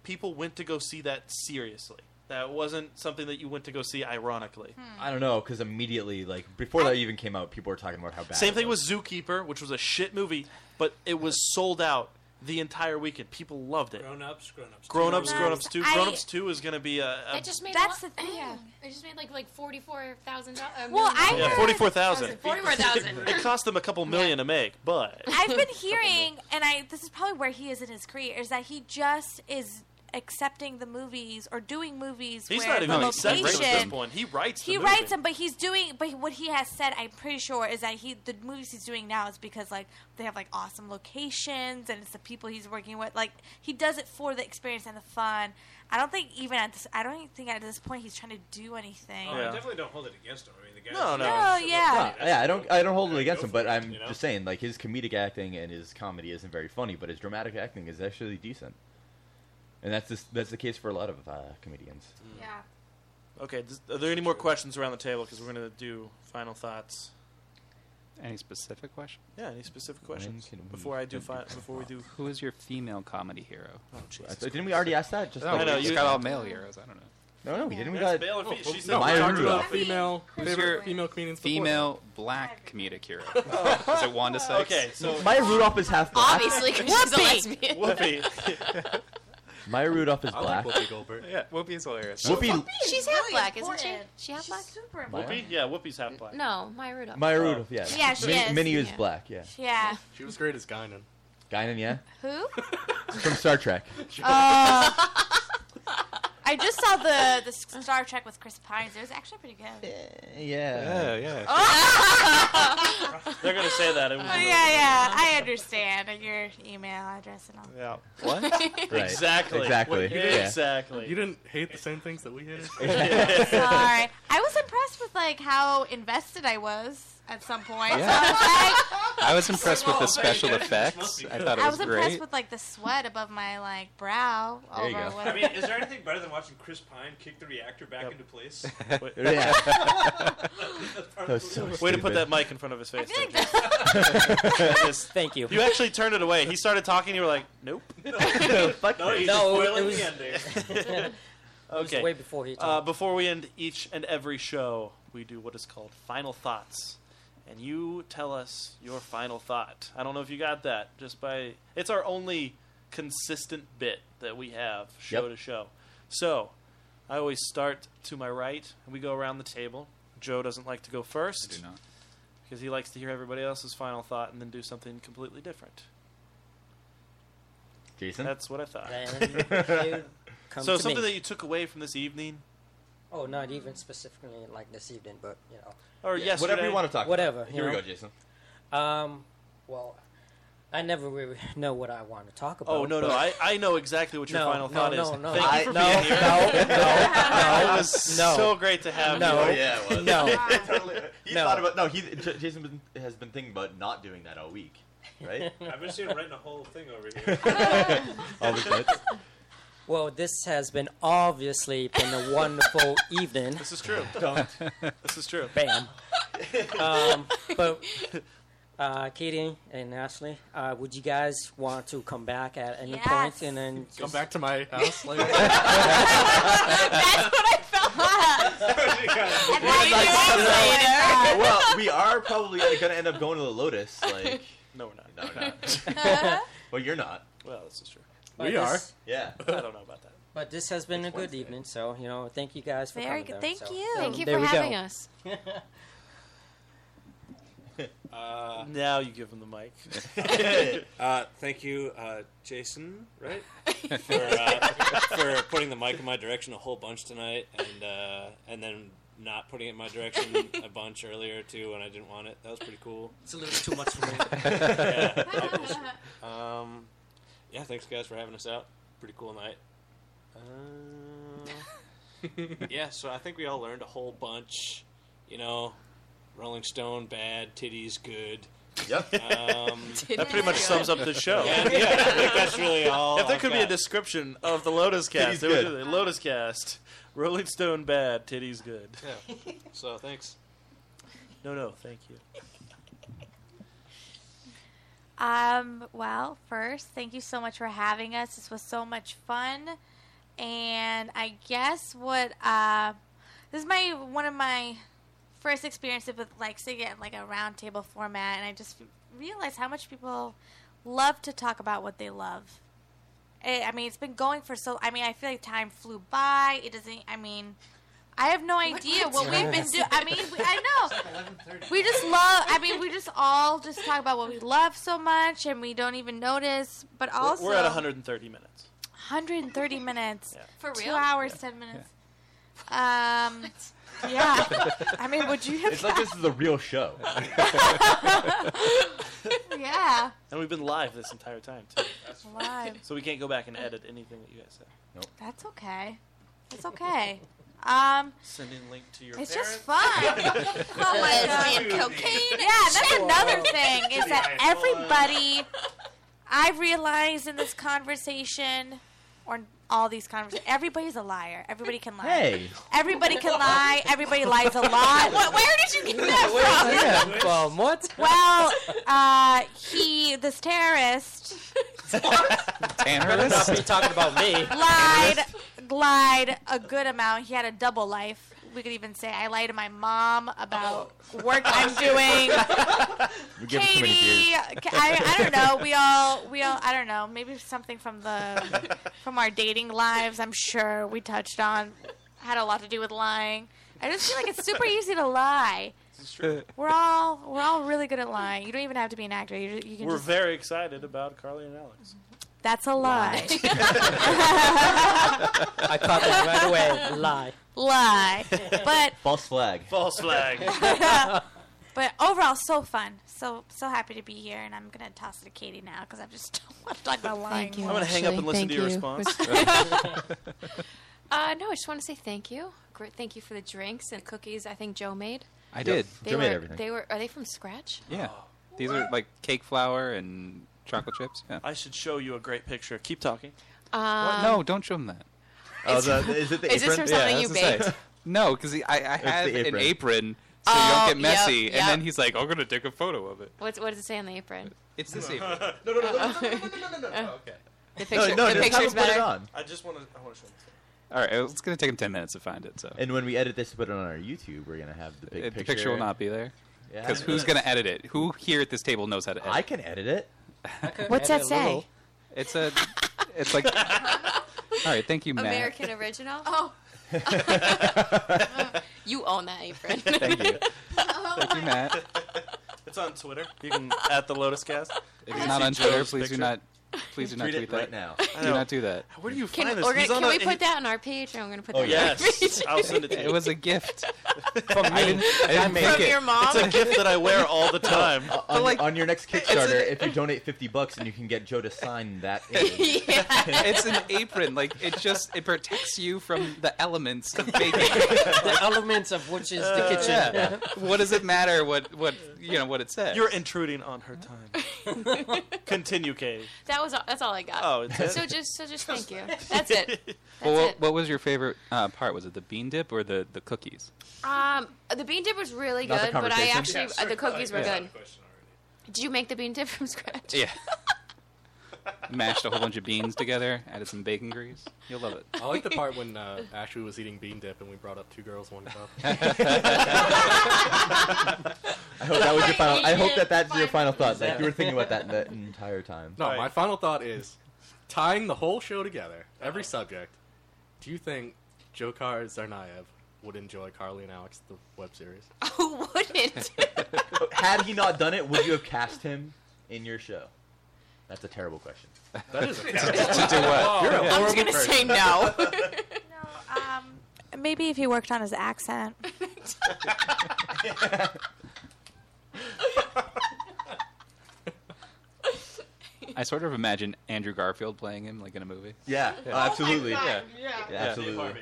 [SPEAKER 2] people went to go see that seriously. That wasn't something that you went to go see ironically.
[SPEAKER 8] Hmm.
[SPEAKER 7] I don't know because immediately, like before that even came out, people were talking about how bad.
[SPEAKER 2] Same
[SPEAKER 7] it
[SPEAKER 2] thing
[SPEAKER 7] was.
[SPEAKER 2] with Zookeeper, which was a shit movie, but it was sold out the entire weekend. People loved it.
[SPEAKER 10] Grown ups, grown ups.
[SPEAKER 2] Grown ups, grown ups two.
[SPEAKER 8] I-
[SPEAKER 2] Grown ups two is going to be a, a
[SPEAKER 8] That just made
[SPEAKER 4] That's
[SPEAKER 8] the thing. Yeah, it just made like like forty four thousand dollars.
[SPEAKER 4] Well, I
[SPEAKER 2] yeah, forty four thousand.
[SPEAKER 8] 44,000.
[SPEAKER 2] It cost them a couple million to make, but
[SPEAKER 4] I've been hearing, and I this is probably where he is in his career, is that he just is accepting the movies or doing movies
[SPEAKER 2] he's
[SPEAKER 4] where
[SPEAKER 2] not
[SPEAKER 4] the
[SPEAKER 2] even accepting at
[SPEAKER 4] location.
[SPEAKER 2] this point. He writes.
[SPEAKER 4] He
[SPEAKER 2] the movie.
[SPEAKER 4] writes them, but he's doing. But what he has said, I'm pretty sure, is that he the movies he's doing now is because like they have like awesome locations and it's the people he's working with. Like he does it for the experience and the fun. I don't think even at this. I don't even think at this point he's trying to do anything.
[SPEAKER 10] Oh, I definitely don't hold it against him. I mean, the guy.
[SPEAKER 2] Oh, No, no.
[SPEAKER 4] No, yeah.
[SPEAKER 7] No, yeah, I don't, I don't hold it against
[SPEAKER 10] go
[SPEAKER 7] him, but
[SPEAKER 10] for it,
[SPEAKER 7] I'm
[SPEAKER 10] you know?
[SPEAKER 7] just saying, like his comedic acting and his comedy isn't very funny, but his dramatic acting is actually decent, and that's just, that's the case for a lot of uh, comedians.
[SPEAKER 8] Yeah.
[SPEAKER 2] Okay, does, are there any more questions around the table? Because we're going to do final thoughts.
[SPEAKER 6] Any specific question?
[SPEAKER 2] Yeah, any specific
[SPEAKER 6] When
[SPEAKER 2] questions
[SPEAKER 6] can we
[SPEAKER 2] before I do?
[SPEAKER 6] end
[SPEAKER 2] Fi-
[SPEAKER 6] this
[SPEAKER 2] before we do.
[SPEAKER 6] Who is your female comedy hero?
[SPEAKER 2] Oh, Jesus.
[SPEAKER 7] I thought- didn't we already ask that? Just
[SPEAKER 6] No,
[SPEAKER 7] now?
[SPEAKER 6] we just got all male heroes. I don't know.
[SPEAKER 7] No, no, we didn't. We
[SPEAKER 2] That's
[SPEAKER 7] got Oh,
[SPEAKER 2] Bale and Fe- she said
[SPEAKER 9] no,
[SPEAKER 7] Maya
[SPEAKER 9] we talked
[SPEAKER 7] Rudolph.
[SPEAKER 9] about female
[SPEAKER 6] Who's
[SPEAKER 9] favorite
[SPEAKER 6] your
[SPEAKER 9] female comedians. before
[SPEAKER 6] Female black comedic hero. is it Wanda Sykes?
[SPEAKER 2] Okay, so
[SPEAKER 7] Maya Rudolph is half black.
[SPEAKER 8] Obviously, 'cause she's a lesbian.
[SPEAKER 2] Mm. Whoopi.
[SPEAKER 7] Maya Rudolph is
[SPEAKER 9] that. I
[SPEAKER 7] black.
[SPEAKER 9] like Whoopi Goldberg.
[SPEAKER 6] yeah, Whoopi is hilarious.
[SPEAKER 7] Whoopi,
[SPEAKER 8] She's half black, isn't she? She half black?
[SPEAKER 4] Super
[SPEAKER 7] Maya?
[SPEAKER 2] Whoopi? Yeah, Whoopi's half black.
[SPEAKER 8] No, Maya Rudolph.
[SPEAKER 7] Maya Rudolph, yeah.
[SPEAKER 4] Oh. Yeah, she
[SPEAKER 7] Min-
[SPEAKER 4] is,
[SPEAKER 7] Minnie is
[SPEAKER 8] yeah.
[SPEAKER 7] black. Yeah,
[SPEAKER 4] Yeah.
[SPEAKER 9] She was great as Guinan.
[SPEAKER 7] Guinan, yeah,
[SPEAKER 4] Who?
[SPEAKER 7] from Star Trek.
[SPEAKER 4] Uh, I just saw the the Star Trek with Chris Pines. It was actually pretty good.
[SPEAKER 7] Yeah.
[SPEAKER 6] yeah.
[SPEAKER 2] Oh. They're going to say that. It was
[SPEAKER 4] Oh, yeah, yeah. I understand your email address and all.
[SPEAKER 2] yeah.
[SPEAKER 6] What?
[SPEAKER 7] Right.
[SPEAKER 2] Exactly.
[SPEAKER 7] Exactly.
[SPEAKER 2] What-
[SPEAKER 7] Yeah.
[SPEAKER 2] Exactly.
[SPEAKER 9] You didn't hate the same things that we hated.
[SPEAKER 4] Sorry. I was impressed with like how invested I was at some point. So
[SPEAKER 6] Yeah.
[SPEAKER 4] I was like,
[SPEAKER 6] I was impressed with the special
[SPEAKER 10] Must be
[SPEAKER 6] effects. I
[SPEAKER 10] good.
[SPEAKER 6] thought it
[SPEAKER 4] I
[SPEAKER 6] was
[SPEAKER 4] was impressed
[SPEAKER 6] great.
[SPEAKER 4] with like the sweat above my like brow
[SPEAKER 7] There you
[SPEAKER 4] over
[SPEAKER 7] go.
[SPEAKER 10] I
[SPEAKER 4] whatever.
[SPEAKER 10] mean, is there anything better than watching Chris Pine kick the reactor back into place?
[SPEAKER 7] Yeah.
[SPEAKER 10] That's part
[SPEAKER 7] That was
[SPEAKER 10] of
[SPEAKER 7] so
[SPEAKER 10] the-
[SPEAKER 2] Way to put
[SPEAKER 7] stupid.
[SPEAKER 2] that mic in front of his
[SPEAKER 4] I
[SPEAKER 2] face.
[SPEAKER 4] feel like
[SPEAKER 2] there,
[SPEAKER 4] that's
[SPEAKER 2] Jason.
[SPEAKER 11] Thank you.
[SPEAKER 2] you actually turned it away. He started talking. You were like, nope.
[SPEAKER 7] Fuck
[SPEAKER 10] No,
[SPEAKER 7] that.
[SPEAKER 10] he's
[SPEAKER 11] No, it
[SPEAKER 10] spoiling
[SPEAKER 11] was-
[SPEAKER 10] the ending.
[SPEAKER 11] was
[SPEAKER 2] Okay.
[SPEAKER 11] way before he
[SPEAKER 2] Uh,
[SPEAKER 11] talked.
[SPEAKER 2] before we end each and every show, we do what is called final thoughts, and you tell us your final thought. I don't know if you got that. Just by it's our only consistent bit that we have show
[SPEAKER 7] Yep.
[SPEAKER 2] to show. So I always start to my right, and we go around the table. Joe doesn't like to go
[SPEAKER 6] I do
[SPEAKER 2] first
[SPEAKER 6] not.
[SPEAKER 2] because he likes to hear everybody else's final thought and then do something completely different.
[SPEAKER 7] Jason.
[SPEAKER 2] That's what I thought.
[SPEAKER 11] Then you come
[SPEAKER 2] So
[SPEAKER 11] to
[SPEAKER 2] something
[SPEAKER 11] me.
[SPEAKER 2] that you took away from this evening,
[SPEAKER 11] oh, not even specifically like this evening, but you know,
[SPEAKER 2] or yes,
[SPEAKER 7] Whatever you want to talk. about.
[SPEAKER 11] Whatever, you
[SPEAKER 7] Here we
[SPEAKER 11] know?
[SPEAKER 7] go, Jason.
[SPEAKER 11] um, well, I never really know what I want to talk about.
[SPEAKER 2] Oh no no!
[SPEAKER 11] but-
[SPEAKER 2] I, I know exactly what your
[SPEAKER 11] No,
[SPEAKER 2] final
[SPEAKER 11] no,
[SPEAKER 2] thought is.
[SPEAKER 11] no, no.
[SPEAKER 2] Thank
[SPEAKER 11] I-
[SPEAKER 2] you for
[SPEAKER 11] no,
[SPEAKER 2] being here.
[SPEAKER 11] no,
[SPEAKER 2] no, it was
[SPEAKER 11] no.
[SPEAKER 2] so great to have
[SPEAKER 11] No.
[SPEAKER 2] you.
[SPEAKER 11] Oh,
[SPEAKER 7] yeah, it was.
[SPEAKER 11] No.
[SPEAKER 7] totally. He
[SPEAKER 11] No.
[SPEAKER 7] thought about no. He J- Jason been, has been thinking about not doing that all week, right?
[SPEAKER 10] I've been seeing him writing a whole thing over here.
[SPEAKER 7] all the bits.
[SPEAKER 11] Well, this has been obviously been a wonderful evening.
[SPEAKER 2] This is true.
[SPEAKER 11] Don't.
[SPEAKER 2] This is true.
[SPEAKER 11] Bam. Um, but uh, Katie and Ashley, uh, would you guys want to come back at any
[SPEAKER 9] Yes.
[SPEAKER 11] point and then
[SPEAKER 9] Come
[SPEAKER 11] just-
[SPEAKER 9] back to my house later?
[SPEAKER 11] That's
[SPEAKER 14] what I felt.
[SPEAKER 7] well, we are probably gonna end up going to the Lotus. Like,
[SPEAKER 2] no, we're not.
[SPEAKER 7] No, we're
[SPEAKER 6] Uh-huh.
[SPEAKER 7] not. well, you're not.
[SPEAKER 2] Well, this is true.
[SPEAKER 11] We But are. this-
[SPEAKER 7] Yeah.
[SPEAKER 2] I don't know about that.
[SPEAKER 11] But this has been a good evening, so you know, thank you guys for
[SPEAKER 4] Very
[SPEAKER 11] coming.
[SPEAKER 4] good.
[SPEAKER 11] down,
[SPEAKER 4] Thank
[SPEAKER 11] so-
[SPEAKER 4] you. Thank you
[SPEAKER 11] there
[SPEAKER 4] for
[SPEAKER 11] we go.
[SPEAKER 4] having
[SPEAKER 8] us.
[SPEAKER 15] Uh,
[SPEAKER 2] now you give him the mic.
[SPEAKER 15] uh, thank you, uh, Jason, right? For, uh, for putting the mic in my direction a whole bunch tonight, and uh, and then not putting it in my direction a bunch earlier too when I didn't want it. That was pretty cool.
[SPEAKER 11] It's a little bit too much for me.
[SPEAKER 15] yeah. it was. Um, yeah, thanks guys for having us out. Pretty cool night. Um, Uh, yeah, so I think we all learned a whole bunch. You know, Rolling Stone bad, titties good.
[SPEAKER 7] Yep.
[SPEAKER 15] Um,
[SPEAKER 2] That pretty much sums up the show.
[SPEAKER 15] Yeah, yeah, I think that's really all.
[SPEAKER 2] If there
[SPEAKER 15] I've
[SPEAKER 2] could be a
[SPEAKER 15] got.
[SPEAKER 2] description of the Lotus
[SPEAKER 15] Titty's
[SPEAKER 2] Cast, it would
[SPEAKER 15] good.
[SPEAKER 2] be the Lotus Cast. Rolling Stone bad, titties good.
[SPEAKER 15] Yeah. So thanks.
[SPEAKER 2] No, no, thank you.
[SPEAKER 4] Um, well, first, thank you so much for having us. This was so much fun. And I guess what uh, this is my one of my first experiences with like sitting at like a round table format and I just realized how much people love to talk about what they love. Eh, I mean, it's been going for so I mean, I feel like time flew by. It doesn't I mean, I have no idea
[SPEAKER 14] what
[SPEAKER 4] what we've been
[SPEAKER 14] time?
[SPEAKER 4] doing. I mean, we, I know. We just love. I mean, we just all just talk about what we love so much, and we don't even notice. But
[SPEAKER 2] We're-
[SPEAKER 4] also,
[SPEAKER 2] we're at 130 minutes.
[SPEAKER 4] 130 minutes
[SPEAKER 8] For
[SPEAKER 4] two
[SPEAKER 8] real?
[SPEAKER 4] hours, ten minutes. Um, yeah. I mean, would you have?
[SPEAKER 7] It's like this is a real show.
[SPEAKER 4] yeah.
[SPEAKER 2] And we've been live this entire time too.
[SPEAKER 4] Live.
[SPEAKER 2] So we can't go back and edit anything that you guys said.
[SPEAKER 7] Nope.
[SPEAKER 4] That's okay. That's okay. Um,
[SPEAKER 2] Send in link to your.
[SPEAKER 4] it's
[SPEAKER 2] parents.
[SPEAKER 4] just fun. oh my god.
[SPEAKER 14] Lesbian cocaine.
[SPEAKER 4] Yeah, that's
[SPEAKER 14] Sure.
[SPEAKER 4] another thing is
[SPEAKER 14] Yeah,
[SPEAKER 4] that
[SPEAKER 14] I
[SPEAKER 4] everybody. I realize in this conversation, or in all these conversations, everybody's a liar. Everybody can lie.
[SPEAKER 7] Hey.
[SPEAKER 4] Everybody can lie. Everybody lies a lot.
[SPEAKER 14] What- where did you get that
[SPEAKER 11] Yeah,
[SPEAKER 14] from?
[SPEAKER 11] well, what?
[SPEAKER 4] Well, uh, he, this terrorist,
[SPEAKER 11] Better not be talking about me.
[SPEAKER 4] lied, lied a good amount. He had a double life. We could even say I lied to my mom about work I'm doing.
[SPEAKER 7] We give him too many
[SPEAKER 4] Katie,
[SPEAKER 7] beers.
[SPEAKER 4] Ka- I, I don't know. We all, we all, I don't know. Maybe something from the, from our dating lives. I'm sure we touched on, had a lot to do with lying. I just feel like it's super easy to lie. We're all, we're all really good at lying. You don't even have to be an actor. You, you can
[SPEAKER 2] We're
[SPEAKER 4] just.
[SPEAKER 2] very excited about Carly and Alex.
[SPEAKER 6] Mm-hmm.
[SPEAKER 4] that's a lie.
[SPEAKER 11] I caught that right away. Lie.
[SPEAKER 4] lie. But
[SPEAKER 7] False flag.
[SPEAKER 2] False flag.
[SPEAKER 4] But overall, so fun. So so happy to be here, and I'm gonna toss it to Katie now because I'm just don't want to talk about lying.
[SPEAKER 2] I'm gonna hang up and listen to your response.
[SPEAKER 8] Uh, no, I just want to say thank you. Great, thank you for the drinks and cookies. I think Joe made.
[SPEAKER 6] I Yep. did.
[SPEAKER 8] They
[SPEAKER 6] Joe
[SPEAKER 8] were,
[SPEAKER 6] made everything.
[SPEAKER 8] They were. Are they from scratch?
[SPEAKER 7] Oh.
[SPEAKER 6] Yeah. These are like cake flour and chocolate chips. Yeah.
[SPEAKER 2] I should show you a great picture. Keep talking.
[SPEAKER 8] Um,
[SPEAKER 6] no, don't show him that.
[SPEAKER 7] Oh, the- the- is it the
[SPEAKER 8] Is this from
[SPEAKER 7] apron?
[SPEAKER 8] something you baked?
[SPEAKER 6] No, because I, I
[SPEAKER 7] the
[SPEAKER 6] have an
[SPEAKER 7] apron.
[SPEAKER 6] apron so
[SPEAKER 8] Oh,
[SPEAKER 6] you don't get messy.
[SPEAKER 8] yep,
[SPEAKER 6] And then
[SPEAKER 8] yep.
[SPEAKER 6] he's like, I'm going to take a photo of it.
[SPEAKER 8] What's, what does it say on the apron?
[SPEAKER 6] It's this apron.
[SPEAKER 2] No, no, no, no,
[SPEAKER 8] no, no,
[SPEAKER 2] no, no, no. Okay.
[SPEAKER 8] The picture. the picture's better.
[SPEAKER 2] I just want to. I want to show this.
[SPEAKER 6] All right, it's going to take him 10 minutes to find it. So
[SPEAKER 7] And when we edit this to put it on our YouTube, we're gonna have the big
[SPEAKER 6] It- the
[SPEAKER 7] picture.
[SPEAKER 6] picture will not be there.
[SPEAKER 7] Yeah.
[SPEAKER 6] Because who's going to edit it? Who here at this table knows how to edit?
[SPEAKER 7] I can edit it.
[SPEAKER 8] What's that say?
[SPEAKER 6] It's a. It's like. All right, thank you, Matt.
[SPEAKER 8] American original. Oh. you own that Oh apron.
[SPEAKER 6] Thank you. Thank you, Matt.
[SPEAKER 2] It's on Twitter. You can at the Lotus Cast.
[SPEAKER 6] If he's not on Twitter, please do not. Please do not
[SPEAKER 2] Tweet it
[SPEAKER 6] tweet
[SPEAKER 2] right
[SPEAKER 6] that
[SPEAKER 2] now. I
[SPEAKER 6] Do
[SPEAKER 2] know.
[SPEAKER 6] not do that.
[SPEAKER 2] Where do you
[SPEAKER 8] Can,
[SPEAKER 2] find
[SPEAKER 8] we're
[SPEAKER 2] this?
[SPEAKER 8] gonna-
[SPEAKER 2] He's on
[SPEAKER 8] can
[SPEAKER 2] a-
[SPEAKER 8] we
[SPEAKER 2] he-
[SPEAKER 8] put that on our page? I'm going to put that
[SPEAKER 2] Oh,
[SPEAKER 8] on our
[SPEAKER 2] yes.
[SPEAKER 8] page.
[SPEAKER 2] I'll send it to you.
[SPEAKER 6] It was a gift.
[SPEAKER 2] From
[SPEAKER 6] I didn't, I didn't make
[SPEAKER 8] From
[SPEAKER 6] it.
[SPEAKER 8] your mom?
[SPEAKER 2] It's a gift that I wear all the time.
[SPEAKER 7] On, on your next Kickstarter, if you donate fifty bucks, and you can get Joe to sign that. image.
[SPEAKER 6] it's an apron. Like it just it protects you from the elements of baking. Uh,
[SPEAKER 11] the elements of which is the kitchen.
[SPEAKER 6] yeah. What does it matter what what you know what it says?
[SPEAKER 2] You're intruding on her time. Continue, Kay.
[SPEAKER 8] That was all, that's all I got.
[SPEAKER 6] Oh, that's it?
[SPEAKER 8] so just so just thank you. That's it.
[SPEAKER 6] Well, what, what was your favorite uh, part? Was it the bean dip or the, the cookies?
[SPEAKER 8] Um, the bean dip was really
[SPEAKER 6] Not the
[SPEAKER 8] good, but I
[SPEAKER 6] conversation.
[SPEAKER 8] actually
[SPEAKER 6] Yeah,
[SPEAKER 8] uh,
[SPEAKER 6] sure.
[SPEAKER 8] the cookies
[SPEAKER 6] Yeah.
[SPEAKER 8] were
[SPEAKER 6] Yeah.
[SPEAKER 8] good. Did you make the bean dip from scratch?
[SPEAKER 6] Yeah. Mashed a whole bunch of beans together, added some bacon grease. You'll love it.
[SPEAKER 9] I like the part when uh, Ashley was eating bean dip and we brought up two girls, one cup.
[SPEAKER 7] I hope that was your final. I hope that that's your final thought. Like you were thinking about that the entire time.
[SPEAKER 9] No, my final thought is tying the whole show together, every subject. Do you think Jokar Tsarnaev would enjoy Carly and Alex the web series?
[SPEAKER 7] Had he not done it, would you have cast him in your show? That's a terrible question.
[SPEAKER 9] That is a
[SPEAKER 7] to do what? You're a
[SPEAKER 8] I was
[SPEAKER 7] horrible
[SPEAKER 8] gonna
[SPEAKER 7] person.
[SPEAKER 8] say no.
[SPEAKER 4] um, Maybe if he worked on his accent.
[SPEAKER 6] I sort of imagine Andrew Garfield playing him like in a movie.
[SPEAKER 7] Yeah, oh, absolutely.
[SPEAKER 6] Yeah.
[SPEAKER 7] Yeah, absolutely.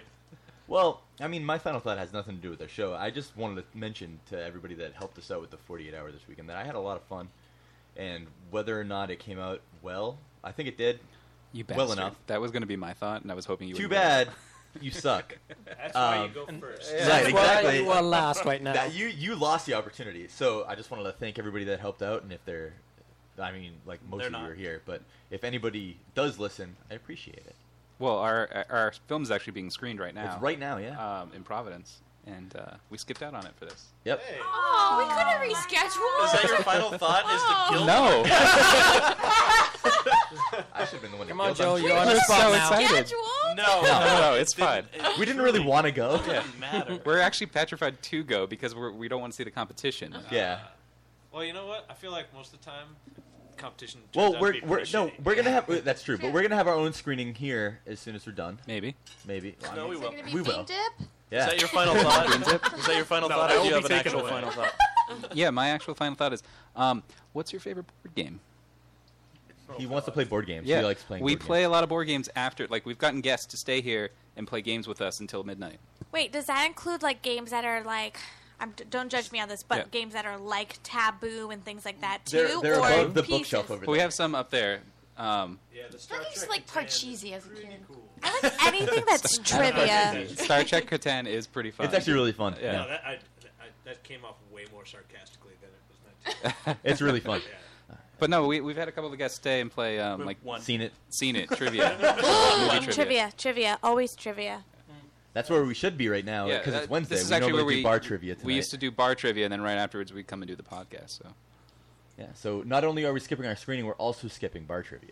[SPEAKER 7] Well, I mean, my final thought has nothing to do with our show. I just wanted to mention to everybody that helped us out with the 48 hour this weekend that I had a lot of fun, and whether or not it came out well, I think it did.
[SPEAKER 6] You
[SPEAKER 7] well
[SPEAKER 6] bastard.
[SPEAKER 7] enough.
[SPEAKER 6] That was going to be my thought, and I was hoping you.
[SPEAKER 7] Too
[SPEAKER 6] would
[SPEAKER 7] bad. You suck.
[SPEAKER 6] That's why you go
[SPEAKER 7] and-
[SPEAKER 6] first.
[SPEAKER 7] Right,
[SPEAKER 6] That's why
[SPEAKER 7] exactly.
[SPEAKER 6] you are last right now.
[SPEAKER 7] That- you you lost the opportunity. So I just wanted to thank everybody that helped out, and if they're, I mean, like most
[SPEAKER 6] They're
[SPEAKER 7] of you
[SPEAKER 6] not.
[SPEAKER 7] are here, but if anybody does listen, I appreciate it.
[SPEAKER 6] Well, our our film is actually being screened right now.
[SPEAKER 7] It's right now, yeah.
[SPEAKER 6] Um, in Providence, and uh, we skipped out on it for this.
[SPEAKER 7] Yep.
[SPEAKER 8] Oh, we could have rescheduled.
[SPEAKER 2] Is that your final thought? Is to kill?
[SPEAKER 6] No.
[SPEAKER 7] I should have been the one.
[SPEAKER 11] Come
[SPEAKER 7] to
[SPEAKER 11] on,
[SPEAKER 7] guilt
[SPEAKER 11] Joe,
[SPEAKER 7] them.
[SPEAKER 11] you're on the spot now.
[SPEAKER 4] Oh,
[SPEAKER 6] No, no, no, it's fine.
[SPEAKER 7] We didn't really want to go.
[SPEAKER 6] We're actually petrified to go because we're, we don't want to see the competition.
[SPEAKER 4] Uh-huh.
[SPEAKER 7] Yeah.
[SPEAKER 10] Well, you know what? I feel like most of the time, competition. turns out
[SPEAKER 7] Well,
[SPEAKER 10] to
[SPEAKER 7] we're,
[SPEAKER 10] be
[SPEAKER 7] we're
[SPEAKER 10] pretty
[SPEAKER 7] no,
[SPEAKER 10] shitty.
[SPEAKER 7] we're gonna have uh, that's true, but we're gonna have our own screening here as soon as we're done.
[SPEAKER 6] Maybe,
[SPEAKER 7] maybe. Well, I
[SPEAKER 2] No,
[SPEAKER 7] mean,
[SPEAKER 2] we will.
[SPEAKER 7] we will.
[SPEAKER 2] Is
[SPEAKER 7] Yeah.
[SPEAKER 2] that your final thought?
[SPEAKER 6] Bean dip?
[SPEAKER 2] Is that your final
[SPEAKER 6] No,
[SPEAKER 2] thought?
[SPEAKER 6] I
[SPEAKER 2] Or
[SPEAKER 6] will
[SPEAKER 2] do you
[SPEAKER 6] be
[SPEAKER 2] have an
[SPEAKER 6] taken
[SPEAKER 2] actual
[SPEAKER 6] away.
[SPEAKER 2] final thought?
[SPEAKER 6] yeah, my actual final thought is, um, what's your favorite board game?
[SPEAKER 7] He wants to play board games.
[SPEAKER 6] Yeah,
[SPEAKER 7] He likes playing.
[SPEAKER 6] we
[SPEAKER 7] board
[SPEAKER 6] play a lot of board games after. Like we've gotten guests to stay here and play games with us until midnight.
[SPEAKER 4] Wait, does that include like games that are like? I'm, don't judge me on this, but
[SPEAKER 6] Yeah.
[SPEAKER 4] games that are like taboo and things like that too.
[SPEAKER 6] They're- they're
[SPEAKER 4] or
[SPEAKER 6] above
[SPEAKER 7] the
[SPEAKER 4] pieces?
[SPEAKER 7] bookshelf over
[SPEAKER 6] But we have some up there. Um,
[SPEAKER 8] I used to like Parcheesi as a kid.
[SPEAKER 4] I like anything that's trivia.
[SPEAKER 6] Star Trek Catan is pretty fun.
[SPEAKER 7] It's actually really fun, yeah.
[SPEAKER 10] No, that, I, I, that came off way more sarcastically than it was meant to.
[SPEAKER 7] It's really fun.
[SPEAKER 6] But no, we, we've had a couple of guests stay and play um, like
[SPEAKER 7] Seen it.
[SPEAKER 6] seen it trivia, movie
[SPEAKER 4] trivia. trivia, always trivia.
[SPEAKER 7] That's where we should be right now because
[SPEAKER 6] that-
[SPEAKER 7] Oh, it's Wednesday.
[SPEAKER 6] This is
[SPEAKER 7] we
[SPEAKER 6] actually
[SPEAKER 7] normally
[SPEAKER 6] where we
[SPEAKER 7] do bar trivia tonight.
[SPEAKER 6] We used to do bar trivia, and then right afterwards we'd come and do the podcast. So
[SPEAKER 7] yeah. So not only are we skipping our screening, we're also skipping bar trivia.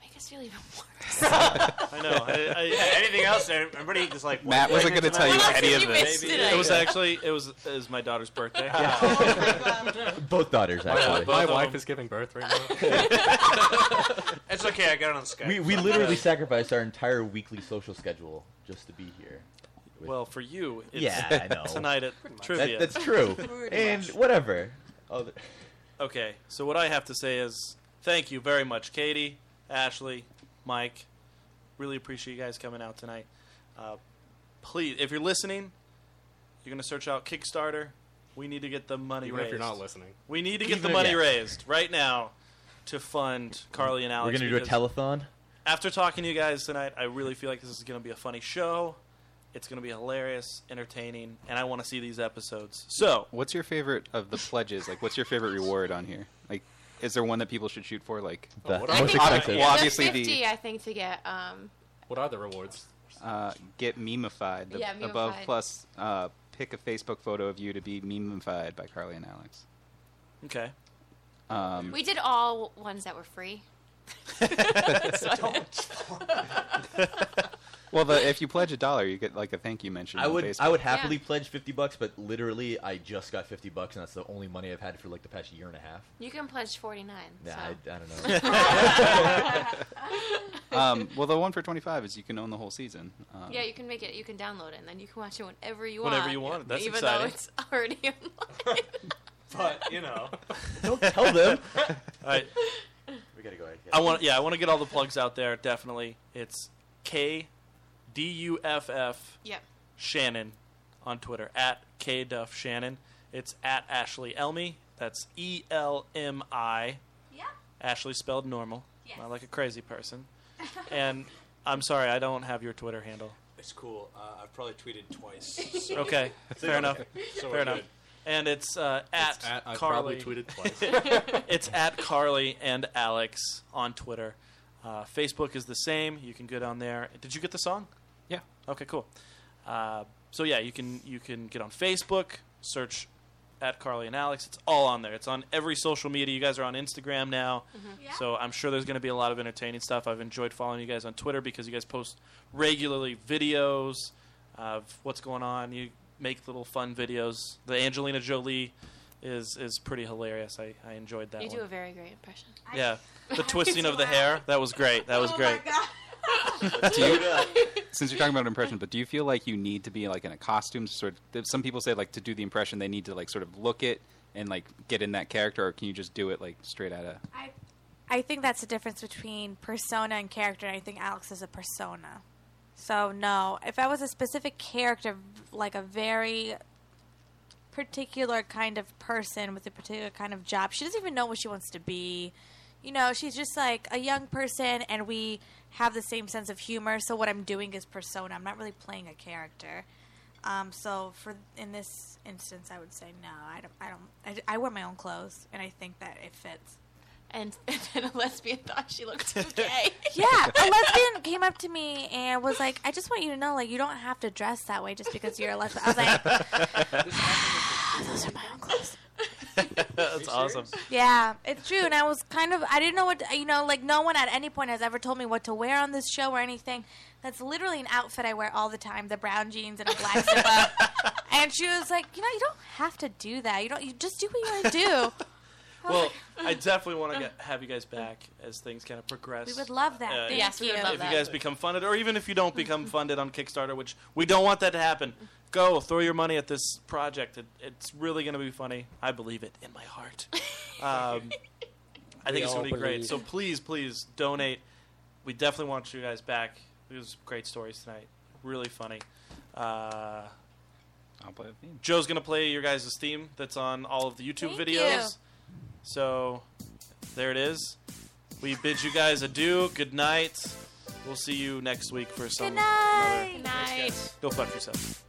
[SPEAKER 8] Make us feel even worse.
[SPEAKER 2] I know. I, I, yeah, anything else? Everybody just like.
[SPEAKER 6] Matt
[SPEAKER 2] what-
[SPEAKER 6] wasn't gonna tell you What else any did of you this. miss
[SPEAKER 2] Maybe-
[SPEAKER 6] tonight?
[SPEAKER 2] It was actually it was it was my daughter's birthday.
[SPEAKER 7] Both daughters,
[SPEAKER 9] My-
[SPEAKER 7] actually.
[SPEAKER 9] My,
[SPEAKER 2] Both of
[SPEAKER 9] wife
[SPEAKER 2] them.
[SPEAKER 9] is giving birth right now.
[SPEAKER 10] it's okay. I got it on Skype.
[SPEAKER 7] We we literally sacrificed our entire weekly social schedule just to be here.
[SPEAKER 2] Well, for you, it's
[SPEAKER 7] yeah, I know.
[SPEAKER 2] tonight at
[SPEAKER 7] That-
[SPEAKER 2] trivia.
[SPEAKER 7] that's true. and whatever. Other-
[SPEAKER 2] Okay, so what I have to say is thank you very much, Katie, Ashley, Mike. Really appreciate you guys coming out tonight. Uh, please, if you're listening, you're going to search out Kickstarter. We need to get the money
[SPEAKER 9] Even if
[SPEAKER 2] raised.
[SPEAKER 9] you're not listening.
[SPEAKER 2] We need to get
[SPEAKER 9] Even
[SPEAKER 2] the
[SPEAKER 9] if-
[SPEAKER 2] money
[SPEAKER 9] yeah.
[SPEAKER 2] raised right now to fund Carly and Alex.
[SPEAKER 7] we're gonna do a
[SPEAKER 2] because-
[SPEAKER 7] telethon.
[SPEAKER 2] after talking to you guys tonight, I really feel like this is going to be a funny show. It's going to be hilarious, entertaining, and I want to see these episodes. So,
[SPEAKER 6] what's your favorite of the pledges? Like, what's your favorite reward on here? Like, is there one that people should shoot for? Like,
[SPEAKER 7] The
[SPEAKER 6] Well,
[SPEAKER 7] most expensive.
[SPEAKER 6] well, obviously
[SPEAKER 8] the 50,
[SPEAKER 6] the
[SPEAKER 8] I think, to get. Um,
[SPEAKER 9] What are the rewards?
[SPEAKER 6] uh, get memeified. The
[SPEAKER 8] Yeah,
[SPEAKER 6] above
[SPEAKER 8] memeified.
[SPEAKER 6] plus uh, pick a Facebook photo of you to be memeified by Carly and Alex.
[SPEAKER 2] Okay.
[SPEAKER 6] Um,
[SPEAKER 8] we did all ones that were free.
[SPEAKER 6] well, the, if you pledge a dollar, you get like a thank you mention.
[SPEAKER 7] I
[SPEAKER 6] on
[SPEAKER 7] would
[SPEAKER 6] Facebook.
[SPEAKER 7] I would happily pledge fifty bucks, but literally I just got fifty bucks, and that's the only money I've had for like the past year and a half.
[SPEAKER 8] You can pledge 49.
[SPEAKER 7] Yeah,
[SPEAKER 8] so.
[SPEAKER 7] I, I don't know.
[SPEAKER 6] um, well, the one for twenty five is you can own the whole season. Um,
[SPEAKER 8] yeah, you can make it. You can download it, and then you can watch it whenever you want.
[SPEAKER 6] Whenever you want, that's
[SPEAKER 8] even
[SPEAKER 6] exciting.
[SPEAKER 8] though it's already online.
[SPEAKER 10] but you know,
[SPEAKER 7] don't tell them.
[SPEAKER 2] All right.
[SPEAKER 7] We gotta go. ahead.
[SPEAKER 2] I want yeah, I want to get all the plugs out there. Definitely, it's K D U F F
[SPEAKER 8] Yep.
[SPEAKER 2] Shannon on Twitter at K Duff Shannon. It's at Ashley Elmy. That's E L M I.
[SPEAKER 8] Yeah.
[SPEAKER 2] Ashley spelled normal. not like a crazy person. and I'm sorry, I don't have your Twitter handle.
[SPEAKER 10] It's cool. Uh, I've probably tweeted twice. so-
[SPEAKER 2] Okay,
[SPEAKER 10] So-
[SPEAKER 2] fair enough.
[SPEAKER 10] So
[SPEAKER 2] fair
[SPEAKER 10] we're
[SPEAKER 2] enough.
[SPEAKER 10] good.
[SPEAKER 2] And it's uh, at,
[SPEAKER 10] It's at- I
[SPEAKER 2] Carly.
[SPEAKER 10] probably tweeted twice.
[SPEAKER 2] it's at Carly and Alex on Twitter. Uh, Facebook is the same. You can get on there. Did you get the song?
[SPEAKER 6] Yeah.
[SPEAKER 2] Okay. Cool. Uh, so yeah, you can you can get on Facebook. Search at Carly and Alex. It's all on there. It's on every social media. You guys are on Instagram now,
[SPEAKER 16] Mhm.
[SPEAKER 8] Mm-hmm.
[SPEAKER 16] Yeah.
[SPEAKER 2] so I'm sure there's going to be a lot of entertaining stuff. I've enjoyed following you guys on Twitter because you guys post regularly videos of what's going on. You make little fun videos. The Angelina Jolie is is pretty hilarious. I, I enjoyed that.
[SPEAKER 8] you
[SPEAKER 2] one.
[SPEAKER 8] do a very great impression.
[SPEAKER 2] Yeah, the twisting of the hair. That was great. That was
[SPEAKER 8] Oh
[SPEAKER 2] great.
[SPEAKER 6] Do you- since you're talking about impressions, but do you feel like you need to be like in a costume? to Sort of, some people say like to do the impression they need to like sort of look it and like get in that character, or can you just do it like straight out of?
[SPEAKER 4] I think that's the difference between persona and character. and I think Alex is a persona. So no, if I was a specific character, like a very particular kind of person with a particular kind of job, she doesn't even know what she wants to be. You know, she's just like a young person, and we have the same sense of humor. So what I'm doing is persona. I'm not really playing a character. Um, so for in this instance, I would say no. I don't. I don't. I, I wear my own clothes, and I think that it fits.
[SPEAKER 8] And, and then a lesbian thought she looked okay.
[SPEAKER 4] Yeah, a lesbian came up to me and was like, "I just want you to know, like, you don't have to dress that way just because you're a lesbian." I was like, "Those are my own clothes."
[SPEAKER 2] That's awesome.
[SPEAKER 4] Yeah, it's true. And I was kind of, I didn't know what, you know, like, no one at any point has ever told me what to wear on this show or anything. That's literally an outfit I wear all the time: the brown jeans and a black zipper. and she was like, "You know, you don't have to do that. You don't. You just do what you want to do."
[SPEAKER 2] Well, I definitely want to get have you guys back as things kind of progress.
[SPEAKER 4] um, We would love that. Thank Yes, we would you. love
[SPEAKER 2] Uh, if
[SPEAKER 4] that.
[SPEAKER 2] you guys become funded, or even if you don't become funded on Kickstarter, which we don't want that to happen, go throw your money at this project. It, it's really going to be funny. I believe it in my heart. Um, I
[SPEAKER 11] We
[SPEAKER 2] think it's
[SPEAKER 11] all
[SPEAKER 2] going to be great.
[SPEAKER 11] believe.
[SPEAKER 2] So please, please donate. We definitely want you guys back. It was great stories tonight. Really funny. Uh,
[SPEAKER 6] I'll play the theme.
[SPEAKER 2] Joe's gonna play your guys' theme that's on all of the YouTube
[SPEAKER 4] Thank
[SPEAKER 2] videos.
[SPEAKER 4] you.
[SPEAKER 2] So there it is. We bid you guys adieu. Good night. We'll see you next week for some.
[SPEAKER 4] Good night.
[SPEAKER 2] Go fuck yourself.